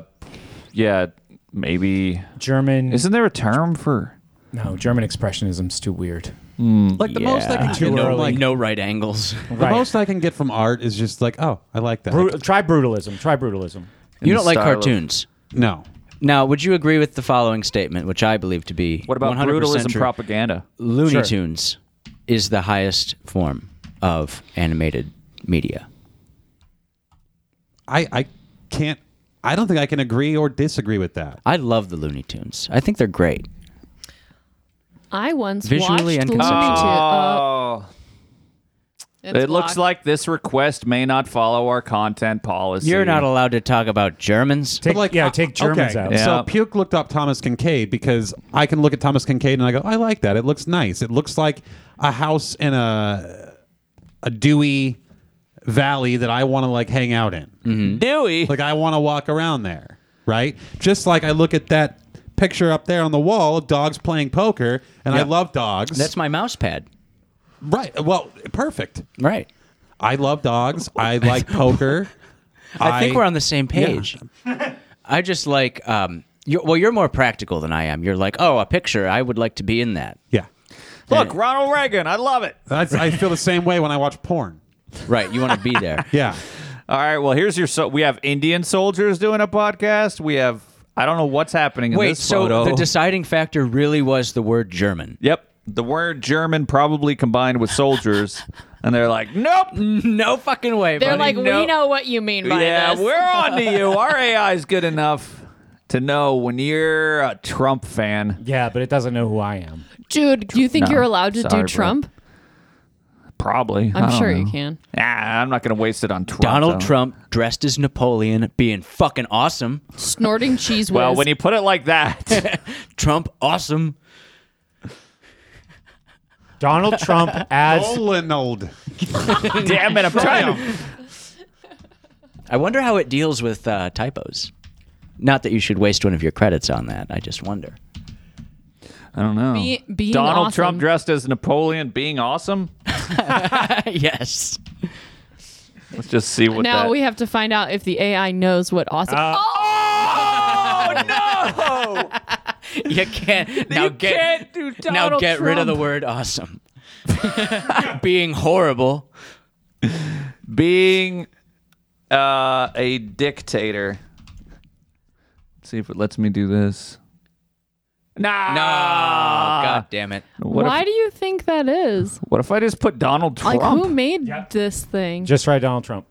Speaker 2: yeah, maybe.
Speaker 3: German.
Speaker 2: Isn't there a term for?
Speaker 3: no, German expressionism's too weird.
Speaker 4: Like the most I can
Speaker 5: Yeah,
Speaker 4: do.
Speaker 5: no,
Speaker 4: like,
Speaker 5: no right angles.
Speaker 4: The most I can get from art is just like, oh, I like that.
Speaker 3: Bru- try brutalism. Try brutalism.
Speaker 2: the
Speaker 5: you don't like
Speaker 2: style of-
Speaker 5: cartoons.
Speaker 4: no.
Speaker 5: Now, would you agree with the following statement, which I believe to be
Speaker 2: What about
Speaker 5: 100%
Speaker 2: brutalism
Speaker 5: true?
Speaker 2: propaganda?
Speaker 5: Looney Tunes is the highest form of animated media.
Speaker 4: I, I can't. I don't think I can agree or disagree with that.
Speaker 5: I love the Looney Tunes. I think they're great.
Speaker 6: I once
Speaker 5: Visually
Speaker 6: watched
Speaker 5: and
Speaker 6: Looney Tunes. Uh,
Speaker 2: Oh,
Speaker 6: it's
Speaker 2: it looks
Speaker 6: blocked.
Speaker 2: like this request may not follow our content policy.
Speaker 5: You're not allowed to talk about Germans.
Speaker 1: Take, yeah, take Germans
Speaker 4: okay,
Speaker 1: out.
Speaker 2: Yeah.
Speaker 4: So Puke looked up Thomas Kincaid because I can look at Thomas Kincaid and I go, I like that. It looks nice. It looks like a house in a a dewy valley that I want to like hang out in.
Speaker 5: Mm.
Speaker 2: Dewey.
Speaker 4: Like I want to walk around there, right? Just like I look at that picture up there on the wall of dogs playing poker, and I love dogs.
Speaker 5: That's my mouse pad.
Speaker 4: right. Well, perfect.
Speaker 5: Right.
Speaker 4: I love dogs. I like poker.
Speaker 5: I think we're on the same page. I just like, um, you're, well, you're more practical than I am. You're like, oh, a picture. I would like to be in that.
Speaker 4: Yeah,
Speaker 2: Look, Ronald Reagan. I love it.
Speaker 4: That's, I feel the same way when I watch porn.
Speaker 5: Right. You want to be there.
Speaker 4: Yeah.
Speaker 2: All right. Well, here's your. So we have Indian soldiers doing a podcast. We have. I don't know what's happening in
Speaker 5: Wait,
Speaker 2: this
Speaker 5: so
Speaker 2: photo.
Speaker 5: the deciding factor really was the word German.
Speaker 2: yep. The word German probably combined with soldiers, and they're like, nope.
Speaker 5: No fucking way.
Speaker 6: They're
Speaker 5: buddy.
Speaker 6: like,
Speaker 2: No.
Speaker 6: we know what you mean by
Speaker 2: yeah,
Speaker 6: this.
Speaker 2: we're on to you. Our AI is good enough to know when you're a Trump fan.
Speaker 1: Yeah, but it doesn't know who I am.
Speaker 6: Dude, do you think
Speaker 2: No,
Speaker 6: you're allowed to
Speaker 2: sorry,
Speaker 6: do
Speaker 2: bro.
Speaker 6: Trump?
Speaker 2: Probably. I
Speaker 6: I'm
Speaker 2: don't
Speaker 6: sure
Speaker 2: know.
Speaker 6: you can.
Speaker 2: Ah, I'm not going to waste it on Trump.
Speaker 5: Donald
Speaker 2: though.
Speaker 5: Trump dressed as Napoleon, being fucking awesome.
Speaker 6: Snorting cheese
Speaker 2: Well,
Speaker 6: whiz.
Speaker 2: when you put it like that,
Speaker 5: Trump, awesome.
Speaker 1: Donald Trump as
Speaker 4: Olinold.
Speaker 2: damn it, I'm trying to.
Speaker 5: I wonder how it deals with uh, typos. Not that you should waste one of your credits on that. I just wonder.
Speaker 2: I don't know.
Speaker 6: Be- being
Speaker 2: Donald
Speaker 6: awesome.
Speaker 2: Trump dressed as Napoleon being awesome?
Speaker 5: yes.
Speaker 2: Let's just see what
Speaker 6: now
Speaker 2: that... Uh,
Speaker 6: we have to find out if the AI knows what awesome.
Speaker 2: Oh, no!
Speaker 5: You can't. Now
Speaker 2: you
Speaker 5: get,
Speaker 2: can't do Donald
Speaker 5: now get rid of the
Speaker 2: Trump.
Speaker 5: word awesome. being horrible.
Speaker 2: Being uh, a dictator. Let's see if it lets me do this. Nah.
Speaker 5: No. God damn it.
Speaker 2: What,
Speaker 6: Why
Speaker 2: if,
Speaker 6: do you think that is?
Speaker 2: what if I just put Donald Trump?
Speaker 6: Like, who made this thing?
Speaker 1: just try Donald Trump.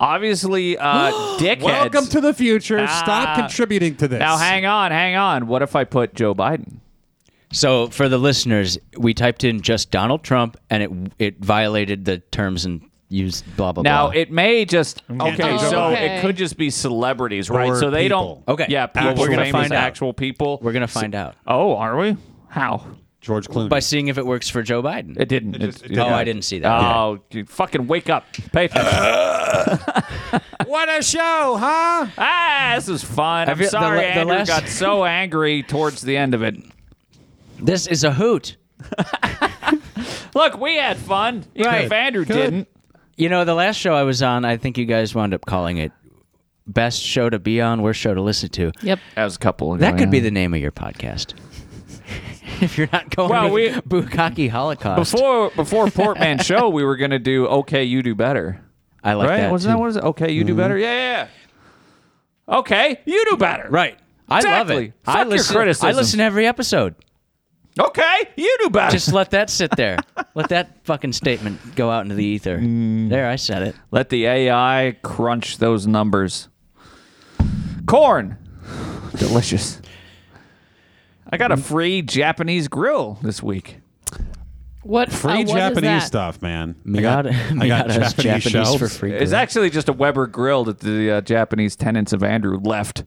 Speaker 2: Obviously, uh, dickheads.
Speaker 4: Welcome to the future.
Speaker 2: Ah.
Speaker 4: Stop contributing to this.
Speaker 2: Now, hang on, hang on. What if I put Joe Biden?
Speaker 5: So for the listeners, we typed in just Donald Trump, and it it violated the terms and used blah blah
Speaker 2: Now,
Speaker 5: blah.
Speaker 2: it may just okay.
Speaker 6: Oh,
Speaker 2: so
Speaker 6: okay.
Speaker 2: it could just be celebrities, right?
Speaker 4: Or
Speaker 2: so they
Speaker 4: people.
Speaker 2: don't.
Speaker 5: Okay.
Speaker 2: Yeah, people.
Speaker 5: Well, we're gonna
Speaker 2: famous
Speaker 5: find out.
Speaker 2: actual people.
Speaker 5: We're gonna find out
Speaker 2: Oh, are we? How?
Speaker 4: George Clooney.
Speaker 5: by seeing if it works for Joe Biden.
Speaker 2: It didn't. It
Speaker 4: just- it
Speaker 5: oh,
Speaker 4: didn't.
Speaker 5: I didn't see that.
Speaker 2: Oh, you fucking wake up, pay attention.
Speaker 1: What a show, huh?
Speaker 2: ah, this is fun.
Speaker 5: I
Speaker 2: I'm
Speaker 5: feel- the
Speaker 2: sorry,
Speaker 5: la- the
Speaker 2: Andrew
Speaker 5: last-
Speaker 2: got so angry towards the end of it.
Speaker 5: This is a hoot.
Speaker 2: Look, we had fun, even if Andrew didn't.
Speaker 5: You know, the last show I was on, I think you guys wound up calling it best show to be on, worst show to listen to.
Speaker 6: Yep.
Speaker 2: That was a couple. Ago,
Speaker 5: That could be
Speaker 2: yeah.
Speaker 5: the name of your podcast. if you're not going
Speaker 2: Well,
Speaker 5: with
Speaker 2: we-
Speaker 5: Bukaki Holocaust.
Speaker 2: before before Portman show. We were gonna do okay, you do better.
Speaker 5: I like
Speaker 2: right?
Speaker 5: that.
Speaker 2: Wasn't that
Speaker 5: too. Mm-hmm.
Speaker 2: what it was? Okay, you do better. Yeah, yeah, yeah. Okay, you do better.
Speaker 5: Right. I love
Speaker 2: Exactly.
Speaker 5: it. I
Speaker 2: Fuck your
Speaker 5: listen
Speaker 2: criticism.
Speaker 5: I listen to every episode.
Speaker 2: Okay, you do better.
Speaker 5: Just let that sit there. let that fucking statement go out into the ether. There, I said it.
Speaker 2: let the AI crunch those numbers. Corn, delicious. I got a
Speaker 4: Mm.
Speaker 2: free Japanese grill this week.
Speaker 6: What uh,
Speaker 4: Free
Speaker 6: what is
Speaker 4: Japanese
Speaker 6: that?
Speaker 4: stuff, man.
Speaker 5: Miata, Miata is Japanese
Speaker 4: shelves.
Speaker 5: for free.
Speaker 2: It's actually just a Weber grill that the uh, Japanese tenants of Andrew left.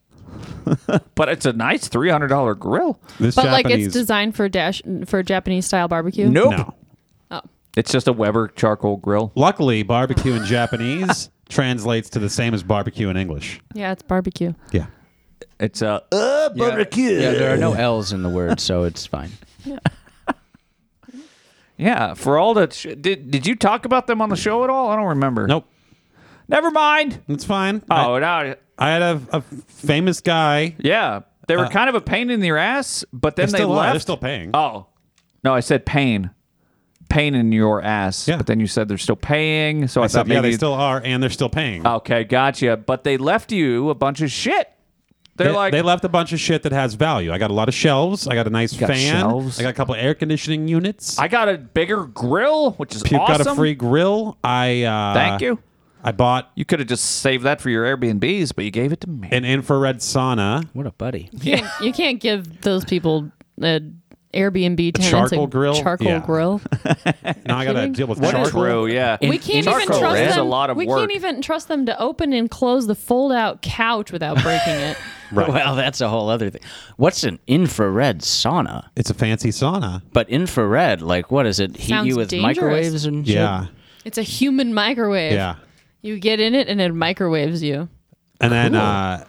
Speaker 2: but it's a nice three hundred dollar grill.
Speaker 4: This
Speaker 6: But like
Speaker 4: Japanese,
Speaker 6: it's designed for dash for Japanese style barbecue.
Speaker 4: No.
Speaker 2: It's just a Weber charcoal grill.
Speaker 4: Luckily, barbecue in Japanese translates to the same as barbecue in English.
Speaker 6: Yeah, it's barbecue.
Speaker 4: Yeah.
Speaker 2: It's a uh, barbecue.
Speaker 5: Yeah, there are no L's in the word, so it's fine.
Speaker 2: Yeah, for all the sh- did did you talk about them on the show at all? I don't remember.
Speaker 4: Nope.
Speaker 2: Never mind.
Speaker 4: It's fine.
Speaker 2: Oh
Speaker 4: I,
Speaker 2: no.
Speaker 4: I had a, a famous guy.
Speaker 2: Yeah, they were kind of a pain in your ass, but then
Speaker 4: They're
Speaker 2: they
Speaker 4: Uh. still alive.
Speaker 2: left.
Speaker 4: They're still paying.
Speaker 2: oh, no, I said pain, pain in your ass.
Speaker 4: Yeah.
Speaker 2: But then you said they're still paying, so I,
Speaker 4: I
Speaker 2: thought
Speaker 4: said, yeah,
Speaker 2: maybe Uh,
Speaker 4: they still are, and they're still paying.
Speaker 2: Okay, gotcha. But they left you a bunch of shit. They're like
Speaker 4: they left a bunch of shit that has value. I got a lot of shelves. I got a nice
Speaker 2: got
Speaker 4: fan.
Speaker 2: shelves.
Speaker 4: I got a couple air conditioning units.
Speaker 2: I got a bigger grill, which is
Speaker 4: Puke
Speaker 2: awesome.
Speaker 4: got a free grill. I uh,
Speaker 2: Thank you.
Speaker 4: I bought
Speaker 2: You could have just saved that for your Airbnbs, but you gave it to me.
Speaker 4: an infrared sauna,
Speaker 5: What a buddy.
Speaker 6: can't- you can't give those people an Airbnb tenants
Speaker 4: charcoal
Speaker 6: a
Speaker 4: grill?
Speaker 6: charcoal
Speaker 4: Yeah.
Speaker 6: grill.
Speaker 4: now I got to
Speaker 6: kidding?
Speaker 4: deal with
Speaker 2: What is
Speaker 4: charcoal.
Speaker 2: true? Yeah,
Speaker 6: we can't even
Speaker 2: Charcoal
Speaker 6: trust
Speaker 2: is
Speaker 6: them.
Speaker 2: a lot of
Speaker 6: we
Speaker 2: work.
Speaker 6: can't even trust them to open and close the fold-out couch without breaking it.
Speaker 4: Right.
Speaker 5: Well, that's a whole other thing. What's an infrared sauna?
Speaker 4: It's a fancy sauna.
Speaker 5: But infrared, like, what is it? Heat
Speaker 6: Sounds
Speaker 5: you with
Speaker 6: dangerous.
Speaker 5: microwaves and shit?
Speaker 4: Yeah,
Speaker 6: It's a human microwave.
Speaker 4: yeah.
Speaker 6: You get in it and it microwaves you.
Speaker 4: And then uh,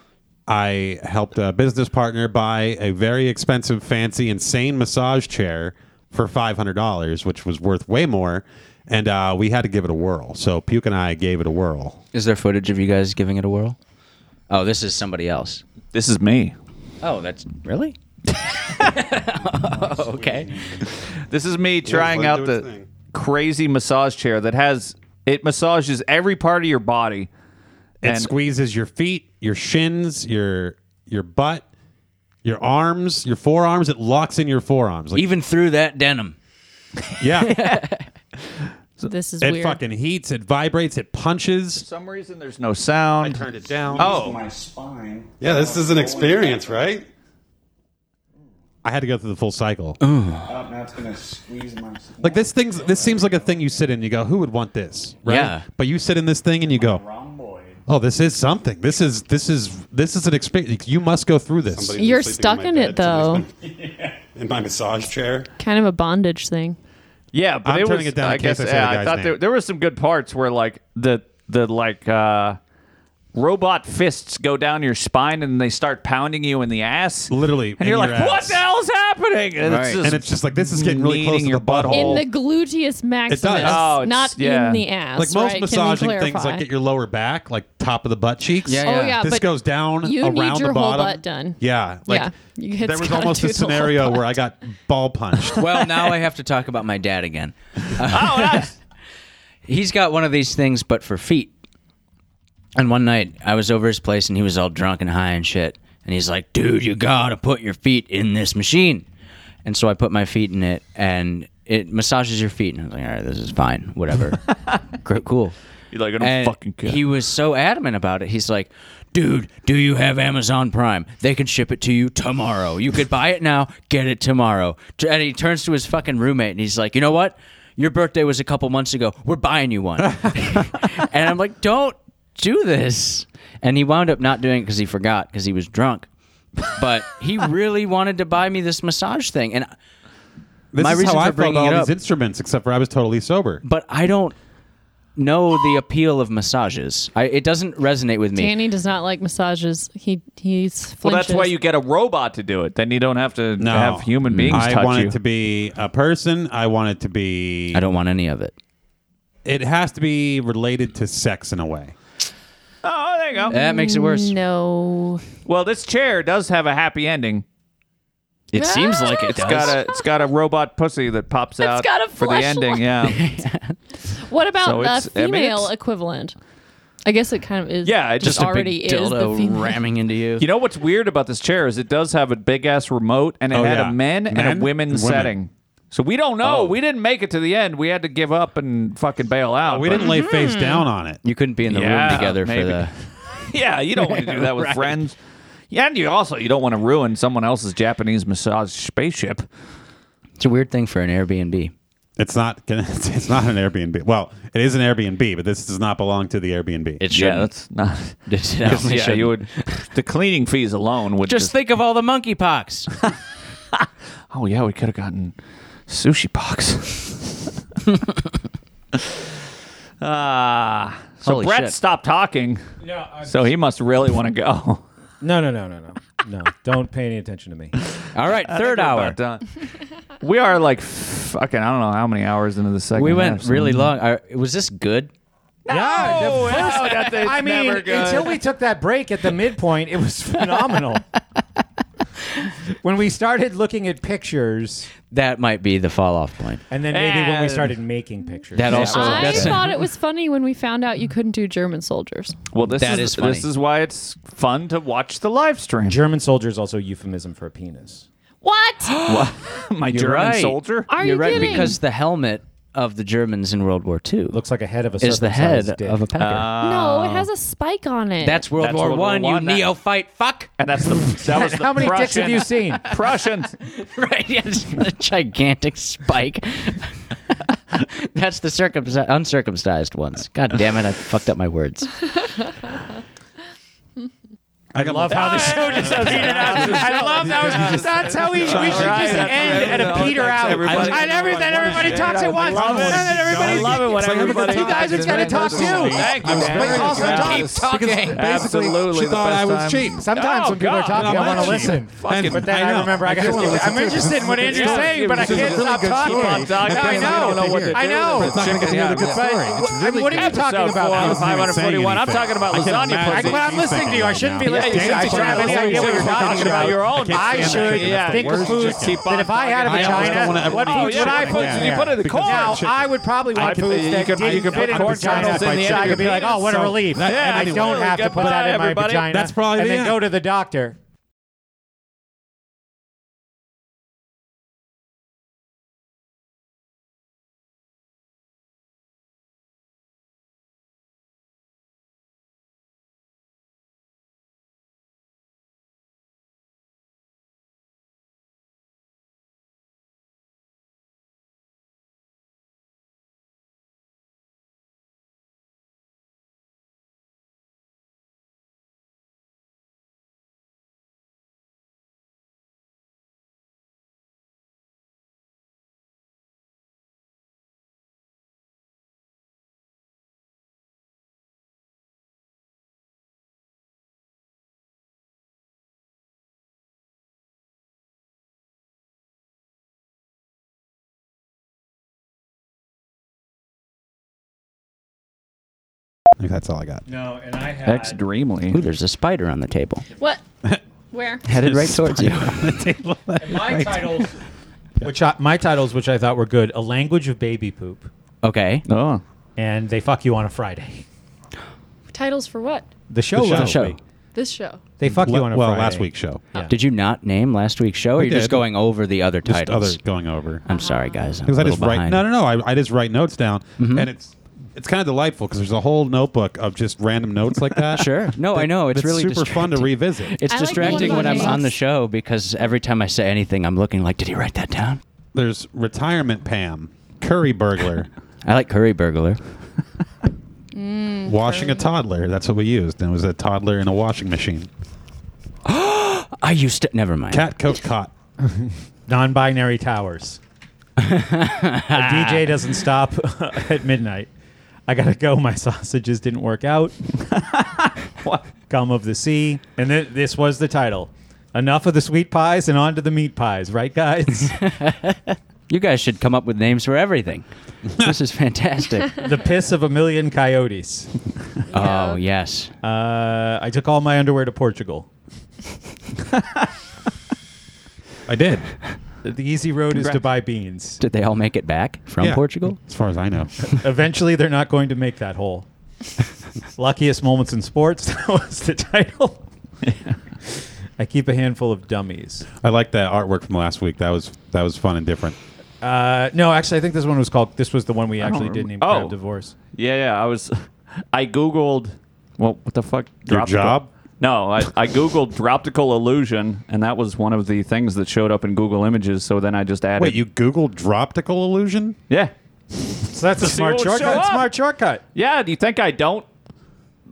Speaker 4: I helped a business partner buy a very expensive, fancy, insane massage chair for five hundred dollars, which was worth way more. And uh, we had to give it a whirl. So Puke and I gave it a whirl.
Speaker 5: Is there footage of you guys giving it a whirl? Oh, this is somebody else.
Speaker 2: this is me.
Speaker 5: Oh, that's really? okay.
Speaker 2: This is me trying
Speaker 4: let it
Speaker 2: out
Speaker 4: do
Speaker 2: the
Speaker 4: its thing.
Speaker 2: crazy massage chair that has it massages every part of your body.
Speaker 4: It
Speaker 2: And-
Speaker 4: squeezes your feet, your shins, your your butt, your arms, your forearms. It locks in your forearms. Like,
Speaker 5: Even through that denim.
Speaker 4: yeah,
Speaker 6: This is
Speaker 4: it
Speaker 6: weird.
Speaker 4: fucking heats. It vibrates. It punches.
Speaker 2: For some reason, there's no sound.
Speaker 4: Turned it down.
Speaker 2: Oh,
Speaker 12: Yeah, this is an experience, right?
Speaker 4: I had to go through the full cycle.
Speaker 12: now it's gonna squeeze my.
Speaker 4: Like this thing's this seems like a thing you sit in. You go, who would want this? Right?
Speaker 5: Yeah.
Speaker 4: But you sit in this thing and you go, oh, this is something. This is this is this is an experience. You must go through this.
Speaker 6: You're stuck in it though.
Speaker 12: In my massage chair.
Speaker 6: Kind of a bondage thing.
Speaker 2: yeah, but
Speaker 4: I'm
Speaker 2: it
Speaker 4: turning
Speaker 2: was.
Speaker 4: it down
Speaker 2: I
Speaker 4: in case
Speaker 2: guess
Speaker 4: I say the
Speaker 2: yeah, I
Speaker 4: guy's
Speaker 2: thought
Speaker 4: name.
Speaker 2: there, there were some good parts where like the the like uh, robot fists go down your spine and they start pounding you in the ass.
Speaker 4: Literally,
Speaker 2: and
Speaker 4: in
Speaker 2: you're
Speaker 4: your
Speaker 2: like, what
Speaker 4: ass."
Speaker 2: the hell's happening? And
Speaker 5: Right.
Speaker 2: it's just
Speaker 4: and it's just like this is getting really close
Speaker 2: kneading
Speaker 4: to
Speaker 2: your
Speaker 4: the butthole.
Speaker 6: In the gluteus maximus,
Speaker 4: Oh,
Speaker 2: it's-
Speaker 6: not
Speaker 2: yeah.
Speaker 6: in the ass.
Speaker 4: like most
Speaker 6: right?
Speaker 4: massaging
Speaker 6: Can we
Speaker 4: things, like
Speaker 6: clarify?
Speaker 4: get your lower back, like top of the butt cheeks.
Speaker 5: Yeah,
Speaker 6: Oh yeah,
Speaker 4: this
Speaker 6: but
Speaker 4: goes down
Speaker 6: you
Speaker 4: around
Speaker 6: need your
Speaker 4: the
Speaker 6: whole
Speaker 4: bottom.
Speaker 6: butt done.
Speaker 4: Yeah, like
Speaker 6: Yeah, you- it's
Speaker 4: there was
Speaker 6: gotta
Speaker 4: almost
Speaker 6: do
Speaker 4: a
Speaker 6: the whole
Speaker 4: scenario where I got ball punched.
Speaker 5: Well, now I have to talk about my dad again. He's got one of these things, but for feet. And one night I was over his place and he was all drunk and high and shit. And he's like, dude, you gotta put your feet in this machine. And so I put my feet in it and it massages your feet. And I was like, all right, this is fine, whatever. Gr- cool.
Speaker 2: You're like, I don't
Speaker 5: And
Speaker 2: fucking care.
Speaker 5: He was so adamant about it. He's like, dude, do you have Amazon Prime? They can ship it to you tomorrow. You could buy it now, get it tomorrow. T- And he turns to his fucking roommate and he's like, you know what? Your birthday was a couple months ago. We're buying you one. and I'm like, don't do this. And he wound up not doing it because he forgot because he was drunk. But he really wanted to buy me this massage thing. And
Speaker 4: This
Speaker 5: My
Speaker 4: is
Speaker 5: reason
Speaker 4: how I
Speaker 5: for bringing
Speaker 4: felt all
Speaker 5: it
Speaker 4: these
Speaker 5: up-
Speaker 4: instruments, except for I was totally sober.
Speaker 5: but I don't know the appeal of massages. I, it doesn't resonate with me.
Speaker 6: Danny does not like massages. He he's flinches.
Speaker 2: Well, that's why you get a robot to do it. Then you don't have to have human beings
Speaker 4: I
Speaker 2: touch
Speaker 4: want
Speaker 2: you.
Speaker 4: it to be a person. I want it to be.
Speaker 5: I don't want any of it.
Speaker 4: It has to be related to sex in a way.
Speaker 2: oh, there you go.
Speaker 5: That makes it worse.
Speaker 6: No.
Speaker 2: Well, this chair does have a happy ending.
Speaker 5: It seems like it
Speaker 2: It's
Speaker 5: does.
Speaker 2: got a it's got a robot pussy that pops out
Speaker 6: got a
Speaker 2: for the ending.
Speaker 6: fleshlight.
Speaker 2: Yeah,
Speaker 6: What about
Speaker 2: So it's- I
Speaker 6: the
Speaker 2: mean,
Speaker 6: female
Speaker 2: it's-
Speaker 6: equivalent? I guess it kind of is.
Speaker 2: Yeah, it just
Speaker 6: just,
Speaker 2: a big
Speaker 6: already is the
Speaker 5: dildo
Speaker 6: female.
Speaker 5: ramming into you.
Speaker 2: you know what's weird about this chair is it does have a big ass remote and it
Speaker 4: Oh,
Speaker 2: had
Speaker 4: yeah.
Speaker 2: a men, and
Speaker 4: Men
Speaker 2: a women,
Speaker 4: and women. Oh.
Speaker 2: setting. So we don't know. We didn't make it to the end. We had to give up and fucking bail out.
Speaker 4: We
Speaker 2: but-
Speaker 4: didn't lay face
Speaker 6: Mm-hmm.
Speaker 4: down on it.
Speaker 5: you couldn't be in the
Speaker 2: Yeah,
Speaker 5: room together
Speaker 2: maybe.
Speaker 5: for the.
Speaker 2: Yeah, you don't want to do that with friends. Yeah, and you also you don't want to ruin someone else's Japanese massage spaceship.
Speaker 5: It's a weird thing for an Airbnb.
Speaker 4: It's not. It's not an Airbnb. Well, it is an Airbnb, but this does not belong to the Airbnb.
Speaker 5: It
Speaker 2: Yeah,
Speaker 5: shouldn't.
Speaker 2: that's not.
Speaker 5: It definitely
Speaker 2: yeah,
Speaker 5: shouldn't.
Speaker 2: you would. The cleaning fees alone would
Speaker 5: Just
Speaker 2: just.
Speaker 5: think of all the monkeypox.
Speaker 2: oh yeah, we could have gotten sushi box. Ah, so
Speaker 5: Holy
Speaker 2: Brett
Speaker 5: shit.
Speaker 2: stopped talking. Yeah, so he must really want to go.
Speaker 1: No, no, no, no, no. No, don't pay any attention to me.
Speaker 5: all right, third hour.
Speaker 2: But, uh, we are like fucking. I don't know how many hours into the second.
Speaker 5: We went
Speaker 2: half, so-
Speaker 5: really long. Are- was this good?
Speaker 1: Yeah,
Speaker 2: Oh, no, that's- it's
Speaker 1: I mean,
Speaker 2: never good.
Speaker 1: until we took that break at the midpoint, it was phenomenal. when we started looking at pictures,
Speaker 5: That might be the fall off point.
Speaker 1: and then maybe when we
Speaker 2: And-
Speaker 1: started making pictures.
Speaker 5: That also-
Speaker 6: I
Speaker 5: that's-
Speaker 6: thought it was funny when we found out you couldn't do German soldiers.
Speaker 2: Well, this
Speaker 5: That
Speaker 2: is
Speaker 5: is funny.
Speaker 2: this is why it's fun to watch the live stream.
Speaker 1: German soldier is also a euphemism for a penis.
Speaker 6: What?
Speaker 2: My German
Speaker 5: right.
Speaker 2: soldier.
Speaker 6: Are you
Speaker 5: You're right
Speaker 6: kidding?
Speaker 5: because the helmet of the Germans in World War II
Speaker 1: Looks like a head of a
Speaker 5: is the
Speaker 1: circumcised
Speaker 5: head
Speaker 1: dick.
Speaker 5: of a pecker.
Speaker 6: no, it has a spike on it.
Speaker 5: that's World
Speaker 2: That's
Speaker 5: War
Speaker 2: World War
Speaker 5: One.
Speaker 2: One,
Speaker 5: You
Speaker 2: that-
Speaker 5: neophyte fuck.
Speaker 2: and that's the that was the
Speaker 1: How many dicks have
Speaker 2: Prussian-
Speaker 1: you seen?
Speaker 2: Prussians.
Speaker 5: right? Yes, the gigantic spike. That's the circumcised, uncircumcised ones. God damn it! I fucked up my words.
Speaker 4: I love how this show just
Speaker 1: I love that. Was, that's how we, we should just end at a peter out.
Speaker 4: Everybody-
Speaker 1: and everything, everybody talks at once. And then everybody,
Speaker 2: love it when everybody-
Speaker 1: You guys are going to talk too.
Speaker 2: Thank you, man.
Speaker 1: But also
Speaker 2: Yeah.
Speaker 1: talk.
Speaker 2: Keep
Speaker 1: talking.
Speaker 2: Absolutely,
Speaker 4: she
Speaker 2: the
Speaker 4: thought
Speaker 2: best
Speaker 4: I was
Speaker 6: Ah!
Speaker 2: time.
Speaker 4: cheap.
Speaker 1: Sometimes
Speaker 2: Oh,
Speaker 1: when people are
Speaker 2: God.
Speaker 1: talking, I
Speaker 2: I'm
Speaker 1: want
Speaker 2: watching.
Speaker 1: to listen.
Speaker 2: Fucking-
Speaker 1: But then I,
Speaker 4: know.
Speaker 1: remember I, got
Speaker 4: do wanna
Speaker 1: to.
Speaker 4: listen
Speaker 1: I'm
Speaker 4: to it.
Speaker 1: interested in what Andrew's
Speaker 2: Yeah.
Speaker 1: saying, but I
Speaker 4: This is a
Speaker 1: can't
Speaker 4: really
Speaker 1: stop
Speaker 4: good
Speaker 1: talking.
Speaker 4: story.
Speaker 1: I
Speaker 4: But
Speaker 1: know. I
Speaker 4: then I don't know what
Speaker 1: know.
Speaker 4: to
Speaker 1: I
Speaker 4: do.
Speaker 1: know.
Speaker 4: It's not gonna be a really good
Speaker 1: But
Speaker 4: story. It's
Speaker 1: I mean, what are you
Speaker 2: Episode
Speaker 1: talking
Speaker 2: four,
Speaker 1: about?
Speaker 4: I wasn't even saying
Speaker 2: 541. I'm
Speaker 4: anything.
Speaker 2: talking about
Speaker 4: I can't
Speaker 2: lasagna
Speaker 4: imagine.
Speaker 1: I,
Speaker 2: pussy.
Speaker 1: but I'm listening to you. I shouldn't be
Speaker 4: Yeah,
Speaker 1: listening.
Speaker 4: you
Speaker 1: I
Speaker 4: should
Speaker 1: should have any
Speaker 4: tell me
Speaker 1: idea what
Speaker 4: what
Speaker 1: you're
Speaker 4: you're
Speaker 1: talking
Speaker 4: talking
Speaker 1: about.
Speaker 4: about.
Speaker 2: your
Speaker 4: I
Speaker 2: own.
Speaker 4: can't
Speaker 1: I
Speaker 4: stand
Speaker 1: should
Speaker 4: that shit. That's the
Speaker 1: think of
Speaker 4: worst
Speaker 1: foods
Speaker 4: chicken.
Speaker 1: that if I had a
Speaker 4: I almost don't wanna
Speaker 1: vagina,
Speaker 4: ever
Speaker 1: what
Speaker 4: eat
Speaker 1: foods
Speaker 4: chicken
Speaker 1: would I
Speaker 4: like
Speaker 1: put?
Speaker 4: that.
Speaker 1: You put
Speaker 2: in the
Speaker 4: Because
Speaker 2: corn.
Speaker 4: that
Speaker 1: Now
Speaker 4: shit-
Speaker 1: I would probably
Speaker 4: I
Speaker 1: like
Speaker 4: could-
Speaker 1: foods
Speaker 4: you
Speaker 1: that
Speaker 4: could- you
Speaker 1: didn't
Speaker 4: could
Speaker 1: fit
Speaker 4: put
Speaker 1: in a
Speaker 4: corn
Speaker 1: vagina,
Speaker 4: channels in the
Speaker 1: so
Speaker 4: end
Speaker 1: I
Speaker 4: of
Speaker 1: could be
Speaker 4: your
Speaker 1: like, oh, what a
Speaker 4: penis.
Speaker 1: relief,
Speaker 4: That-
Speaker 1: and I
Speaker 4: anyway.
Speaker 1: don't have to put that
Speaker 2: Goodbye,
Speaker 1: in my
Speaker 2: everybody.
Speaker 1: vagina.
Speaker 4: That's probably
Speaker 1: and
Speaker 4: the
Speaker 1: then
Speaker 4: end.
Speaker 1: go to the doctor.
Speaker 4: I think that's all I got.
Speaker 13: No, and I had.
Speaker 2: Ex Dreamly.
Speaker 5: Ooh, there's a spider on the table,
Speaker 6: what? Where?
Speaker 5: headed right towards you.
Speaker 1: My titles, which I, my titles, which I thought were good, a language of baby poop,
Speaker 5: Okay.
Speaker 2: Oh.
Speaker 1: and they fuck you on a Friday.
Speaker 6: Titles for what?
Speaker 1: The show
Speaker 4: The
Speaker 1: last
Speaker 4: show.
Speaker 1: week.
Speaker 6: This show.
Speaker 1: They fuck you on a
Speaker 4: well,
Speaker 1: Friday.
Speaker 4: last week's show.
Speaker 1: Yeah.
Speaker 5: Did you not name last week's show, or
Speaker 4: We
Speaker 5: you're
Speaker 4: did.
Speaker 5: just going over the other
Speaker 4: Just
Speaker 5: titles?
Speaker 4: other going over.
Speaker 5: I'm sorry, guys. I'm
Speaker 4: because I
Speaker 5: a little
Speaker 4: just write.
Speaker 5: behind. Mm-hmm.
Speaker 4: No, no, no. I, I just write notes down, and it's it's kind of delightful because there's a whole notebook of just random notes like that.
Speaker 5: Sure. No, I know. It's
Speaker 4: that's
Speaker 5: really
Speaker 4: super fun to
Speaker 5: distracting.
Speaker 4: revisit.
Speaker 5: It's
Speaker 6: I like the
Speaker 5: distracting
Speaker 6: one
Speaker 5: when I'm
Speaker 6: about
Speaker 5: on the
Speaker 6: us.
Speaker 5: show because every time I say anything, I'm looking like, did he write that down?
Speaker 4: there's retirement Pam, curry burglar,
Speaker 5: I like Curry Burglar. Mm-hmm.
Speaker 4: washing a toddler. That's what we used, and it was a toddler in a washing machine.
Speaker 5: I used to. Never mind.
Speaker 4: Cat coat cot.
Speaker 1: non-binary towers. a DJ doesn't stop at midnight. I gotta go. My sausages didn't work out. Gum of the sea, and th- this was the title. Enough of the sweet pies and on to the meat pies, right, guys?
Speaker 5: You guys should come up with names for everything. this is fantastic.
Speaker 1: the piss of a million coyotes.
Speaker 5: Oh, yes.
Speaker 1: Uh, I took all my underwear to Portugal.
Speaker 4: I did.
Speaker 1: The easy road is to buy beans.
Speaker 5: Did they all make it back from
Speaker 4: Yeah.
Speaker 5: Portugal?
Speaker 4: as far as I know.
Speaker 1: Eventually, they're not going to make that hole. Luckiest moments in sports. That was the title. I keep a handful of dummies.
Speaker 4: I like that artwork from last week. That was that was fun and different.
Speaker 1: Uh, no, actually, I think this one was called. This was the one we actually did
Speaker 2: remember.
Speaker 1: name
Speaker 2: Oh.
Speaker 1: Crab Divorce.
Speaker 2: Yeah, yeah. I was. I googled. Well, what the fuck?
Speaker 4: Your
Speaker 2: Droptical-
Speaker 4: job?
Speaker 2: No, I, I googled droptical illusion, and that was one of the things that showed up in Google Images. So then I just added.
Speaker 4: Wait, you Googled droptical illusion?
Speaker 2: Yeah,
Speaker 1: So that's a smart
Speaker 2: what show
Speaker 1: shortcut.
Speaker 2: up.
Speaker 1: Smart shortcut.
Speaker 2: yeah. Do you think I don't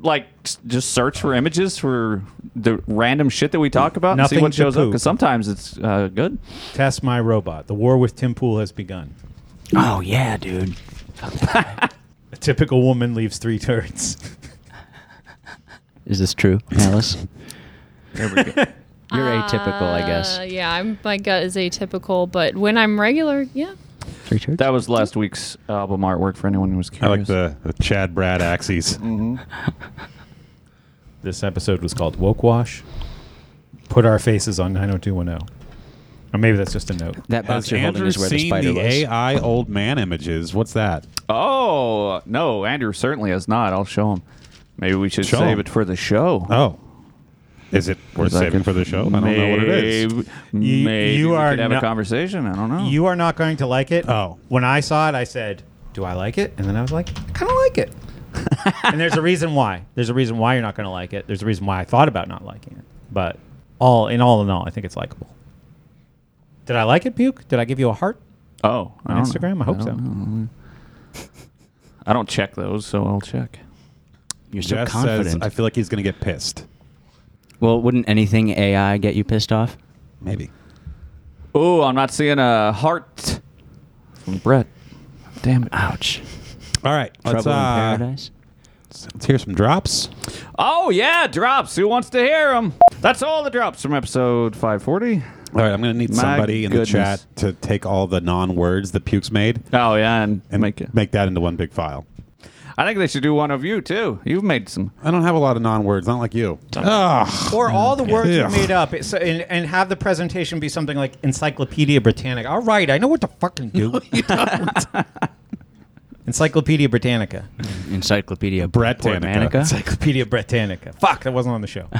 Speaker 2: like s- just search for images for the random shit that we talk about and
Speaker 1: Nothing
Speaker 2: see what
Speaker 1: to
Speaker 2: shows up?
Speaker 1: poop.
Speaker 2: Because sometimes it's uh, good.
Speaker 1: Test my robot. The war with Tim Pool has begun.
Speaker 5: Oh, yeah, dude.
Speaker 1: A typical woman leaves three turds.
Speaker 5: Is this true, Alice? You're atypical, I
Speaker 6: Uh,
Speaker 5: guess.
Speaker 6: yeah, I'm, my gut is atypical, but when I'm regular, yeah.
Speaker 5: Three turds?
Speaker 2: That was last week's album artwork for anyone who was
Speaker 4: I
Speaker 2: curious.
Speaker 4: like the, the Chad Brad axes.
Speaker 1: This episode was called Woke Wash. Put our faces on 90210. Or maybe that's just a note.
Speaker 5: That box
Speaker 4: Has
Speaker 5: you're holding
Speaker 4: Andrew
Speaker 5: is where the
Speaker 4: seen
Speaker 5: spider
Speaker 4: the
Speaker 5: was.
Speaker 4: AI old man images? What's that?
Speaker 2: Oh no, Andrew certainly has not. I'll show him. Maybe we should
Speaker 4: Show
Speaker 2: save
Speaker 4: him.
Speaker 2: it for the show.
Speaker 4: Oh, is it worth
Speaker 2: Like
Speaker 4: saving
Speaker 2: if
Speaker 4: for the show? I don't know what it is.
Speaker 2: maybe-
Speaker 1: You-
Speaker 2: Maybe
Speaker 1: you
Speaker 2: we
Speaker 1: are
Speaker 2: could have
Speaker 1: not-
Speaker 2: a conversation. I don't know.
Speaker 1: You are not going to like it.
Speaker 4: Oh.
Speaker 1: When I saw it, I said, Do I like it? And then I was like, I kind of like it. and there's a reason why. There's a reason why you're not going to like it. There's a reason why I thought about not liking it. But all in all in all, I think it's likable. Did I like it, Puke? Did I give you a heart
Speaker 2: oh, I
Speaker 1: on
Speaker 2: don't
Speaker 1: Instagram?
Speaker 2: know.
Speaker 1: I hope so.
Speaker 2: don't know. I don't check those, so I'll check.
Speaker 5: You're so
Speaker 4: Jess
Speaker 5: confident.
Speaker 4: says, I feel like he's going to get pissed.
Speaker 5: well, wouldn't anything AI get you pissed off?
Speaker 4: Maybe.
Speaker 2: Oh, I'm not seeing a heart from Brett. Damn it.
Speaker 5: Ouch.
Speaker 4: All right, let's,
Speaker 5: Trouble
Speaker 4: uh,
Speaker 5: in paradise.
Speaker 4: let's hear some drops.
Speaker 2: Oh yeah, drops. Who wants to hear them? That's all the drops from episode 540.
Speaker 4: All right, I'm going to need
Speaker 2: My
Speaker 4: somebody in
Speaker 2: goodness.
Speaker 4: the chat to take all the non-words that Pukes made
Speaker 2: Oh yeah, and,
Speaker 4: and
Speaker 2: make it.
Speaker 4: make that into one big file.
Speaker 2: I think they should do one of you too. You've made some.
Speaker 4: I don't have a lot of non-words, not like you. Ah, Ugh.
Speaker 1: Or all the words
Speaker 4: Yeah.
Speaker 1: you made up it's, and, and have the presentation be something like Encyclopedia Britannica. All right, I know what to fucking do. Encyclopedia Britannica.
Speaker 5: Encyclopedia
Speaker 4: Brett Tanica.
Speaker 5: Britannica.
Speaker 1: Encyclopedia Britannica. Fuck, that wasn't on the show.